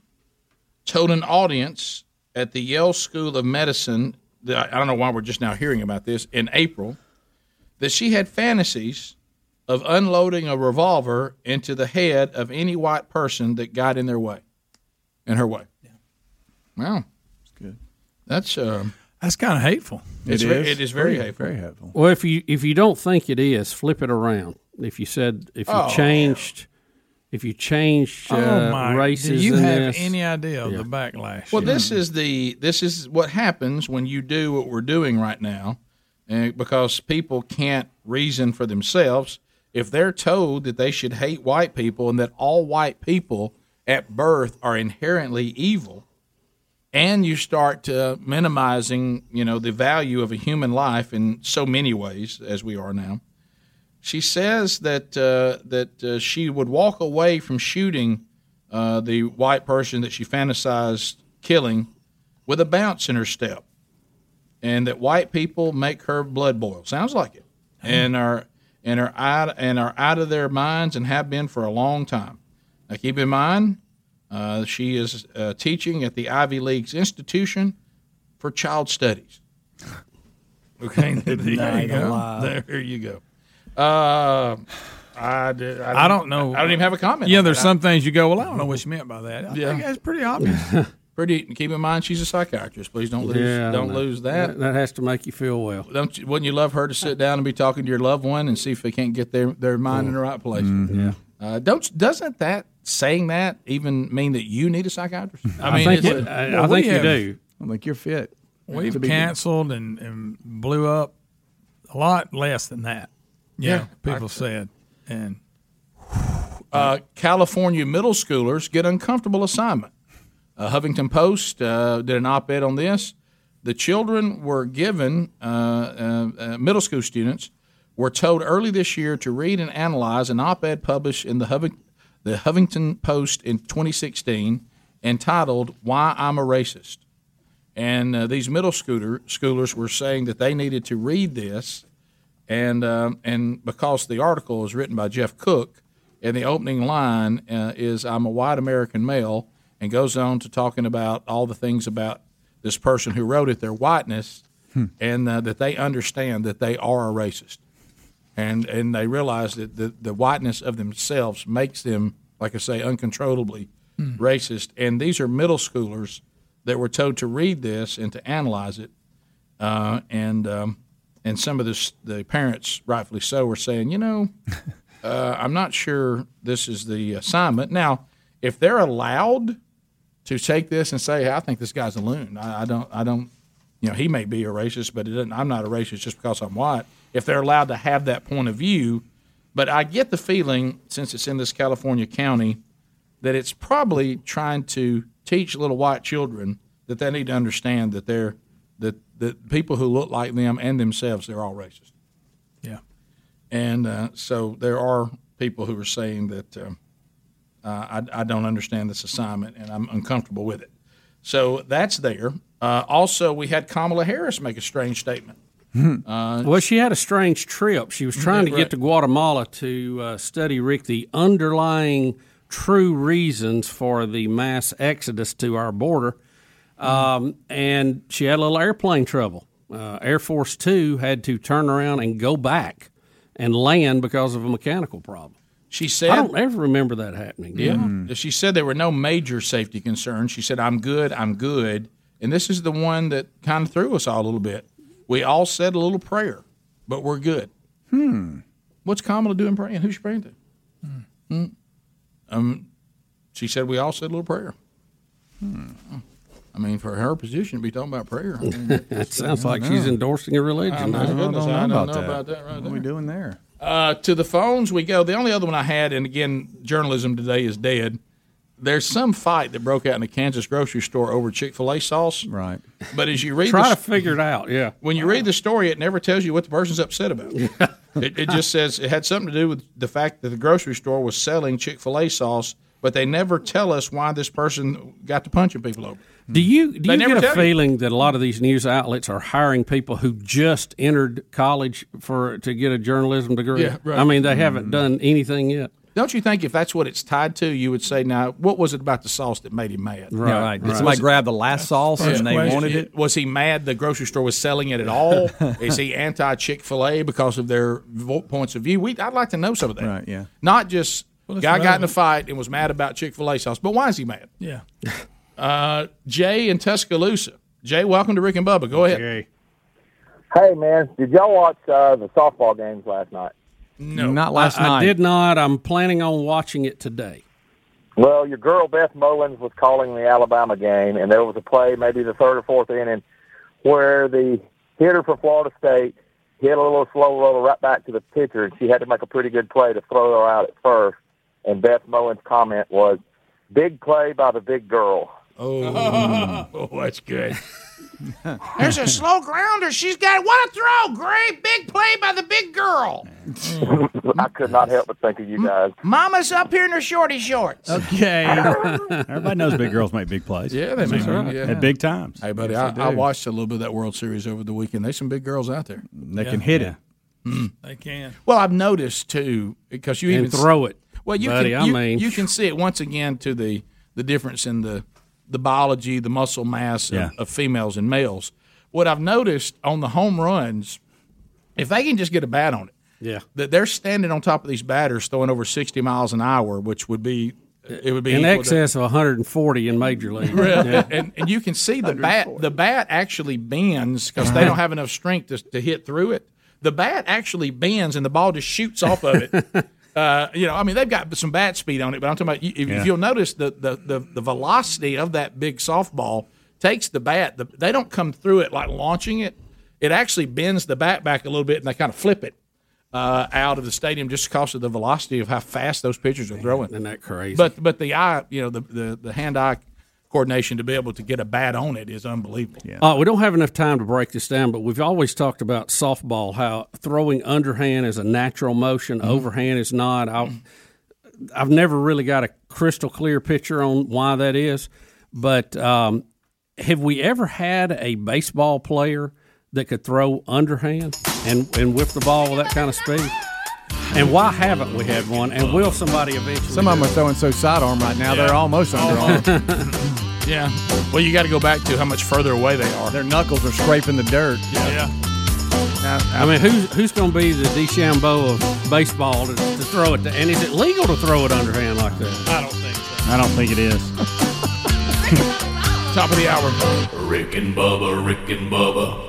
S12: told an audience at the Yale School of Medicine. That, I don't know why we're just now hearing about this in April. That she had fantasies of unloading a revolver into the head of any white person that got in their way, in her way. Wow, that's
S8: good.
S12: That's um,
S1: that's kind of hateful.
S12: It's ve- it is very hateful.
S13: Well, if you if you don't think it is, flip it around. If you said if you
S1: Oh.
S13: changed, if you changed uh,
S1: oh my!
S13: races,
S1: do you
S13: in
S1: have
S13: this-
S1: any idea of the backlash?
S12: Well, this is the this is what happens when you do what we're doing right now, and because people can't reason for themselves. If they're told that they should hate white people and that all white people at birth are inherently evil, and you start to minimizing, you know, the value of a human life in so many ways as we are now, she says that uh, that uh, she would walk away from shooting uh, the white person that she fantasized killing with a bounce in her step, and that white people make her blood boil. Sounds like it, and are and are out and are out of their minds and have been for a long time. Now keep in mind, uh, she is uh, teaching at the Ivy League's institution for child studies. Okay, there you
S1: Not
S12: go.
S1: alive.
S12: There you go. Uh, I, did, I,
S1: I don't know.
S12: I don't even have a comment.
S1: Yeah,
S12: on
S1: there's
S12: that.
S1: some things you go. Well, I don't know what you meant by that. I
S12: Yeah.
S1: think that's pretty obvious.
S12: Pretty. Keep in mind, she's a psychiatrist. Please don't lose.
S13: Yeah, I
S12: don't
S13: know.
S12: lose that.
S13: That has to make you feel well.
S12: Don't you, wouldn't you love her to sit down and be talking to your loved one and see if they can't get their, their mind in the right place?
S13: Yeah.
S1: Mm-hmm.
S12: Uh, don't doesn't that saying that even mean that you need a psychiatrist?
S1: I think
S12: it's-
S1: it- I- I
S12: we
S1: think you
S12: have-
S1: do.
S8: I'm like, you're fit.
S1: We've
S8: To be-
S1: canceled and, and blew up a lot less than that.
S12: Yeah.
S1: Yeah, people said. And
S12: Uh, California middle schoolers get uncomfortable assignment. Uh, Huffington Post uh, did an op-ed on this. The children were given uh, uh, uh, middle school students were told early this year to read and analyze an op-ed published in the Huffing, the Huffington Post in 2016 entitled "Why I'm a Racist." And uh, these middle schooler schoolers were saying that they needed to read this, and um, and because the article is written by Jeff Cook, and the opening line uh, is I'm a white American male and goes on to talking about all the things about this person who wrote it, their whiteness, and uh, that they understand that they are a racist. And, and they realize that the, the whiteness of themselves makes them, like I say, uncontrollably
S19: Hmm.
S12: racist. And these are middle schoolers that were told to read this and to analyze it. Uh, and um, and some of this, the parents, rightfully so, were saying, you know, uh, I'm not sure this is the assignment. Now, if they're allowed to take this and say, hey, I think this guy's a loon. I, I don't, I don't, you know, he may be a racist, but it doesn't, I'm not a racist just because I'm white. If they're allowed to have that point of view, but I get the feeling since it's in this California county that it's probably trying to teach little white children that they need to understand that they're that that people who look like them and themselves they're all racist.
S1: Yeah.
S12: and uh, so there are people who are saying that um, uh, I, I don't understand this assignment and I'm uncomfortable with it. So that's there. Uh, also, we had Kamala Harris make a strange statement. Uh,
S13: well, she had a strange trip. She was trying to
S12: Yeah,
S13: get
S12: right.
S13: to Guatemala to uh, study, Rick, the underlying true reasons for the mass exodus to our border. Um, and she had a little airplane trouble. Uh, Air Force Two had to turn around and go back and land because of a mechanical problem.
S12: She said,
S13: "I don't ever remember that happening." do you?
S12: Yeah. She said there were no major safety concerns. She said, I'm good, I'm good. And this is the one that kind of threw us all a little bit. We all said a little prayer, but we're good.
S5: Hmm.
S12: What's Kamala doing praying? Who's she praying to? Hmm. Um, she said, We all said a little prayer. Hmm. I mean, for her position to be talking about prayer. I mean,
S13: It sounds like she's endorsing a religion.
S12: Oh, my
S13: I don't- I
S12: goodness,
S13: don't know
S12: I don't
S13: about
S12: know
S13: that.
S12: about that right
S8: What are we doing there?
S12: Uh, to the phones we go. The only other one I had, and again, journalism today is dead. There's some fight that broke out in a Kansas grocery store over Chick Fil A sauce.
S8: Right.
S12: But as you read,
S13: Try
S12: the,
S13: to figure it out. Yeah.
S12: When you read the story, it never tells you what the person's upset about. it, it just says it had something to do with the fact that the grocery store was selling Chick Fil A sauce, but they never tell us why this person got to punching people over.
S13: Do you do
S12: They
S13: you
S12: never
S13: get a
S12: tell you.
S13: feeling that a lot of these news outlets are hiring people who just entered college for to get a journalism degree?
S12: Yeah, right.
S13: I mean, they
S8: Mm.
S13: haven't done anything yet.
S12: Don't you think if that's what it's tied to, you would say, now, what was it about the sauce that made him mad?
S8: Right, Yeah, right. Did right. somebody
S12: Was it-
S8: grab the last sauce
S12: First
S8: and they
S12: question.
S8: wanted it?
S12: Was he mad the grocery store was selling it at all? Is he anti Chick fil A because of their vo- points of view? We, I'd like to know some of that. Right, yeah. Not just
S1: it's
S12: guy got in a
S1: relevant.
S12: fight and was mad about Chick fil A sauce, but why is he mad?
S1: yeah.
S12: Uh, Jay in Tuscaloosa. Jay, welcome to Rick and Bubba. Go ahead.
S9: Hey man, did y'all watch uh, the softball games last night?
S12: No,
S8: not last
S13: I,
S8: night.
S13: I did not. I'm planning on watching it today.
S9: Well, your girl Beth Mullins was calling the Alabama game, and there was a play, maybe the third or fourth inning, where the hitter for Florida State hit a little slow roller right back to the pitcher, and she had to make a pretty good play to throw her out at first. And Beth Mullins' comment was, "Big play by the big girl."
S12: Oh, oh that's good.
S5: There's a slow grounder. She's got what a throw! Great big play by the big girl.
S9: I could not help but think of you guys.
S5: Mama's up here in her shorty shorts.
S4: Okay. Everybody knows big girls make big plays.
S12: Yeah, they make
S4: That's
S12: big-
S4: right.
S12: yeah.
S4: At big times.
S12: Hey, buddy,
S4: Yes, they
S12: I, I
S4: do.
S12: watched a little bit of that World Series over the weekend. There's some big girls out there. Hmm.
S4: They can hit it.
S1: They can.
S12: Well, I've noticed too because you
S13: And
S12: even
S13: throw it,
S12: Well, you
S13: buddy,
S12: can.
S13: I
S12: you,
S13: mean-
S12: you can see it once again to the the difference in the the biology, the muscle mass of,
S4: Yeah.
S12: of females and males. What I've noticed on the home runs, if they can just get a bat on it,
S13: Yeah.
S12: that they're standing on top of these batters throwing over sixty miles an hour, which would be it would be
S13: In
S12: equal to-
S13: excess of 140 in major league.
S12: yeah. and, and you can see the bat the bat actually bends because they don't have enough strength to, to hit through it. The bat actually bends and the ball just shoots off of it. Uh, you know, I mean, they've got some bat speed on it, but I'm talking about you- if,
S1: Yeah.
S12: if you'll notice the, the the the velocity of that big softball takes the bat. The, they don't come through it like launching it. It actually bends the bat back a little bit, and they kind of flip it uh, out of the stadium just because of the velocity of how fast those pitchers are throwing. Isn't that crazy? But but the eye, you know, the the, the hand eye coordination to be able to get a bat on it is unbelievable. Yeah.
S13: Uh, we don't have enough time to break this down, but we've always talked about softball, how throwing underhand is a natural motion, overhand is not. I'll, I've never really got a crystal clear picture on why that is, but um, have we ever had a baseball player that could throw underhand and, and whip the ball with that kind of speed? And why haven't we had one? And will somebody eventually?
S8: Some of them are throwing so sidearm right now, they're
S13: Yeah.
S8: almost
S4: Oh.
S8: underarm.
S12: Yeah. Well, you got to go back to how much further away they are.
S8: Their knuckles are scraping the dirt.
S12: Yeah.
S13: I mean, who's who's going to be the DeChambeau of baseball to, to throw it? To, and is it legal to throw it underhand like that?
S12: I don't think so.
S4: I don't think it is.
S12: Top of the hour.
S14: Rick and Bubba, Rick and Bubba.